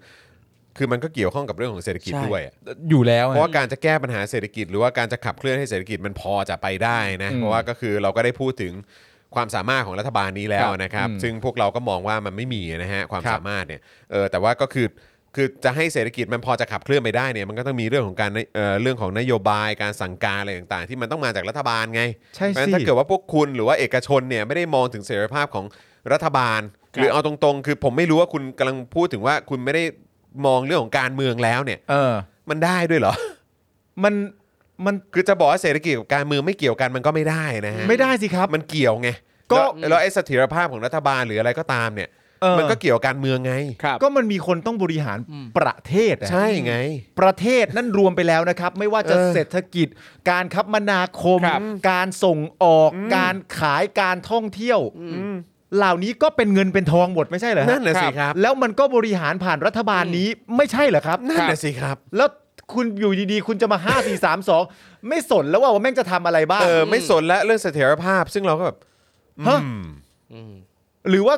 Speaker 1: คือมันก็เกี่ยวข้องกับเรื่องของเศรษฐกิจ
Speaker 3: ใช่
Speaker 1: ด้วยอะ
Speaker 2: อยู่แล้ว
Speaker 1: เพ
Speaker 2: อะ
Speaker 1: ราะว่าการจะแก้ปัญหาเศรษฐกิจ หรือว่าการจะขับเคลื่อนให้เศรษฐกิจมันพอจะไปได้นะ
Speaker 2: อืม
Speaker 1: เพราะว่าก็คือเราก็ได้พูดถึงความสามารถของรัฐบาลนี้แล้วนะครับ
Speaker 2: อืม
Speaker 1: ซึ่งพวกเราก็มองว่ามันไม่มีนะฮะความ
Speaker 2: ครับ
Speaker 1: สามารถเนี่ยเออแต่ว่าก็คือคือจะให้เศรษฐกิจมันพอจะขับเคลื่อนไปได้เนี่ยมันก็ต้องมีเรื่องของการเอ่อเรื่องของนโยบายการสั่งการอะไรต่างๆ ที่มันต้องมาจากรัฐบาลไง
Speaker 2: ใช่
Speaker 1: เพราะฉะนั้
Speaker 2: สิ
Speaker 1: นถ้าเกิดว่าพวกคุณหรือว่าเอกชนเนี่ยไม่ได้มองถึงเสรีภาพของรัฐบาล
Speaker 2: ครับ
Speaker 1: หรือเอาตรงๆ คือผมไม่รู้ว่าคุณกำลังพูดถึงว่าคุณไม่ได้มองเรื่องของการเมืองแล้วเนี่ย
Speaker 2: เออ
Speaker 1: มันได้ด้วยเหรอ
Speaker 2: มันมัน
Speaker 1: คือจะบอกว่าเศรษฐกิจกับการเมืองไม่เกี่ยวกันมันก็ไม่ได้นะฮะ
Speaker 2: ไม่ได้สิครับ
Speaker 1: มันเกี่ยวไง
Speaker 2: ก็
Speaker 1: แล้วแล้วไอ้เสถียรภาพของรัฐบาลหรืออะไรก็ตามเนี่ย
Speaker 2: เออ
Speaker 1: มันก็เกี่ยวกับการเมืองไง
Speaker 3: ครับ
Speaker 2: ก็มันมีคนต้องบริหาร
Speaker 3: อืม
Speaker 2: ประเทศอะ
Speaker 1: ใช่ไง
Speaker 2: ประเทศนั่นรวมไปแล้วนะครับ ไม่ว่าจะ
Speaker 1: เออ
Speaker 2: เศรษฐกิจ การคมนาคม
Speaker 3: ครับ
Speaker 2: การส่งออก การขายการท่องเที่ยว เหล่านี้ก็เป็นเงินเป็นทองหมดไม่ใช่เหรอฮ
Speaker 1: นั่นน่ะสิครับ
Speaker 2: แล้วมันก็บริหารผ่านรัฐบาลนี้ไม่ใช่เหรอครับ
Speaker 1: นั่นน่ะสิครับ
Speaker 2: แล้วคุณอยู่ดีๆ คุณจะมา 5 4 3 2 ไม่สนแล้วว่าว่าแม่งจะทำอะไรบ้าง
Speaker 1: เออไม่สนละเรื่องเสถียรภาพ ซึ่งเราก็แบบ
Speaker 2: ฮะ
Speaker 1: อืม
Speaker 3: อืม
Speaker 2: หรือว่า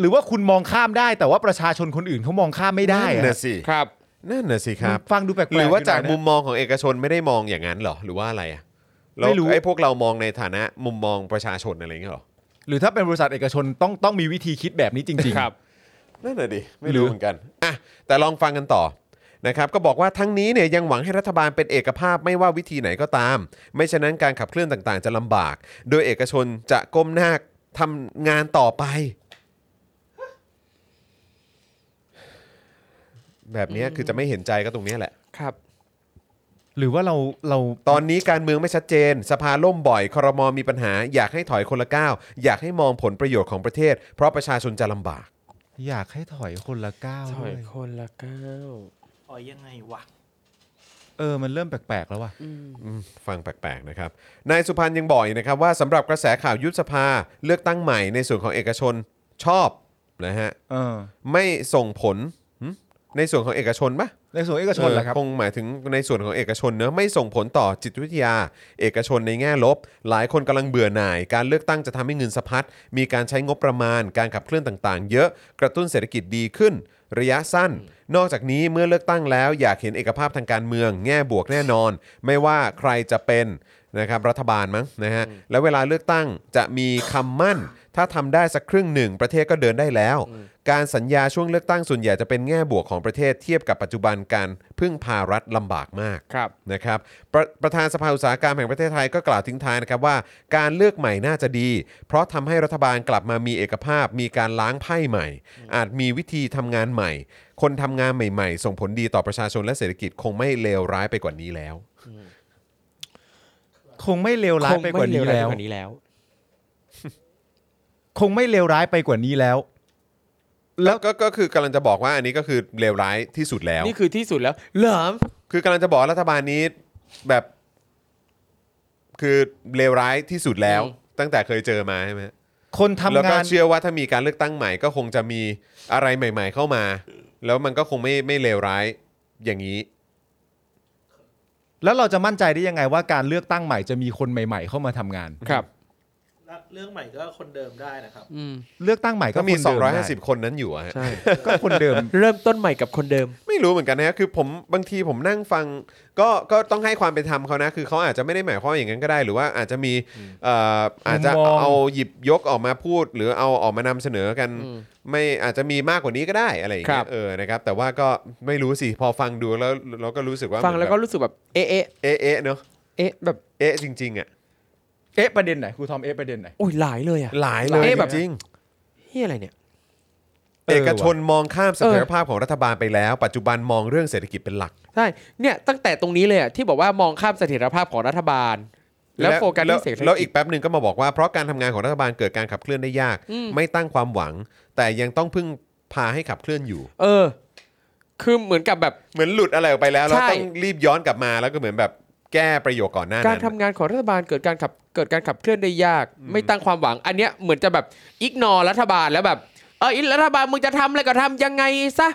Speaker 2: หรือว่าคุณมองข้ามได้ แต่ว่าประชาชนคนอื่นเขามองข้ามไม่ได้
Speaker 1: นั่
Speaker 2: อะ
Speaker 1: นน่ะสิ
Speaker 3: ครับ
Speaker 1: นั่นน่ะสิครับ
Speaker 2: ฟังดูแปลกๆ
Speaker 1: หรือว่าจาก
Speaker 2: ยู่นะ
Speaker 1: มุมมองของเอกชนไม่ได้มองอย่างนั้นเหรอ หรือว่าอะไรอ่ะแล้ว
Speaker 2: ไม่รู้
Speaker 1: ไอ้พวกเรามองในฐานะมุมมองประชาชนอะไรอย่างเงี้ยเหรอ
Speaker 2: หรือถ้าเป็นบริษัทเอกชนต้องต้องมีวิธีคิดแบบนี้จริง ๆ
Speaker 3: ครับ
Speaker 1: นั่นน่ะดิไม่
Speaker 2: หรื
Speaker 1: รู้
Speaker 2: อ
Speaker 1: เหมือนกันอ่ะแต่ลองฟังกันต่อนะครับก็บอกว่าทั้งนี้เนี่ยยังหวังให้รัฐบาลเป็นเอกภาพไม่ว่าวิธีไหนก็ตาม ไม่ฉะนั้นการขับเคลื่อนต่างๆ จะลำบาก โดยเอกชนจะก้มหน้าทำงานต่อไป แบบเนี้ยคือจะไม่เห็นใจก็ตรงเนี้ยแหละ
Speaker 3: ครับ
Speaker 2: หรือว่าเราเรา
Speaker 1: ตอนนี้การเมืองไม่ชัดเจน สภาล่มบ่อย ครมมีปัญหา อยากให้ถอยคนละก้าว อยากให้มองผลประโยชน์ของประเทศ เพราะประชาชนจะลำบาก
Speaker 2: อยากให้ถอยคนละก้าว
Speaker 3: ถอ
Speaker 2: ด้วย ย
Speaker 3: คนละก้าว
Speaker 5: อ๋อยังไงวะ
Speaker 2: เออมันเริ่มแปลกๆแล้วว่ะ
Speaker 1: อืมฟังแปลกๆนะครับ นายสุพันธ์ยังบอกอีกนะครับว่าสำหรับกระแสข่าวยุบสภา เลือกตั้งใหม่ในส่วนของเอกชนชอบนะฮะ
Speaker 2: เออ
Speaker 1: ไม่ส่งผลหึในส่วนของเอกชนปะ
Speaker 2: ในส่วนเอกชนแหละครับ
Speaker 1: เออคงหมายถึงในส่วนของเอกชนเนอะไม่ส่งผลต่อจิตวิทยา เอกชนในแง่ลบ หลายคนกำลังเบื่อหน่าย การเลือกตั้งจะทำให้เงินสะพัดมีการใช้งบประมาณ การขับเคลื่อนต่างๆ เยอะกระตุ้นเศรษฐกิจดีขึ้น ระยะสั้น นอกจากนี้เมื่อเลือกตั้งแล้วอยากเห็นเอกภาพทางการเมือง แง่บวกแน่นอน ไม่ว่าใครจะเป็นนะครับรัฐบาลมั้งนะฮะและเวลาเลือกตั้งจะมีคำมั่น ถ้าทำได้สักครึ่งหนึ่งประเทศก็เดินได้แล้ว การสัญญาช่วงเลือกตั้งส่วนใหญ่จะเป็นแง่บวกของประเทศเทียบกับปัจจุบันการพึ่งพารัฐลำบากมาก
Speaker 3: ครับ
Speaker 1: นะครับประประธานสภาอุตสาหกรรมแห่งประเทศไทยก็กล่าวทิ้งท้ายนะครับว่าการเลือกใหม่น่าจะดี เพราะทำให้รัฐบาลกลับมามีเอกภาพ มีการล้างไพ่ใหม่ อาจมีวิธีทำงานใหม่ คนทำงานใหม่ ๆ ส่งผลดีต่อประชาชนและเศรษฐกิจคงไม่เลวร้ายไปกว่านี้แล้ว
Speaker 2: คงไม่เลวร้ายไปกว่านี้แล้ว
Speaker 3: นี้แล้ว
Speaker 2: คงไม่เลวร้ายไปกว่านี้แล้ว
Speaker 1: แล้
Speaker 2: แล้
Speaker 1: ว วก็ก็คือกำลังจะบอกว่าอันนี้ก็คือเลวร้ายที่สุดแล้ว
Speaker 3: นี่คือที่สุดแล้วเหรอ
Speaker 1: คือกำลังจะบอกว่ารัฐบาลนี้แบบคือเลวร้ายที่สุดแล้ว ตั้งแต่เคยเจอมาใช่ไหม
Speaker 2: คนทำ
Speaker 1: แล้วก็
Speaker 2: งาน
Speaker 1: เชื่อว่าถ้ามีการเลือกตั้งใหม่ก็คงจะมีอะไรใหม่ ๆ เข้ามา แล้วมันก็คงไม่ไม่เลวร้ายอย่างนี้
Speaker 2: แล้วเราจะมั่นใจได้ยังไงว่าการเลือกตั้งใหม่จะมีคนใหม่ ๆ เข้ามาทำงาน
Speaker 3: ครับ
Speaker 5: และเรื่องใหม่ก็คนเดิมได้นะครับ
Speaker 3: อืม
Speaker 2: เลือกตั้งใหม่ก็
Speaker 1: ก็มี
Speaker 2: คนเดิมได้
Speaker 1: 250 คนนั้นอยู่อะฮะ
Speaker 3: ใช่
Speaker 2: ก็คนเดิม
Speaker 3: เริ่มต้นใหม่กับคนเดิม
Speaker 1: ไม่รู้เหมือนกันนะคือผมบางทีผมนั่งฟังก็ก็ต้องให้ความเป็นธรรมเขานะ คือเขาอาจจะไม่ได้หมายความว่าอย่างนั้นก็ได้ หรือว่าอาจจะมีเอ่ออาจจะ
Speaker 2: มุมมอง
Speaker 1: เอาหยิบยกออกมาพูด หรือเอาออกมานำเสนอกัน ไม่อาจจะมีมากกว่านี้ก็ได้อะไรอย่าง
Speaker 3: ค
Speaker 1: เงี้
Speaker 3: รั
Speaker 1: ย
Speaker 3: บ
Speaker 1: เออนะครับ แต่ว่าก็ไม่รู้สิพอฟังดูแล้วเราก็รู้สึกว่า
Speaker 3: ฟังแล้ว
Speaker 1: เห
Speaker 3: ก็
Speaker 1: มือน
Speaker 3: รู้สึกแบบ เอ๊ะ
Speaker 1: บบ
Speaker 3: เอ๊ะ
Speaker 1: เอ๊ะเอ๊ะเนอะ
Speaker 3: เอ๊ะแบบ
Speaker 1: เอ๊ะจริง ๆ อ่ะ
Speaker 2: เอ๊ะประเด็นไหนครูทอมเอ๊ะประเด็นไหน
Speaker 3: โอ้ยหลายเลยอ่ะ
Speaker 1: หลายเลย
Speaker 3: เอ๊ะแบบ
Speaker 1: จริง
Speaker 3: เฮียอะไรเนี่ย
Speaker 1: ๆเอกชนมองข้ามเสถียร
Speaker 3: เออ
Speaker 1: ภาพของรัฐบาลไปแล้ว ปัจจุบันมองเรื่องเศรษฐกิจเป็นหลัก
Speaker 3: ใช่เนี่ยตั้งแต่ตรงนี้เลยอ่ะที่บอกว่ามองข้ามเสถียรภาพของรัฐบาล แล้วโฟกัสที่เสียง
Speaker 1: แล้วแล้วอีกแป๊บหนึ่งก็มาบอกว่าเพราะการทำงานของรัฐบาลเกิดการขับเคลื่อนได้ยาก ไม่ตั้งความหวัง แต่ยังต้องพึ่งพาให้ขับเคลื่อนอยู่
Speaker 3: เออ คือเหมือนกับแบบ
Speaker 1: เหมือนหลุดอะไรออกไปแล้วเรา
Speaker 3: ใช่
Speaker 1: ต้องรีบย้อนกลับมาแล้วก็เหมือนแบบแก้ประโยคก่อนหน้า
Speaker 3: การ
Speaker 1: นั้น
Speaker 3: ทำงานของรัฐบาลเกิดการขับเกิดการขับเคลื่อนได้ยาก ไม่ตั้งความหวัง อันเนี้ยเหมือนจะแบบอิกนอรัฐบาลแล้วแบบเออรัฐบาลมึงจะทำอะไรก็ทำยังไงซะ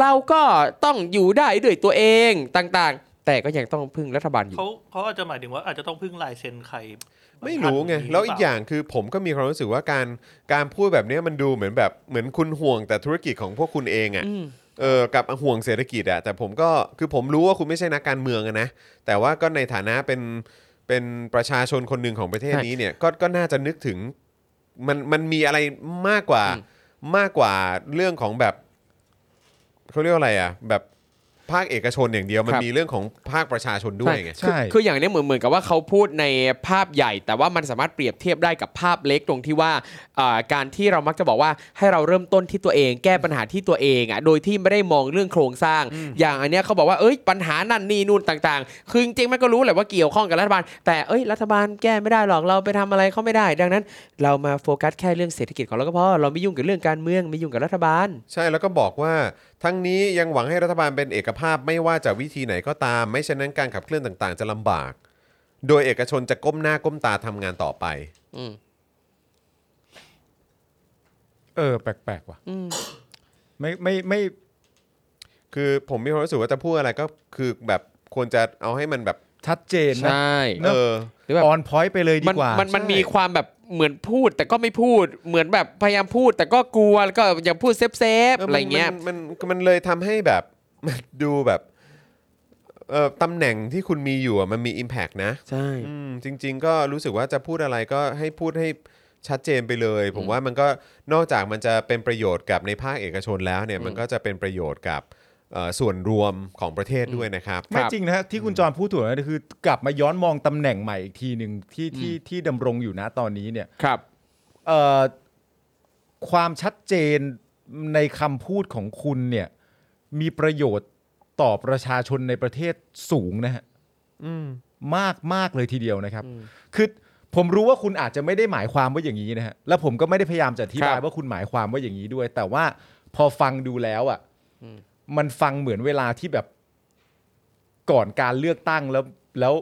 Speaker 3: เราก็ต้องอยู่ได้ด้วยตัวเองต่างๆ แต่ก็ยังต้องพึ่งรัฐบาลอยู่
Speaker 5: เขาเขาอาจจะหมายถึงว่าอาจจะต้องพึ่งลายเซ็นใคร
Speaker 1: ไม่รู้ไง
Speaker 5: บท่น
Speaker 1: แล้วอีกอย่างคือผมก็มีความรู้สึกว่าการการพูดแบบเนี้ยมันดูเหมือนแบบเหมือนคุณห่วงแต่ธุรกิจของพวกคุณเองอ่ะ
Speaker 3: อืม
Speaker 1: เออกับห่วงเศรษฐกิจอ่ะแต่ผมก็คือผมรู้ว่าคุณไม่ใช่นักการเมืองอะนะแต่ว่าก็ในฐานะเป็นเป็นประชาชนคนหนึ่งของประเทศนี้เนี่ยก็ก็น่าจะนึกถึง มันมันมีอะไรมากกว่า
Speaker 3: อืม
Speaker 1: มากกว่าเรื่องของแบบเขาเรียกว่าอะไรอ่ะแบบภาคเอกชนอย่างเดียวมันมีเรื่องของภาคประชาชนด้วยไง
Speaker 2: ใช่
Speaker 3: คือคืออย่างเนี้ยเหมือนเหมือนกับว่าเขาพูดในภาพใหญ่ แต่ว่ามันสามารถเปรียบเทียบได้กับภาพเล็กตรงที่ว่าอ่าการที่เรามักจะบอกว่าให้เราเริ่มต้นที่ตัวเองแก้ปัญหาที่ตัวเองอ่ะโดยที่ไม่ได้มองเรื่องโครงสร้าง อย่างอันเนี้ยเขาบอกว่าเอ้ยปัญหานั่นนี่นู่นต่างๆ คือจริงๆมันก็รู้แหละว่าเกี่ยวข้องกับรัฐบาล แต่เอ้ยรัฐบาลแก้ไม่ได้หรอกเราไปทำอะไรเขาไม่ได้ ดังนั้น เรามาโฟกัสแค่เรื่องเศรษฐกิจของเราก็พอเราไม่ยุ่งกับเรื่องการเมืองไม่ยุ่งกับรัฐบาล
Speaker 1: ใช่แล้วก็บอกว่าทั้งนี้ยังหวังให้รัฐบาลเป็นเอกภาพไม่ว่าจะวิธีไหนก็ตาม ไม่ฉะนั้นการขับเคลื่อนต่างๆ จะลำบาก โดยเอกชนจะก้มหน้าก้มตาทำงานต่อไป
Speaker 3: อืม
Speaker 2: เออแปลกๆว่ะ
Speaker 3: อืม
Speaker 2: ไม่ไม่ไม่
Speaker 1: คือผมมีความรู้สึกว่าจะพูดอะไรก็คือแบบควรจะเอาให้มันแบบ
Speaker 2: ชัดเจน
Speaker 3: ใช
Speaker 2: นะ
Speaker 3: ่
Speaker 1: เออ
Speaker 3: หรือแบบ
Speaker 2: ออนพอยต์ไปเลยดี
Speaker 3: มัน
Speaker 2: กว่า
Speaker 3: มันมัน
Speaker 1: ใช่
Speaker 3: มีความแบบเหมือนพูดแต่ก็ไม่พูดเหมือนแบบพยายามพูด แต่ก็กลัวแล้วก็อย่าพูดเซฟเซฟ
Speaker 1: เออ
Speaker 3: อะ
Speaker 1: มัน
Speaker 3: ไรเงี้ย
Speaker 1: มันมันมันเลยทำให้แบบ มันดูแบบเออตำแหน่งที่คุณมีอยู่อะมันมี Impact นะ
Speaker 3: ใช่
Speaker 1: อืมจริง ๆ ก็รู้สึกว่าจะพูดอะไรก็ให้พูดให้ชัดเจนไปเลย ผมว่ามันก็นอกจากมันจะเป็นประโยชน์กับในภาคเอกชนแล้วเนี่ยมันก็จะเป็นประโยชน์กับเอ่อส่วนรวมของประเทศด้วยนะครับ
Speaker 2: ไม่จริงนะฮะที่คุณจรพูดถูกนะคือกลับมาย้อนมองตำแหน่งใหม่อีกทีหนึ่งที่ที่ที่ดำรงอยู่นะตอนนี้เนี่ย
Speaker 3: ครับ
Speaker 2: เอ่อความชัดเจนในคำพูดของคุณเนี่ย มีประโยชน์ต่อประชาชนในประเทศสูงนะฮะมากมากเลยทีเดียวนะครับ คือผมรู้ว่าคุณอาจจะไม่ได้หมายความว่าอย่างนี้นะฮะแล้วผมก็ไม่ได้พยายามจะอธิบาย
Speaker 3: ครับ
Speaker 2: ว่าคุณหมายความว่าอย่างนี้ด้วย แต่ว่าพอฟังดูแล้วอ่ะมันฟังเหมือนเวลาที่แบบก่อนการเลือกตั้งแล้วแล้ว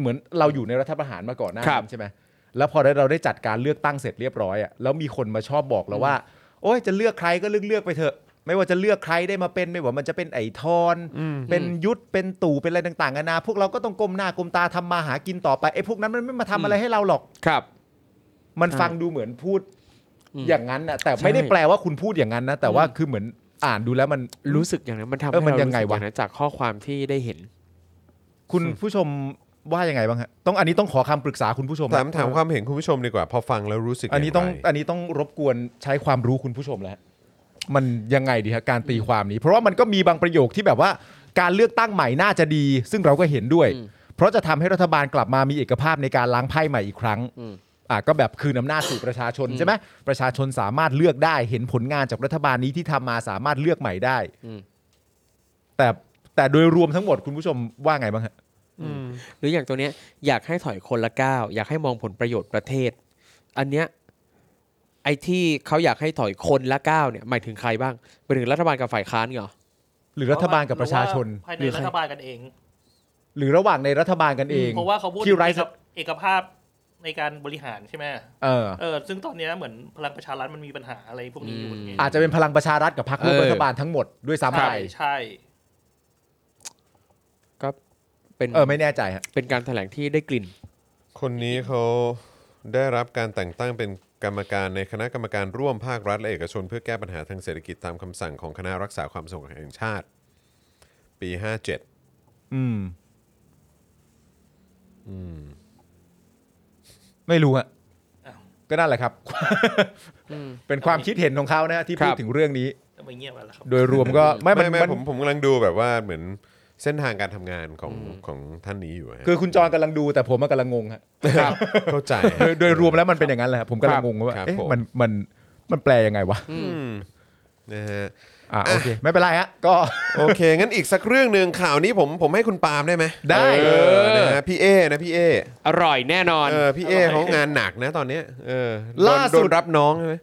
Speaker 2: เหมือนเราอยู่ในรัฐประหารมาก่อนหน้านั้นใช่ไหม แล้วพอได้เราได้จัดการเลือกตั้งเสร็จเรียบร้อยอะ่ะแล้วมีคนมาชอบบอกเราว่า โอ้ยจะเลือกใครก็เลือกเลือกไปเถอะ ไม่ว่าจะเลือกใครได้มาเป็นไม่ว่ามันจะเป็นไอ้ทอนเป็นยุทธเป็นตู่เป็นอะไรต่างๆนานาพวกเราก็ต้องก้มหน้าก้มตาทำมาหากินต่อไปไอ้พวกนั้นมันไม่มาทำอะไรให้เราหรอก
Speaker 3: ครับ
Speaker 2: มัน
Speaker 3: ใช่
Speaker 2: ฟังดูเหมือนพูด
Speaker 3: อืม
Speaker 2: อย่างนั้นนะแต่
Speaker 3: ใช่
Speaker 2: ไม่ได้แปลว่าคุณพูดอย่างนั้นนะแต่ว่าคือเหมือนอ่านดูแล้วมัน
Speaker 3: รู้สึกอย่างนั้นมันทำ
Speaker 2: เอ
Speaker 3: ให้
Speaker 2: อมัน
Speaker 3: เรา
Speaker 2: ยังไง
Speaker 3: รู้สึก
Speaker 2: วะ
Speaker 3: อย่างนั้นจากข้อความที่ได้เห็น
Speaker 2: คุณผู้ชมว่ายังไงบ้างฮะต้องอันนี้ต้องขอคำปรึกษาคุณผู้ชมนะ
Speaker 1: ถามถามความเห็นคุณผู้ชมดีกว่า พอฟังแล้วรู้สึก
Speaker 2: อันนี้ต้อง
Speaker 1: ย่าไร
Speaker 2: อันนี้ต้องรบกวนใช้ความรู้คุณผู้ชมแล้วฮะ มันยังไงดีฮะการตีความนี้ เพราะว่ามันก็มีบางประโยคที่แบบว่า การเลือกตั้งใหม่น่าจะดี ซึ่งเราก็เห็นด้วย
Speaker 3: อืม
Speaker 2: เพราะจะทำให้รัฐบาลกลับมามีเอกภาพในการล้างไพ่ใหม่อีกครั้ง
Speaker 3: อืม
Speaker 2: อ่ะก็แบบคืนอำนาจสู่ประชาชนใช่ไหมประชาชนสามารถเลือกได้เห็นผลงานจากรัฐบาลนี้ที่ทำมาสามารถเลือกใหม่ได้
Speaker 3: อืม
Speaker 2: แต่แต่โดยรวมทั้งหมดคุณผู้ชมว่าไงบ้างฮะ
Speaker 3: หรืออย่างตัวเนี้ยอยากให้ถอยคนละก้าวอยากให้มองผลประโยชน์ประเทศ อันเนี้ย ไอ้ที่เขาอยากให้ถอยคนละก้าวเนี่ยหมายถึงใครบ้างหมายถึงรัฐบาลกับฝ่ายค้านเหรอ
Speaker 2: หรือรัฐบาลกับประชาชน
Speaker 5: ภายใน
Speaker 3: หรือใคร
Speaker 5: รัฐบาลกันเอง
Speaker 2: หรือระหว่างในรัฐบาลกันเอง
Speaker 5: เพราะว่าเขาพูด
Speaker 2: ที่ไร้
Speaker 5: เอก
Speaker 2: ส
Speaker 5: ภาพเอกภาพในการบริหารใช่ไหม
Speaker 2: เออ
Speaker 5: เออซึ่งตอนเนี้ยเหมือนพลังประชารัฐมันมีปัญหาอะไรพวกนี้อยู่ไง
Speaker 2: อาจจะเป็นพลังประชารัฐกับพรรคร่วม
Speaker 3: เออ
Speaker 2: รัฐบาลทั้งหมดด้วยซ้ำไป
Speaker 5: ใช่ใช่
Speaker 3: ก็เป็น
Speaker 2: เออไม่แน่ใจฮะ
Speaker 3: เป็นการแถลงที่ได้กลิ่น
Speaker 1: คนนี้เขาได้รับการแต่งตั้งเป็นกรรมการในคณะกรรมการร่วมภาครัฐและเอกชน เพื่อแก้ปัญหาทางเศรษฐกิจตามคำสั่งของคณะรักษาความสงบแห่งชาติ ปี 57
Speaker 2: อืม ไม่รู้ฮะก็นั่นแหละครับ เป็นความคิดเห็นของเขานะฮะที่พูด
Speaker 3: ครับ
Speaker 2: ถึงเรื่องนี้
Speaker 5: ทำไมเงียบไปล่ะครับ
Speaker 2: โดยรวมก็ไม่
Speaker 1: ไม่
Speaker 2: มัน
Speaker 1: ไม่
Speaker 2: มัน
Speaker 1: ผมผมกำลังดูแบบว่าเหมือนเส้นทางการทำงานของของท่านนี้อยู่ฮะ
Speaker 2: คือคุณจรกำลังดูแต่ผมอะกำลังงงฮะ
Speaker 1: ครับเข้าใจ
Speaker 2: โดยโดยรวมแล้วมันเป็นอย่างนั้นแหละครับผมกำลังงงว่า
Speaker 1: ครับ
Speaker 2: เอ๊ะ
Speaker 1: ผม
Speaker 2: มันมันมันแปลยังไงวะ
Speaker 1: อืมนะฮะ
Speaker 2: อ่ะโอเค ไม่เป็นไรฮะก็
Speaker 1: โอเค งั้นอีกสักเรื่องหนึ่งข่าวนี้ผมผมให้คุณปาล์มได้ไหม
Speaker 2: ได้
Speaker 1: เออนะฮะพี่เอนะพี่เอ
Speaker 3: อร่อยแน่นอน
Speaker 1: เออพี่เอเขางานหนักนะตอนเนี้ยเออโน
Speaker 2: ล่าสุด
Speaker 1: โนรับน้องใช่ไหม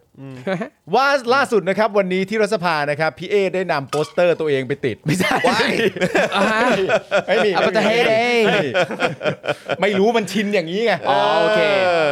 Speaker 2: ว่าล่าสุดนะครับวันนี้ที่รัฐสภานะครับ พี่เอได้นำโปสเตอร์ตัวเองไปติด ไม่ใช่ไม่มี
Speaker 3: เอาไปแต่
Speaker 2: ไม่มี
Speaker 3: ให้ได้
Speaker 2: ไม่มี ไม่รู้มันชินอย่างนี้ไง
Speaker 3: อ๋อโอเค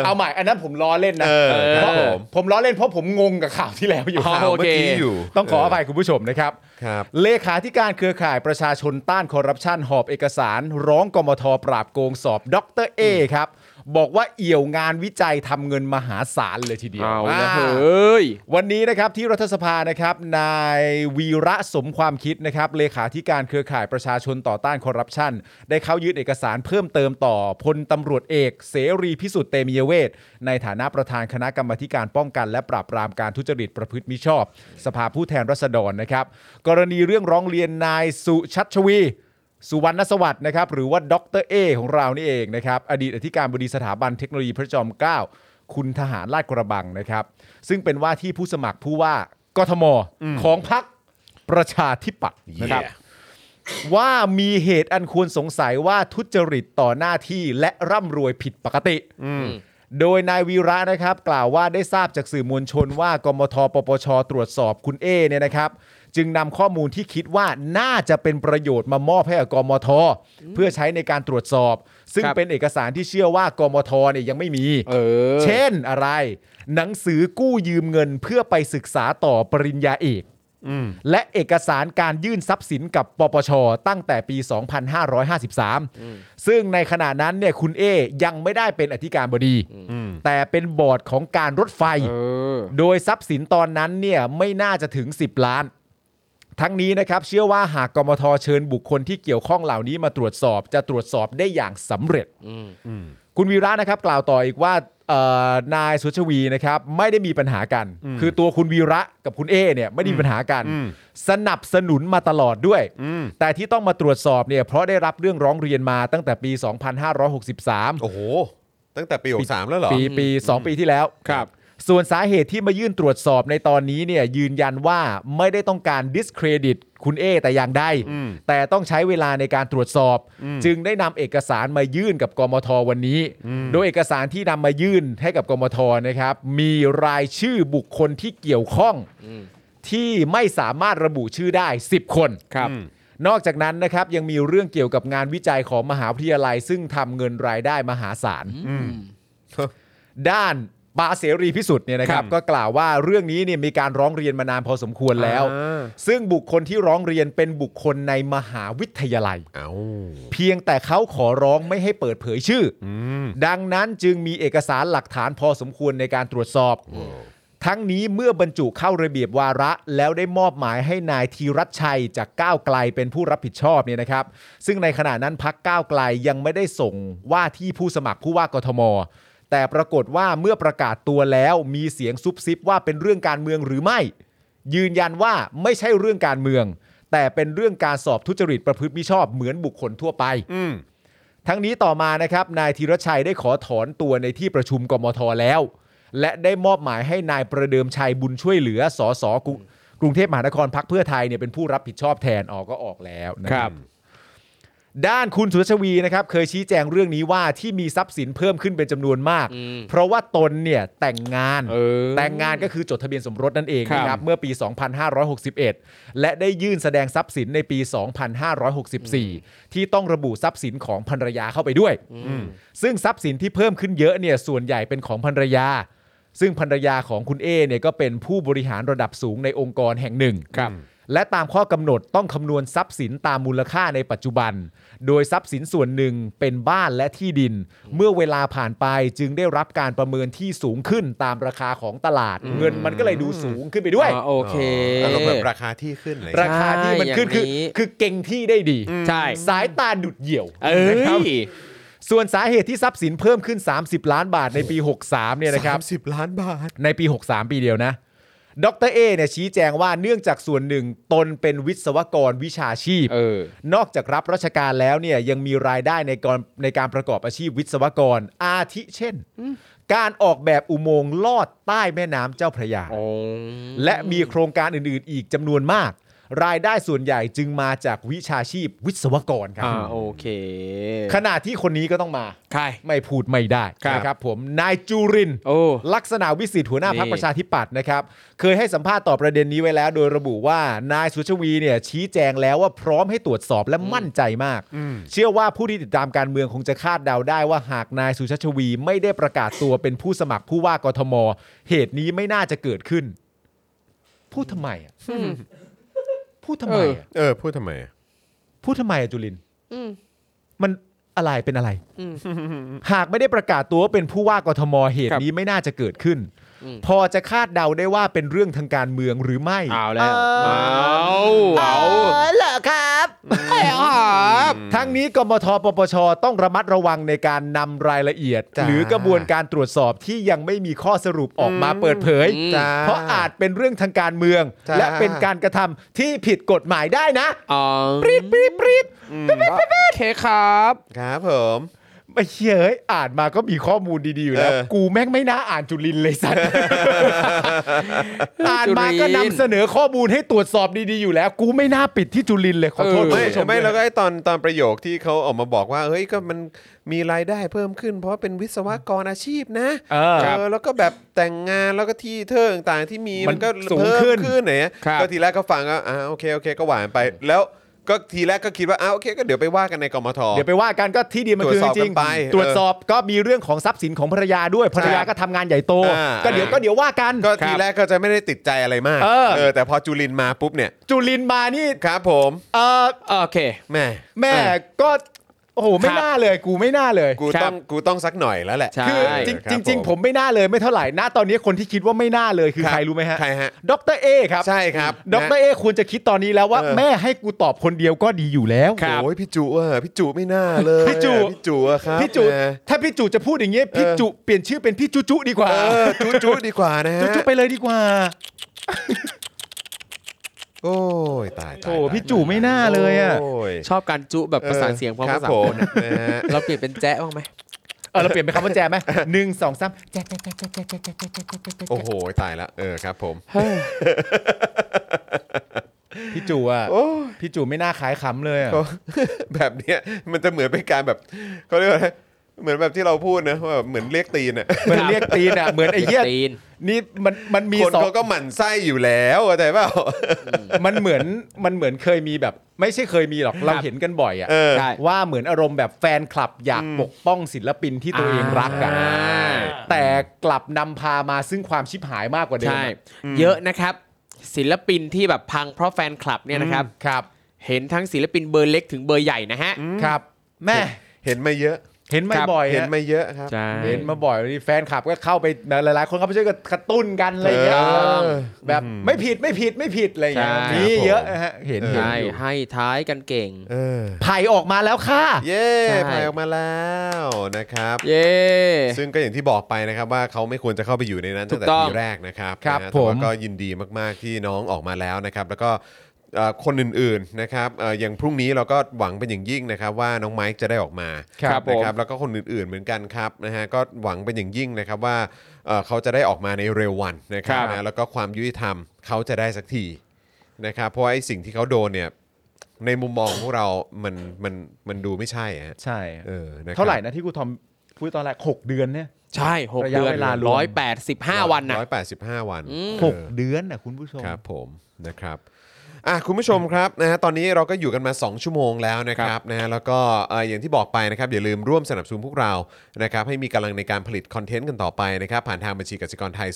Speaker 2: เอาใหม่อันนั้นผมล้อเล่นนะ
Speaker 1: เออครับผม
Speaker 2: ผมล้อเล่นเพราะผมงงกับข่าวที่แล้วอยู่
Speaker 3: อ๋อ
Speaker 1: ข่าวเมื่อกี้อยู่
Speaker 2: ต้องขออภัยคุณผู้ชมนะครับ
Speaker 1: ครับ
Speaker 2: เลขาธิการเครือข่ายประชาชนต้านคอร์รัปชันหอบเอกสาร ร้องกมทปราบโกงสอบดรเอครับ บอกว่าเอี่ยวงานวิจัยทำเงินมหาศาลเลยทีเดียว
Speaker 3: เอา
Speaker 2: อ่า
Speaker 3: ละเฮ้ย
Speaker 2: วันนี้นะครับที่รัฐสภานะครับนายวีระสมความคิดนะครับเลขาธิการเครือข่ายประชาชนต่อต้านคอร์รัปชันได้เข้ายื่นเอกสารเพิ่มเติมต่อพลตำรวจเอก เสรีพิสุทธิ์เตมียเวทในฐานะประธานคณะกรรมาธิการป้องกัน และปราบปรามการทุจริตประพฤติมิชอบ สภาผู้แทนราษฎรนะครับ กรณีเรื่องร้องเรียนนายสุชัชวี สุวรรณสวัสดิ์นะครับหรือว่าดรเอของเรานี่เองนะครับอดีตอธิการบดีสถาบันเทคโนโลยีพระจอมเกล้าคุณทหารลาดกระบังนะครับ ซึ่งเป็นว่าที่ผู้สมัครผู้ว่ากทมของพรรคประชาธิปัตย์นะครับ
Speaker 1: Yeah
Speaker 2: ว่ามีเหตุอันควรสงสัยว่าทุจริตต่อหน้าที่และร่ำรวยผิดปกติ โดยนายวีระนะครับ กล่าวว่าได้ทราบจากสื่อมวลชนว่ากมทปปช ตรวจสอบคุณเอเนี่ยนะครับ จึงนำข้อมูลที่คิดว่าน่าจะเป็นประโยชน์มามอบให้กับกมท เพื่อใช้ในการตรวจสอบ ซึ่ง
Speaker 3: ครับ
Speaker 2: เป็นเอกสารที่เชื่อว่ากมทเนี่ยยังไม่มี
Speaker 3: เออ
Speaker 2: เช่นอะไร หนังสือกู้ยืมเงินเพื่อไปศึกษาต่อปริญญาเอกและเอกสารการยื่นทรัพย์สินกับปปช ตั้งแต่ปี 2553 ซึ่งในขณะนั้นเนี่ยคุณเอยังไม่ได้เป็นอธิการบดี แต่เป็นบอร์ดของการรถไฟ
Speaker 3: เออ
Speaker 2: โดยทรัพย์สินตอนนั้นเนี่ยไม่น่าจะถึง 10 ล้าน ทั้งนี้นะครับเชื่อว่าหากกมทเชิญบุคคลที่เกี่ยวข้องเหล่านี้มาตรวจสอบจะตรวจสอบได้อย่างสำเร็จ คุณวีระนะครับกล่าวต่ออีกว่าเอ่อนายสุชวีนะครับไม่ได้มีปัญหากัน คือตัวคุณวีระกับคุณเอเนี่ยไม่ได้มีปัญหากัน สนับสนุนมาตลอดด้วย แต่ที่ต้องมาตรวจสอบเนี่ยเพราะได้รับเรื่องร้องเรียนมาตั้งแต่ปี 2563
Speaker 1: โอ้โห ตั้งแต่ปี63แล้วเหรอ
Speaker 2: ปีปีสองปีที่แล้ว
Speaker 1: ครับ
Speaker 2: ส่วนสาเหตุที่มายื่นตรวจสอบในตอนนี้เนี่ยยืนยันว่าไม่ได้ต้องการดิสเครดิตคุณเอแต่อย่างใด
Speaker 1: อืม
Speaker 2: แต่ต้องใช้เวลาในการตรวจสอบ จึงได้นำเอกสารมายื่นกับกมทวันนี้ โดยเอกสารที่นำมายื่นให้กับกมทนะครับ มีรายชื่อบุคคลที่เกี่ยวข้อง ที่ไม่สามารถระบุชื่อได้ 10 คน
Speaker 3: ครับ
Speaker 2: นอกจากนั้นนะครับยังมีเรื่องเกี่ยวกับงานวิจัยของมหาวิทยาลัย ซึ่งทำเงินรายได้มหาศาล ด้านปาเสรีพิสุทธิ์เนี่ยนะครับ
Speaker 1: ครับ
Speaker 2: ก็กล่าวว่าเรื่องนี้เนี่ยมีการร้องเรียนมานานพอสมควรแล้ว ซึ่งบุคคลที่ร้องเรียนเป็นบุคคลในมหาวิทยาลัย
Speaker 1: เอ้า
Speaker 2: เพียงแต่เขาขอร้องไม่ให้เปิดเผยชื่ออ
Speaker 1: อืม
Speaker 2: ดังนั้นจึงมีเอกสารหลักฐานพอสมควรในการตรวจสอบ ทั้งนี้เมื่อบรรจุเข้าระเบียบวาระ แล้วได้มอบหมายให้นายธีรัชชัยจากก้าวไกลเป็นผู้รับผิดชอบเนี่ยนะครับ ซึ่งในขณะนั้นพักก้าวไกลยังไม่ได้ส่งว่าที่ผู้สมัครผู้ว่ากทม แต่ปรากฏว่าเมื่อประกาศตัวแล้วมีเสียงซุบซิบว่าเป็นเรื่องการเมืองหรือไม่ ยืนยันว่าไม่ใช่เรื่องการเมือง แต่เป็นเรื่องการสอบทุจริตประพฤติมิชอบเหมือนบุคคลทั่วไป
Speaker 1: อืม
Speaker 2: ทั้งนี้ต่อมานะครับนายธีรชัยได้ขอถอนตัวในที่ประชุมกมทแล้ว และได้มอบหมายให้นายประเดิมชัยบุญช่วยเหลือสสกรุกรุงเทพมหานครพักเพื่อไทยเนี่ยเป็นผู้รับผิดชอบแทนออกก็ออกแล้วนะครับ ด้านคุณสุรชวีนะครับเคยชี้แจงเรื่องนี้ว่าที่มีทรัพย์สินเพิ่มขึ้นเป็นจำนวนมาก
Speaker 3: อืม
Speaker 2: เพราะว่าตนเนี่ยแต่งงาน
Speaker 6: เออ
Speaker 2: แต่งงานก็คือจดทะเบียนสมรสนั่นเอง
Speaker 6: ครับ
Speaker 2: นะครับเมื่อปี 2561 และได้ยื่นแสดงทรัพย์สินในปี 2564 ที่ต้องระบุทรัพย์สินของภรรยาเข้าไปด้วย ซึ่งทรัพย์สินที่เพิ่มขึ้นเยอะเนี่ยส่วนใหญ่เป็นของภรรยา ซึ่งภรรยาของคุณเอเนี่ยก็เป็นผู้บริหารระดับสูงในองค์กรแห่งหนึ่ง
Speaker 6: ครับ
Speaker 2: และตามข้อกำหนดต้องคำนวณทรัพย์สินตามมูลค่าในปัจจุบัน โดยทรัพย์สินส่วนหนึ่งเป็นบ้านและที่ดิน เมื่อเวลาผ่านไปจึงได้รับการประเมินที่สูงขึ้นตามราคาของตลาด เงินมันก็เลยดูสูงขึ้นไปด้วย
Speaker 6: อ่าโอเค
Speaker 1: อารมณ์แบบราคาที่ขึ้นเลย
Speaker 2: ราคาที่มันขึ้นคือ
Speaker 6: อย่างนี้
Speaker 2: คือเก่งที่ได้ดี
Speaker 6: ใช่
Speaker 2: สายตาดุดเหี่ยว
Speaker 6: เอ้
Speaker 2: นะครับ
Speaker 6: ย
Speaker 2: ส่วนสาเหตุที่ทรัพย์สินเพิ่มขึ้น 30 ล้านบาทในปี 63 เนี่ยนะครับ
Speaker 1: สามสิบล้านบาท
Speaker 2: ในปี 63 ปีเดียวนะ ดรเอเนี่ยชี้แจงว่าเนื่องจากส่วนหนึ่งตนเป็นวิศวกรวิชาชีพ
Speaker 6: เออ
Speaker 2: นอกจากรับราชการแล้วเนี่ยยังมีรายได้ในการในการประกอบอาชีพวิศวกร อาทิเช่น การออกแบบอุโมงค์ลอดใต้แม่น้ำเจ้าพระยา และมีโครงการอื่นๆ อีกจำนวนมาก รายได้ส่วนใหญ่จึงมาจากวิชาชีพวิศวกรครั
Speaker 6: อ่า
Speaker 2: บ
Speaker 6: โอเค
Speaker 2: ขณะที่คนนี้ก็ต้องมา
Speaker 6: ใคร
Speaker 2: ไม่พูดไม่ได้
Speaker 6: ครับ
Speaker 2: นะครับผมนายจุรินทร์
Speaker 6: โอ้
Speaker 2: ลักษณะวิสิทธิ์หัวหน้าพรร
Speaker 6: นี่
Speaker 2: คประชาธิปัตย์นะครับ เคยให้สัมภาษณ์ต่อประเด็นนี้ไว้แล้ว โดยระบุว่านายสุชวีเนี่ยชี้แจงแล้วว่าพร้อมให้ตรวจสอบและมั่นใจมาก เชื่อว่าผู้ที่ติดตามการเมืองคงจะคาดเดาได้ว่าหากนายสุชวีไม่ได้ประกาศตัวเป็นผู้สมัครผู้ว่ากทม เหตุนี้ไม่น่าจะเกิดขึ้น พูดทำไมอ่ะพูดทำไมอ่ะ
Speaker 1: เออ พูดทำไมอะ
Speaker 2: พูดทำไมอ่ะจุรินทร์
Speaker 3: อืม
Speaker 2: มันอะไรเป็นอะไร
Speaker 3: อืม
Speaker 2: หากไม่ได้ประกาศตัวว่าเป็นผู้ว่ากทมเหตุ
Speaker 6: ครับ
Speaker 2: นี้ไม่น่าจะเกิดขึ้น
Speaker 3: อืม
Speaker 2: พอจะคาดเดาได้ว่าเป็นเรื่องทางการเมืองหรือไม่
Speaker 6: เอาแล้วเอาเอา
Speaker 4: เหรอครับ
Speaker 1: ครับ
Speaker 2: ทั้งนี้กมทปปชต้องระมัดระวังในการนำรายละเอียด
Speaker 1: จ้า
Speaker 2: หรือกระบวนการตรวจสอบที่ยังไม่มีข้อสรุปออกมาเปิดเผย
Speaker 1: จ้า
Speaker 2: เพราะอาจเป็นเรื่องทางการเมือง
Speaker 1: จ้า
Speaker 2: และเป็นการกระทำที่ผิดกฎหมายได้นะ
Speaker 6: เอา
Speaker 2: ปรีดปรีดปรีด
Speaker 6: โอเคครับ
Speaker 1: ครับผม
Speaker 2: ไม่เชื่อเฮ้ยอ่านมาก็มีข้อมูลดีๆอยู่แล้ว
Speaker 1: เออ
Speaker 2: กูแม่งไม่น่าอ่านจุลินเลย สัตว์ อ่านมาก็นำเสนอข้อมูลให้ตรวจสอบดีๆอยู่แล้ว กูไม่น่าปิดที่จุลินเลยขอโทษ
Speaker 6: เออ
Speaker 2: คุณ
Speaker 1: ไม่
Speaker 2: ผู้ชม
Speaker 1: ไม่
Speaker 2: ด้วย
Speaker 1: แล้วก็ไอ้ตอนตอนประโยคที่เขาออกมาบอกว่า เฮ้ยก็มันมีรายได้เพิ่มขึ้น เพราะเป็นวิศวกรอาชีพนะ
Speaker 2: เออ
Speaker 1: เออแล้วก็แบบแต่งงานแล้วก็ที่เธอต่างๆที่มี
Speaker 2: มัน
Speaker 1: มันก็
Speaker 2: สูง
Speaker 1: เพิ่ม
Speaker 2: ขึ้น
Speaker 1: ขึ้นไหนอะ
Speaker 6: ครับ
Speaker 1: ก็ทีแรกก็ฟังก็อ่าโอเคโอเคก็หวานไป แล้วก็ทีแรกก็คิดว่าอ้าโอเคก็เดี๋ยวไปว่ากันในกมท
Speaker 2: เดี๋ยวไปว่ากันก็ที่ดีมันคือ
Speaker 1: ตรวจสอบ
Speaker 2: จริง
Speaker 1: กันไป
Speaker 2: ๆตรวจสอบก็มีเรื่องของทรัพย์สินของภรรยาด้วยภรรยาก็ทำงานใหญ่โต
Speaker 1: อ่า
Speaker 2: ก็เดี๋ยวก็เดี๋ยวว่ากัน
Speaker 1: ก็ทีแรกก็จะไม่ได้ติดใจอะไรมาก
Speaker 2: เออ
Speaker 1: แต่พอจุลินมาปุ๊บเนี่ย
Speaker 2: จุลินมานี่
Speaker 1: ครับผม
Speaker 2: เออ
Speaker 6: โอเค
Speaker 1: แหม่
Speaker 2: แม่
Speaker 1: เออ
Speaker 2: ก็โอ้โหไม่น่าเลย กูไม่น่าเลย
Speaker 1: กู
Speaker 6: ครับ
Speaker 1: ต้องกูต้องสักหน่อยแล้วแหละ
Speaker 6: ใช่
Speaker 2: คือจริง
Speaker 1: ครับ
Speaker 2: จริง
Speaker 1: ผม
Speaker 2: ๆผมไม่น่าเลยไม่เท่าไหร่ณตอนนี้คนที่คิดว่าไม่น่าเลยคือ
Speaker 1: ครับ
Speaker 2: ใครรู้ไหมฮะ
Speaker 1: ใครฮะ
Speaker 2: ดรเอครับ
Speaker 1: ใช่ครับ
Speaker 2: ด
Speaker 1: นะ
Speaker 2: รเอควรจะคิดตอนนี้แล้วว่า
Speaker 1: เออ
Speaker 2: แม่ให้กูตอบคนเดียวก็ดีอยู่แล้ว
Speaker 6: ครับ
Speaker 1: โอ้ยพี่จุอ่ะพี่จุไม่น่าเลย
Speaker 2: พี่จุ
Speaker 1: อ่ะพี่จุอ่ะครับ
Speaker 2: พี่จุ
Speaker 1: แหม
Speaker 2: ถ้าพี่จุจะพูดอย่างเงี้ยพี่
Speaker 1: เออ
Speaker 2: จุเปลี่ยนชื่อเป็นพี่จุจุดีกว่า
Speaker 1: เออจุจุดีกว่านะฮะ
Speaker 2: จุจุไปเลยดีกว่า
Speaker 1: โอ้ยตายตาย
Speaker 2: โอ้
Speaker 1: ตาย
Speaker 2: พี่จุไม่น่าเลยอ่ะ
Speaker 1: โย
Speaker 6: ชอบการจุแบบประสานเสียงพร้อม
Speaker 1: ค
Speaker 6: ภา
Speaker 1: รับ
Speaker 6: ษา
Speaker 1: ผ
Speaker 6: ค
Speaker 1: ม
Speaker 6: นอะ
Speaker 1: นะ ฮะ
Speaker 6: เราเปลี่ยนเป็นแจ๊ะบ้างไหม
Speaker 2: เออเราเปลี่ยนเป็นคำว่าแจไหมหนึ่งสองสามแจ
Speaker 1: โอ้โหตายละเออครับผม
Speaker 2: พี่จุอ่ะ
Speaker 1: โอ้ย
Speaker 2: พี่จุไม่น่าขายขำเลยอะ
Speaker 1: เขาแบบเนี้ยมันจะเหมือนเป็นการแบบเขาเรียกว่าอะไรเหมือนแบบที่เราพูดนะว่าแบบเหมือนเรียกตีนอ่ะ
Speaker 2: เหมือนเรียกตีนอ่ะเหมือนไอ้เหี้ย
Speaker 6: ตีน
Speaker 2: นี่มันมันมี
Speaker 1: คน
Speaker 2: สอง
Speaker 1: เขาก็หมั่นไส้อยู่แล้ว เข้าใจเปล่า
Speaker 2: มันเหมือนมันเหมือนเคยมีแบบ ไม่ใช่เคยมีหรอกเราเห็นกันบ่อยอ่ะ
Speaker 1: เออ
Speaker 6: ได้
Speaker 2: ว่าเหมือนอารมณ์แบบแฟนคลับอยากปกป้องศิลปินที่ตัวเองรักอ่ะ
Speaker 6: อ่า
Speaker 2: แต่กลับนำพามาซึ่งความชิบหายมากกว่าเดิม
Speaker 6: ใช่ เยอะนะครับ ศิลปินที่แบบพังเพราะแฟนคลับเนี่ยนะครับ
Speaker 2: ครับ
Speaker 6: เห็นทั้งศิลปินเบอร์เล็กถึงเบอร์ใหญ่นะฮะ
Speaker 2: ครับแม่
Speaker 1: เห็นมาเยอะ
Speaker 2: เห็นไม่
Speaker 6: ครับ
Speaker 2: บ่อย
Speaker 1: เห็น
Speaker 2: ฮะ
Speaker 1: มาเยอะครับ
Speaker 6: ใช่
Speaker 2: เห็นมาบ่อยนี่แฟนคลับก็เข้าไปหลายๆ คนเข้าไปช่วยกันกระตุ้นกันอะไรอย่างเงี้ย
Speaker 1: เออ
Speaker 2: แบบไม่ผิดไม่ผิดไม่ผิดอะไรอย่างเงี้ย
Speaker 6: ใช่
Speaker 2: มีเยอะนะฮะเห็น
Speaker 1: เออ
Speaker 2: เห็น
Speaker 6: ใช่
Speaker 2: อยู่
Speaker 6: ให้ท้ายกันเก่ง
Speaker 1: เออ
Speaker 2: ไผ่ออกมาแล้วค่ะ
Speaker 1: เย้
Speaker 6: ใช่
Speaker 1: ผ่านออกมาแล้วนะครับ
Speaker 6: เย้
Speaker 1: ซึ่งก็อย่างที่บอกไปนะครับว่าเขาไม่ควรจะเข้าไปอยู่ในนั้น
Speaker 6: ถู
Speaker 1: ตั้ง
Speaker 6: ก
Speaker 1: แต่
Speaker 6: ต้อง
Speaker 1: ทีแรกนะครับ
Speaker 2: ครับ
Speaker 1: นะฮะ
Speaker 2: ผ
Speaker 1: แต่
Speaker 2: ม
Speaker 1: ว่าก็ยินดีมากๆที่น้องออกมาแล้วนะครับ แล้วก็เอ่อคนอื่นๆนะครับเอ่ออย่างพรุ่งนี้เราก็หวังเป็นอย่างยิ่งนะครับ ว่าน้องไมค์จะได้ออกมา
Speaker 6: ครับผม
Speaker 1: นะครับแล้วก็คนอื่นๆเหมือนกันครับนะฮะก็หวังเป็นอย่างยิ่งนะครับว่าเอ่อเขาจะได้ออกมาในเร็ววันนะครับนะแล้วก็ความยุติธรรมเขาจะได้สักทีนะครับเพราะไอ้สิ่งที่เขาโดนเนี่ย ในมุมมองของพวกเรา มันมันมันดูไม่ใช่ฮะ
Speaker 2: ใช่
Speaker 1: เออนะคบ
Speaker 2: เท่าไหร่นะที่ครูทอมพูดตอนแรกหกเดือนเนี่ย
Speaker 6: ใช่หก
Speaker 2: ระยะ
Speaker 6: เดือน
Speaker 2: เวลารวม
Speaker 6: ร้อยแปดสิบห้าวันนะ
Speaker 1: ร้อยแปดสิบห้าวัน
Speaker 2: ห
Speaker 1: เอก อ
Speaker 2: เดือนนะคุณผู้ชม
Speaker 1: ครับผมนะครับอ่ะคุณผู้ชมครับนะฮะตอนนี้เราก็อยู่กันมา 2 ชั่วโมงแล้วนะครับนะฮะแล้วก็เอ่ออย่างที่บอกไปนะครับอย่าลืมร่วมสนับสนุนพวกเรานะครับให้มีกำลังในการผลิตคอนเทนต์กันต่อไปนะครับผ่านทางบัญชีกสิกรไทย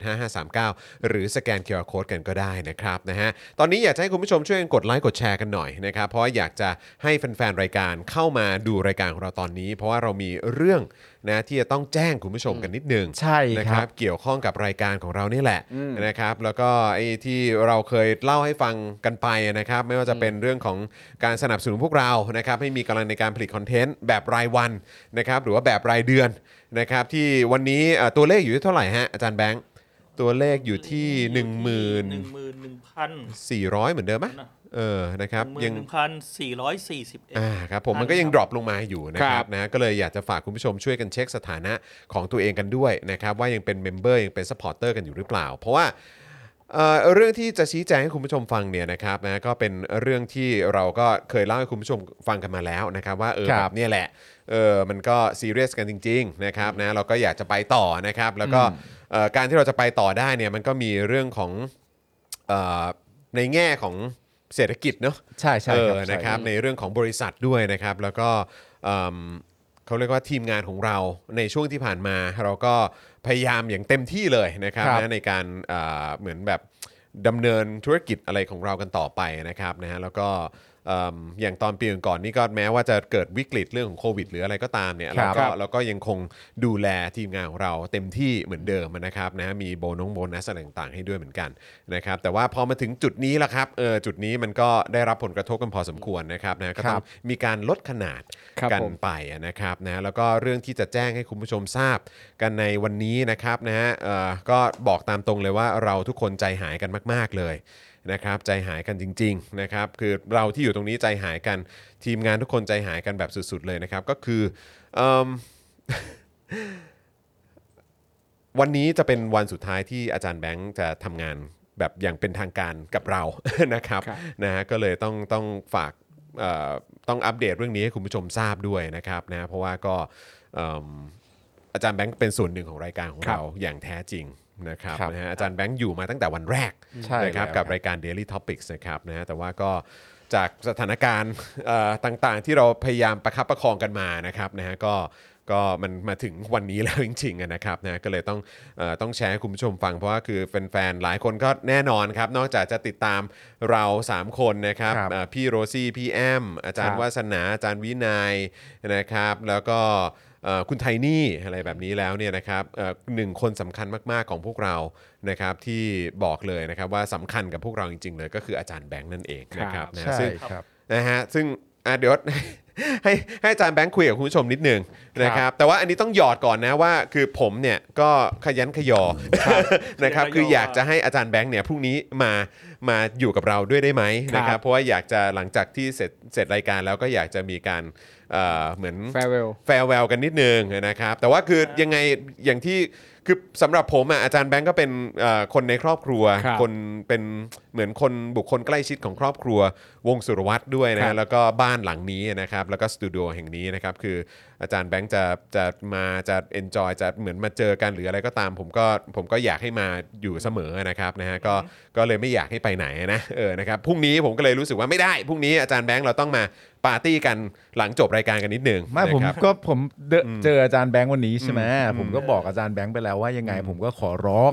Speaker 1: 0698975539 หรือสแกน QR Code กันก็ได้นะครับนะฮะตอนนี้อยากจะให้คุณผู้ชมช่วยกันกดไลค์กดแชร์กันหน่อยนะครับเพราะว่าอยากจะให้แฟนๆรายการเข้ามาดูรายการของเราตอนนี้ เพราะว่าเรามีเรื่องนะที่จะต้องแจ้งคุณผู้ชมกันนิดนึง
Speaker 2: ใช่ครับ
Speaker 1: นะเกี่ยวข้องกับรายการของเรานี่แหละนะครับแล้วก็ไอ้ที่เราเคยเล่าให้ฟังกันไปนะครับไม่ว่าจะเป็นเรื่องของการสนับสนุนพวกเรานะครับให้มีกำลังในการผลิตคอนเทนต์แบบรายวันนะครับหรือว่าแบบรายเดือนนะครับที่วันนี้เอ่อตัวเลขอยู่ที่เท่าไหร่ฮะอาจารย์แบงค์ตัวเลขอยู่ที่ 1
Speaker 5: หนึ่งหมื่นหนึ่งพัน
Speaker 1: 400 เหมือนเดิมไหมเออนะครับ
Speaker 5: ยั
Speaker 1: ยัง ง
Speaker 5: หนึ่งพันสี่ร้อยสี่สิบเอ็ด
Speaker 1: อ่าครับผมมันก็ยังดรอปลงมาอยู่นะค
Speaker 6: ครั
Speaker 1: รับบ นะก็เลยอยากจะฝากคุณผู้ชมช่วยกันเช็คสถานะของตัวเองกันด้วยนะครับว่ายังเป็นเมมเบอร์ยังเป็นสปอร์เตอร์กันอยู่หรือเปล่า เพราะว่าเอ่อเรื่องที่จะชี้แจงให้คุณผู้ชมฟังเนี่ยนะครับนะก็เป็นเรื่องที่เราก็เคยเล่าให้คุณผู้ชมฟังกันมาแล้วนะครับว่าเออ
Speaker 2: ครั
Speaker 1: แบบ บ เนี่ยแหละ เออ มันก็ซีเรียสกันจริงๆนะครับนะเราก็อยากจะไปต่อนะครับ แล้วก็เอ่อการที่เราจะไปต่อได้เนี่ยมันก็มีเรื่องของเอ่อในแง่ของเศรษฐกิจเนาะ
Speaker 2: ใช่ใช่
Speaker 1: เอ
Speaker 2: ครับ
Speaker 1: อ
Speaker 2: ใช่
Speaker 1: นะครับ ในเรื่องของบริษัทด้วยนะครับ แล้วก็เอิ่มเขาเรียกว่าทีมงานของเราในช่วงที่ผ่านมา เราก็พยายามอย่างเต็มที่เลยนะครับ
Speaker 2: ครับ
Speaker 1: นะในการเอ่อเหมือนแบบดำเนินธุรกิจอะไรของเรากันต่อไปนะครับนะฮะแล้วก็เอิ่มอย่างตอนปีก่อนๆนี่ก็แม้ว่าจะเกิดวิกฤตเรื่องของโควิด หรืออะไรก็ตามเนี่ยเราก็เราก็ยังคงดูแลทีมงานของเราเต็มที่เหมือนเดิมนะครับนะฮะมีโบนงโบนัสอะไรต่างๆให้ด้วยเหมือนกัน นะครับแต่ว่าพอมาถึงจุดนี้ละครับเออจุดนี้มันก็ได้รับผลกระทบกันพอสมควรนะครับนะก็ต้องมีการลดขนาด
Speaker 2: ครับ
Speaker 1: กัน
Speaker 2: ผม
Speaker 1: ไปนะครับนะแล้วก็เรื่องที่จะแจ้งให้คุณผู้ชมทราบกันในวันนี้นะครับนะฮะเอ่อก็บอกตามตรงเลยว่าเราทุกคนใจหายกันมาก ๆเลยนะครับใจหายกันจริงๆนะครับคือเราที่อยู่ตรงนี้ใจหายกันทีมงานทุกคนใจหายกันแบบสุดๆเลยนะครับก็คือเอิ่ม วันนี้จะเป็นวันสุดท้ายที่อาจารย์แบงค์จะทำงานแบบอย่างเป็นทางการกับเรา นะครับ
Speaker 6: ครับ
Speaker 1: นะฮะก็เลยต้องต้องฝากเอ่อต้องอัปเดตเรื่องนี้ให้คุณผู้ชมทราบด้วยนะครับนะเพราะว่าก็เอิ่มอาจารย์แบงค์เป็นส่วนหนึ่งของรายการของเราอย่างแท้จริงนะครับ
Speaker 2: ครับ
Speaker 1: นะฮะอาจารย์แบงค์อยู่มาตั้งแต่วันแรก
Speaker 2: ใช่
Speaker 1: นะครับ
Speaker 2: แล้ว
Speaker 1: กับรายการ Daily Topics นะครับนะฮะแต่ว่าก็จากสถานการณ์เอ่อต่างๆ ที่เราพยายามประคับประคองกันมานะครับนะฮะก็ก็มันมาถึงวันนี้แล้วจริงๆอะนะครับนะก็เลยต้อง เอ่อต้องแชร์ให้คุณผู้ชมฟังเพราะว่าคือแฟนๆ หลายคนก็แน่นอนครับ นอกจากจะติดตามเรา 3 คนนะครับ
Speaker 2: ครับ
Speaker 1: เอ่อพี่โรซี่ พี่แอม อาจาร
Speaker 2: ครั
Speaker 1: ย์
Speaker 2: บ
Speaker 1: วาสนา อาจารย์วินัยนะครับ แล้วก็เอ่อคุณไทนี่อะไรแบบนี้แล้วเนี่ยนะครับเอ่อหนึ่งคนสำคัญมากๆของพวกเรานะครับที่บอกเลยนะครับว่าสำคัญกับพวกเราจริง ๆ เลยก็คืออาจารย์แบงค์นั่นเองนะครับนะ
Speaker 2: ใช่
Speaker 1: ซึ่ง
Speaker 2: ครับ
Speaker 1: นะฮะซึ่งอ่ะเดี๋ยว ให้ให้อาจารย์แบงค์คุยกับคุณผู้ชมนิดนึงนะครับแต่ว่าอันนี้ต้องหยอดก่อนนะว่า คือผมเนี่ยก็ขยันขยอ นะครับ
Speaker 5: ขยันขยอ
Speaker 1: คืออยากจะให้อาจารย์แบงค์เนี่ยพรุ่งนี้มามาอยู่กับเราด้วยได้ไหม
Speaker 2: ครับ
Speaker 1: นะครับเพราะว่าอยากจะหลังจากที่เสร็จเสร็จรายการแล้วก็อยากจะมีการเอ่อเหมือน
Speaker 6: แฟเวล
Speaker 1: แฟร์แวลกันนิดนึงนะครับแต่ว่าคือยังไงอย่างที่คือสำหรับผมอ่ะอาจารย์แบงก์ก็เป็นเอ่อคนในครอบครัว
Speaker 6: ครับ
Speaker 1: นเป็นเหมือนคนบุคคลใกล้ชิดของครอบครัววงสุรวัตรด้วยนะ
Speaker 6: ครับ
Speaker 1: ฮะแล้วก็บ้านหลังนี้นะครับแล้วก็สตูดิโอแห่งนี้นะครับคืออาจารย์แบงก์จะจะมาจะเอนจอยจะเหมือนมาเจอกันหรืออะไรก็ตาม ผมก็ผมก็อยากให้มาอยู่เสมอนะครับนะฮะก็ก็เลยไม่อยากให้ไปไหนนะเออนะครับพรุ่งนี้ผมก็เลยรู้สึกว่าไม่ได้พรุ่งนี้อาจารย์แบงก์เราต้องมาปาร์ตี้กันหลังจบรายการกันนิดนึง
Speaker 2: ไม่ผม
Speaker 1: นะครับ
Speaker 2: ก็ผมเดอะเจออาจารย์แบงค์วันนี้ใช่ไหมผมก็บอกอาจารย์แบงค์ไปแล้วว่ายังไง ผมก็ขอร้อง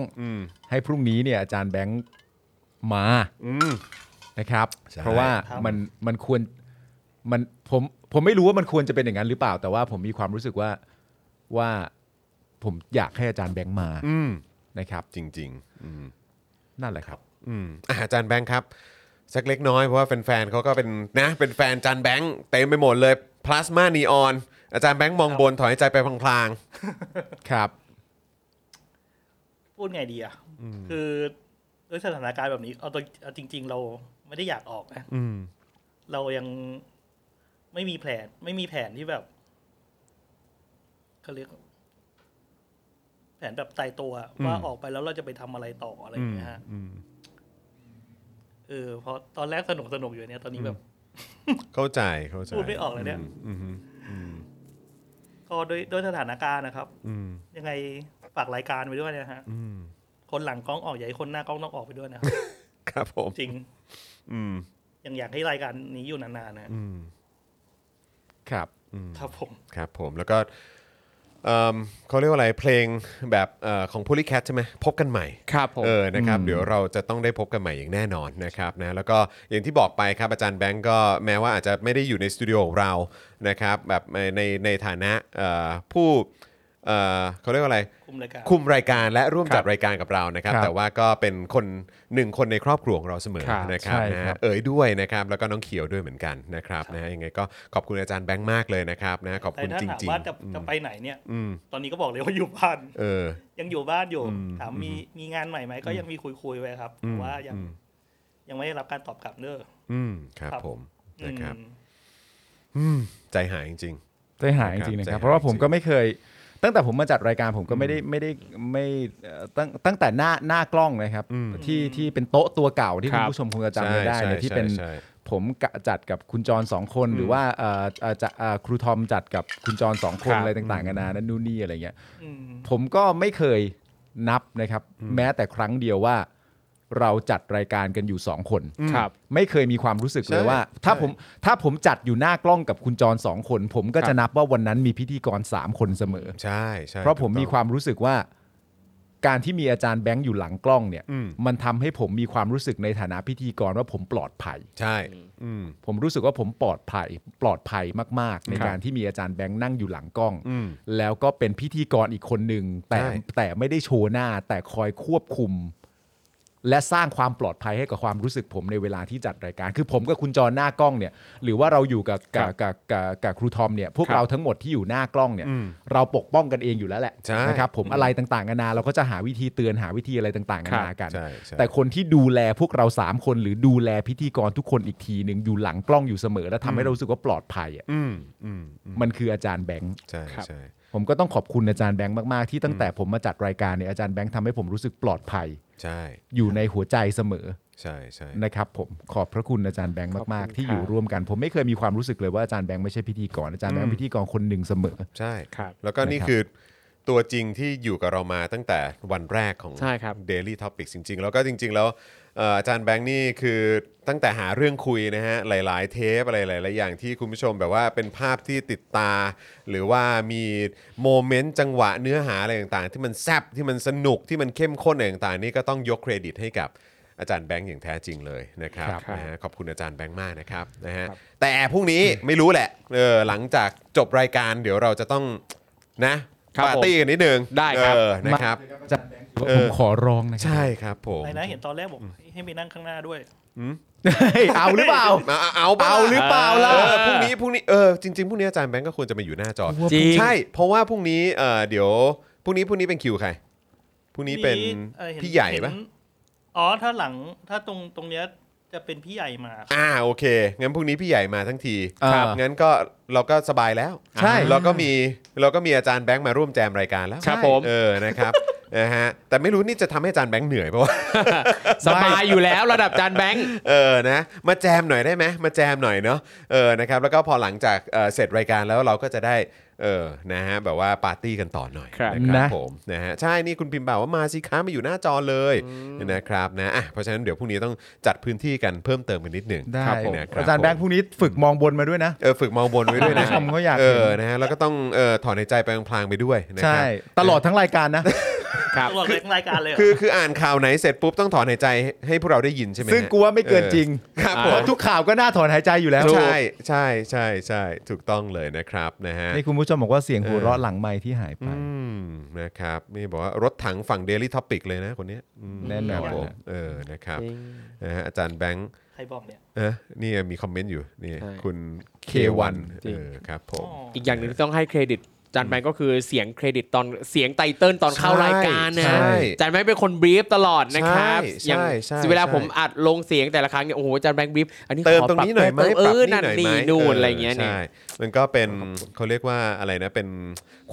Speaker 2: ให้พรุ่งนี้เนี่ยอาจารย์แบงค์มานะครับ
Speaker 1: ใช่
Speaker 2: เพราะว่ามันมันควรมันผมผมไม่รู้ว่ามันควรจะเป็นอย่างนั้นหรือเปล่า แต่ว่าผมมีความรู้สึกว่าว่าผมอยากให้อาจารย์แบงค์มา
Speaker 1: อืม
Speaker 2: นะครับ
Speaker 1: จริงๆอืม
Speaker 2: นั่นแหละครับ
Speaker 1: อืมอ่ะอาจารย์แบงค์ครับ สักเล็กน้อยเพราะว่าแฟนๆเขาก็เป็นนะ เป็นแฟนอาจารย์แบงค์เต็มไปหมดเลย พลาสมานีออน อาจารย์แบงค์มองบนถอยใจไปพลาง
Speaker 2: ครับ
Speaker 5: พูดไงดีอ่ะ คือด้วยสถานการณ์แบบนี้ เอาตัวเอาจริง ๆ เราไม่ได้อยากออกนะ
Speaker 1: ๆอืม
Speaker 5: เรายังไม่มีแผน ไม่มีแผนที่แบบเขาเรียก แผนแบบตายตัวอะว่าออกไปแล้วเราจะไปทำอะไรต่ออะไรอย่างเงี้ยฮะเอ เออเพราะตอนแรกสนุกสนุกอยู่เนี่ยตอนนี้แบบ
Speaker 1: เข้าใจเข้าใจ
Speaker 5: พูดไม่ออกเลยเนี่ย
Speaker 1: อืมอืมอืม
Speaker 5: ก็ด้วยด้วยสถานการณ์นะครับ
Speaker 1: อืม
Speaker 5: ยังไงฝากรายการไปด้วยนะฮะ
Speaker 1: อืม
Speaker 5: คนหลังกล้องออกอย่าให้คนหน้ากล้องต้องออกไปด้วยนะครับ
Speaker 1: ครับผม
Speaker 5: จริง
Speaker 1: อืม
Speaker 5: ยังอยากให้รายการนี้อยู่นานๆนะ
Speaker 1: อืม
Speaker 2: ครับ
Speaker 1: อืม
Speaker 5: ครับผม
Speaker 1: ครับผมแล้วก็เอิ่มเขาเรียกว่าอะไรเพลงแบบเอ่อของ Polycat ใช่ไหมพบกันใหม่
Speaker 6: ครับผม
Speaker 1: เออนะครับเดี๋ยวเราจะต้องได้พบกันใหม่อย่างแน่นอนนะครับนะแล้วก็อย่างที่บอกไปครับอาจารย์แบงก์ก็แม้ว่าอาจจะไม่ได้อยู่ในสตูดิโอของเรานะครับแบบในในในฐานะเอ่อผู้เอ่อเขาเรียกว่าอะไร
Speaker 5: คุมรายการ
Speaker 1: คุมรายการและร่วมจัดรายการกับเรานะครับ
Speaker 2: ครับ
Speaker 1: แต่ว่าก็เป็นคนหนึ่งคนในครอบครัวของเราเสมอ
Speaker 2: ครับ
Speaker 1: นะครับ
Speaker 2: ใช่
Speaker 1: นะครับ เอ๋ยด้วยนะครับ แล้วก็น้องเขียวด้วยเหมือนกันนะครับนะยังไงก็ขอบคุณอาจารย์แบงค์มากเลยนะครับนะขอบ
Speaker 5: แต่
Speaker 1: คุณ
Speaker 5: ถ้า
Speaker 1: จ
Speaker 5: ถาม
Speaker 1: ริง
Speaker 5: ว่าจะ
Speaker 1: ๆ
Speaker 5: จะไปไหนเนี่ย
Speaker 1: อืม
Speaker 5: ตอนนี้ก็บอกเลยว่าอยู่บ้าน
Speaker 1: เออ
Speaker 5: ยังอยู่บ้านอยู่
Speaker 1: อืม
Speaker 5: ถามมีมีงานใหม่ไหมก็ยังมีคุยคุยๆไว้ครับ
Speaker 1: อืม
Speaker 5: แต่ว่ายัง
Speaker 1: อืม
Speaker 5: ยังไม่ได้รับการตอบกลับเนอะ
Speaker 1: อืมครับผมนะครับ
Speaker 5: อืม
Speaker 1: อืมใจหายจริง
Speaker 2: ใจหายจริงๆนะ
Speaker 1: ใจ
Speaker 2: ค
Speaker 1: หา
Speaker 2: รั
Speaker 1: ย
Speaker 2: บเพราะว่าผ
Speaker 1: จ
Speaker 2: ม
Speaker 1: ริง
Speaker 2: ก็ไม่เคย ตั้งแต่ผมมาจัดรายการผมก็ไม่ได้ไม่ได้ไม่เอ่อตั้งตั้งแต่หน้าหน้ากล้องเลยครับ ที่ที่เป็นโต๊ะตัวเก่าที่
Speaker 6: ครั
Speaker 2: คุณ
Speaker 6: บ
Speaker 2: ผู้ชมคงจะ
Speaker 1: ๆ
Speaker 2: จำไม่ได้
Speaker 1: ใช่
Speaker 2: เนี่ยที่เป็น
Speaker 1: ใช่
Speaker 2: ผมกะจัดกับคุณจรสองคนหรือว่าเอ่อเอ่อจะเอ่อครูทอมจัดกับคุณจรสองคน
Speaker 6: ครับ
Speaker 2: อะไรต่างๆกันานานั่นนู่นนี่อะไรเงี้ย
Speaker 5: อืม
Speaker 2: ผมก็ไม่เคยนับนะครับ แม้แต่ครั้งเดียวว่าเราจัดรายการกันอยู่สองคน
Speaker 6: ครับ
Speaker 2: ไม่เคยมีความรู้สึกเลยว่า ถ้าผมถ้าผมจัดอยู่หน้ากล้องกับคุณจรสองคน ผมก็จะนับว่าวันนั้นมีพิธีกรสามคนเสมอ
Speaker 1: ใช่ใช่
Speaker 2: เพราะผมมี
Speaker 1: ถูก
Speaker 2: ค
Speaker 1: ต้อง
Speaker 2: วามรู้สึกว่า การที่มีอาจารย์แบงค์อยู่หลังกล้องเนี่ย
Speaker 1: อืม
Speaker 2: มันทำให้ผมมีความรู้สึกในฐานะพิธีกรว่าผมปลอดภัย
Speaker 1: ใช่ อืม
Speaker 2: ผมรู้สึกว่าผมปลอดภัยปลอดภัยมาก ๆ ใน
Speaker 1: ครับ
Speaker 2: การที่มีอาจารย์แบงค์นั่งอยู่หลังกล้อง
Speaker 1: อืม
Speaker 2: แล้วก็เป็นพิธีกรอีกคนหนึ่งแต่
Speaker 1: ใช่
Speaker 2: แต่ไม่ได้โชว์หน้าแต่คอยควบคุม และสร้างความปลอดภัยให้กับความรู้สึกผมในเวลาที่จัดรายการ คือผมกับคุณจรหน้ากล้องเนี่ย หรือว่าเราอยู่กับกับกับกับกับครูทอมเนี่ยพวก
Speaker 6: ครับ
Speaker 2: เราทั้งหมดที่อยู่หน้ากล้องเนี่ย เราปกป้องกันเองอยู่แล้วแหละ
Speaker 1: ใช่
Speaker 2: นะครับผมอะไรต่างๆกันานาเราก็จะหาวิธีเตือนหาวิธีอะไรต่างๆกันานากัน
Speaker 1: ใช่ใช่
Speaker 2: แต่คนที่ดูแลพวกเรา 3 คนหรือดูแลพิธีกรทุกคนอีกทีหนึ่งอยู่หลังกล้องอยู่เสมอ และทำให้เรารู้สึกว่าปลอดภัยอ่ะ
Speaker 1: อืมอืมอืม
Speaker 2: มันคืออาจารย์แบงค์
Speaker 1: ใช่
Speaker 6: ครับ
Speaker 1: ใช่
Speaker 2: ผมก็ต้องขอบคุณอาจารย์แบงค์มาก ๆ ที่ตั้งแต่ผมมาจัดรายการเนี่ยอาจารย์แบงค์ทำให้ผมรู้สึกปลอดภัย
Speaker 1: ใช่
Speaker 2: อยู่ในหัวใจเสมอ
Speaker 1: ใช่ใช่
Speaker 2: นะครับผมขอบพระคุณอาจารย์แบงค์มาก ๆ ที่อยู่ร่วมกัน ผมไม่เคยมีความรู้สึกเลยว่าอาจารย์แบงค์ไม่ใช่พิธีกรอาจารย์แบงค์พิธีกรคนหนึ่งเสมอ
Speaker 1: ใช่
Speaker 6: ครับ
Speaker 1: แล้วก็นี่คือตัวจริงที่อยู่กับเรามาตั้งแต่วันแรกของ
Speaker 6: ใช่ครับ
Speaker 1: Daily Topic จริง ๆ แล้วก็จริง ๆ แล้วเอ่ออาจารย์แบงค์นี่คือตั้งแต่หาเรื่องคุยนะฮะหลาย ๆ เทปอะไรหลายๆอย่างที่คุณผู้ชมแบบว่าเป็นภาพที่ติดตา หรือว่ามีโมเมนต์จังหวะเนื้อหาอะไรต่างๆ ที่มันแซบที่มันสนุกที่มันเข้มข้นอะไรต่างๆ นี่ก็ต้องยกเครดิตให้กับอาจารย์แบงค์อย่างแท้จริงเลยนะครับ
Speaker 2: ครับ
Speaker 1: นะฮะขอบคุณอาจารย์แบงค์มากนะครับนะฮะแต่พรุ่งนี้ไม่รู้แหละเออหลังจากจบรายการเดี๋ยวเราจะต้องนะครับ ปาร์ตี้กันนิดนึง
Speaker 6: ได้ครับ
Speaker 1: เออนะครับ
Speaker 2: อาจารย์แบงค์
Speaker 1: เอ
Speaker 2: ผ
Speaker 1: อ
Speaker 2: มขอร้องนะครับ
Speaker 1: ใช่ครับผม
Speaker 5: อะไรนะเห็นตอนแรกบอกให้ให้ไปนั่งข้างหน้าด้วย
Speaker 2: เฮ้ยเอาหรือเปล่า
Speaker 1: มาเอาเอาปะ
Speaker 2: เอาหรือเปล่าล่ะ
Speaker 1: เออพรุ่งนี้พรุ่งนี้เออจริงๆพรุ่งนี้อาจารย์แบงก์ก็ควรจะมาอยู่หน้าจอ
Speaker 6: จริง
Speaker 1: ใช่ เพราะว่าพรุ่งนี้เออเดี๋ยวพรุ่งนี้พรุ่งนี้เป็นคิวใครพรุ่งนี้เป็น
Speaker 5: อะไรเน
Speaker 1: พี่ใหญ่ปะ
Speaker 5: เนอ๋อถ้าหลังถ้าตรงตรงเนี้ยจะเป็นพี่ใหญ่มาครับ
Speaker 1: อ่าโอเคงั้นพรุ่งนี้พี่ใหญ่มาทั้งที
Speaker 2: ครับ
Speaker 1: งั้นก็เราก็สบายแล้ว
Speaker 2: ใช่
Speaker 1: เราก็มีเราก็มีอาจารย์แบงค์มาร่วมแจมรายการแล้ว
Speaker 6: ครับผม
Speaker 1: เออนะครับ นะฮะแต่ไม่รู้นี่จะทำให้อาจารย์แบงค์เหนื่อยเพราะว่า
Speaker 6: สบายอยู่แล้วระดับจานแบงค์
Speaker 1: เออนะมาแจมหน่อยได้ไหมมาแจมหน่อยเนาะเออนะครับแล้วก็พอหลังจากเอ่อเสร็จรายการแล้วเราก็จะได้เออนะฮะแบบว่าปาร์ตี้กันต่อหน่อย
Speaker 6: ครับ
Speaker 1: นะครั
Speaker 2: นะ
Speaker 1: บผมนะฮะใช่นี่คุณพิมพ์บอกว่ามาสิคะมาอยู่หน้าจอเลยนะครับนะอ่ะเพราะฉะนั้นเดี๋ยวพรุ่งนี้ต้องจัดพื้นที่กันเพิ่มเติมกันนิดหนึ่ง
Speaker 2: ได้
Speaker 1: ครับผมนะค
Speaker 2: อาจารย์แบงค์พรุ่งนี้ฝึกมองบนมาด้วยนะ
Speaker 1: เออฝึกมองบนไว้ด้วยนะ
Speaker 2: ผู้ชมเขาอยาก
Speaker 1: เอ
Speaker 2: เห็น
Speaker 1: อนะฮะแล้วก็ต้องเออถอนหายใจไปพลางๆไปด้วยนะค
Speaker 2: ใช่
Speaker 1: รับ
Speaker 2: ตลอดทั้งรายการนะ
Speaker 6: ครับ
Speaker 5: ตลอดเลยทั้งรายการเลยเหรอ
Speaker 1: คือคืออ่านข่าวไหนเสร็จปุ๊บต้องถอนหายใจให้พวกเราได้ยินใช่ไหมฮะ
Speaker 2: ซึ่งกูว่าไม่เกินจริง
Speaker 1: ครับผม
Speaker 2: เพราะทุกข่าวก็น่าถอนหายใจอยู่แล้ว
Speaker 1: ใช่ใช่ใช่ใช่ถูกต้องเลยนะครับนะฮะ
Speaker 2: นี่คุณผู้ชมบอกว่าเสียงหัว
Speaker 1: เออ
Speaker 2: เราะหลังไม้ที่หายไป
Speaker 1: อืมนะครับนี่บอกว่ารถถังฝั่ง Daily Topic เลยนะคนเนี้ยอืม
Speaker 2: แน่น
Speaker 1: ครับ
Speaker 2: อน
Speaker 1: ผม
Speaker 2: นะ
Speaker 1: เออนะครับ
Speaker 6: จริง
Speaker 1: นะฮะอาจารย์แบงค์
Speaker 5: ใครบอกเนี่ย
Speaker 1: เออนี่มีคอมเมนต์อยู่นี่
Speaker 6: ใช่
Speaker 1: คุณ
Speaker 6: K1
Speaker 1: K1
Speaker 6: จริง
Speaker 1: เออครับผ
Speaker 5: อ๋อ
Speaker 1: ม
Speaker 6: อีกอย่างหนึ่งที่ต้องให้เครดิต จานแบงก็คือเสียงเครดิตตอนเสียงไตเติ้ลตอนเข้า
Speaker 1: ใช่
Speaker 6: รายการนะ
Speaker 1: ใช่
Speaker 6: จานแบงเป็นคนบรีฟตลอดนะครับ
Speaker 1: ใช่
Speaker 6: อย่าง
Speaker 1: ใช่
Speaker 6: เวลา
Speaker 1: ใช่
Speaker 6: ผมอัดลงเสียงแต่ละครั้งเนี่ยโอ้โหจานแบงบรีฟอันนี้
Speaker 1: เติม
Speaker 6: ขอ
Speaker 1: ตรง
Speaker 6: ปบ
Speaker 1: นี้หน่อยไหม
Speaker 6: เติ
Speaker 1: ป
Speaker 6: เอ
Speaker 1: รับ
Speaker 6: อ
Speaker 1: นี่
Speaker 6: นั่น
Speaker 1: หน่อยไหม
Speaker 6: นี่นู่นอะไรอย่างเงี้ยนี่
Speaker 1: ใช่มันก็เป็นเขาเรียกว่าอะไรนะเป็น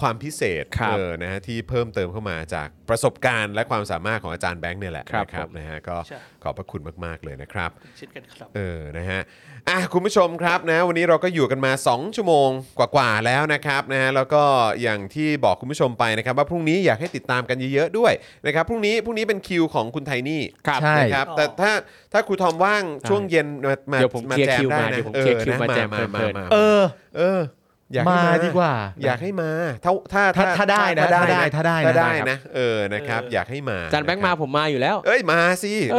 Speaker 1: ความพิเศษ
Speaker 6: ครับ
Speaker 1: เออนะฮะที่เพิ่มเติมเข้ามาจากประสบการณ์และความสามารถของอาจารย์แบงค์เนี่ยแหละ
Speaker 6: ครับ
Speaker 1: นะนะฮะก็
Speaker 5: ใช่
Speaker 1: ขอบพระคุณมากๆเลยนะครับ
Speaker 5: เช่นกันครับ
Speaker 1: เออ นะฮะ อ่ะ คุณผู้ชมครับนะ วันนี้เราก็อยู่กันมา 2 ชั่วโมงกว่าๆแล้วนะครับนะฮะ แล้วก็อย่างที่บอกคุณผู้ชมไปนะครับ ว่าพรุ่งนี้อยากให้ติดตามกันเยอะๆด้วยนะครับ พรุ่งนี้ พรุ่งนี้เป็นคิวของคุณไทนี่
Speaker 2: ครับใช่
Speaker 1: นะครับ แต่ถ้า ถ้าครูทอมว่างช่วงเย็นมา มา
Speaker 6: เดี๋ยวผมเคลียร์คิวมาเดี๋ยวผมเคลียร์คิวมาแจม
Speaker 1: เออนะ
Speaker 6: เพลินๆ
Speaker 1: มา
Speaker 2: เออ
Speaker 1: เออ อยากให้
Speaker 2: มาดีกว่า
Speaker 1: อยากให้มา ถ้า ถ้า
Speaker 2: ถ้าได้นะ
Speaker 1: ถ้าได้
Speaker 2: ถ้าได้
Speaker 1: ถ้า
Speaker 2: ถ้าได้
Speaker 1: ได้
Speaker 2: นะ
Speaker 1: นะ เออ นะครับ อยากให้มา
Speaker 6: จานแบงค์มา
Speaker 1: ะครั
Speaker 6: ผมมาอยู่แล้ว
Speaker 1: เอ้ย มาสิ เอ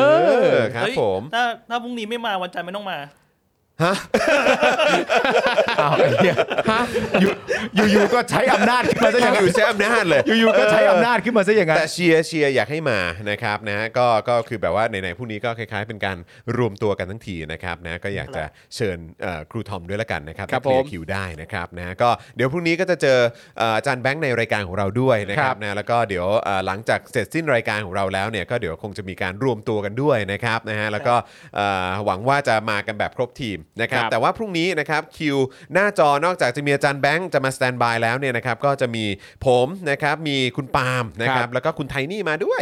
Speaker 1: อ ครับ
Speaker 5: เฮ้ย
Speaker 1: ผม
Speaker 5: ถ้าถ้าพรุ่งนี้ไม่มาวันจันทร์ไม่ต้องมา
Speaker 2: อ้าวไอ้เหี้ยอยู่อยู่ๆก็ใช้อำนาจขึ้นมาซะอย่าง
Speaker 1: อ
Speaker 2: นั้น
Speaker 1: ยู่ใช้อำนาจเลย
Speaker 2: อยู่ๆก็ใช้อำนาจขึ้นมาซะอย่างนั้น
Speaker 1: แต่เชียร์เชียร์อยากให้มานะครับนะฮะก็ก็คือแบบว่าไหนๆพรุ่งนี้ก็คล้ายๆ เป็นการรวมตัวกันทั้งทีนะครับนะก็อยากจะเชิญเอ่อครูทอมด้วยละกันนะครับ
Speaker 6: ครับ
Speaker 1: ถ้าเคลีย
Speaker 6: ผม
Speaker 1: คิวได้นะครับนะฮะก็เดี๋ยวพรุ่งนี้ก็จะเจอเอ่ออาจารย์แบงค์ในรายการของเราด้วยนะครับนะแล้วก็เดี๋ยวเอ่อหลังจากเสร็จสิ้นรายการของเราแล้วเนี่ยก็เดี๋ยวคงจะมีการรวมตัวกันด้วยนะครับนะฮะแล้วก็เอ่อหวังว่าจะมากันแบบครบทีมนะครั
Speaker 6: ค
Speaker 1: บ
Speaker 6: รับ
Speaker 1: แต่ว่าพรุ่งนี้นะครับคิวหน้าจอนอกจากจะมีอาจารย์แบงค์จะมาสแตนบายแล้วเนี่ยนะครับก็จะมีผมนะครับมีคุณปาล์มนะครับ แล้วก็คุณไทนี่มาด้วย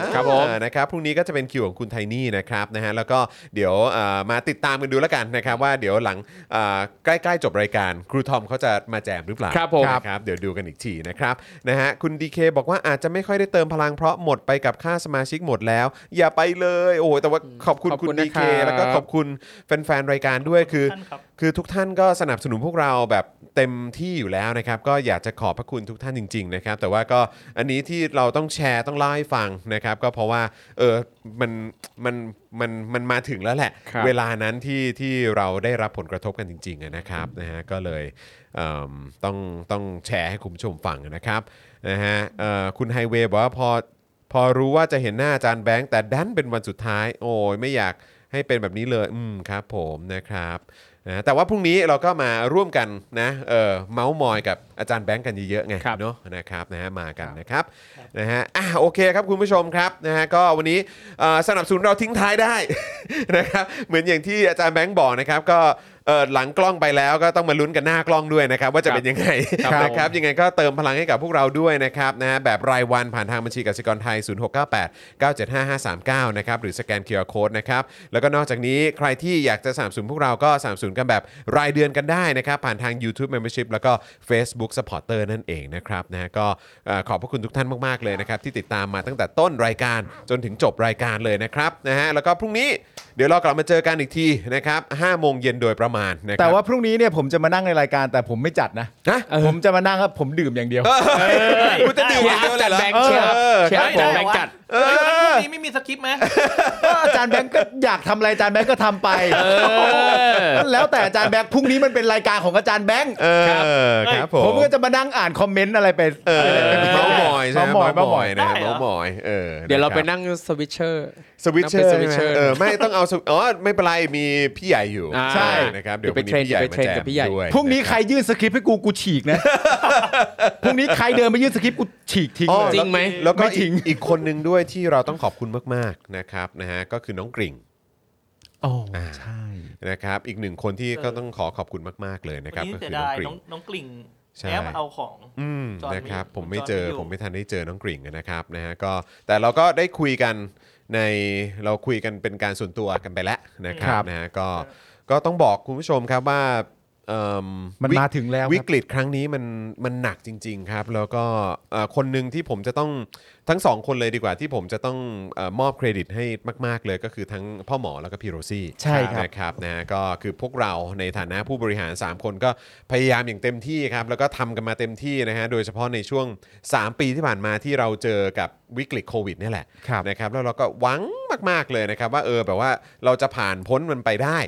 Speaker 1: อ่า
Speaker 6: ครับผม
Speaker 1: นะครับพรุ่งนี้ก็จะเป็นคิวของคุณไทนี่นะครับนะฮะแล้วก็เดี๋ยวเอ่อมาติดตามกันดูแล้วกันนะครับ ว่าเดี๋ยวหลังเอ่อใกล้ๆจบรายการ ครูทอมเขาจะมาแจมหรือเปล่า
Speaker 6: ครับผม
Speaker 1: นะครับเดี๋ยวดูกันอีกทีนะครับนะฮะคุณดีเคบอกว่าอาจจะไม่ค่อยได้เติมพลังเพราะหมดไปกับค่าสมาชิกหมดแล้ว อย่าไปเลย โอ้โหแต่ว่าขอบคุณ
Speaker 6: ขอบคุ
Speaker 1: คุณ
Speaker 6: ณ
Speaker 1: ดีเค
Speaker 6: นะครับ
Speaker 1: แล้วก็ขอบคุณแฟนๆรายการด้วยคือ
Speaker 5: ท่านครับ
Speaker 1: คือทุกท่านก็สนับสนุนพวกเราแบบเต็มที่อยู่แล้วนะครับ ก็อยากจะขอบพระคุณทุกท่านจริง ๆ นะครับ แต่ว่าก็อันนี้ที่เราต้องแชร์ต้องเล่าให้ฟังนะครับ ก็เพราะว่าเออมันมันมันมันมาถึงแล้วแหละ
Speaker 6: ครับ
Speaker 1: เวลานั้นที่ที่เราได้รับผลกระทบกันจริงๆอะนะครับนะฮะก็เลยเอิ่มต้องต้องแชร์ให้คุณผู้ชมฟังนะครับนะฮะเอ่อคุณไฮเวย์บอกว่าพอพอรู้ว่าจะเห็นหน้าอาจารย์แบงค์แต่ดันเป็นวันสุดท้าย โอ้ยไม่อยากให้เป็นแบบนี้เลยอืมครับผมนะครับ นะแต่ว่าพรุ่งนี้เราก็มาร่วมกันนะเออเมาส์มอยกับอาจารย์แบงค์กันเยอะๆไง
Speaker 6: ครับ
Speaker 1: เนาะนะครับนะฮะมากันนะครับนะฮะอ่ะโอเคครับคุณผู้ชมครับนะฮะก็วันนี้เอ่อสนับสนุนเราทิ้งท้ายได้ นะครับเหมือนอย่างที่อาจารย์แบงค์บอกนะครับก็เอ่อหลังกล้องไปแล้วก็ต้องมาลุ้นกันหน้ากล้องด้วยนะครับ ว่า
Speaker 6: ค
Speaker 1: จะ
Speaker 6: รับ
Speaker 1: เป็นยังไง
Speaker 6: ครับผม
Speaker 1: นะครับยังไงก็เติมพลังให้กับพวกเราด้วยนะครับนะฮะแบบรายวันผ่านทางบัญชีกสิกรไทย 0698 975539 นะครับหรือสแกน QR Code นะครับแล้วก็นอกจากนี้ใครที่อยากจะสามสูนพวกเราก็สามสูนกันแบบรายเดือนกันได้นะครับ ผ่านทาง YouTube Membership แล้วก็ Facebook Supporter นั่นเองนะครับนะฮะก็เอ่อขอบพระคุณทุกท่านมาก ๆ เลยนะครับ ที่ติดตามมาตั้งแต่ต้นรายการจนถึงจบรายการเลยนะครับนะฮะแล้วก็พรุ่งนี้เดี๋ยวเรากลับมาเจอกันอีกทีนะครับ5โมงเย็นโดยประมาณนะครั
Speaker 2: แต่ว่าพรุ่งนี้เนี่ยผมจะมานั่งในรายการแต่ผมไม่จัดนะ
Speaker 1: นะ
Speaker 2: ผมจะมานั่งครับผมดื่มอย่างเดียว
Speaker 1: กูจะดื่มอย่างเดียวเลยเหรอ
Speaker 6: แบงค์เชียร์
Speaker 1: เออ
Speaker 6: เชีย
Speaker 1: ค
Speaker 6: ร์
Speaker 1: รับ
Speaker 6: ผ
Speaker 1: ผม ม
Speaker 6: แบงค์จัด
Speaker 5: เฮ้ยวันพรุ่งนี้ไม่มีสคริปต์ไหม
Speaker 2: อาจารย์แบงก์ก็อยากทำอะไรอาจารย์แบงก์ก็ทำไปแล้วแต่อาจารย์แบงก์พรุ่งนี้มันเป็นรายการของอาจารย์แบงก์
Speaker 1: เออครับผม
Speaker 2: ผมก็จะมานั่งอ่านคอมเมนต์อะไรไป
Speaker 1: เออเมาส์มอยใช่ไหม
Speaker 2: เมาส์มอย
Speaker 1: เมาส์มอนะ
Speaker 2: เมาส์มอย ย
Speaker 5: ได้เหรอ
Speaker 1: เมาส์มอยเออ
Speaker 6: เดี๋ยวเราไป
Speaker 1: ะคบ
Speaker 6: นั่งสวิตเชอร์
Speaker 1: สวิตเชอ
Speaker 6: นั่ง
Speaker 1: ร์
Speaker 6: เป็น
Speaker 1: ใช่ไหม
Speaker 6: switcher
Speaker 1: เออไม่ต้องเอาสวิตอ๋อไม่เป็นไรมีพี่ใหญ่อยู่
Speaker 6: อ่า
Speaker 1: ใช่นะครับเดี๋ยว
Speaker 6: เดี๋ยวไป
Speaker 1: วันนี้พี่ใหญ่
Speaker 6: เทรน
Speaker 1: มา
Speaker 6: เดี๋ยวไปเทรนกับ
Speaker 1: แจม
Speaker 6: พี่ใหญ่
Speaker 1: ด้วย
Speaker 2: พรุ่งนี้ใครยื่นสคริปต์ให้กูกูฉีกนะพรุ่งนี้ใครเดินมายื่นสคริปต์กูฉีกทิ้ง
Speaker 1: อ๋อ
Speaker 2: เลย
Speaker 6: จริงไหม
Speaker 1: แล้วก็
Speaker 2: ไม่
Speaker 1: อีก
Speaker 2: ทิ้ง
Speaker 1: อีกคนหนึ่งด้วยที่เราต้องขอบคุณมากๆนะครับนะฮะก็คือน้องกริ่ง
Speaker 2: โอ้ใช่
Speaker 1: นะครับ อีกหนึ่งคนที่ก็ต้องขอขอบคุณมากๆเลยนะครับ
Speaker 5: วันนี้
Speaker 1: ก็
Speaker 5: เสี
Speaker 1: คือ
Speaker 5: ย
Speaker 1: น้อกริ่
Speaker 5: ดาง ยน้
Speaker 1: ง
Speaker 5: องน้องกลิ่ง
Speaker 1: ใช่
Speaker 5: แอบเอาของ
Speaker 1: อืม
Speaker 5: จอห์น
Speaker 1: นะครับ
Speaker 5: ไม่
Speaker 1: ผมไม่เจอ
Speaker 5: จอห์นไม่อยู่
Speaker 1: ผมไม่ทันได้เจอน้องกริ่งนะครับนะฮะก็แต่เราก็ได้คุยกันในเราคุยกันเป็นการส่วนตัวกันไปแล้วนะครับนะฮะก็ก็ต้องบอกคุณผู้ชมครับว่าเอิ่ม
Speaker 2: มัน
Speaker 1: วิ
Speaker 2: มาถึงแล้ว
Speaker 1: วิ
Speaker 2: ครับ
Speaker 1: กฤตครั้งนี้มันมันหนักจริง ๆ ครับ แล้วก็เอ่อคนหนึ่งที่ผมจะต้องทั้งสองคนเลยดีกว่าที่ผมจะต้องเออมอบเครดิตให้มาก ๆ เลยก็คือทั้งพ่อหมอแล้วก็พี่โรซี่
Speaker 2: ใช่ครับ
Speaker 1: นะครับนะฮะก็คือพวกเราในฐานะผู้บริหาร 3 คนก็พยายามอย่างเต็มที่ครับแล้วก็ทำกันมาเต็มที่นะฮะโดยเฉพาะในช่วง 3 ปีที่ผ่านมาที่เราเจอกับวิกฤตโควิดเนี่ยแหละ
Speaker 2: ครับ
Speaker 1: นะครับแล้วเราก็หวังมาก ๆ เลยนะครับ ว่าเออแบบว่าเราจะผ่านพ้นมันไปได้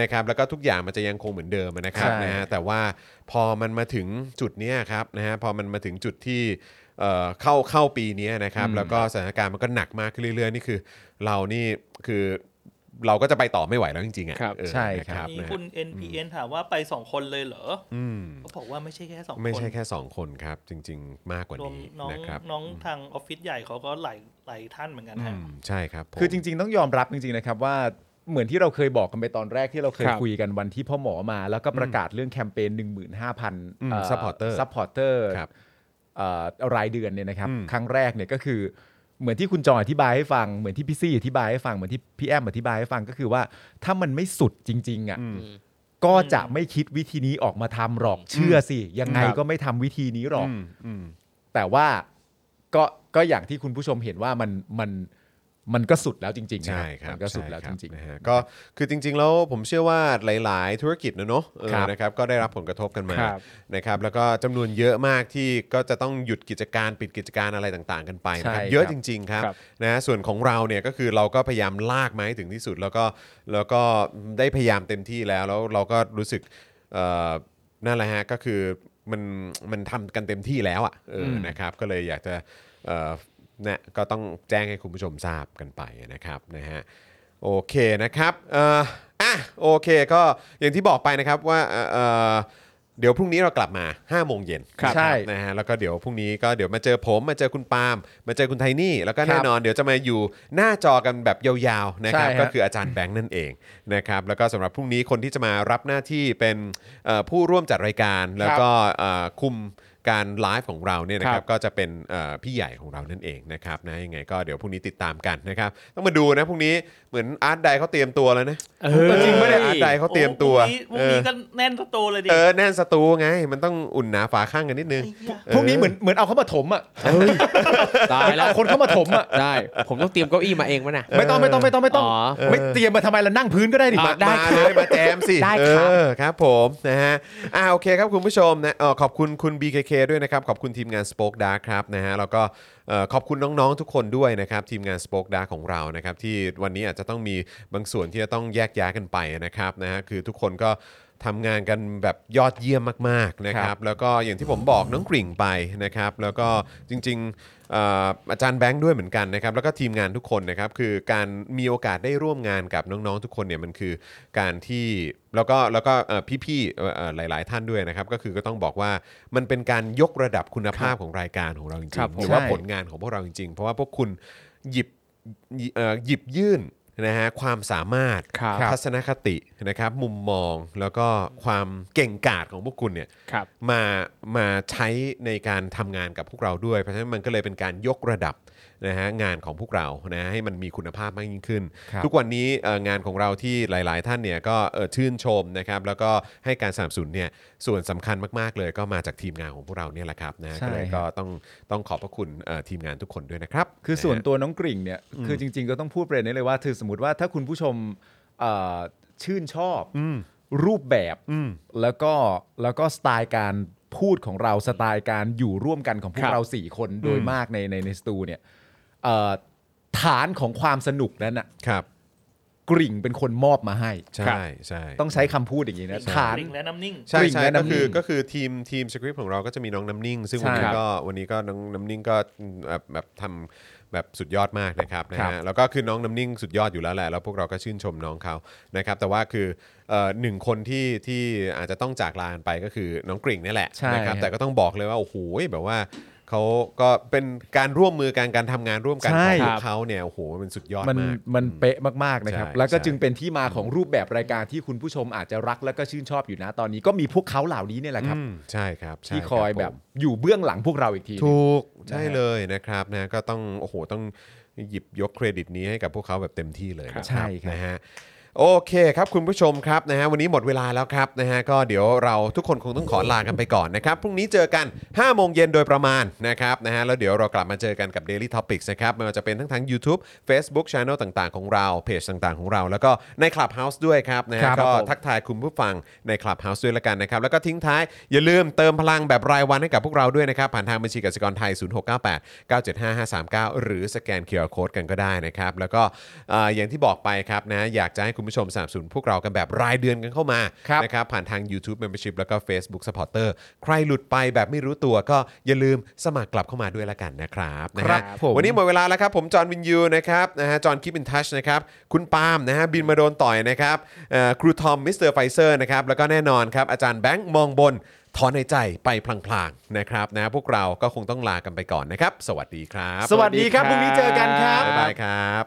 Speaker 1: นะครับ แล้วก็ทุกอย่างมันจะยังคงเหมือนเดิมนะครับ
Speaker 2: ใช่
Speaker 1: นะฮะแต่ว่าพอมันมาถึงจุดเนี้ยครับนะฮะพอมันมาถึงจุดที่เอ่อเข้าเข้าปีเนี้ยนะครับ แล้วก็สถานการณ์มันก็หนักมากขึ้นเรื่อย ๆ นี่คือ เรานี่คือ เราก็จะไปต่อไม่ไหวแล้วจริงๆอ่ะ
Speaker 6: ครับ
Speaker 1: เออ
Speaker 2: ใช่ครับ
Speaker 1: นะ
Speaker 5: นี่คุณ NPN ถามว่าไปสองคนเลยเหรอ
Speaker 1: อืม
Speaker 5: ก็บอกว่าไม่ใช่แค่สองคน
Speaker 1: ไม่ใช่แค่ 2 คนครับ จริง ๆ มากกว่าร
Speaker 5: วม
Speaker 1: นี้
Speaker 5: น้อง
Speaker 1: นะครับ
Speaker 5: น้องทางออฟฟิศใหญ่เขาก็หลายหลายท่านเหมือนกัน
Speaker 1: อื
Speaker 5: ฮะ
Speaker 1: มใช่ครับผม
Speaker 2: คือจริง ๆ ต้องยอมรับจริง ๆ นะครับว่าเหมือนที่เราเคยบอกกันไปตอนแรกที่เราเคย
Speaker 6: ครับ
Speaker 2: คุยกันวันที่พ่อหมอมา แล้วก็ประกาศเรื่องแคมเปญ
Speaker 1: อืม
Speaker 2: 15,000
Speaker 1: ซัพพอร์เตอร์
Speaker 2: ซัพพอร์เตอร์
Speaker 1: ครับ
Speaker 2: เอ่อรายเดือนเนี่ยนะครับ
Speaker 1: อืม
Speaker 2: ครั้งแรกเนี่ยก็คือเหมือนที่คุณจอยอธิบายให้ฟังเหมือนที่พี่ซี่อธิบายให้ฟังเหมือนที่พี่แอมอธิบายให้ฟังก็คือว่าถ้ามันไม่สุดจริงๆอ่ะก็จะไม่คิดวิธีนี้ออกมาทำหรอกเชื่อสิ ยังไงก็ไม่ทำวิธีนี้หรอก
Speaker 1: มอืม
Speaker 2: แต่ว่าก็ก็อย่างที่คุณผู้ชมเห็นว่ามันมันมันก็สุดแล้วจริงๆนะ
Speaker 1: ใช่ครับ
Speaker 2: มันก็สุดแล้วจ
Speaker 1: ใช่คบ
Speaker 2: ริง
Speaker 1: นะฮะก็คือจริง ๆ แล้วผมเชื่อว่าหลาย ๆ ธุรกิจนะเนอะเออ
Speaker 2: ครับ
Speaker 1: นะครับก็ได้รับผลกระทบกันมา
Speaker 2: ครับ
Speaker 1: นะครับแล้วก็จำนวนเยอะมากที่ก็จะต้องหยุดกิจการปิดกิจการอะไรต่างๆ กันไปนะครับ
Speaker 2: ใช่
Speaker 1: เยอะ
Speaker 2: ครับ
Speaker 1: จริง ๆ ครับ
Speaker 2: ครับ
Speaker 1: นะฮะส่วนของเราเนี่ยก็คือเราก็พยายามลากมาให้ถึงที่สุด แล้วก็แล้วก็ได้พยายามเต็มที่แล้วแล้วเราก็รู้สึกเอ่อนั่นแหละฮะก็คือมันมันทำกันเต็มที่แล้วอ่ะเอออ
Speaker 2: ม
Speaker 1: นะครับก็เลยอยากจะเอ่อ นะก็ต้องแจ้งให้คุณผู้ชมทราบกันไปนะครับนะฮะโอเคนะครับเอ่ออ่ะโอเคก็อย่างที่บอกไปนะครับว่าเอ่อเอ่อเดี๋ยวพรุ่งนี้เรากลับมา5โมงเย็น
Speaker 2: ครับ
Speaker 1: นะ
Speaker 2: ใช่
Speaker 1: นะฮะแล้วก็เดี๋ยวพรุ่งนี้ก็เดี๋ยวมาเจอผม มาเจอคุณปาล์มมาเจอคุณไทนี่แล้วก็
Speaker 2: ครั
Speaker 1: แน่
Speaker 2: บ
Speaker 1: นอนเดี๋ยวจะมาอยู่หน้าจอกันแบบยาวๆนะครับ
Speaker 2: ใช่ฮะ
Speaker 1: ก็คืออาจารย์แบงค์นั่นเองนะครับแล้วก็สำหรับพรุ่งนี้คนที่จะมารับหน้าที่เป็นเอ่อผู้ร่วมจัดรายการแล้วก็เอ่อคุมการไลฟ์ของเราเนี่ยนะค
Speaker 6: ครั
Speaker 1: รับ
Speaker 6: บ
Speaker 1: ก็จะเป็นเอ่อพี่ใหญ่ของเรานั่นเองนะครับนะยังไงก็เดี๋ยวพรุ่งนี้ติดตามกันนะครับ ต้องมาดูนะพรุ่งนี้เหมือนอาร์ตไดเขาเตรียมตัวแล้วนะจริงไม่ได้อาร์ตไดเขาเตรียมตัว
Speaker 5: โอ้พรุ่งนี้พรุ่งนี้
Speaker 1: เออ
Speaker 5: ก็แน่นประตูเลยดิ
Speaker 1: เออแน่นสตูไง มันต้องอุ่นหนาฝาข้างกันนิดนึง
Speaker 5: ไอ้เหี้ย
Speaker 2: ๆพวกนี้เหมือนเหมือนเอาเข้ามาถมอ่ะ
Speaker 6: ตายแล้ว
Speaker 2: เอาคนเข้ามาถมอ่ะ
Speaker 6: ได้ ผมต้องเตรียมเก้าอี้มาเองมั้ยน่ะ
Speaker 2: ไม่ต้องไม่ต้องไม่ต้องไม่ต้อง
Speaker 6: อ๋อ
Speaker 2: ไม่เตรียมมาทำไมล่ะนั่งพื้นก็ได้ดิ
Speaker 1: มา
Speaker 6: อ่ะได้
Speaker 1: มา
Speaker 6: ครับ
Speaker 1: เลยมาแจมสิ
Speaker 6: ได้ครับ
Speaker 1: เออครับผมนะฮะอ่าโอเคครับคุณผู้ชมนะเอ่อขอบคุณคุณ BKK ด้วยนะครับ ขอบคุณทีมงาน Spoke Dark ครับนะฮะแล้วก็เอ่อขอบคุณน้องๆทุกคนด้วยนะครับ ทีมงาน Spoke Dark ของเรานะครับ ที่วันนี้อาจจะต้องมีบางส่วนที่จะต้องแยกย้ายกันไปนะครับนะฮะคือทุกคนก็ทำงานกันแบบยอดเยี่ยมมากๆนะค
Speaker 2: ค
Speaker 1: รั
Speaker 2: รับ บ
Speaker 1: แล้วก็อย่างที่ผมบอกน้องกริ่งไปนะครับ แล้วก็จริงๆเอ่ออาจารย์แบงค์ด้วยเหมือนกันนะครับ แล้วก็ทีมงานทุกคนนะครับ คือการมีโอกาสได้ร่วมงานกับน้องๆทุกคนเนี่ยมันคือการที่แล้วก็แล้วก็เอ่อพี่ๆเอ่อเอ่อหลาย ๆ ท่านด้วยนะครับ ก็คือก็ต้องบอกว่ามันเป็นการยกระดับคุณภาพของรายการของเราจริ
Speaker 6: ครั
Speaker 1: ง
Speaker 6: บ
Speaker 1: ๆ
Speaker 6: ผม
Speaker 1: หรือว่า
Speaker 2: ใช่
Speaker 1: ผลงานของพวกเราจริงๆ เพราะว่าพวกคุณหยิบเอ่อหยิบยื่นนะฮะความสามารถ
Speaker 6: ครับ
Speaker 1: ทัศนคตินะครับมุมมองแล้วก็ความเก่งกาจของพวกคุณเนี่ย
Speaker 6: ครับ
Speaker 1: มามาใช้ในการทำงานกับพวกเราด้วย เพราะฉะนั้นมันก็เลยเป็นการยกระดับนะฮะงานของพวกเรานะให้มันมีคุณภาพมากยิ่งขึ้น
Speaker 2: ครับ
Speaker 1: ทุกวันนี้เอ่องานของเราที่หลาย ๆ ท่านเนี่ยก็เอ่อชื่นชมนะครับแล้วก็ให้การสนับสนุนเนี่ยส่วนสำคัญมาก ๆ เลยก็มาจากทีมงานของพวกเราเนี่ยแหละครับนะฮะ
Speaker 2: ใช่
Speaker 1: ก็เลย
Speaker 2: ครับ
Speaker 1: ก็ต้องต้องขอบพระคุณเอ่อทีมงานทุกคนด้วยนะครับ
Speaker 2: คือส่วนะ
Speaker 1: ฮะ
Speaker 2: ตัวน้องกริ่งเนี่ยคือจริง ๆ ก็ต้องพูดประเด็นนี้เลยว่าถือสมมติว่าถ้าคุณผู้ชมเอ่อชื่นชอบรูปแบบ
Speaker 1: อืม
Speaker 2: แล้วก็แล้วก็สไตล์การพูดของเราสไตล์การอยู่ร่วมกันของพว
Speaker 6: ครั
Speaker 2: ก
Speaker 6: บ
Speaker 2: เราสี่คนโดยมากในในในสตูเนี่ยเอ่อฐานของความสนุกนั้นน่ะ
Speaker 1: ครับ
Speaker 2: กริ่งเป็นคนมอบมาให้
Speaker 1: ใช่ใช่
Speaker 2: ต้องใช้คำพูดอย่างนี้นะ
Speaker 5: ใช่
Speaker 2: ฐาน
Speaker 5: กริ่งและน้ำนิ่ง
Speaker 1: ใช่
Speaker 2: กริ่ง
Speaker 1: ใช่
Speaker 2: และ
Speaker 1: ก็
Speaker 2: น้ำ
Speaker 1: คื
Speaker 2: นิ่
Speaker 1: อง ก็คือทีมทีมสคริปต์ของเราก็จะมีน้องน้ำนิ่ง ซึ่ง
Speaker 2: ใช่
Speaker 1: วันนี้
Speaker 2: ครับ
Speaker 1: ก็วันนี้ก็น้องน้ำนิ่งก็แบบแบบทำแบบสุดยอดมากนะครับนะ
Speaker 2: ครั
Speaker 1: ฮะ
Speaker 2: บ
Speaker 1: แล้วก็คือน้องน้ำนิ่งสุดยอดอยู่แล้วแหละแล้วพวกเราก็ชื่นชมน้องเขานะครับแต่ว่าคือเอ่อหนึ่งคนที่ที่อาจจะต้องจากลากันไปก็คือน้องกริ่งนี่แหละ
Speaker 2: ใช่
Speaker 1: นะครับ
Speaker 2: ครับ
Speaker 1: แต่ก็ต้องบอกเลยว่าโอ้โหแบบว่าเขาก็เป็นการร่วมมือกันการทำงานร่วมกัน
Speaker 2: ใช่
Speaker 1: ขอ
Speaker 6: ค
Speaker 1: งพว
Speaker 6: รั
Speaker 1: ก
Speaker 6: บ
Speaker 1: เขาเนี่ยโอ้โหมันสุดยอด
Speaker 2: มัน
Speaker 1: มาก
Speaker 2: มันเป๊ะมากๆนะครับ
Speaker 1: ใช่
Speaker 2: แล้วก็
Speaker 1: ใช่
Speaker 2: จึงเป็นที่มาของรูปแบบรายการที่คุณผู้ชมอาจจะรักและก็ชื่นชอบอยู่นะตอนนี้ก็มีพวกเขาเหล่านี้เนี่ยแหละครับ
Speaker 1: อืมใช่ครับใช่
Speaker 2: ที่
Speaker 1: รับ
Speaker 2: คอย
Speaker 1: ผม
Speaker 2: แบบอยู่เบื้องหลังพวกเราอีกทีหนึ่ง
Speaker 1: ถูกใช่
Speaker 2: นะฮะ
Speaker 1: เลยนะครับนะก็ต้องโอ้โหต้องหยิบยกเครดิตนี้ให้กับพวกเขาแบบเต็มที่เลย
Speaker 2: ครับ
Speaker 1: นะ
Speaker 2: ใช่ครับ
Speaker 1: นะฮะโอเคครับคุณผู้ชมครับนะฮะวันนี้หมดเวลาแล้วครับนะฮะก็เดี๋ยวเราทุกคนคงต้องขอลากันไปก่อนนะครับพรุ่งนี้เจอกัน5โมงเย็นโดยประมาณนะครับนะฮะแล้วเดี๋ยวเรากลับมาเจอกันกับ Daily Topics นะครับไม่ว่าจะเป็นทั้งทาง YouTube Facebook Channel ต่างๆ ของเราเพจต่างๆ ของเรา แล้วก็ใน Clubhouse ด้วยครับนะ
Speaker 2: ค
Speaker 1: ฮะ
Speaker 2: รับ
Speaker 1: ก็
Speaker 2: ผม
Speaker 1: ทักทายคุณผู้ฟังใน Clubhouse ด้วยละกันนะครับแล้วก็ทิ้งท้ายอย่าลืมเติมพลังแบบรายวันให้กับพวกเราด้วยนะครับผ่านทางบัญชีกสิกรไทย 0698 975 539 หรือสแกนเคอร์โคดกันก็ได้นะครับ แล้วก็เอ่ออย่างที่บอกไปครับนะอยากจะให้คุณ คุณผู้ชมสนับสนุนพวกเรากันแบบรายเดือนกันเข้ามา
Speaker 2: ครับ
Speaker 1: นะครับผ่านทาง YouTube Membership แล้วก็ Facebook Supporter ใครหลุดไปแบบไม่รู้ตัวก็อย่าลืมสมัครกลับเข้ามาด้วยละกันนะครับนะฮะ
Speaker 2: ครับผม
Speaker 1: วันนี้ หมดเวลาแล้วครับ ผมจอห์นวินยูนะครับนะฮะจอห์นคิปินทัชนะครับ คุณปาล์มนะฮะบินมาโดนต่อยนะครับเอ่อครูทอมมิสเตอร์ไฟเซอร์นะครับ แล้วก็แน่นอนครับ อาจารย์แบงค์มองบน ถอนในใจไปพลางๆนะครับนะพวกเราก็คงต้องลากันไปก่อนนะครับ สวัสดีครับ
Speaker 2: สวัสดีครับพรุ่งนี้เจอกันครับ
Speaker 1: บ๊ายบายครับ